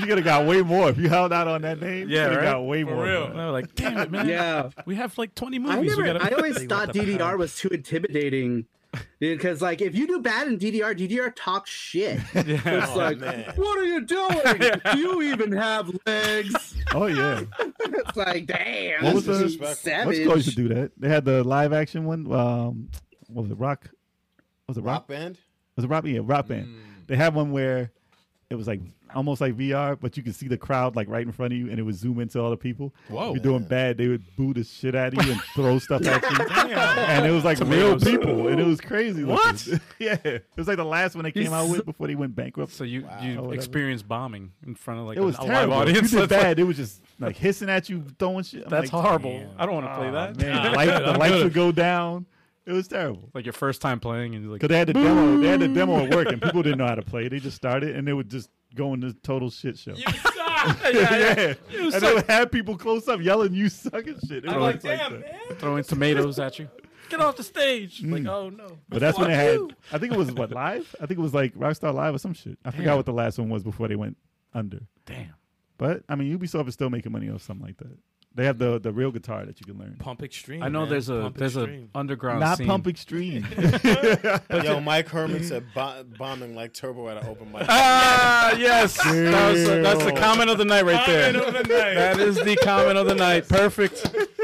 Speaker 3: should have got way more if you held out on that name.
Speaker 2: Yeah,
Speaker 3: you
Speaker 2: right?
Speaker 3: got way more.
Speaker 2: And they were like, damn it, man.
Speaker 5: Yeah.
Speaker 2: We have like 20 movies.
Speaker 5: I
Speaker 2: We
Speaker 5: never.
Speaker 2: gotta-
Speaker 5: I always
Speaker 8: They
Speaker 5: thought
Speaker 8: want the
Speaker 5: DDR
Speaker 8: power.
Speaker 5: was too intimidating. Because like if you do bad in DDR, DDR talks shit. It's like, what are you doing? Do you even have legs?
Speaker 3: Oh yeah.
Speaker 5: It's like, damn,
Speaker 3: What was
Speaker 5: this is
Speaker 9: the-
Speaker 3: What's called used
Speaker 5: savage.
Speaker 3: to do that? They had the live action one. Um, what was it? Rock. Was it rock?
Speaker 9: Rock band.
Speaker 3: Was it rock? Yeah, rock band.
Speaker 2: Mm.
Speaker 3: They had one where it was like almost like VR, but you could see the crowd like right in front of you, and it would zoom into all the people.
Speaker 2: Whoa.
Speaker 3: If you're doing bad, they would boo the shit out of you and throw stuff at you. and it was like real people, and it was crazy. What? yeah, it was like the last one they came out with before they went bankrupt.
Speaker 2: So you, you
Speaker 3: Whatever.
Speaker 2: experienced bombing in front of like
Speaker 3: it was
Speaker 2: a, a live
Speaker 3: terrible.
Speaker 2: audience.
Speaker 3: If you did
Speaker 2: That's,
Speaker 3: bad. It was just like hissing at you, throwing shit. I'm
Speaker 2: that's
Speaker 3: like,
Speaker 2: horrible. I don't want to play that.
Speaker 3: Man, the, light, the lights would go down. It was terrible.
Speaker 2: Like your first time playing and you're like,
Speaker 3: Cause they had the demo. They had the demo at work, and people didn't know how to play. They just started, and they would just go into total shit show. yeah, and they would have people close up yelling, "You suck and shit." It was
Speaker 7: Like,
Speaker 3: like
Speaker 7: damn,
Speaker 3: that.
Speaker 7: man.
Speaker 2: throwing tomatoes at you. Get off the stage. Like, oh no.
Speaker 3: But that's when they had. I think it was what live. I think it was like Rockstar Live or some shit. I forgot what the last one was before they went under.
Speaker 2: Damn.
Speaker 3: But I mean, Ubisoft is still making money off something like that. They have the the real guitar that you can learn.
Speaker 8: Pump extreme.
Speaker 2: I know
Speaker 8: man.
Speaker 2: there's a
Speaker 8: Pump
Speaker 2: there's
Speaker 8: extreme.
Speaker 2: a underground
Speaker 3: Not
Speaker 2: scene.
Speaker 3: Pump Extreme.
Speaker 9: Yo, Mike Herman said bo- bombing like Turbo at an open mic.
Speaker 2: Ah, yes. That was- that's the comment of the night right there.
Speaker 7: Comment of the night.
Speaker 2: That is the comment of the night. Perfect.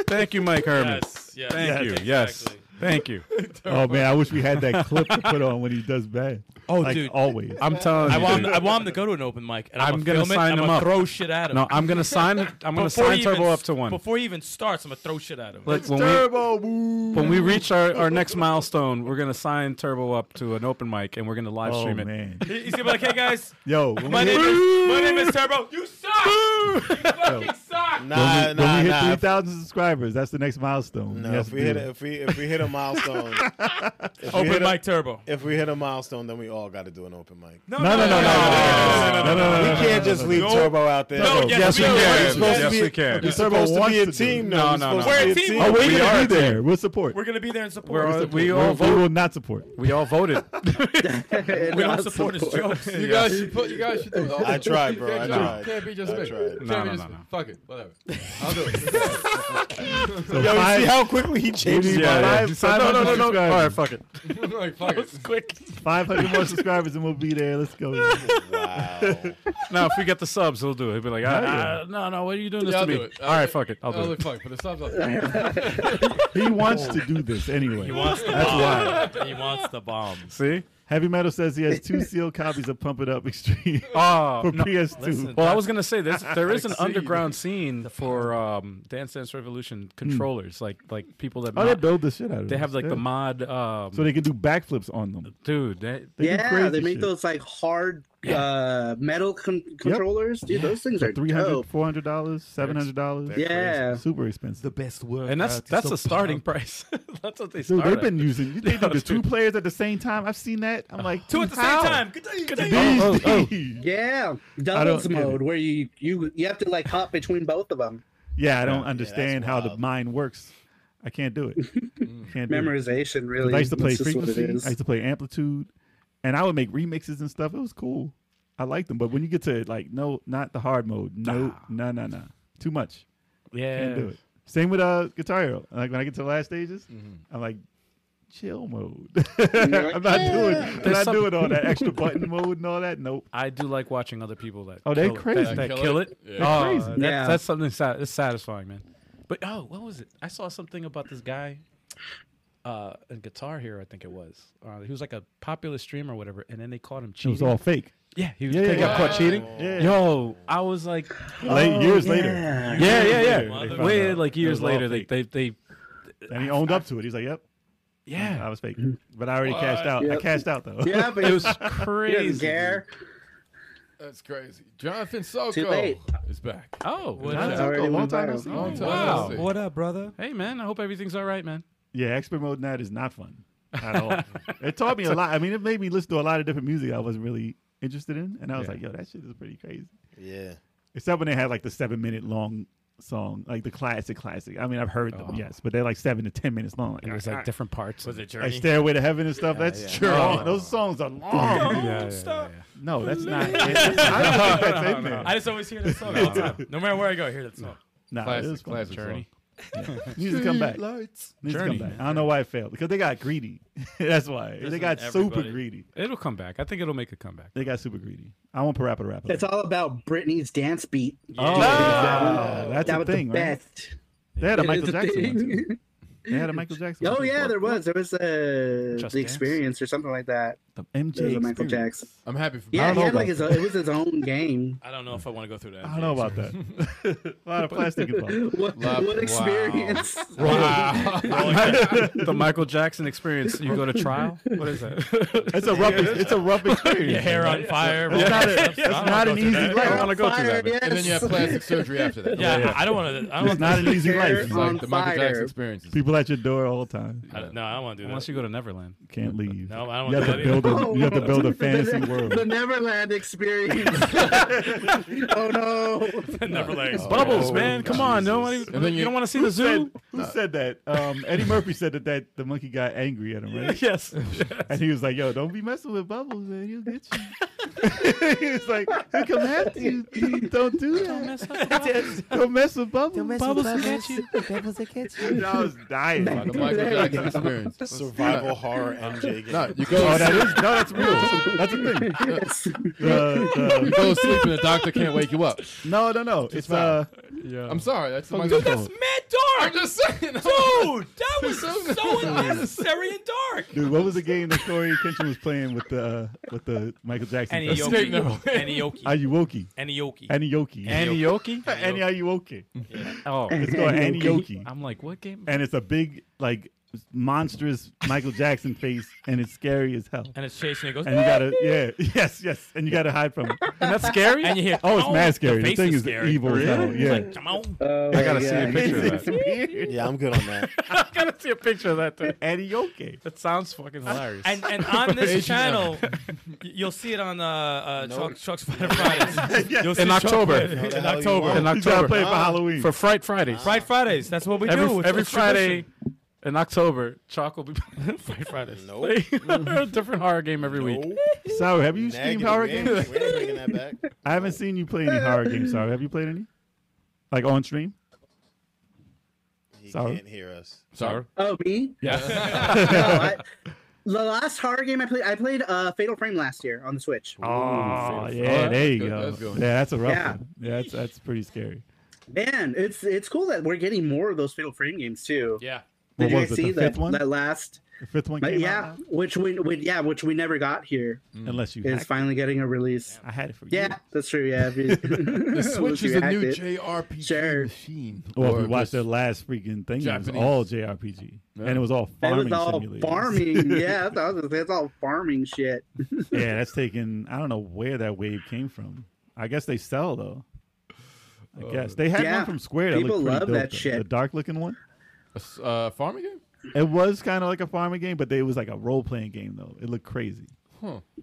Speaker 2: Thank you, Mike Herman.
Speaker 7: Yes, yes.
Speaker 2: Thank you.
Speaker 7: Exactly.
Speaker 2: Yes. Thank you.
Speaker 3: oh man, I wish we had that clip to put on when he does bad.
Speaker 8: Oh,
Speaker 3: like
Speaker 8: dude.
Speaker 3: always.
Speaker 2: I'm telling you.
Speaker 8: I want, him,
Speaker 2: dude.
Speaker 8: I want him to go to an open mic, and I'm,
Speaker 2: I'm gonna
Speaker 8: gonna film it,
Speaker 2: sign
Speaker 8: I'm
Speaker 2: him
Speaker 8: gonna
Speaker 2: up.
Speaker 8: Throw shit at him.
Speaker 2: No, I'm gonna sign. I'm gonna
Speaker 8: Before
Speaker 2: sign
Speaker 8: he
Speaker 2: Turbo
Speaker 8: even-
Speaker 2: up to one.
Speaker 8: Before he even starts, I'm gonna throw shit at him.
Speaker 2: Like when we
Speaker 3: Turbo Boo.
Speaker 2: when we reach our, our next milestone, we're gonna sign Turbo up to an open mic and we're gonna live
Speaker 3: Oh
Speaker 2: stream it.
Speaker 3: man,
Speaker 8: He's gonna be like, "Hey guys,
Speaker 3: yo, when
Speaker 8: my
Speaker 3: we
Speaker 8: name
Speaker 3: hit,
Speaker 8: is my name is Turbo. You suck. You fucking suck."
Speaker 3: when
Speaker 9: Nah,
Speaker 3: we,
Speaker 9: nah,
Speaker 3: when we hit
Speaker 9: nah.
Speaker 3: three
Speaker 9: If-
Speaker 3: thousand subscribers, that's the next milestone.
Speaker 9: No,
Speaker 3: Yes,
Speaker 9: if we hit
Speaker 3: dude.
Speaker 9: a, if we if we hit a milestone, if we
Speaker 8: Open
Speaker 9: hit a-
Speaker 8: mic Turbo.
Speaker 9: if we hit a milestone, then we all got to do an open mic.
Speaker 3: No, no, no, no, no,
Speaker 8: no,
Speaker 3: no, no, no, no,
Speaker 9: we can't
Speaker 3: no,
Speaker 9: just
Speaker 3: no,
Speaker 9: leave
Speaker 3: no.
Speaker 9: Turbo out there.
Speaker 8: No, yes, we
Speaker 9: We're
Speaker 8: can.
Speaker 9: supposed to
Speaker 2: Yes,
Speaker 9: be-
Speaker 2: we can.
Speaker 9: We're supposed to
Speaker 3: wants
Speaker 9: be a
Speaker 3: to do.
Speaker 9: team. though.
Speaker 2: No,
Speaker 9: We're supposed
Speaker 2: no, no.
Speaker 9: to
Speaker 8: We're
Speaker 9: be
Speaker 8: a team.
Speaker 3: Oh, we're
Speaker 8: We
Speaker 3: gonna
Speaker 8: are.
Speaker 3: be there. We'll support.
Speaker 8: We're gonna be there and
Speaker 2: We're
Speaker 8: support.
Speaker 2: all, we
Speaker 3: We'll-
Speaker 2: all
Speaker 3: We
Speaker 2: vote.
Speaker 3: will not support.
Speaker 2: We all voted.
Speaker 5: And
Speaker 8: We all
Speaker 5: I'll
Speaker 8: support his jokes.
Speaker 4: You guys should put. You guys should do it.
Speaker 9: I tried, bro. I
Speaker 4: Can't be-
Speaker 9: tried.
Speaker 4: Can't be just
Speaker 9: I
Speaker 4: me.
Speaker 9: tried.
Speaker 2: No,
Speaker 4: Can't be
Speaker 2: no, no,
Speaker 4: just
Speaker 2: no.
Speaker 4: Fuck it. Whatever. it. I'll do it.
Speaker 9: Yo,
Speaker 3: So
Speaker 9: you see
Speaker 3: five-
Speaker 9: how quickly he changes
Speaker 3: Yeah,
Speaker 9: my
Speaker 3: yeah.
Speaker 9: life?
Speaker 3: He said, no, no, no, no.
Speaker 9: All right, fuck it.
Speaker 4: like, fuck it.
Speaker 2: Quick.
Speaker 3: 500 more subscribers and we'll be there. Let's go.
Speaker 9: Wow.
Speaker 2: Now, if we get the subs, he'll do it. He'll be like,
Speaker 3: yeah.
Speaker 2: ah, ah, no, no, what are you doing this
Speaker 4: Yeah,
Speaker 2: to
Speaker 4: I'll
Speaker 2: me?
Speaker 4: do it.
Speaker 2: All right, fuck it. I'll
Speaker 4: I'll
Speaker 2: do
Speaker 4: do
Speaker 2: it.
Speaker 4: fuck it, but it stops up.
Speaker 3: He wants to do this anyway.
Speaker 8: He wants the bomb. He wants the bomb.
Speaker 2: See?
Speaker 3: Heavy Metal says he has two sealed copies of Pump It Up Extreme
Speaker 2: Oh,
Speaker 3: for
Speaker 2: no.
Speaker 3: PS2.
Speaker 8: listen.
Speaker 2: Well, I was gonna say there's there is an
Speaker 4: Exceed.
Speaker 2: underground scene for um, Dance Dance Revolution controllers, like like people that
Speaker 3: Hmm. Oh, they
Speaker 2: mod-
Speaker 3: build the shit out of
Speaker 2: they
Speaker 3: it.
Speaker 2: have like
Speaker 3: Yeah.
Speaker 2: the mod. Um,
Speaker 3: so they can do backflips on them.
Speaker 2: dude, that,
Speaker 3: They do
Speaker 5: yeah,
Speaker 3: crazy
Speaker 5: they make
Speaker 3: shit.
Speaker 5: those like hard uh, metal con- controllers. Dude, those things
Speaker 3: For
Speaker 5: are
Speaker 3: 300
Speaker 5: dope.
Speaker 3: $400, $700.
Speaker 5: Yeah,
Speaker 3: Super expensive.
Speaker 7: best work. uh,
Speaker 2: and
Speaker 3: Uh,
Speaker 2: that's that's the starting price. that's what they
Speaker 3: Dude,
Speaker 2: start.
Speaker 3: they've
Speaker 2: at.
Speaker 3: been using they do the two players at the same time. I've seen that. I'm like,
Speaker 8: Two at the
Speaker 3: how?
Speaker 8: same time. Good day, good day.
Speaker 3: These
Speaker 2: Oh, oh,
Speaker 3: days.
Speaker 5: yeah, doubles
Speaker 3: get it.
Speaker 5: mode where you you you have to like hop between both of them.
Speaker 3: Yeah, I don't understand how the
Speaker 9: wild.
Speaker 3: mind works. I can't do it.
Speaker 8: Mm.
Speaker 3: can't do it.
Speaker 5: Memorization, really.
Speaker 3: I used to play
Speaker 5: That's just what it
Speaker 3: frequency.
Speaker 5: is.
Speaker 3: I used to play amplitude, and I would make remixes and stuff. It was cool. I liked them, but when you get to like no, not the hard mode. No, no, no, no. Too much. Can't do
Speaker 2: yeah.
Speaker 3: it. Same with uh Guitar Hero. Like when I get to the last stages, I'm like chill mode. I'm not doing. I'm not
Speaker 2: some-
Speaker 3: doing all that extra button mode and all that. Nope.
Speaker 2: I do like watching other people that
Speaker 3: Oh, they're
Speaker 2: kill it-
Speaker 3: crazy.
Speaker 2: that, that
Speaker 4: Kill
Speaker 2: kill,
Speaker 4: it?
Speaker 2: it.
Speaker 4: Yeah.
Speaker 3: They're
Speaker 2: Oh,
Speaker 3: crazy.
Speaker 2: that-
Speaker 5: Yeah.
Speaker 2: that's something sa- that's satisfying, man. But oh, what was it? I saw something about this guy uh, in Guitar Hero, I think it was. Uh, he was like a popular streamer or whatever, and then they caught him
Speaker 3: It
Speaker 2: cheating.
Speaker 3: was all fake.
Speaker 2: yeah, he was
Speaker 3: Yeah, yeah,
Speaker 2: they got
Speaker 3: yeah.
Speaker 2: caught cheating.
Speaker 3: Yeah.
Speaker 2: Yo, I was like,
Speaker 3: Late, years later.
Speaker 5: Yeah.
Speaker 2: yeah, yeah,
Speaker 3: later,
Speaker 2: yeah.
Speaker 3: they found
Speaker 2: Way
Speaker 3: out.
Speaker 2: like
Speaker 3: It
Speaker 2: years
Speaker 3: was all
Speaker 2: later, they,
Speaker 3: fake.
Speaker 2: they they
Speaker 3: And he owned up to it. He's like, "Yep, I
Speaker 2: yeah,
Speaker 3: was fake," but I already cashed out. I
Speaker 5: Yep.
Speaker 3: cashed out though.
Speaker 5: Yeah, but
Speaker 2: it was
Speaker 5: he doesn't
Speaker 2: crazy.
Speaker 5: care.
Speaker 4: That's crazy. Jonathan
Speaker 5: Too
Speaker 4: Soko
Speaker 5: late.
Speaker 4: is back.
Speaker 2: Oh,
Speaker 3: That's
Speaker 5: Already
Speaker 3: a long
Speaker 5: went
Speaker 3: time no
Speaker 5: viral.
Speaker 3: see.
Speaker 4: Long time
Speaker 2: Wow.
Speaker 4: no see.
Speaker 7: What up, brother?
Speaker 2: hey man, I hope everything's all right, man.
Speaker 3: Yeah, expert mode in that is not fun at all. it taught me a lot. I mean, it made me listen to a lot of different music I wasn't really interested in, and I was
Speaker 2: Yeah.
Speaker 3: like, "Yo, that shit is pretty crazy."
Speaker 9: Yeah.
Speaker 3: Except when they had like the seven minute long song, like the classic, classic. I mean, I've heard them,
Speaker 2: Oh.
Speaker 3: yes, but they're like seven to ten minutes long. Like,
Speaker 2: It was like different parts.
Speaker 8: Was it
Speaker 3: like
Speaker 8: Journey?
Speaker 3: Stairway to Heaven and stuff. that's true.
Speaker 2: Oh.
Speaker 3: Those songs are long.
Speaker 2: Yeah, yeah,
Speaker 8: Stop.
Speaker 2: yeah, yeah.
Speaker 3: no, that's not. it. I don't think that's in there.
Speaker 8: I just always hear that song all the time. No matter where I go, I hear that song.
Speaker 3: Nah,
Speaker 4: Classic,
Speaker 3: it was fun.
Speaker 4: classic
Speaker 3: Journey.
Speaker 4: Journey.
Speaker 3: Needs to come back. Needs
Speaker 2: Journey,
Speaker 3: to come back.
Speaker 2: man.
Speaker 3: I don't know why it failed because they got greedy. that's why they
Speaker 8: Doesn't
Speaker 3: got super
Speaker 8: everybody-
Speaker 3: greedy.
Speaker 2: It'll come back. I think it'll make a comeback.
Speaker 3: They got super greedy. I want Parappa to wrap it
Speaker 5: It's
Speaker 3: up.
Speaker 5: all about Britney's dance beat.
Speaker 8: Oh,
Speaker 3: Ah, that's
Speaker 5: that
Speaker 3: a
Speaker 5: was
Speaker 3: thing,
Speaker 5: the
Speaker 3: right?
Speaker 5: best. Oh,
Speaker 3: They had a
Speaker 5: It
Speaker 3: Michael
Speaker 5: is a
Speaker 3: Jackson one.
Speaker 5: thing.
Speaker 3: Too. They had a Michael Jackson.
Speaker 5: Oh
Speaker 3: one, too.
Speaker 5: yeah, there was. There was uh,
Speaker 2: Just
Speaker 5: the
Speaker 2: Dance?
Speaker 5: experience or something like that.
Speaker 3: the
Speaker 5: There was
Speaker 3: MJ
Speaker 5: a Michael
Speaker 3: experience.
Speaker 5: Jackson.
Speaker 4: I'm happy for
Speaker 5: Yeah,
Speaker 3: don't
Speaker 5: he
Speaker 3: know
Speaker 5: had
Speaker 3: about
Speaker 5: like his. Own, it was his own game.
Speaker 8: I don't know if I want to go through that.
Speaker 3: I don't know about that. a lot of plastic involved.
Speaker 5: What,
Speaker 4: Love-
Speaker 5: what experience?
Speaker 2: the Michael Jackson experience. You go to trial. What is that?
Speaker 3: It's a rough. It's a rough experience.
Speaker 8: Your hair on fire.
Speaker 3: It's not, a,
Speaker 8: I
Speaker 3: it's
Speaker 8: don't wanna
Speaker 3: not
Speaker 8: go
Speaker 3: an
Speaker 8: through
Speaker 3: easy
Speaker 8: that.
Speaker 5: Hair
Speaker 3: life.
Speaker 2: wanna
Speaker 5: on
Speaker 2: go through
Speaker 5: fire,
Speaker 2: that, man.
Speaker 4: And then you have
Speaker 5: yes.
Speaker 4: plastic surgery after that.
Speaker 8: Yeah, I- I don't want to. I don't
Speaker 3: It's
Speaker 8: want
Speaker 3: not an easy
Speaker 5: Hair
Speaker 3: life.
Speaker 4: It's
Speaker 5: on
Speaker 4: like the Michael
Speaker 5: fire.
Speaker 4: Jackson experience.
Speaker 3: People at your door all the time.
Speaker 8: I don't- No, I don't want to do that.
Speaker 2: Unless you go to Neverland.
Speaker 3: Can't leave.
Speaker 8: No, I don't
Speaker 3: you
Speaker 8: wanna
Speaker 3: have to
Speaker 8: do that
Speaker 3: build a. You have to build a
Speaker 5: The-
Speaker 3: fantasy
Speaker 5: the,
Speaker 3: world.
Speaker 5: The Neverland experience. oh no!
Speaker 8: Never
Speaker 3: Oh,
Speaker 8: legs.
Speaker 2: Bubbles, man. Come on. Nobody.
Speaker 4: Oh, And then you-
Speaker 2: you don't want to see the zoo.
Speaker 3: Who said that? Um, Eddie Murphy said that, that the monkey got angry at him, right?
Speaker 2: yes.
Speaker 3: And he was like, "Yo, don't be messing with Bubbles, man. He'll get you." he was like, "He'll come after you. Dude, Don't do that. Don't mess with Bubbles. Bubbles will get you." And I was dying.
Speaker 4: The Michael Jackson experience.
Speaker 9: Survival horror MJ game.
Speaker 4: No, you go.
Speaker 3: Oh, that is no, that's real. That's a thing.
Speaker 5: Yes.
Speaker 3: Uh,
Speaker 4: you go to sleep and the doctor can't wake you up.
Speaker 3: uh, no, no, no. It's uh,
Speaker 4: I'm sorry. That's the
Speaker 3: Dude,
Speaker 4: Michael
Speaker 3: that's
Speaker 4: Jackson.
Speaker 8: Mad
Speaker 4: I'm
Speaker 8: dark,
Speaker 4: just saying.
Speaker 8: dude. That was so unnecessary and dark.
Speaker 3: dude. What was the game that Corey Kenshin was playing with the uh, with the Michael Jackson?
Speaker 8: Anioki.
Speaker 4: Snake Neverland.
Speaker 8: Anioki.
Speaker 3: Anioki.
Speaker 8: Anioki.
Speaker 3: Anioki.
Speaker 2: Anioki.
Speaker 3: Anioki.
Speaker 2: Oh,
Speaker 3: It's called Anioki.
Speaker 2: I'm like, what game?
Speaker 3: and it's a big like monstrous Michael Jackson face, and it's scary as hell.
Speaker 8: And it's chasing. It goes.
Speaker 3: And you gotta yeah yes yes, and you gotta hide from it.
Speaker 2: And that's scary.
Speaker 8: And you hear.
Speaker 3: Oh, it's
Speaker 8: "Come on."
Speaker 3: mad scary.
Speaker 8: The
Speaker 3: The,
Speaker 8: face
Speaker 3: thing is,
Speaker 8: scary.
Speaker 3: evil as hell.
Speaker 8: He's
Speaker 3: Yeah,
Speaker 8: like, come on.
Speaker 3: Oh,
Speaker 5: Oh,
Speaker 2: I gotta see a picture of
Speaker 3: it's
Speaker 2: that.
Speaker 3: weird.
Speaker 9: Yeah, I'm good on that.
Speaker 2: I gotta see a picture of that. Thing.
Speaker 3: Anioki.
Speaker 2: That sounds fucking hilarious.
Speaker 8: And and on this channel, y- you'll see it on uh, uh Chuck, Chuck's Friday Fridays. You'll see
Speaker 2: in
Speaker 8: Chuck-
Speaker 2: October.
Speaker 8: in
Speaker 9: hell you
Speaker 8: October.
Speaker 9: want.
Speaker 2: In
Speaker 3: You gotta play it
Speaker 2: October.
Speaker 3: for Halloween.
Speaker 2: For Fright Fridays.
Speaker 8: Fright Fridays. That's what we do.
Speaker 2: every
Speaker 8: It's
Speaker 2: every
Speaker 8: a tradition.
Speaker 2: Friday in October, Chalk will be
Speaker 8: Fright Fridays.
Speaker 9: No.
Speaker 2: playing a different horror game every week.
Speaker 9: No.
Speaker 3: Sorry, have you streamed
Speaker 9: Negative,
Speaker 3: horror
Speaker 9: man.
Speaker 3: games?
Speaker 9: We ain't bringing that back.
Speaker 3: I haven't seen you play any horror games. Sorry, have you played any? Like on stream?
Speaker 9: He
Speaker 3: Sorry.
Speaker 9: can't hear us.
Speaker 2: Sorry.
Speaker 5: Oh, me?
Speaker 2: Yeah.
Speaker 5: No, I, the last horror game I played, I played uh, Fatal Frame last year on the Switch.
Speaker 3: Oh,
Speaker 4: favorite.
Speaker 3: yeah,
Speaker 4: Oh,
Speaker 3: there you
Speaker 4: that's good,
Speaker 3: go.
Speaker 4: that's good.
Speaker 3: Yeah, that's a rough
Speaker 5: Yeah.
Speaker 3: one. Yeah, that's, that's pretty scary.
Speaker 5: Man, it's it's cool that we're getting more of those Fatal Frame games too.
Speaker 8: Yeah.
Speaker 5: Did
Speaker 3: What
Speaker 5: you
Speaker 3: was
Speaker 5: guys
Speaker 3: it, the
Speaker 5: see that,
Speaker 3: fifth one?
Speaker 5: that last?
Speaker 3: The fifth one
Speaker 5: But
Speaker 3: came
Speaker 5: yeah,
Speaker 3: out,
Speaker 5: which we, we yeah, which we never got here
Speaker 3: unless you
Speaker 5: is
Speaker 3: hacked it.
Speaker 5: finally getting a release.
Speaker 3: I had it for
Speaker 5: Yeah,
Speaker 3: years.
Speaker 5: that's true. Yeah, if you-
Speaker 4: The
Speaker 5: unless
Speaker 4: Switch
Speaker 5: you
Speaker 4: is a
Speaker 5: hacked
Speaker 4: new
Speaker 5: it.
Speaker 4: JRPG
Speaker 5: Sure.
Speaker 4: machine.
Speaker 3: Well, if
Speaker 4: Or
Speaker 3: you watched their
Speaker 4: just-
Speaker 3: last freaking thing, it
Speaker 4: Japanese.
Speaker 3: was all JRPG,
Speaker 4: Yeah.
Speaker 3: and it was all
Speaker 5: That
Speaker 3: farming
Speaker 5: was all
Speaker 3: simulators.
Speaker 5: farming. yeah, that's, all- that's all farming shit.
Speaker 3: yeah, that's taken. I don't know where that wave came from. I guess they sell though. I
Speaker 4: Uh,
Speaker 3: guess they had
Speaker 5: Yeah.
Speaker 3: one from Square. That
Speaker 5: People
Speaker 3: looked pretty
Speaker 5: love
Speaker 3: dope,
Speaker 5: that
Speaker 3: though.
Speaker 5: shit.
Speaker 3: The dark looking one.
Speaker 4: a s- uh, farming game?
Speaker 3: It was kind of like a farming game, but they, it was like a role playing game though. It looked crazy.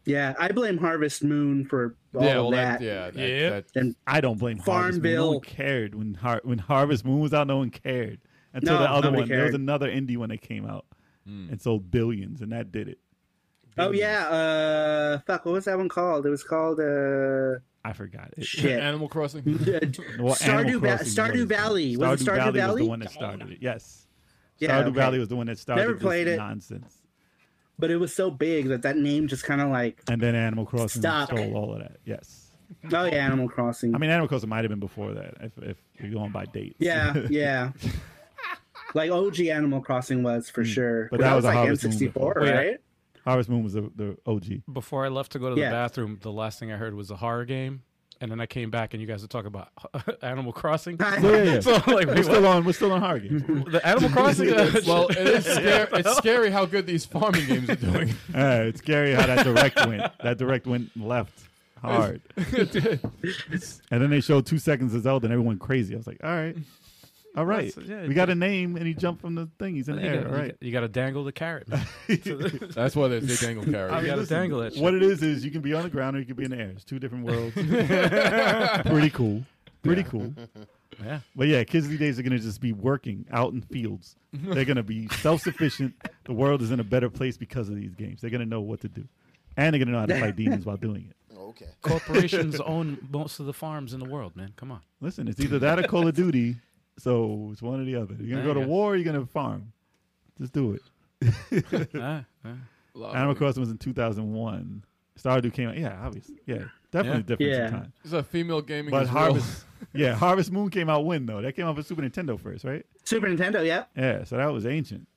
Speaker 5: Yeah, I blame Harvest Moon for all
Speaker 4: yeah,
Speaker 5: of
Speaker 4: well,
Speaker 5: that.
Speaker 4: that, yeah, that,
Speaker 7: Yeah.
Speaker 4: that-
Speaker 5: And
Speaker 3: I don't blame Harvest Moon. No
Speaker 5: Farmville.
Speaker 3: one cared when Har- when Harvest Moon was out. No one cared until
Speaker 5: No,
Speaker 3: the other
Speaker 5: nobody
Speaker 3: one. There was
Speaker 5: cared.
Speaker 3: another indie one that came out and sold billions, and that did it.
Speaker 5: oh yeah, uh, fuck, what was that one called? It was called uh,
Speaker 3: I forgot it.
Speaker 5: shit.
Speaker 4: Animal Crossing.
Speaker 3: Well, Animal
Speaker 5: Stardew, Va-
Speaker 3: Crossing
Speaker 5: Stardew
Speaker 3: was-
Speaker 5: Valley. Was it Stardew
Speaker 3: was
Speaker 5: Valley?
Speaker 3: the one that started it. Yes.
Speaker 5: Yeah,
Speaker 3: Stardew
Speaker 5: okay.
Speaker 3: Valley was the one that started
Speaker 5: Never
Speaker 3: this
Speaker 5: played it.
Speaker 3: nonsense.
Speaker 5: But it was so big that that name just kind of like,
Speaker 3: And then Animal Crossing
Speaker 5: Stop.
Speaker 3: stole all of that. Yes.
Speaker 5: oh yeah, Animal Crossing.
Speaker 3: I mean, Animal Crossing might have been before that if, if you're going by dates.
Speaker 5: yeah, yeah. Like OG Animal Crossing was for sure,
Speaker 3: But
Speaker 5: Well,
Speaker 3: that was a
Speaker 5: like
Speaker 3: Harvest Moon
Speaker 5: N64,
Speaker 3: before.
Speaker 5: right?
Speaker 3: Harvest Moon was the, the OG.
Speaker 2: Before I left to go to the
Speaker 5: Yeah.
Speaker 2: bathroom, the last thing I heard was a horror game. And then I came back and you guys were talking about Animal Crossing.
Speaker 3: Yeah, yeah, yeah.
Speaker 2: so I'm like,
Speaker 3: we're
Speaker 2: wait,
Speaker 3: still on. We're still on horror games.
Speaker 2: what? The Animal Crossing?
Speaker 4: well, it is scary. It's scary how good these farming games are doing.
Speaker 3: All right, Uh, it's scary how that direct went. That direct went left hard. and then they showed two seconds of Zelda, and everyone crazy. I was like, all right, all right,
Speaker 2: That's- yeah,
Speaker 3: we got a name, and he jumped from the thing. He's in the
Speaker 2: you
Speaker 3: air.
Speaker 2: got,
Speaker 3: all right.
Speaker 2: to dangle the carrot.
Speaker 4: That's why they say dangle carrot.
Speaker 2: you got to dangle it.
Speaker 3: What it is is you can be on the ground or you can be in the air. It's two different worlds. Pretty cool. Pretty cool.
Speaker 2: Yeah.
Speaker 3: But yeah, kids these days are gonna just be working out in fields. They're gonna be self sufficient. The world is in a better place because of these games. They're gonna know what to do. And they're gonna know how to fight demons while doing it.
Speaker 9: Okay.
Speaker 2: Corporations own most of the farms in the world, man. Come on.
Speaker 3: Listen, it's either that or Call of Duty. So it's one or the other. You're gonna
Speaker 2: There
Speaker 3: go to
Speaker 2: you go.
Speaker 3: war or you're gonna farm. Just do it.
Speaker 2: Ah, ah.
Speaker 4: Love
Speaker 3: Animal
Speaker 4: it.
Speaker 3: Crossing was in two thousand one. Stardew came out. Yeah, obviously. Yeah. Definitely
Speaker 2: Yeah.
Speaker 3: different
Speaker 5: Yeah.
Speaker 3: time.
Speaker 4: It's a female gaming.
Speaker 3: But
Speaker 4: is real.
Speaker 3: Harvest, yeah, Harvest Moon came out when though? That came out for Super Nintendo first, right?
Speaker 5: Super Nintendo, yeah.
Speaker 3: Yeah, so that was ancient.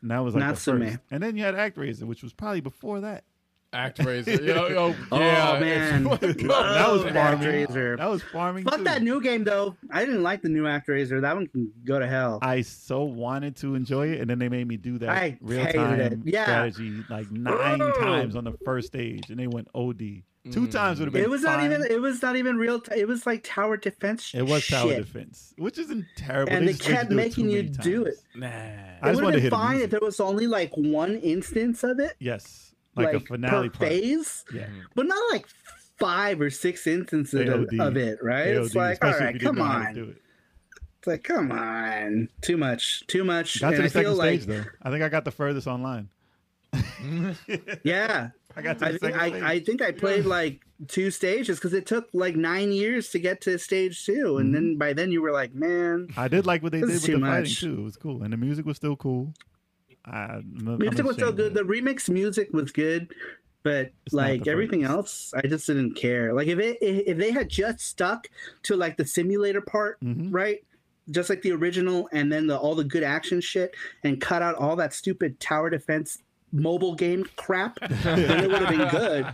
Speaker 3: And that was like the
Speaker 5: Natsume.
Speaker 3: first. And then you had ActRaiser, which was probably before that.
Speaker 4: act raiser. Yo, yo, yeah.
Speaker 5: oh man,
Speaker 3: That was
Speaker 5: Love
Speaker 3: farming.
Speaker 5: ActRaiser.
Speaker 3: That was farming.
Speaker 5: Fuck
Speaker 3: too.
Speaker 5: that new game though. I didn't like the new ActRaiser. That one can go to hell.
Speaker 3: I so wanted to enjoy it, and then they made me do that
Speaker 5: I
Speaker 3: real
Speaker 5: hated
Speaker 3: time
Speaker 5: it. Yeah.
Speaker 3: strategy like nine
Speaker 5: Ooh.
Speaker 3: times on the first stage, and they went OD. Two times would have been.
Speaker 5: Mm. it was
Speaker 3: fine.
Speaker 5: not even. It was not even real. T- it was like tower defense.
Speaker 3: It was tower
Speaker 5: shit.
Speaker 3: defense, which isn't terrible.
Speaker 5: And they
Speaker 3: just made you
Speaker 5: kept
Speaker 3: do it
Speaker 5: making
Speaker 3: too
Speaker 5: you
Speaker 3: many
Speaker 5: do
Speaker 3: times.
Speaker 5: it.
Speaker 3: I
Speaker 5: It
Speaker 3: just
Speaker 5: would
Speaker 3: wanted to
Speaker 5: have
Speaker 3: hit the
Speaker 5: been fine if
Speaker 3: music.
Speaker 5: there was only like one instance of it,
Speaker 3: Yes, like, a finale
Speaker 5: per
Speaker 3: part.
Speaker 5: phase, Mm-hmm.
Speaker 3: Yeah.
Speaker 5: but not like five or six instances of,
Speaker 3: AOD.
Speaker 5: of it. Right?
Speaker 3: AOD,
Speaker 5: it's like, all
Speaker 3: especially if
Speaker 5: right,
Speaker 3: you didn't
Speaker 5: come
Speaker 3: know how to do
Speaker 5: on.
Speaker 3: it.
Speaker 5: It's like, come on. Too much. Too much.
Speaker 3: Got to
Speaker 5: and
Speaker 3: the
Speaker 5: I feel
Speaker 3: second
Speaker 5: like,
Speaker 3: stage though. I think I got the furthest online.
Speaker 5: yeah,
Speaker 3: I got to the
Speaker 5: I think
Speaker 3: second stage.
Speaker 5: I, I think I played like two stages because it took like nine years to get to stage two, and
Speaker 3: Mm-hmm.
Speaker 5: then by then you were like, man,
Speaker 3: I did like what they did with
Speaker 5: This is
Speaker 3: the
Speaker 5: too
Speaker 3: fighting
Speaker 5: much.
Speaker 3: too. It was cool, and the music was still cool. I,
Speaker 5: music was so good. The remix music was good, but
Speaker 3: It's not
Speaker 5: like
Speaker 3: the
Speaker 5: everything
Speaker 3: greatest.
Speaker 5: else, I just didn't care. Like if it if if they had just stuck to like the simulator part,
Speaker 3: Mhm.
Speaker 5: right? Just like the original, and then the all the good action shit, and cut out all that stupid tower defense mobile game crap, then it would have been good.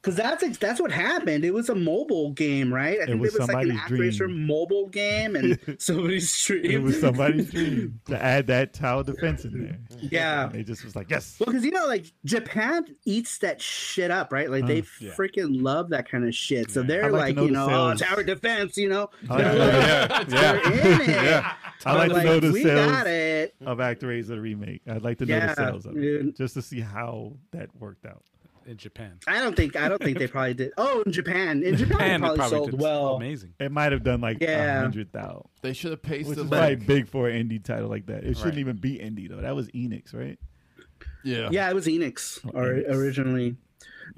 Speaker 5: Because that's ex- that's what happened. It was a mobile game, right? I think it
Speaker 3: was
Speaker 5: was, like an
Speaker 3: somebody's dream.
Speaker 5: ActRaiser mobile game and somebody's dream.
Speaker 3: It was somebody's dream to add that tower defense in there.
Speaker 5: yeah.
Speaker 3: And they just was like, yes.
Speaker 5: Well, because you know, like Japan eats that shit up, right? Like
Speaker 3: Uh,
Speaker 5: they freaking love that kind of shit. So
Speaker 3: I
Speaker 5: they're
Speaker 3: like
Speaker 5: like,
Speaker 3: to know
Speaker 5: you
Speaker 3: the
Speaker 5: know, oh,
Speaker 3: sales.
Speaker 5: tower defense, you know,
Speaker 3: I like,
Speaker 4: Yeah, yeah.
Speaker 5: they're in it.
Speaker 3: I like to
Speaker 5: Like,
Speaker 3: know the
Speaker 5: we got
Speaker 3: sales
Speaker 5: it.
Speaker 3: of ActRaiser remake. I'd like to know
Speaker 5: Yeah,
Speaker 3: the sales of it,
Speaker 5: dude.
Speaker 3: just to see how that worked out.
Speaker 2: In Japan.
Speaker 5: I don't think I don't think they probably did. Oh, in Japan, in Japan,
Speaker 2: Japan,
Speaker 5: it probably, Oh, sold
Speaker 2: did
Speaker 5: well.
Speaker 2: Amazing.
Speaker 3: It might have done like a
Speaker 5: Yeah.
Speaker 3: hundred thousand,
Speaker 4: They should have
Speaker 3: which is
Speaker 4: pasted
Speaker 3: probably
Speaker 4: like
Speaker 3: big for an indie title like that. It shouldn't
Speaker 2: Right.
Speaker 3: even be indie though. That was Enix, right?
Speaker 4: yeah.
Speaker 5: Yeah, it was Oh, Enix or
Speaker 3: Enix.
Speaker 5: originally.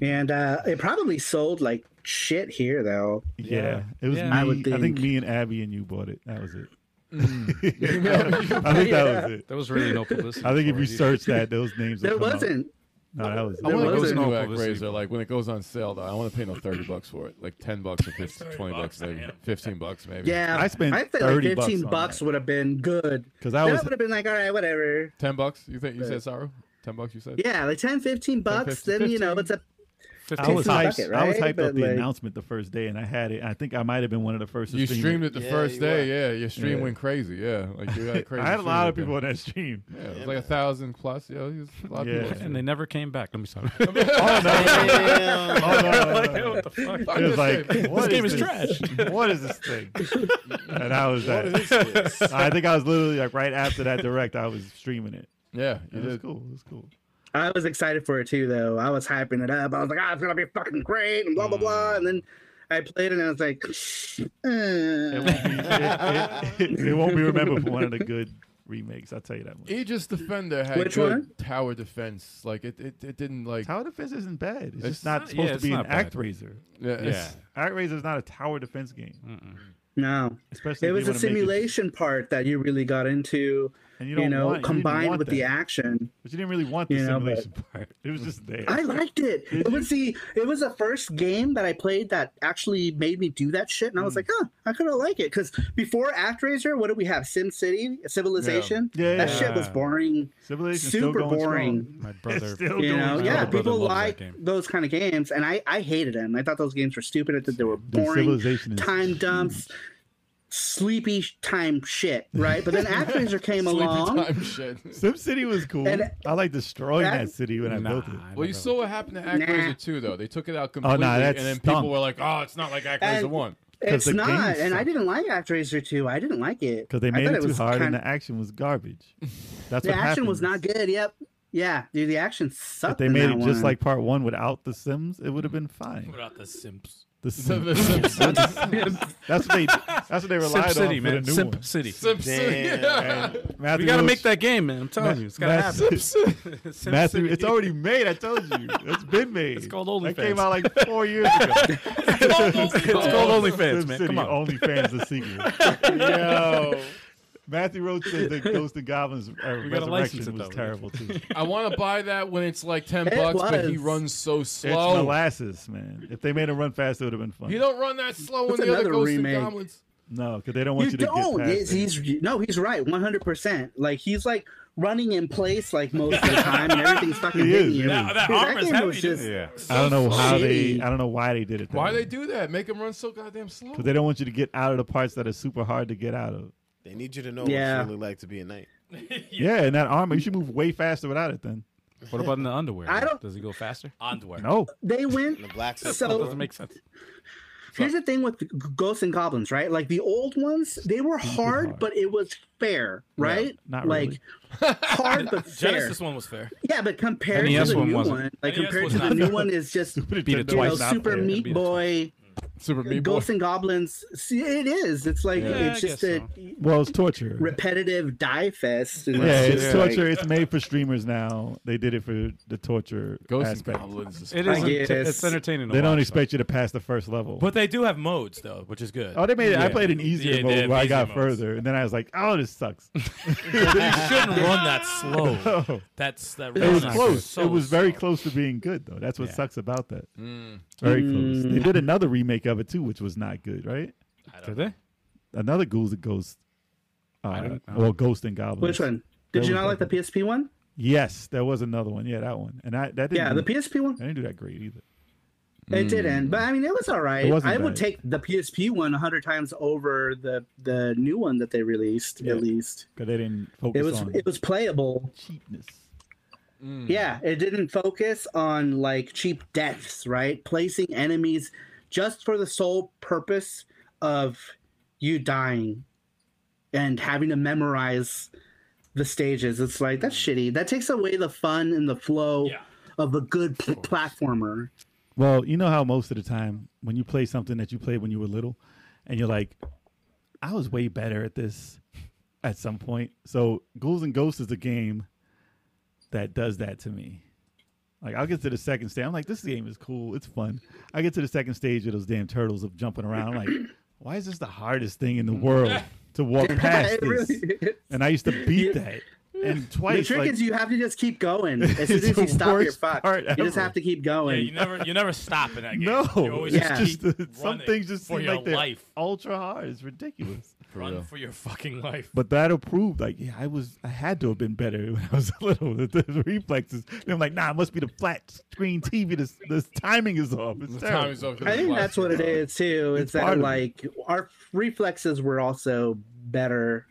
Speaker 5: and uh, it probably sold like shit here though.
Speaker 3: Yeah, it was
Speaker 2: Yeah.
Speaker 3: me.
Speaker 5: I
Speaker 3: I,
Speaker 5: would
Speaker 3: think
Speaker 5: think. Mm.
Speaker 3: me and Abby and you bought it. That was it. I think that was it.
Speaker 2: There was really no publicity.
Speaker 3: I think if
Speaker 2: for
Speaker 3: you
Speaker 2: it either.
Speaker 3: search that, those names. will
Speaker 5: There
Speaker 3: come up.
Speaker 5: wasn't.
Speaker 3: No, that was.
Speaker 4: I want
Speaker 5: There
Speaker 4: to go
Speaker 5: was
Speaker 4: to
Speaker 5: no
Speaker 4: New Act
Speaker 2: publicity.
Speaker 4: Razor. Like when it goes on sale, though, I want to pay no thirty bucks for it. Like ten bucks or 15, 20 bucks, maybe fifteen bucks, maybe.
Speaker 5: Yeah,
Speaker 3: I spent
Speaker 5: I think
Speaker 3: 30
Speaker 5: like
Speaker 3: bucks
Speaker 5: fifteen
Speaker 3: on
Speaker 5: bucks,
Speaker 3: that.
Speaker 5: would have been good.
Speaker 3: 'Cause I
Speaker 5: Then
Speaker 3: was-
Speaker 5: would have been like, all right, whatever.
Speaker 4: Ten bucks? You think you said Saru? Ten bucks? You said?
Speaker 5: Yeah, like 10, 15 bucks.
Speaker 4: 15,
Speaker 5: then you know, it's a
Speaker 2: 15
Speaker 3: I was
Speaker 5: in the
Speaker 3: hyped.
Speaker 5: bucket,
Speaker 3: I was
Speaker 5: right?
Speaker 3: hyped up
Speaker 5: But,
Speaker 3: the
Speaker 5: like-
Speaker 3: announcement the first day, and I had it. I think I might have been one of the first. to
Speaker 4: You
Speaker 3: stream
Speaker 4: streamed it the
Speaker 9: Yeah,
Speaker 4: first
Speaker 9: you
Speaker 4: day.
Speaker 9: were.
Speaker 4: Yeah, your stream
Speaker 3: Yeah.
Speaker 4: went crazy. Yeah, like you had crazy.
Speaker 3: I had a
Speaker 4: stream
Speaker 3: lot of
Speaker 4: that
Speaker 3: people
Speaker 4: day.
Speaker 3: on that stream.
Speaker 4: Yeah, it was like a thousand plus. Yeah, it was a lot
Speaker 3: Yeah.
Speaker 4: of people.
Speaker 2: And they never came back. Let me stop.
Speaker 9: Damn.
Speaker 3: Oh, no, no,
Speaker 2: like,
Speaker 3: no, no.
Speaker 2: what the fuck?
Speaker 3: It was like
Speaker 2: This
Speaker 3: what
Speaker 2: game is
Speaker 3: trash. What is this thing? And I was
Speaker 9: What
Speaker 3: that.
Speaker 9: is this?
Speaker 3: I think I was literally like right after that direct. I was streaming it.
Speaker 4: Yeah, you
Speaker 3: It was
Speaker 4: did.
Speaker 3: cool. It was cool.
Speaker 5: I was excited for it too, though. I was hyping it up. I was like, "Ah, it's gonna be fucking great," and blah blah
Speaker 3: Mm.
Speaker 5: blah. And then I played it, and I was like, "Uh."
Speaker 3: it, it- it won't be remembered for one of the good remakes. I'll tell you that much.
Speaker 4: Aegis Defender had
Speaker 5: Which
Speaker 4: good
Speaker 5: one?
Speaker 4: tower defense. Like it, it, it didn't like.
Speaker 3: Tower defense isn't bad. It's,
Speaker 4: It's
Speaker 3: just not,
Speaker 2: not-
Speaker 3: supposed
Speaker 2: yeah,
Speaker 3: to
Speaker 2: it's
Speaker 3: be an
Speaker 2: not bad.
Speaker 3: act raiser.
Speaker 4: Yeah,
Speaker 2: Yeah.
Speaker 4: it's-
Speaker 3: Act raiser is not a tower defense game,
Speaker 5: "No."
Speaker 3: especially
Speaker 5: It
Speaker 3: if
Speaker 5: was
Speaker 3: you wanna
Speaker 5: the
Speaker 3: make
Speaker 5: simulation part that you really got into,
Speaker 3: and
Speaker 5: you,
Speaker 3: don't
Speaker 5: know,
Speaker 3: want- you didn't
Speaker 5: combined
Speaker 3: want
Speaker 5: with
Speaker 3: that.
Speaker 5: the action.
Speaker 3: But you didn't really want the
Speaker 5: you know, but-
Speaker 3: simulation part. It was just there.
Speaker 5: I liked it. It was the it was the first game that I played that actually made me do that shit, and I
Speaker 3: Hmm.
Speaker 5: was like, "Huh, I kind of like it." Because before ActRaiser, what did we have? Sim City, Civilization.
Speaker 3: Yeah.
Speaker 5: that shit was
Speaker 2: Yeah.
Speaker 5: boring.
Speaker 3: Simulation's still
Speaker 5: super
Speaker 3: going strong.
Speaker 5: boring.
Speaker 2: My
Speaker 3: It's
Speaker 2: brother.
Speaker 3: still
Speaker 5: you
Speaker 3: going
Speaker 5: know,
Speaker 3: strong.
Speaker 5: yeah,
Speaker 2: brother
Speaker 5: people
Speaker 2: loves that
Speaker 5: like
Speaker 2: game.
Speaker 5: those kind of games, and I I hated them. I thought those games were stupid. I thought they were
Speaker 3: Dude,
Speaker 5: boring,
Speaker 3: Civilization is
Speaker 5: time dumps, sleepy sh- time shit, right? But then ActRaiser came
Speaker 4: Sleepy
Speaker 5: along.
Speaker 4: time shit.
Speaker 3: SimCity was cool.
Speaker 5: And-
Speaker 3: I like destroying
Speaker 5: that-
Speaker 3: that, city when I
Speaker 2: Nah,
Speaker 3: built it.
Speaker 2: I
Speaker 4: Well,
Speaker 2: never-
Speaker 4: you saw what happened to ActRaiser
Speaker 5: Nah.
Speaker 4: 2, though. They took it out
Speaker 3: nah,
Speaker 4: completely,
Speaker 3: that
Speaker 4: and then
Speaker 3: stunk.
Speaker 4: people were like, "Oh, it's not like ActRaiser
Speaker 5: And-
Speaker 4: 1."
Speaker 5: It's
Speaker 3: the game
Speaker 5: not, and I
Speaker 3: sucked.
Speaker 5: didn't like ActRaiser 2. I didn't like it
Speaker 3: Because they
Speaker 5: I
Speaker 3: made
Speaker 5: thought
Speaker 3: it too
Speaker 5: was
Speaker 3: hard and
Speaker 5: kinda-
Speaker 3: the action was garbage. That's
Speaker 5: the
Speaker 3: what
Speaker 5: action was
Speaker 3: happens.
Speaker 5: not good. Yep. Yeah, dude, the action
Speaker 3: If
Speaker 5: sucked.
Speaker 3: they
Speaker 5: in
Speaker 3: made it
Speaker 5: that
Speaker 3: just
Speaker 5: one.
Speaker 3: like part one without the Sims, it would have been fine.
Speaker 8: What about the simps?
Speaker 3: The
Speaker 4: So
Speaker 3: Sims.
Speaker 4: the Simp City.
Speaker 3: That's what they. That's what they
Speaker 2: Simp
Speaker 3: relied on
Speaker 2: City,
Speaker 3: for
Speaker 2: man.
Speaker 3: the new
Speaker 2: Simp
Speaker 3: one.
Speaker 2: City.
Speaker 4: Simp City.
Speaker 9: Damn.
Speaker 4: Yeah.
Speaker 3: Matthew
Speaker 2: We gotta
Speaker 3: Roach-
Speaker 2: make that game, man. I'm telling you, it's gotta
Speaker 3: Ma-
Speaker 2: happen. Simp
Speaker 3: Matthew,
Speaker 2: City.
Speaker 3: it's already made. I told you, it's been made.
Speaker 2: It's called OnlyFans.
Speaker 3: It came out like four years ago.
Speaker 2: It's called OnlyFans,
Speaker 3: Sim
Speaker 2: man.
Speaker 3: City,
Speaker 2: Come on.
Speaker 3: OnlyFans the sequel.
Speaker 9: Yo.
Speaker 3: Matthew Roach said that Ghost and Goblins uh,
Speaker 2: gotta license
Speaker 3: Resurrection
Speaker 2: it,
Speaker 3: was
Speaker 2: though.
Speaker 3: terrible too. It's
Speaker 4: I want to buy that when it's like ten
Speaker 5: It
Speaker 4: bucks, but he
Speaker 5: was.
Speaker 4: runs so slow.
Speaker 3: molasses, man. If they made him run fast, it would have been fun.
Speaker 4: He don't run that slow
Speaker 5: That's
Speaker 4: when the other
Speaker 5: another
Speaker 4: goes
Speaker 5: remake.
Speaker 4: through goblins.
Speaker 3: no, because they don't
Speaker 5: you,
Speaker 3: want you, to
Speaker 5: don't.
Speaker 3: get past.
Speaker 5: He's, he's- no, he's right, 100. percent Like he's like running in place like most of the time, and everything's fucking
Speaker 3: He
Speaker 5: hitting
Speaker 3: is, he
Speaker 5: you.
Speaker 3: is.
Speaker 5: Dude,
Speaker 8: That armor is
Speaker 5: game
Speaker 8: heavy,
Speaker 5: was
Speaker 8: dude.
Speaker 5: just
Speaker 3: I don't know how they.
Speaker 5: shitty.
Speaker 3: I don't know why they did it. that
Speaker 4: Why
Speaker 3: way.
Speaker 4: they do that? Make him run so goddamn slow.
Speaker 3: But they don't want you to get out of the parts that are super hard to get out of.
Speaker 9: They need you to know
Speaker 5: Yeah.
Speaker 9: what it's really like to be a knight.
Speaker 3: Yeah, and that armor, you should move way faster without it then.
Speaker 2: What about in the underwear?
Speaker 5: I don't-
Speaker 2: Does he go faster?
Speaker 8: Onward.
Speaker 3: No.
Speaker 5: they went.
Speaker 9: The black
Speaker 5: So-
Speaker 2: Doesn't make sense.
Speaker 5: Here's the thing with g- ghosts and goblins, right? Like the old ones, they were hard,
Speaker 3: hard.
Speaker 5: but it was fair, right?
Speaker 3: not
Speaker 5: like
Speaker 3: really.
Speaker 5: hard but fair.
Speaker 8: Genesis one was fair.
Speaker 5: Yeah, but compared
Speaker 2: NES
Speaker 5: to the
Speaker 2: one
Speaker 5: new
Speaker 2: wasn't.
Speaker 5: one, like
Speaker 8: NES
Speaker 5: compared
Speaker 8: was
Speaker 5: to the
Speaker 8: not
Speaker 5: new one, is just you
Speaker 3: Beat
Speaker 2: it
Speaker 5: know,
Speaker 2: twice.
Speaker 5: Super
Speaker 3: fair.
Speaker 5: Meat
Speaker 2: Beat it
Speaker 5: Boy,
Speaker 4: Super Meat Boy.
Speaker 5: Ghosts and Goblins. See, it is. It's like
Speaker 2: Yeah,
Speaker 5: it's
Speaker 2: I
Speaker 5: just
Speaker 2: guess
Speaker 5: a
Speaker 3: Well, it's torture.
Speaker 5: repetitive die fest. and
Speaker 3: yeah,
Speaker 5: it's
Speaker 3: it's
Speaker 5: just like-
Speaker 3: torture. It's made for streamers now. They did it for the torture
Speaker 4: Ghosts and
Speaker 3: aspect.
Speaker 4: goblins. is-
Speaker 2: It is.
Speaker 5: guess.
Speaker 2: ent- It's entertaining. to
Speaker 3: They don't
Speaker 2: watch,
Speaker 3: expect you to pass the first level.
Speaker 8: But they do have modes though, which is good.
Speaker 3: oh, they made it. I
Speaker 8: Yeah.
Speaker 3: played an
Speaker 8: Yeah,
Speaker 3: easier
Speaker 8: they
Speaker 3: mode
Speaker 8: have
Speaker 3: where I
Speaker 8: easier
Speaker 3: got
Speaker 8: modes.
Speaker 3: further, and then I was like, "Oh, this sucks."
Speaker 8: you shouldn't run that slow.
Speaker 3: it
Speaker 8: That's that. run
Speaker 3: was
Speaker 8: is
Speaker 3: close.
Speaker 8: so
Speaker 3: it was very
Speaker 8: slow.
Speaker 3: close to being good, though. That's what sucks about that.
Speaker 4: Mm.
Speaker 3: Very close. They did another remake of it too, which was not good, right?
Speaker 8: I
Speaker 2: though.
Speaker 8: don't
Speaker 2: Did they?
Speaker 3: Another Ghouls and Ghosts. Uh,
Speaker 2: don't know.
Speaker 3: well, Ghost and Goblins.
Speaker 5: Which one? Did
Speaker 3: That
Speaker 5: you
Speaker 3: was
Speaker 5: not like the
Speaker 3: fucking-
Speaker 5: PSP one?
Speaker 3: Yes, there was another one. Yeah, that one. And I that didn't.
Speaker 5: Yeah, the
Speaker 3: do-
Speaker 5: PSP one.
Speaker 3: I didn't do that great either.
Speaker 5: It didn't, but I mean, it was all right.
Speaker 3: Hmm. It wasn't
Speaker 5: I would
Speaker 3: bad.
Speaker 5: take the PSP one a hundred times over the the new one that they released.
Speaker 3: Yeah.
Speaker 5: At least
Speaker 3: Because they didn't focus
Speaker 5: it was
Speaker 3: on
Speaker 5: it was playable.
Speaker 3: cheapness.
Speaker 5: Yeah, it didn't focus on like cheap deaths, right? Placing enemies just for the sole purpose of you dying and having to memorize the stages. It's like that's shitty. That takes away the fun and the flow
Speaker 8: Yeah.
Speaker 5: of a good pl- platformer.
Speaker 3: Well, you know how most of the time when you play something that you played when you were little, and you're like, I was way better at this at some point. So Ghouls and Ghosts is a game that does that to me. Like I'll get to the second stage. I'm like, this game is cool. It's fun. I get to the second stage of those damn turtles of jumping around. I'm like, why is this the hardest thing in the world to walk past
Speaker 5: Mm-hmm. It
Speaker 3: this?
Speaker 5: really is.
Speaker 3: And I used to beat that. And
Speaker 5: The
Speaker 3: twice,
Speaker 5: trick
Speaker 3: like,
Speaker 5: is you have to just keep going. As soon
Speaker 3: It's
Speaker 5: as
Speaker 3: the
Speaker 5: you stop, you're
Speaker 3: worst
Speaker 5: fucked.
Speaker 3: part
Speaker 5: You just
Speaker 3: ever.
Speaker 5: have to keep
Speaker 8: Yeah,
Speaker 5: going.
Speaker 8: you never you never stop in that game.
Speaker 3: no,
Speaker 8: you always
Speaker 5: Yeah.
Speaker 3: it's just uh,
Speaker 8: keep
Speaker 3: some
Speaker 8: running
Speaker 3: things just
Speaker 8: for
Speaker 3: seem
Speaker 8: your
Speaker 3: like they're
Speaker 8: life.
Speaker 3: ultra hard. It's ridiculous.
Speaker 4: For
Speaker 8: Run
Speaker 4: real.
Speaker 8: for your fucking life.
Speaker 3: But that'll prove like yeah, I was I had to have been better when I was little. The, the reflexes. And I'm like, nah, it must be the flat screen TV. This this timing is off. It's
Speaker 4: The
Speaker 3: terrible.
Speaker 4: time is up.
Speaker 5: I think that's what it is too. Is
Speaker 3: part
Speaker 5: that
Speaker 3: of it.
Speaker 5: like our reflexes were also better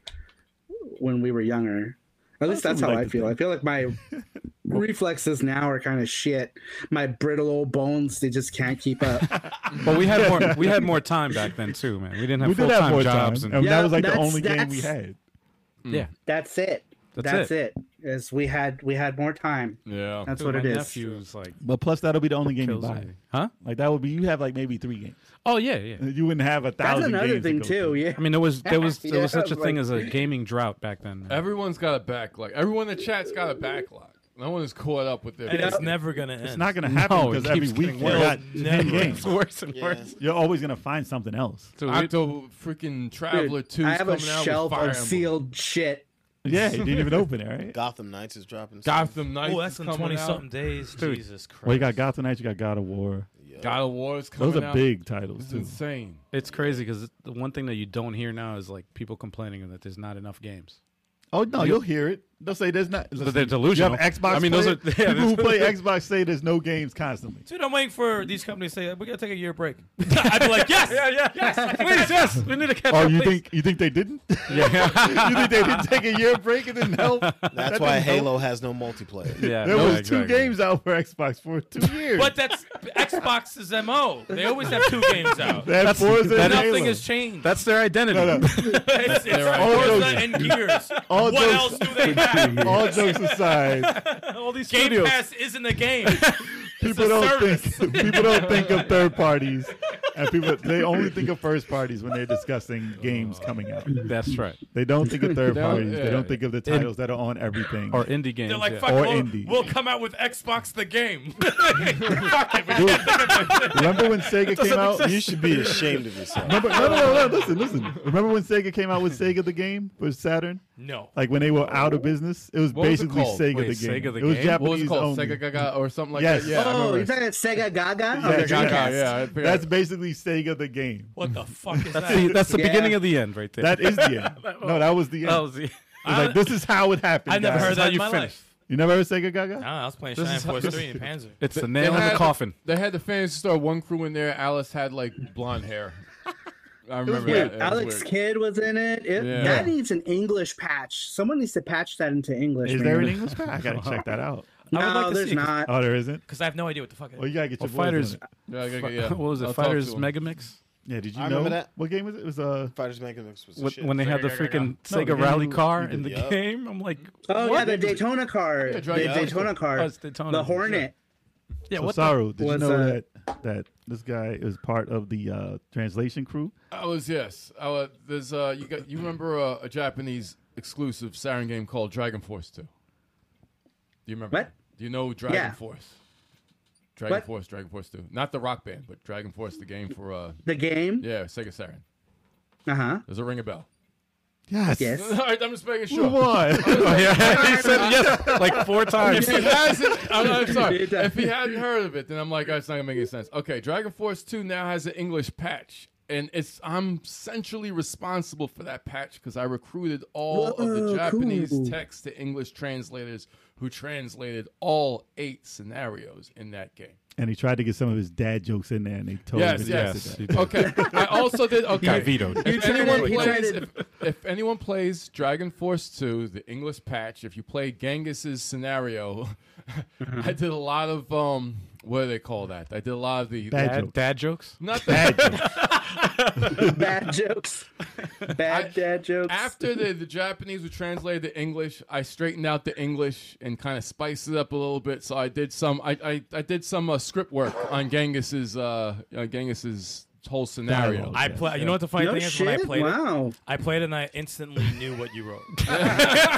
Speaker 5: when we were younger. At least
Speaker 3: That's
Speaker 5: that's
Speaker 3: what
Speaker 5: how
Speaker 3: we like
Speaker 5: I
Speaker 3: to
Speaker 5: feel. I
Speaker 3: think.
Speaker 5: feel like my reflexes now are kind of shit. My brittle old bones, they just can't keep up.
Speaker 2: But we had more we had more time back then too, man. We didn't have
Speaker 3: we
Speaker 2: full
Speaker 3: did have
Speaker 2: time
Speaker 3: more
Speaker 2: jobs
Speaker 3: time, and
Speaker 2: and
Speaker 5: Yeah,
Speaker 3: that was like the
Speaker 5: that's-
Speaker 3: only game we
Speaker 5: that's-
Speaker 3: had.
Speaker 2: yeah.
Speaker 5: That's it.
Speaker 2: That's
Speaker 5: That's, it. Is we had we had more time.
Speaker 4: Yeah.
Speaker 5: That's what
Speaker 2: My
Speaker 5: it is.
Speaker 2: nephew's like
Speaker 3: But plus, that'll be the only game you
Speaker 2: kills
Speaker 3: buy.
Speaker 2: me. Huh?
Speaker 3: Like that would be you have like maybe three games.
Speaker 2: Oh yeah, yeah.
Speaker 3: You wouldn't have a
Speaker 5: That's
Speaker 3: thousand.
Speaker 5: another
Speaker 3: games to
Speaker 5: thing
Speaker 3: go
Speaker 5: too.
Speaker 3: through.
Speaker 5: Yeah.
Speaker 2: I mean, there was there was there was
Speaker 5: Yeah,
Speaker 2: such a
Speaker 5: like-
Speaker 2: thing as a gaming drought back then. man.
Speaker 4: Everyone's got a backlog. Everyone that chat's got a backlog. No one is caught up with their.
Speaker 8: And it's never gonna end.
Speaker 3: It's not going to happen
Speaker 2: No, it
Speaker 3: because every
Speaker 2: keeps
Speaker 3: week
Speaker 2: getting
Speaker 3: you
Speaker 2: worse.
Speaker 3: got 10
Speaker 8: It'll never
Speaker 3: games.
Speaker 2: worse and
Speaker 9: Yeah.
Speaker 3: You're always going to find something else.
Speaker 2: So we-
Speaker 4: Octo freaking Traveler
Speaker 5: Dude,
Speaker 4: Two.
Speaker 5: I have a
Speaker 4: coming out with
Speaker 5: shelf
Speaker 4: Fire
Speaker 5: of
Speaker 4: Emblem.
Speaker 5: sealed shit.
Speaker 3: Yeah, you didn't even open it, right?
Speaker 9: Gotham Knights is dropping. stuff.
Speaker 4: Gotham Knights.
Speaker 8: Oh, that's
Speaker 4: is
Speaker 8: in
Speaker 4: coming
Speaker 8: twenty
Speaker 4: out.
Speaker 8: something days. Jesus Christ.
Speaker 3: Well, you got God Knights, you got God of War.
Speaker 4: God of War is coming
Speaker 3: Those are
Speaker 4: out.
Speaker 3: big titles,
Speaker 4: It's
Speaker 3: too.
Speaker 4: insane.
Speaker 2: it's crazy because the one thing that you don't hear now is like people complaining that there's not enough games.
Speaker 3: Oh, no, you'll hear it. They'll say there's not. Listen,
Speaker 2: they're delusional.
Speaker 3: You have Xbox.
Speaker 2: I mean, those
Speaker 3: players-
Speaker 2: are- yeah,
Speaker 3: people who play
Speaker 2: there's-
Speaker 3: Xbox say there's no games constantly.
Speaker 8: Dude, I'm waiting for these companies to say we gotta take a year break. I'd be like, yes, yeah, yeah, yes,
Speaker 2: Please, yes, we need to catch
Speaker 3: Oh,
Speaker 2: up.
Speaker 3: you
Speaker 2: please.
Speaker 3: think you think they didn't? you
Speaker 2: Yeah,
Speaker 3: think they didn't take a year break and didn't help?
Speaker 9: That's
Speaker 3: That
Speaker 9: why
Speaker 3: didn't help.
Speaker 9: Halo has no multiplayer.
Speaker 2: yeah.
Speaker 3: There
Speaker 2: no,
Speaker 3: was
Speaker 2: exactly.
Speaker 3: two games out for Xbox for two years.
Speaker 8: But that's Xbox's mo. They always have two games out.
Speaker 3: They had Forza and
Speaker 8: Nothing
Speaker 3: Halo.
Speaker 8: has changed.
Speaker 2: That's their identity.
Speaker 3: No, no.
Speaker 8: it's, it's
Speaker 3: all
Speaker 8: Forza
Speaker 3: jokes-
Speaker 8: and Gears.
Speaker 3: all
Speaker 8: what
Speaker 3: jokes-
Speaker 8: else do they have?
Speaker 3: All jokes aside,
Speaker 8: All these Game
Speaker 3: studios.
Speaker 8: Pass isn't a game.
Speaker 3: people
Speaker 8: a
Speaker 3: don't
Speaker 8: service.
Speaker 3: think people don't think of third parties, and people they only think of first parties when they're discussing games coming out.
Speaker 2: That's right.
Speaker 3: They don't think of third
Speaker 4: They're-
Speaker 3: parties.
Speaker 4: yeah.
Speaker 3: They don't think of the titles that are on everything.
Speaker 2: Or indie games.
Speaker 8: They're like,
Speaker 2: yeah.
Speaker 8: fuck,
Speaker 3: Or
Speaker 8: we'll,
Speaker 3: indie.
Speaker 8: we'll come out with Xbox the game. fuck it, we can't think of
Speaker 3: Remember when Sega came out?
Speaker 9: You should be ashamed of yourself.
Speaker 3: Remember, no, no, no, no. Listen, listen. Remember when Sega came out with Sega the Game for Saturn?
Speaker 8: No.
Speaker 3: Like when they were out of business, it was
Speaker 4: What was it
Speaker 3: basically
Speaker 4: called?
Speaker 3: Sega
Speaker 2: Wait,
Speaker 3: the Game.
Speaker 2: Sega the
Speaker 3: it was
Speaker 2: Game?
Speaker 3: Japanese
Speaker 4: What was it called?
Speaker 2: um,
Speaker 3: only.
Speaker 4: Sega Gaga or something like
Speaker 3: Yes.
Speaker 4: that. Yeah, I
Speaker 5: oh,
Speaker 4: remember.
Speaker 5: you talking Sega Gaga?
Speaker 3: Yeah,
Speaker 5: Oh, the
Speaker 3: Gaga,
Speaker 5: Dreamcast.
Speaker 4: Gaga. Yeah, I figured-
Speaker 3: That's basically Sega the Game.
Speaker 8: What the fuck is
Speaker 2: See,
Speaker 8: that?
Speaker 2: that's the
Speaker 5: Yeah.
Speaker 2: beginning of the end right there.
Speaker 3: That is the end. No, that was the end.
Speaker 2: That was the-
Speaker 3: It was like this is how it happened.
Speaker 8: I've never
Speaker 3: guys.
Speaker 8: heard
Speaker 2: how
Speaker 8: that in
Speaker 2: you
Speaker 8: my
Speaker 2: finish.
Speaker 8: life.
Speaker 3: You never heard Sega Gaga?
Speaker 8: Nah, I was playing
Speaker 2: This
Speaker 8: Shine
Speaker 2: is how-
Speaker 8: Force
Speaker 2: this
Speaker 8: 3
Speaker 2: is-
Speaker 8: and Panzer.
Speaker 2: It's the
Speaker 4: They
Speaker 2: nail in
Speaker 4: had-
Speaker 2: the coffin.
Speaker 4: They had the fantasy star one crew in there. Alice had like blonde hair. I remember
Speaker 5: Yeah,
Speaker 4: that. It was
Speaker 5: Alex
Speaker 4: weird.
Speaker 5: Kidd was in it. It-
Speaker 4: Yeah.
Speaker 5: That needs an English patch. Someone needs to patch that into English.
Speaker 3: Is
Speaker 5: man.
Speaker 3: there an English patch? I gotta check that out.
Speaker 5: No,
Speaker 8: I would like to
Speaker 5: there's
Speaker 8: see it, 'cause-
Speaker 5: not.
Speaker 3: Oh, there isn't.
Speaker 8: Because I have no idea what the fuck it is.
Speaker 3: Well, you gotta get
Speaker 2: Well,
Speaker 3: your boys on
Speaker 2: fighters.
Speaker 3: it.
Speaker 4: Yeah, yeah, yeah, yeah.
Speaker 2: What was it?
Speaker 4: I'll talk to
Speaker 2: Fighters
Speaker 4: him.
Speaker 2: Mega Mix.
Speaker 3: Yeah, did you
Speaker 9: I
Speaker 3: know
Speaker 9: remember that.
Speaker 3: What game was it? It was uh,
Speaker 9: Fighters Mega Mix was the
Speaker 2: When,
Speaker 9: shit.
Speaker 2: when they had the
Speaker 8: Sega Gaga.
Speaker 2: freaking
Speaker 3: No, the
Speaker 2: Sega
Speaker 3: game
Speaker 2: rally
Speaker 3: you-
Speaker 2: car
Speaker 3: you
Speaker 2: in the
Speaker 9: did. Yeah.
Speaker 2: game, I'm like,
Speaker 5: Oh yeah,
Speaker 2: what?
Speaker 5: the Daytona car.
Speaker 4: Yeah,
Speaker 5: The
Speaker 4: Dragon Ball.
Speaker 5: Daytona
Speaker 2: Oh,
Speaker 5: car.
Speaker 2: it's Daytona,
Speaker 5: The
Speaker 2: yeah.
Speaker 5: Hornet.
Speaker 2: Yeah, what the-
Speaker 3: Sosaru. Did you
Speaker 5: was,
Speaker 3: know
Speaker 5: uh,
Speaker 3: that that this guy is part of the uh, translation crew?
Speaker 4: I was yes. I was, there's uh you got you remember uh, a Japanese exclusive siren game called Dragon Force Two? Do you remember?
Speaker 5: What?
Speaker 4: that? Do you know Dragon
Speaker 5: Yeah.
Speaker 4: Force? Dragon
Speaker 5: What?
Speaker 4: Force, Dragon Force Two, not the Rock Band, but Dragon Force, the game for uh
Speaker 5: The game.
Speaker 4: yeah Sega Saturn.
Speaker 5: Uh huh.
Speaker 4: Does it ring a bell?
Speaker 3: Yes.
Speaker 5: Yes.
Speaker 4: All right, I'm just making sure.
Speaker 3: Come on.
Speaker 2: he said yes like four times.
Speaker 4: If he hasn't, I'm, I'm sorry.
Speaker 5: Did that.
Speaker 4: If he hadn't heard of it, then I'm like, oh, it's not gonna make any sense. Okay, Dragon Force Two now has an English patch, and it's I'm centrally responsible for that patch because I recruited all of the
Speaker 5: Whoa,
Speaker 4: Japanese
Speaker 5: cool.
Speaker 4: text to English translators who translated all eight scenarios in that game.
Speaker 3: and he tried to get some of his dad jokes in there, and they totally
Speaker 4: Yes,
Speaker 3: rejected
Speaker 4: yes.
Speaker 3: that.
Speaker 4: Okay, I also did. Okay,
Speaker 2: got vetoed.
Speaker 4: If
Speaker 5: tried
Speaker 4: anyone,
Speaker 5: it, you tried
Speaker 4: plays, if,
Speaker 5: it.
Speaker 4: if anyone plays Dragon Force 2, the English patch, if you play Genghis's scenario, I did a lot of um, what do they call that? I did a lot of the
Speaker 3: Bad
Speaker 2: Dad,
Speaker 3: jokes.
Speaker 2: dad jokes.
Speaker 4: not the
Speaker 3: Bad jokes.
Speaker 5: Bad jokes.
Speaker 4: I-
Speaker 5: Bad dad jokes.
Speaker 4: after the, the Japanese would translate the English, I straightened out the English and kind of spiced it up a little bit. So I did some I I, I did some uh, script work on Genghis's uh, uh Genghis's whole scenario.
Speaker 3: Dialogue.
Speaker 8: I play. You know what the funny
Speaker 5: No
Speaker 8: thing is? When I
Speaker 5: shit.
Speaker 8: played it,
Speaker 5: Wow.
Speaker 8: I played it and I instantly knew what you wrote.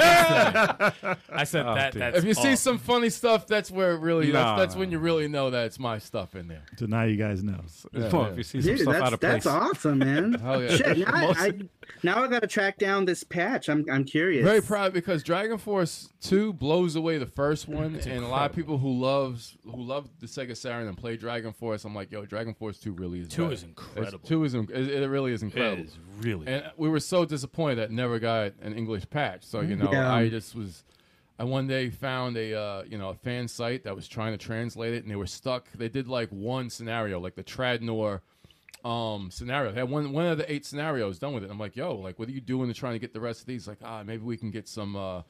Speaker 8: Instantly. I said that.
Speaker 2: Oh, dude.
Speaker 8: That's
Speaker 4: If you see
Speaker 8: all."
Speaker 4: some funny stuff, that's where it really.
Speaker 2: Nah.
Speaker 4: that's, that's when you really know that it's my stuff in there.
Speaker 3: So now you guys know.
Speaker 2: Well,
Speaker 4: yeah.
Speaker 2: if you see some
Speaker 5: Dude,
Speaker 2: stuff
Speaker 5: that's,
Speaker 2: out of place.
Speaker 5: that's awesome, man.
Speaker 4: Hell yeah.
Speaker 5: Shit, now I, I,
Speaker 2: Most-
Speaker 5: now I gotta track down this patch. I'm I'm curious.
Speaker 4: Very proud because Dragon Force Two blows away the first one, and a lot of people who loves who love the Sega Saturn and play Dragon Force, I'm like, yo, Dragon Force Two really is
Speaker 8: Two
Speaker 4: better.
Speaker 8: is incredible.
Speaker 4: It's- two is inc- it, it really is
Speaker 8: It
Speaker 4: incredible.
Speaker 8: is really.
Speaker 4: And we were so disappointed that never got an English patch. So you know,
Speaker 5: Yeah.
Speaker 4: I just was. I one day found a uh, you know a fan site that was trying to translate it, and they were stuck. They did like one scenario, like the Tradnor um, scenario. They had one one of the eight scenarios done with it. I'm like, yo, like what are you doing to trying to get the rest of these? Like, ah, maybe we can get some. Uh,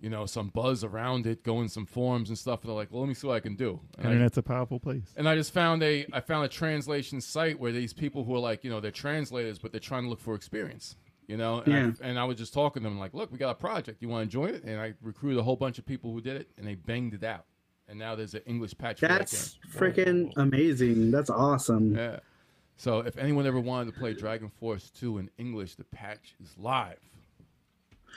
Speaker 4: you know, some buzz around it, going some forums and stuff. And they're like, well, let me see what I can do. And I
Speaker 3: Internet's a powerful place.
Speaker 4: and I just found a I found a translation site where these people who are like you know they're translators but they're trying to look for experience you know and,
Speaker 5: Yeah.
Speaker 4: I, and I was just talking to them like look we got a project you want to join it and I recruited a whole bunch of people who did it and they banged it out and now there's an English patch for that
Speaker 5: That's freaking amazing. That's awesome.
Speaker 4: game. yeah so if anyone ever wanted to play Dragon Force two in English the patch is live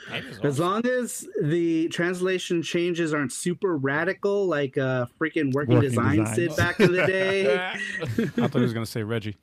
Speaker 5: As long as the translation changes aren't super radical, like uh, freaking working,
Speaker 3: Working
Speaker 5: design
Speaker 3: Design.
Speaker 5: did back in the day.
Speaker 2: I thought he was going to say Reggie.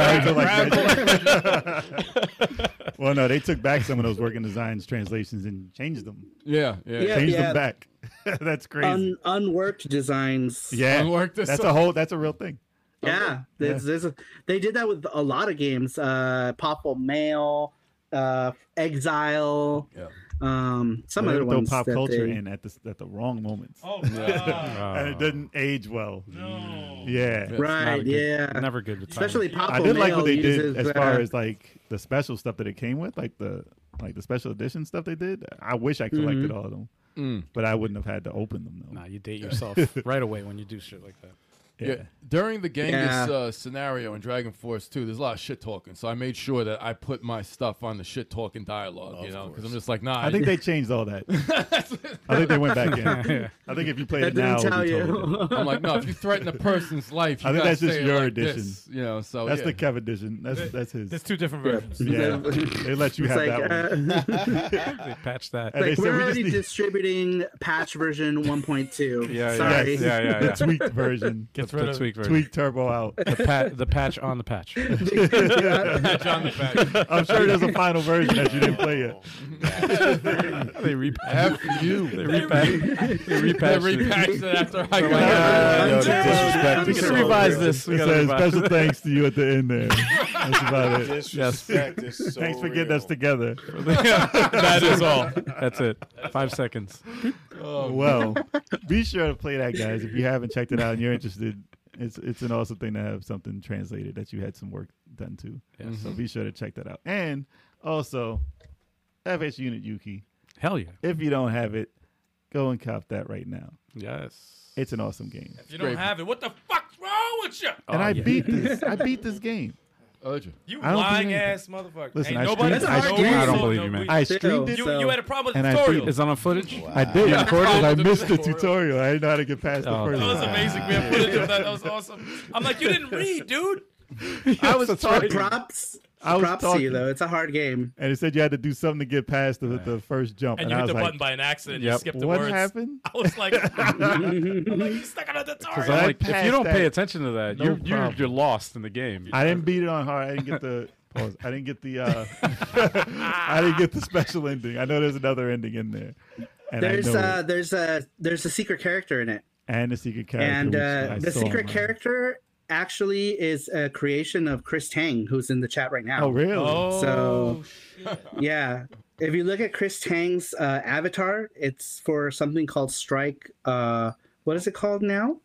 Speaker 3: Well, no, they took back some of those working designs translations and changed them.
Speaker 4: yeah yeah,
Speaker 5: Yeah. Um,
Speaker 3: Changed them back. that's crazy.
Speaker 5: Un- unworked designs.
Speaker 3: yeah,
Speaker 4: Unworked
Speaker 3: that's
Speaker 4: aside.
Speaker 3: a whole. That's a real thing.
Speaker 5: Yeah, there's, there's a, they did that with a lot of games. Uh, Popple Mail, uh, Exile,
Speaker 4: Yeah.
Speaker 5: um, some
Speaker 3: They
Speaker 5: other
Speaker 3: throw
Speaker 5: ones.
Speaker 3: pop
Speaker 5: that
Speaker 3: culture
Speaker 5: they-
Speaker 3: in at the at the wrong moments,
Speaker 7: Oh, God.
Speaker 2: Uh,
Speaker 3: and it doesn't age well. Yeah,
Speaker 4: Yeah.
Speaker 2: Not
Speaker 5: Right?
Speaker 2: a good-
Speaker 5: Yeah.
Speaker 2: Never good with
Speaker 5: Especially Popple
Speaker 3: I
Speaker 5: Mail.
Speaker 3: did like what they
Speaker 5: uses,
Speaker 3: did as far
Speaker 5: uh,
Speaker 3: as like the special stuff that it came with, like the like the special edition stuff they did. I wish I collected
Speaker 5: Mm-hmm.
Speaker 3: all of them,
Speaker 4: Mm.
Speaker 3: but I wouldn't have had to open them though.
Speaker 2: Nah, you date yourself right away when you do shit like that.
Speaker 4: Yeah. During the Genghis
Speaker 5: Yeah.
Speaker 4: uh, scenario in Dragon Force 2, there's a lot of shit talking. So I made sure that I put my stuff on the shit talking dialogue, you know, because I'm just like, nah,
Speaker 3: I think they changed all that. I think they went back in. I think if you played
Speaker 5: that
Speaker 3: it now,
Speaker 5: didn't
Speaker 3: it would
Speaker 5: tell
Speaker 3: be totally
Speaker 5: you.
Speaker 3: different.
Speaker 4: I'm like, no, if you threaten a person's life, you
Speaker 3: I think
Speaker 4: gotta
Speaker 3: that's just
Speaker 4: say it
Speaker 3: your
Speaker 4: like
Speaker 3: edition.
Speaker 4: This, you know, so
Speaker 3: that's
Speaker 4: yeah.
Speaker 3: the Kev edition. That's that's his.
Speaker 7: There's two different versions.
Speaker 3: Yeah, they let you
Speaker 5: It's
Speaker 3: have
Speaker 5: like,
Speaker 3: that one.
Speaker 5: uh,
Speaker 2: They patched that.
Speaker 3: And they
Speaker 5: like,
Speaker 3: said
Speaker 5: we're
Speaker 3: we just
Speaker 5: already
Speaker 3: need
Speaker 5: distributing patch version 1.2.
Speaker 2: Yeah, yeah,
Speaker 5: Sorry.
Speaker 2: yeah, yeah, yeah.
Speaker 3: the tweaked version.
Speaker 2: Gets
Speaker 7: rid
Speaker 2: the
Speaker 7: of-
Speaker 2: tweak version.
Speaker 3: Tweak turbo out.
Speaker 2: The, pat, the patch on the patch.
Speaker 4: John the Fat.
Speaker 3: I'm sure there's a final version that you didn't play
Speaker 2: Oh.
Speaker 3: yet.
Speaker 9: oh,
Speaker 2: they repatched.
Speaker 4: F you.
Speaker 2: They repatched. They repatched.
Speaker 4: Repackaged it after I got
Speaker 2: "Ah,
Speaker 3: Uh,
Speaker 6: yo, the
Speaker 5: disrespect
Speaker 2: We
Speaker 5: is
Speaker 2: gotta
Speaker 5: so
Speaker 2: revise
Speaker 5: real.
Speaker 2: this. We
Speaker 3: It
Speaker 2: gotta
Speaker 3: says
Speaker 2: revise
Speaker 3: special thanks to you at the end there. That's about it.
Speaker 6: Disrespect is so
Speaker 3: Thanks for getting us
Speaker 6: real.
Speaker 3: together.
Speaker 2: that is all. That's it. Five seconds.
Speaker 3: well, be sure to play that, guys. If you haven't checked it out and you're interested, it's it's an awesome thing to have something translated that you had some work done to. So be sure to check that out. And also, FH Unit Yuki.
Speaker 2: Hell yeah.
Speaker 3: If you don't have it, go and cop that right now.
Speaker 2: Yes.
Speaker 3: It's an awesome game.
Speaker 7: If you don't have it, what the fuck's wrong with you?
Speaker 3: and I
Speaker 2: yeah.
Speaker 3: beat this. I beat this game.
Speaker 7: You
Speaker 3: I don't
Speaker 7: lying
Speaker 3: think anything.
Speaker 7: ass motherfucker.
Speaker 3: Listen,
Speaker 7: Ain't
Speaker 3: I
Speaker 7: nobody.
Speaker 3: screwed-
Speaker 5: I
Speaker 7: nobody
Speaker 5: screwed-
Speaker 7: sold
Speaker 5: I
Speaker 2: don't believe
Speaker 7: no
Speaker 2: you, man.
Speaker 7: weed.
Speaker 3: I
Speaker 5: Still.
Speaker 3: streamed it.
Speaker 7: You,
Speaker 5: So-
Speaker 7: you had a problem with
Speaker 3: and
Speaker 7: the
Speaker 3: I
Speaker 7: tutorial.
Speaker 2: Is that on footage?
Speaker 3: I did, of course. I missed the
Speaker 4: Tutorial.
Speaker 3: tutorial. I didn't know how to get past
Speaker 2: Oh,
Speaker 3: the first
Speaker 7: That was
Speaker 3: time.
Speaker 7: amazing. We have footage of that. That was awesome. I'm like, you didn't read, dude.
Speaker 3: I was talking,
Speaker 5: Props.
Speaker 3: I was
Speaker 5: props to you
Speaker 3: talking.
Speaker 5: though. It's a hard game.
Speaker 3: and it said you had to do something to get past the, the first jump.
Speaker 7: And you
Speaker 3: I
Speaker 7: hit
Speaker 3: was
Speaker 7: the
Speaker 3: like,
Speaker 7: button by an accident. You
Speaker 2: Yep.
Speaker 7: skipped the
Speaker 3: what
Speaker 7: words.
Speaker 3: happened?
Speaker 7: I was like, I'm like, he's stuck on a
Speaker 2: Because
Speaker 7: tutorial.
Speaker 2: I'm
Speaker 3: I
Speaker 2: like, if you
Speaker 3: passed
Speaker 2: don't pay
Speaker 3: that.
Speaker 2: attention to that,
Speaker 3: No
Speaker 2: you're, you're
Speaker 3: problem.
Speaker 2: you're lost in the game.
Speaker 3: I didn't beat it on hard. I didn't get the pause. I didn't get the. Uh, I didn't get the special ending. I know there's another ending in there, and
Speaker 5: There's
Speaker 3: I know
Speaker 5: uh
Speaker 3: it.
Speaker 5: there's a there's a secret character in it.
Speaker 3: and the secret character.
Speaker 5: And
Speaker 3: which
Speaker 5: uh,
Speaker 3: I
Speaker 5: the
Speaker 3: saw
Speaker 5: secret
Speaker 3: online.
Speaker 5: character actually is a creation of Chris Tang, who's in the chat right now.
Speaker 3: Oh really?
Speaker 5: So, yeah, if you look at Chris Tang's uh, avatar, it's for something called Strike. Uh, what is it called now?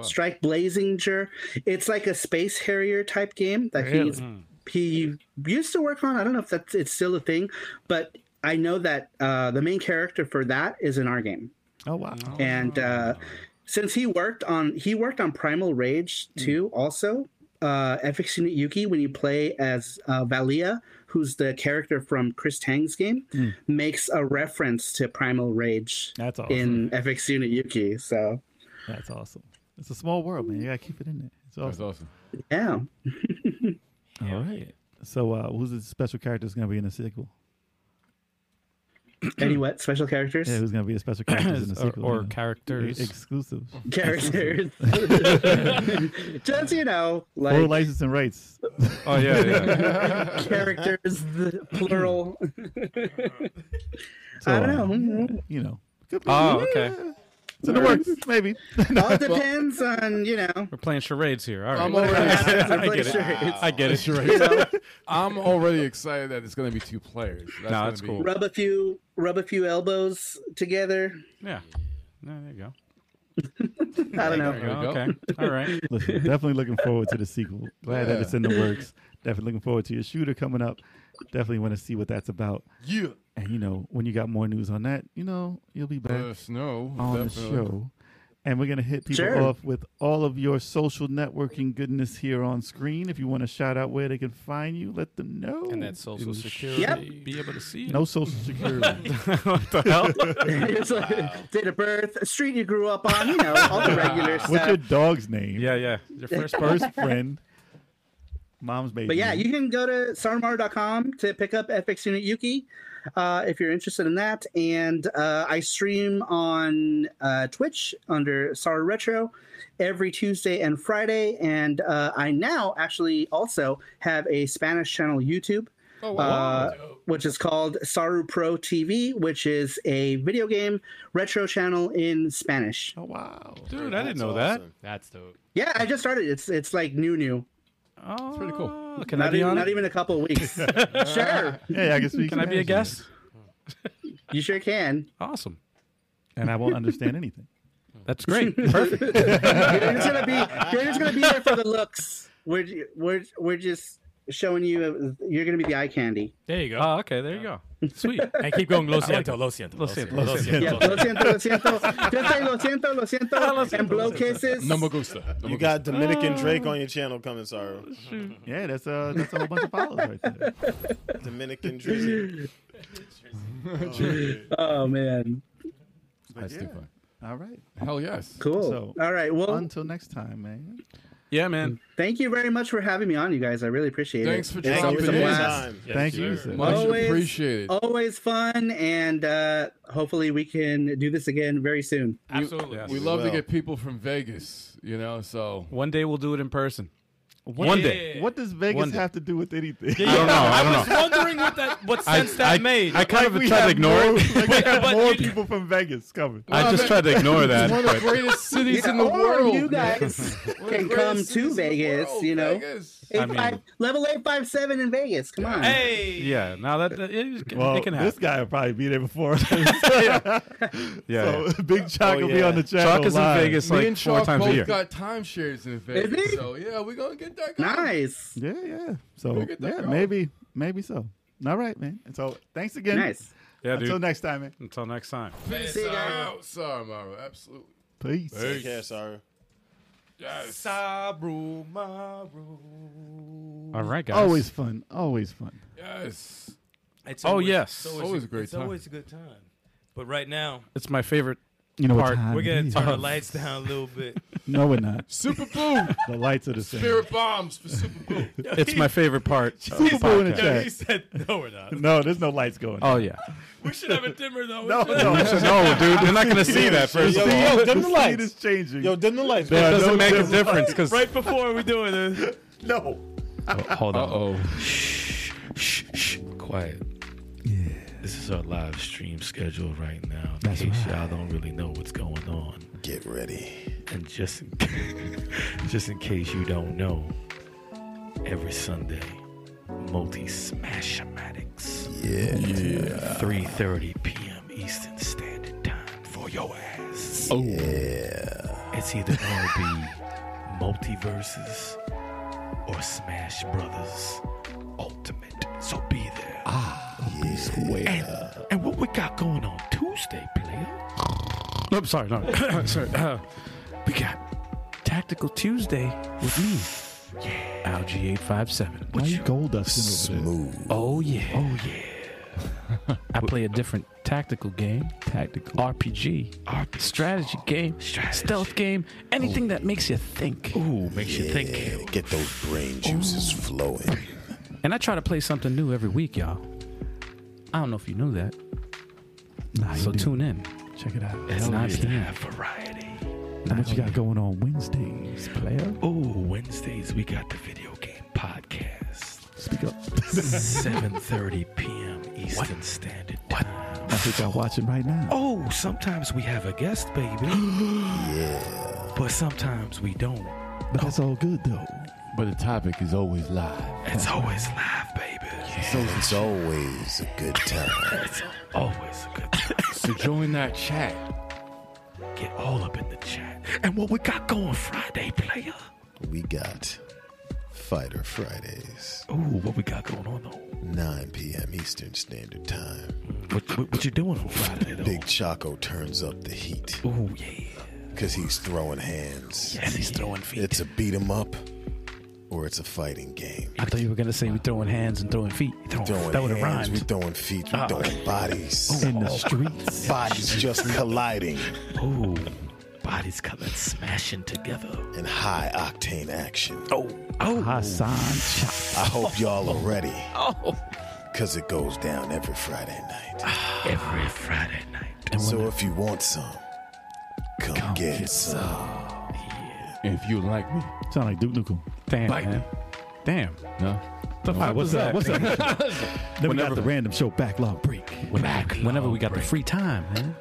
Speaker 5: Strike Blazinger. It's like a Space Harrier type game that he's he used to work on. I don't know if that's it's still a thing, but I know that uh, the main character for that is in our game
Speaker 3: Oh wow.
Speaker 5: and uh, since he worked on he worked on Primal Rage
Speaker 3: Hmm.
Speaker 5: too, also uh, FX Unit Yuki when you play as uh, Valia, who's the character from Chris Tang's game, makes a reference to Primal Rage
Speaker 3: Hmm. That's awesome.
Speaker 5: in FX Unit Yuki. So
Speaker 3: That's awesome. It's a small world, man. You gotta keep it in there. It's
Speaker 4: That's
Speaker 3: awesome.
Speaker 4: awesome.
Speaker 5: yeah,
Speaker 3: All right. So, uh, who's the special character that's going to be in the sequel?
Speaker 5: Any what special characters?
Speaker 3: Yeah, who's going to be a special character in the
Speaker 2: or,
Speaker 3: sequel?
Speaker 2: or
Speaker 3: yeah.
Speaker 2: characters.
Speaker 3: E- exclusive.
Speaker 5: characters. Just you know, like
Speaker 3: Or licensing rights.
Speaker 2: oh yeah, yeah.
Speaker 5: characters, the plural.
Speaker 3: So,
Speaker 5: I don't
Speaker 3: uh,
Speaker 5: know.
Speaker 3: You know, could be.
Speaker 2: oh okay.
Speaker 3: it's in the works, maybe.
Speaker 5: All depends on you know.
Speaker 2: We're playing charades here. All right.
Speaker 4: I'm
Speaker 5: What
Speaker 4: already,
Speaker 5: happens in
Speaker 2: I get it.
Speaker 5: charades.
Speaker 2: I get it.
Speaker 4: I'm already excited that it's going to be two players. That's
Speaker 2: Nah,
Speaker 4: gonna
Speaker 2: that's
Speaker 4: be-
Speaker 2: cool.
Speaker 5: Rub a few, rub a few elbows together.
Speaker 2: Yeah. No, there you go.
Speaker 5: I
Speaker 4: There
Speaker 5: don't know.
Speaker 4: you
Speaker 3: Oh,
Speaker 4: go.
Speaker 2: Okay. All right.
Speaker 3: Listen, definitely looking forward to the sequel. Glad that it's in the works. Definitely looking forward to your shooter coming up. Definitely want to see what that's about.
Speaker 4: Yeah.
Speaker 3: And you know, when you got more news on that, you know, you'll be back
Speaker 4: Uh, snow.
Speaker 3: on the
Speaker 4: definitely.
Speaker 3: show. And we're gonna hit people
Speaker 5: Sure.
Speaker 3: off with all of your social networking goodness here on screen. If you want to shout out where they can find you, let them know.
Speaker 2: And that social
Speaker 3: It was-
Speaker 2: security
Speaker 5: Yep.
Speaker 2: be able to see it.
Speaker 3: No social security.
Speaker 2: what the hell?
Speaker 5: It's like date of birth, street you grew up on, you know, all the regular
Speaker 3: What's your
Speaker 5: stuff.
Speaker 3: dog's name?
Speaker 2: Yeah, yeah. Your first person.
Speaker 3: First friend. Mom's baby.
Speaker 5: But yeah, you can go to sarmar.com to pick up FX Unit Yuki uh, if you're interested in that. And uh, I stream on uh, Twitch under Sar Retro every Tuesday and Friday. And uh, I now actually also have a Spanish channel YouTube.
Speaker 4: Oh,
Speaker 5: uh, which is called Saru Pro TV, which is a video game retro channel in Spanish.
Speaker 3: Oh wow.
Speaker 2: Dude, I didn't
Speaker 9: That's
Speaker 2: know
Speaker 9: awesome.
Speaker 8: That's dope.
Speaker 5: Yeah, I just started. It's it's like new, new.
Speaker 2: that. Oh, it's pretty cool. Can I
Speaker 5: Not
Speaker 2: be
Speaker 5: even,
Speaker 2: on?
Speaker 5: not
Speaker 2: it?
Speaker 5: even a couple weeks. sure,
Speaker 3: Yeah, I can speak.
Speaker 2: Can I be a
Speaker 3: Spanish.
Speaker 2: guest?
Speaker 5: you sure can.
Speaker 2: Awesome.
Speaker 3: And I won't understand anything.
Speaker 2: That's great. Perfect.
Speaker 5: You're just gonna be you're just gonna be there for the looks. We're we're we're just showing you. You're gonna be the eye candy.
Speaker 8: There you go.
Speaker 2: oh, okay. There you go. Sweet.
Speaker 8: and keep going. Lo siento, lo siento,
Speaker 2: Lo siento, lo
Speaker 5: Yeah, lo siento, lo siento. Just say lo siento, lo siento, and blow kisses.
Speaker 4: No me gusta. No me
Speaker 9: You got Dominican Drake on your channel coming, Sorrow.
Speaker 2: Oh,
Speaker 3: Yeah, that's a that's a whole bunch of followers right there.
Speaker 9: Dominican Drizzy.
Speaker 5: Oh man,
Speaker 4: gusta. That's too fun.
Speaker 3: All right.
Speaker 4: Hell yes.
Speaker 5: cool.
Speaker 3: So-
Speaker 5: All right. Well,
Speaker 3: Until next time, man.
Speaker 2: Yeah, man.
Speaker 5: thank you very much for having me on, you guys. I really appreciate
Speaker 4: Thanks
Speaker 5: it.
Speaker 4: for
Speaker 5: It's
Speaker 9: Thank
Speaker 5: always
Speaker 9: you
Speaker 5: a
Speaker 9: for your
Speaker 5: blast.
Speaker 9: time.
Speaker 3: Thank you. sir.
Speaker 4: Much
Speaker 5: Always-
Speaker 4: appreciated.
Speaker 5: Always fun, and uh, hopefully we can do this again very soon.
Speaker 8: Absolutely.
Speaker 4: We
Speaker 9: Yes,
Speaker 4: love to
Speaker 9: well.
Speaker 4: get people from Vegas, you know, so
Speaker 2: One day we'll do it in person. One day.
Speaker 3: What does Vegas
Speaker 2: One day.
Speaker 3: have to do with anything?
Speaker 2: I don't know. I don't
Speaker 8: was wondering what that what sense that
Speaker 2: I,
Speaker 8: made.
Speaker 2: I kind of
Speaker 3: We
Speaker 2: tried to
Speaker 3: have
Speaker 2: ignore
Speaker 3: more,
Speaker 2: it.
Speaker 3: Like, we have
Speaker 8: But
Speaker 3: more
Speaker 8: you-
Speaker 3: people from Vegas coming.
Speaker 2: I just tried to ignore that.
Speaker 4: one of
Speaker 2: but-
Speaker 4: the greatest cities in the
Speaker 5: or
Speaker 4: world.
Speaker 5: you guys can come to Vegas, you know.
Speaker 4: Vegas.
Speaker 5: Eight
Speaker 2: I mean-
Speaker 5: five, level 857 in Vegas. Come on.
Speaker 8: hey.
Speaker 2: yeah. Now that that- it, it
Speaker 3: Well,
Speaker 2: can
Speaker 3: this
Speaker 2: happen.
Speaker 3: guy will probably be there before. yeah,
Speaker 2: yeah. yeah.
Speaker 3: Big Chuck
Speaker 9: Oh,
Speaker 3: will be
Speaker 9: yeah.
Speaker 3: on the channel.
Speaker 2: Chuck is in
Speaker 3: live.
Speaker 2: Vegas
Speaker 4: Me
Speaker 2: like
Speaker 4: and
Speaker 2: four
Speaker 4: Chalk
Speaker 2: times a
Speaker 4: both
Speaker 2: year.
Speaker 4: got timeshares in Vegas,
Speaker 5: he?
Speaker 4: so yeah, we're gonna get that guy.
Speaker 5: Nice.
Speaker 3: Yeah, yeah. So
Speaker 4: Look at that
Speaker 3: yeah,
Speaker 4: guy.
Speaker 3: maybe, maybe so. All right, man. And so thanks again.
Speaker 5: Nice.
Speaker 2: Yeah,
Speaker 3: Until
Speaker 2: dude.
Speaker 3: next time, man.
Speaker 2: Until next time.
Speaker 4: Peace
Speaker 5: See you guys.
Speaker 4: out. Sorry, Mario. Absolutely.
Speaker 3: Peace.
Speaker 9: Take care, Sorrow.
Speaker 4: Yes.
Speaker 8: Sabru, maru.
Speaker 2: All right, guys.
Speaker 3: Always fun. Always fun.
Speaker 4: Yes.
Speaker 8: It's
Speaker 2: Oh, yes.
Speaker 8: it's
Speaker 4: Always a great
Speaker 8: it's
Speaker 4: time.
Speaker 8: always a good time. But right now,
Speaker 2: It's my favorite.
Speaker 3: You know
Speaker 2: Part-
Speaker 3: what time
Speaker 8: we're
Speaker 3: it
Speaker 8: gonna
Speaker 3: is.
Speaker 8: turn the lights down a little bit.
Speaker 3: No, we're not.
Speaker 4: Super Boo.
Speaker 3: The lights are the same.
Speaker 4: Spirit bombs for Super Boo.
Speaker 2: It's my favorite part. of the
Speaker 3: Super Bowl in the
Speaker 2: podcast.
Speaker 8: No,
Speaker 3: chat.
Speaker 8: he said, "No, we're not.
Speaker 3: No, there's no lights going.
Speaker 2: Oh yeah.
Speaker 8: We should have a dimmer though."
Speaker 3: no, no.
Speaker 2: no, dude, they're not gonna see that
Speaker 9: Yo,
Speaker 2: first. of all.
Speaker 9: yo,
Speaker 3: the
Speaker 9: dim the
Speaker 3: scene
Speaker 9: lights.
Speaker 3: is changing.
Speaker 9: Yo, dim the lights.
Speaker 2: It
Speaker 9: man.
Speaker 2: doesn't
Speaker 3: no,
Speaker 2: make a
Speaker 3: there's-
Speaker 2: difference because
Speaker 8: Right before we do it,
Speaker 3: no.
Speaker 10: Hold on.
Speaker 4: Oh,
Speaker 10: Shh, shh, quiet. Yeah. This is our live stream schedule right now. In case y'all don't really know what's going on,
Speaker 9: Get ready.
Speaker 10: and just in, just in case you don't know, every Sunday, multi smashomatics. Yeah. yeah. Three thirty p.m. Eastern Standard Time for your ass. Oh yeah. It's either gonna be multiverses or Smash Brothers Ultimate. So be there. Ah, And, and what we got going on Tuesday, player?
Speaker 2: I'm sorry, no, sorry. Uh, we got Tactical Tuesday with me, Algie eight five seven.
Speaker 3: Why you gold dusting over there?
Speaker 10: Oh yeah. Oh yeah.
Speaker 2: I play a different tactical game, tactical RPG, strategy game, stealth game, anything that makes you think.
Speaker 10: Ooh, makes you think.
Speaker 1: Yeah, get those brain juices flowing.
Speaker 2: And I try to play something new every week, y'all. I don't know if you knew that.
Speaker 3: Nah,
Speaker 2: So
Speaker 3: you do.
Speaker 2: tune in.
Speaker 3: Check it out.
Speaker 2: It's
Speaker 10: Hell
Speaker 2: 9
Speaker 10: yeah.
Speaker 2: p.m.
Speaker 10: Variety.
Speaker 3: How much you got going on Wednesdays, player?
Speaker 10: Ooh, Wednesdays we got the video game podcast.
Speaker 3: Speak up.
Speaker 10: 7:30 p.m. Eastern Standard Time.
Speaker 3: I think I watch it right now.
Speaker 10: Oh, sometimes we have a guest, baby. But sometimes we don't.
Speaker 3: But that's all good though.
Speaker 11: But the topic is always live.
Speaker 10: It's always live, baby.
Speaker 1: So it's always a good time.
Speaker 10: It's always a good time.
Speaker 11: So join that chat.
Speaker 10: Get all up in the chat. And what we got going Friday, player?
Speaker 1: We got Fighter Fridays,
Speaker 10: Ooh, what we got going on though?
Speaker 1: 9 p.m. Eastern Standard Time.
Speaker 10: What, what, what you doing on Friday though?
Speaker 1: Big Choco turns up the heat
Speaker 10: Ooh, yeah.
Speaker 1: because he's throwing hands.
Speaker 10: And he's throwing feet.
Speaker 1: It's a beat 'em up or it's a fighting game.
Speaker 2: I thought you were gonna say we throwing hands and throwing feet.
Speaker 1: Throwing
Speaker 2: that would have
Speaker 1: hands, we
Speaker 2: rhymed. Ah.
Speaker 1: throwing feet, we throwing bodies. Oh.
Speaker 3: In the streets.
Speaker 1: Bodies just colliding
Speaker 10: Ooh, bodies coming smashing together.
Speaker 1: in high octane action.
Speaker 10: Oh, oh,
Speaker 3: Hassan.
Speaker 1: I hope y'all are ready.
Speaker 11: Oh.
Speaker 1: Because it goes down every Friday night.
Speaker 10: every Friday night.
Speaker 1: So if you want some, come, get, some.
Speaker 11: If you like me,
Speaker 3: Sound like Duke Nukem.
Speaker 2: Damn,
Speaker 11: Bite
Speaker 2: man. Damn.
Speaker 11: no.
Speaker 2: The
Speaker 3: All right,
Speaker 2: fuck
Speaker 3: what's
Speaker 2: was
Speaker 3: up?
Speaker 2: that?
Speaker 3: What's up? then we got the random show backlog break.
Speaker 2: Back whenever we got the free time, man.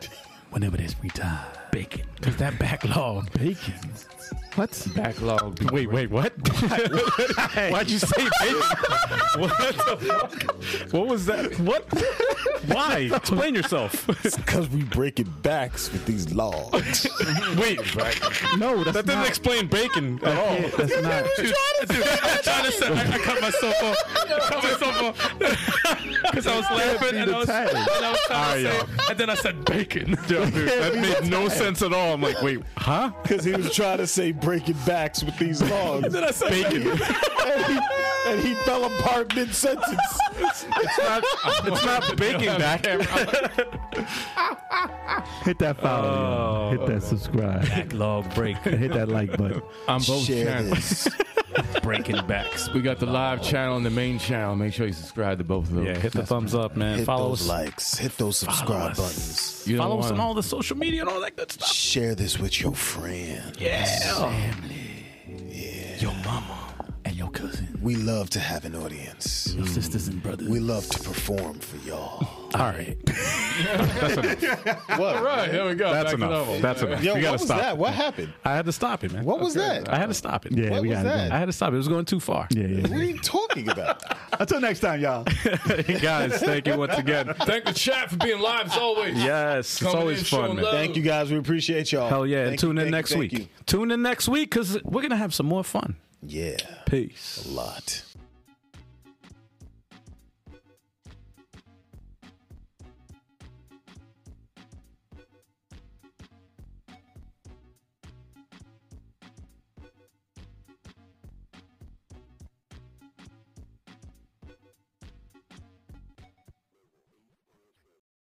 Speaker 3: Whenever there's free time.
Speaker 2: Bacon. Cause that backlog.
Speaker 3: Bacon. What?
Speaker 11: Backlog. be
Speaker 2: Wait, wait, what? Why'd you say bacon? what the fuck? What was that? What? Why? Explain yourself.
Speaker 1: Because we breaking backs with these logs.
Speaker 2: Wait,
Speaker 3: No, that's
Speaker 2: that didn't
Speaker 3: not.
Speaker 2: explain bacon at all.
Speaker 3: yeah, that's not.
Speaker 7: Dude, I, tried to say, I, I cut myself off. I cut myself off because I was laughing and I was, and I was trying
Speaker 2: All
Speaker 7: to say, and then I said bacon.
Speaker 2: Yo, dude, that made no sense at all. I'm like, wait, huh?
Speaker 6: Because he was trying to say breaking backs with these logs.
Speaker 7: Then I said bacon.
Speaker 6: and, he, and he fell apart mid sentence.
Speaker 2: It's not, it's not bacon back.
Speaker 3: Hit that follow. yo. hit that subscribe.
Speaker 8: Log break.
Speaker 3: and hit that like button.
Speaker 11: On both
Speaker 1: Share
Speaker 11: channels.
Speaker 1: this.
Speaker 8: Breaking backs.
Speaker 11: We got the live channel and the main channel. Make sure you subscribe to both of those.
Speaker 2: Yeah, hit the thumbs up, man.
Speaker 1: Hit
Speaker 2: follow
Speaker 1: those
Speaker 2: us.
Speaker 1: likes. Hit those subscribe buttons.
Speaker 11: You don't
Speaker 2: Follow us on
Speaker 11: wanna-
Speaker 2: all the social media and all that good stuff.
Speaker 1: Share this with your friends.
Speaker 2: Your mama.
Speaker 3: And your cousin,
Speaker 1: We love to have an audience.
Speaker 3: your sisters and brothers.
Speaker 1: We love to perform for y'all.
Speaker 2: All right.
Speaker 6: What?
Speaker 11: All right, there we go.
Speaker 2: That's
Speaker 11: Back to
Speaker 2: enough.
Speaker 11: level.
Speaker 2: That's enough.
Speaker 6: Yo,
Speaker 2: you
Speaker 6: what
Speaker 2: gotta
Speaker 6: was
Speaker 2: stop.
Speaker 6: that? What happened?
Speaker 2: I had to stop it, man.
Speaker 6: What was that?
Speaker 2: I had to stop it.
Speaker 3: yeah,
Speaker 6: What
Speaker 3: we
Speaker 6: was
Speaker 3: got it.
Speaker 2: I had to stop it. It was going too far.
Speaker 3: Yeah,
Speaker 6: What
Speaker 3: yeah.
Speaker 6: are you talking about?
Speaker 3: Until next time, y'all.
Speaker 2: Hey, guys, thank you once again.
Speaker 11: Thank the chat for being live as always.
Speaker 2: Yes, it's
Speaker 11: Coming in,
Speaker 2: always fun,
Speaker 11: showing
Speaker 2: man.
Speaker 11: love.
Speaker 6: Thank you guys. We appreciate y'all.
Speaker 2: Hell yeah. and
Speaker 6: Thank you,
Speaker 2: tune in
Speaker 6: thank you,
Speaker 2: next
Speaker 6: thank
Speaker 2: week.
Speaker 6: you.
Speaker 2: Tune in next week because we're going to have some more fun.
Speaker 1: Yeah,
Speaker 2: Peace.
Speaker 1: a lot.